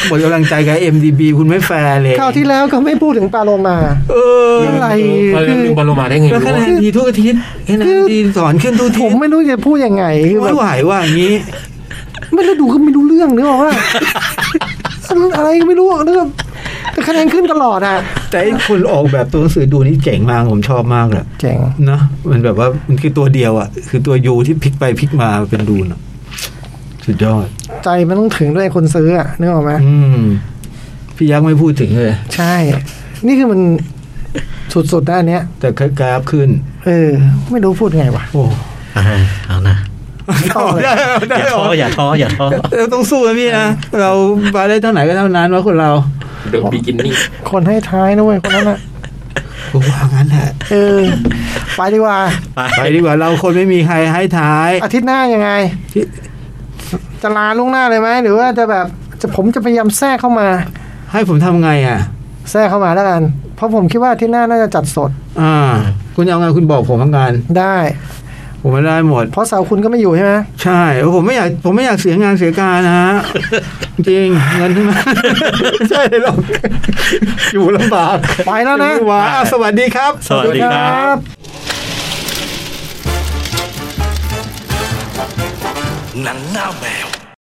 หมดกำลังใจกับ MDB คุณไม่แฟร์เลย
คราวที่แล้วก็ไม่พูดถึงปาโลมา
เออ
เรื่องอะไร
เราจะลืมบอลโลมาได้ไง
แล้ว
ไม่
คะแน
รู้
นดีทุกอาทิตย์คะแนนดีสอนขึ้นทุกอา
ผ
ทิต
ม
ย์
ไม่รู้จะพูดยังไงคือแบ
ไม่
บ
ไหวว่าอย่างนี้
ไม่ได้ดูก็ไม่รู้เรื่องนึกออกว่า อะไรก็ไม่รู้เรื่องแต่คะแนนขึ้นตลอดอ่ะ
แต่ไอ้คนออกแบบตัวหนังสือดูนี่เจ๋งมาก ผมชอบมากเลย
เจ๋ง
เนอะมันแบบว่ามันคือตัวเดียวอ่ะ คือตัวยูที่พลิกไปพลิกมาเป็นดูนอะสุดยอด
ใจมันต้องถึงด้วยคนซื้ออ่ะนึกออกไหม
อืม พี่ยักษ์ไม่พูดถึงเลย
ใช่ นี่คือมันสุดๆด้านเนี้ย
แต่กราฟขึ้น
เออ ไม่รู้พูดไงวะ
โอ้
อ่าเอานะ
ต่อเลย
ได้ได้
อย่า
เหร
ท้ออย่าท้อ
อ
อย่าท้อ
เราต้องสู้นะพี่นะ เราไปได้เท่าไหนก็เท่านั้นวะคนเรา
เดอะบิกินี่
คนให้ท้ายนะเว้ยคนนั้นอ่ะ
ผมว่างั้นแหละ
เออ ไปดีกว่า
ไปดีกว่าเราคนไม่มีใครให้ท้าย
อาทิตย์หน้ายังไง
ที่
จะลาล่วงหน้าเลยไหมหรือว่าจะแบบจะผมจะพยายามแทรกเข้ามา
ให้ผมทำไงอ่ะ
แทรกเข้ามาแล้วกัน เพราะผมคิดว่าอาที่หน้าน่าจะจัดสด
อ่า คุณจะเอาไงคุณบอกผมทั้งาน
ได้
ผมไม่ได้หมด
เพราะเสาร์คุณก็ไม่อยู่ใช่ไหม
ใช่โอ้ผมไม่อยากผมไม่อยากเสียงานเสียการนะฮะจริงเงินทั้งนั้น ไม่ใช่หรอกอยู่ลำบาก
ไปแล้วนะ
อยู่าอ่ะสวัสดีครับ
สวัสดีครับ
หนังหน้าแมว